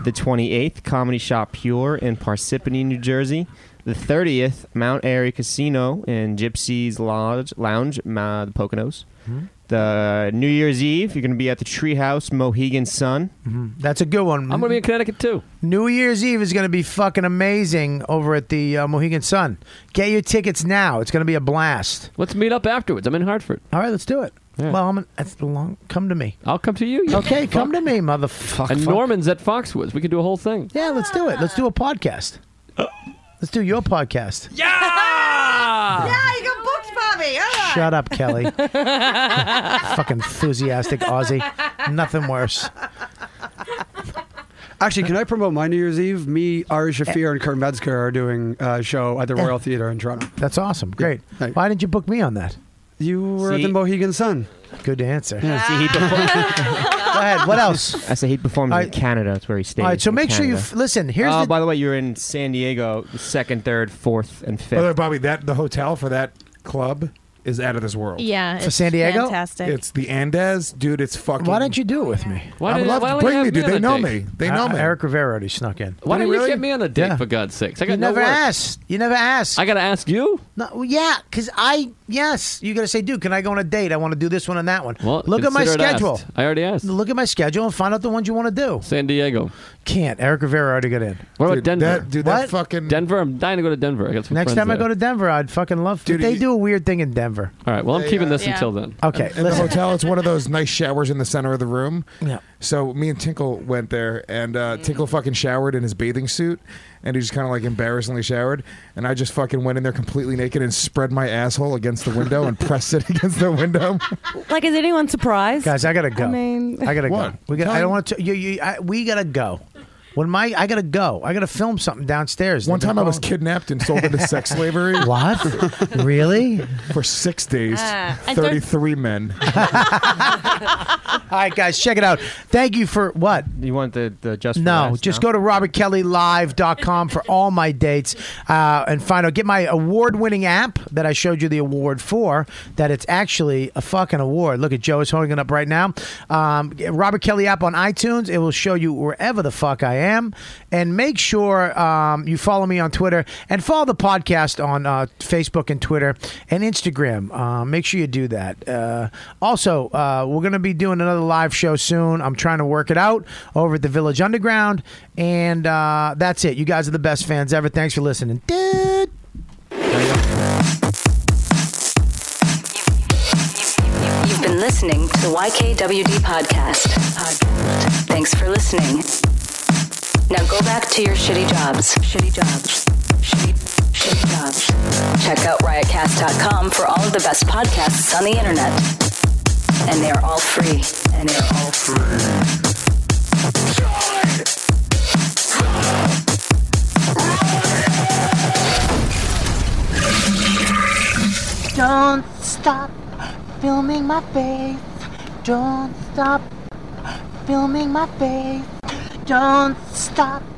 Speaker 11: The 28th, Comedy Shop Pure in Parsippany, New Jersey. The 30th, Mount Airy Casino in Gypsy's Lodge Lounge, Ma- the Poconos.
Speaker 2: Mhm.
Speaker 11: The New Year's Eve, you're going to be at the Treehouse Mohegan Sun.
Speaker 2: That's a good one. I'm
Speaker 11: gonna be in Connecticut too.
Speaker 2: New Year's Eve is going to be fucking amazing over at the uh, Mohegan Sun. Get your tickets now. It's going to be a blast.
Speaker 8: Let's meet up afterwards. I'm in Hartford.
Speaker 2: All right, let's do it. Well, I'm. An, that's the long. Come to me.
Speaker 8: I'll come to you. you
Speaker 2: Okay,
Speaker 8: fuck.
Speaker 2: come to me, motherfucker.
Speaker 8: And Norman's at Foxwoods. We could do a whole thing.
Speaker 2: Yeah, let's do it. Let's do a podcast. Let's do your podcast.
Speaker 9: yeah, you got booked, Bobby.
Speaker 2: Shut up, Kelly.
Speaker 9: Kelly.
Speaker 2: Fucking enthusiastic Aussie. Nothing worse.
Speaker 12: Actually, can I promote my New Year's Eve? Me, Ari Shafir, and Kurt Metzger are doing a show at the Royal Theater in Toronto.
Speaker 2: That's awesome. Great. Why didn't you book me on that?
Speaker 12: You were at the
Speaker 11: See?
Speaker 12: Mohegan Sun.
Speaker 2: Good answer.
Speaker 11: See, he performed.
Speaker 2: Go ahead. What else?
Speaker 11: I say he performed
Speaker 2: I-
Speaker 11: in Canada. That's where he stayed.
Speaker 2: All right, so
Speaker 11: in
Speaker 2: make sure you
Speaker 11: Canada.
Speaker 2: f- listen, here's
Speaker 11: oh,
Speaker 2: the-
Speaker 11: by the way, you're in San Diego, the second, third, fourth, and
Speaker 10: By the way,
Speaker 11: fifth.
Speaker 10: Bobby, that the hotel for that club is out of this world.
Speaker 13: Yeah, For it's San Diego? fantastic.
Speaker 10: It's the Andes, dude. It's fucking. Why don't
Speaker 2: you do it with me?
Speaker 10: I would love to bring me, dude. They know me. They know
Speaker 2: Uh,
Speaker 10: me.
Speaker 2: Eric Rivera already snuck in.
Speaker 8: Why
Speaker 2: Did
Speaker 8: don't
Speaker 2: he
Speaker 8: you
Speaker 2: really?
Speaker 8: get me on a date for God's sakes? I got
Speaker 2: You
Speaker 8: no
Speaker 2: never
Speaker 8: work.
Speaker 2: asked. You never asked.
Speaker 8: I got to ask you.
Speaker 2: No, well, yeah, because I yes, you got to say, dude, can I go on a date? I want to do this one and that one.
Speaker 8: Well,
Speaker 2: Look at my
Speaker 8: consider it
Speaker 2: schedule.
Speaker 8: asked. I already asked.
Speaker 2: Look at my schedule and find out the ones you want to do.
Speaker 8: San Diego.
Speaker 2: Can't. Eric Rivera already got in.
Speaker 8: What about Denver?
Speaker 2: What?
Speaker 10: fucking
Speaker 8: Denver. I'm dying to go to Denver. I got some
Speaker 2: Next
Speaker 8: friends
Speaker 2: time I
Speaker 8: there.
Speaker 2: go to Denver, I'd fucking love to.
Speaker 10: Dude,
Speaker 2: they
Speaker 10: you-
Speaker 2: do a weird thing in Denver.
Speaker 8: All right. Well, I'm
Speaker 10: They,
Speaker 8: keeping
Speaker 10: uh,
Speaker 8: this
Speaker 10: Yeah.
Speaker 8: until then.
Speaker 2: Okay,
Speaker 10: And the
Speaker 2: listen.
Speaker 10: hotel, it's one of those nice showers in the center of the room.
Speaker 2: Yeah.
Speaker 10: So me and Tinkle went there, and uh, Tinkle fucking showered in his bathing suit, and he just kind of like embarrassingly showered. And I just fucking went in there completely naked and spread my asshole against the window and pressed it against the window.
Speaker 18: Like, is anyone surprised?
Speaker 2: Guys, I gotta go.
Speaker 18: I mean,
Speaker 2: I gotta
Speaker 10: What?
Speaker 2: go. We got.
Speaker 10: Tell
Speaker 2: I don't
Speaker 10: me-
Speaker 2: want to. You, you, I, we gotta go. When my I gotta go. I gotta film something downstairs.
Speaker 10: One
Speaker 2: They've been
Speaker 10: time I was
Speaker 2: calling-
Speaker 10: kidnapped and sold into sex slavery.
Speaker 2: What? really?
Speaker 10: For six days,
Speaker 2: Ah, and don't-
Speaker 10: thirty-three men.
Speaker 2: All right, guys, check it out. Thank you for what?
Speaker 11: You want the, the just for
Speaker 2: No,
Speaker 11: last
Speaker 2: just
Speaker 11: now?
Speaker 2: go to robertkellylive.com for all my dates uh, and find out. Get my award winning app that I showed you the award for, that it's actually a fucking award. Look at Joe is holding it up right now. Um, get Robert Kelly app on iTunes. It will show you wherever the fuck I am. And make sure um, you follow me on Twitter and follow the podcast on uh, Facebook and Twitter and Instagram. Uh, make sure you do that. Uh, also, uh, we're going to be doing another live show soon. I'm trying to work it out over at the Village Underground. And uh, that's it. You guys are the best fans ever. Thanks for listening. Dude.
Speaker 21: You've been listening to the YKWD podcast. Thanks for listening. Now go back to your shitty jobs. Shitty jobs. Shitty, shitty jobs. Check out riotcast.com for all of the best podcasts on the internet. And they are all free. And they are all free.
Speaker 20: Don't stop filming my face. Don't stop filming my face. Don't stop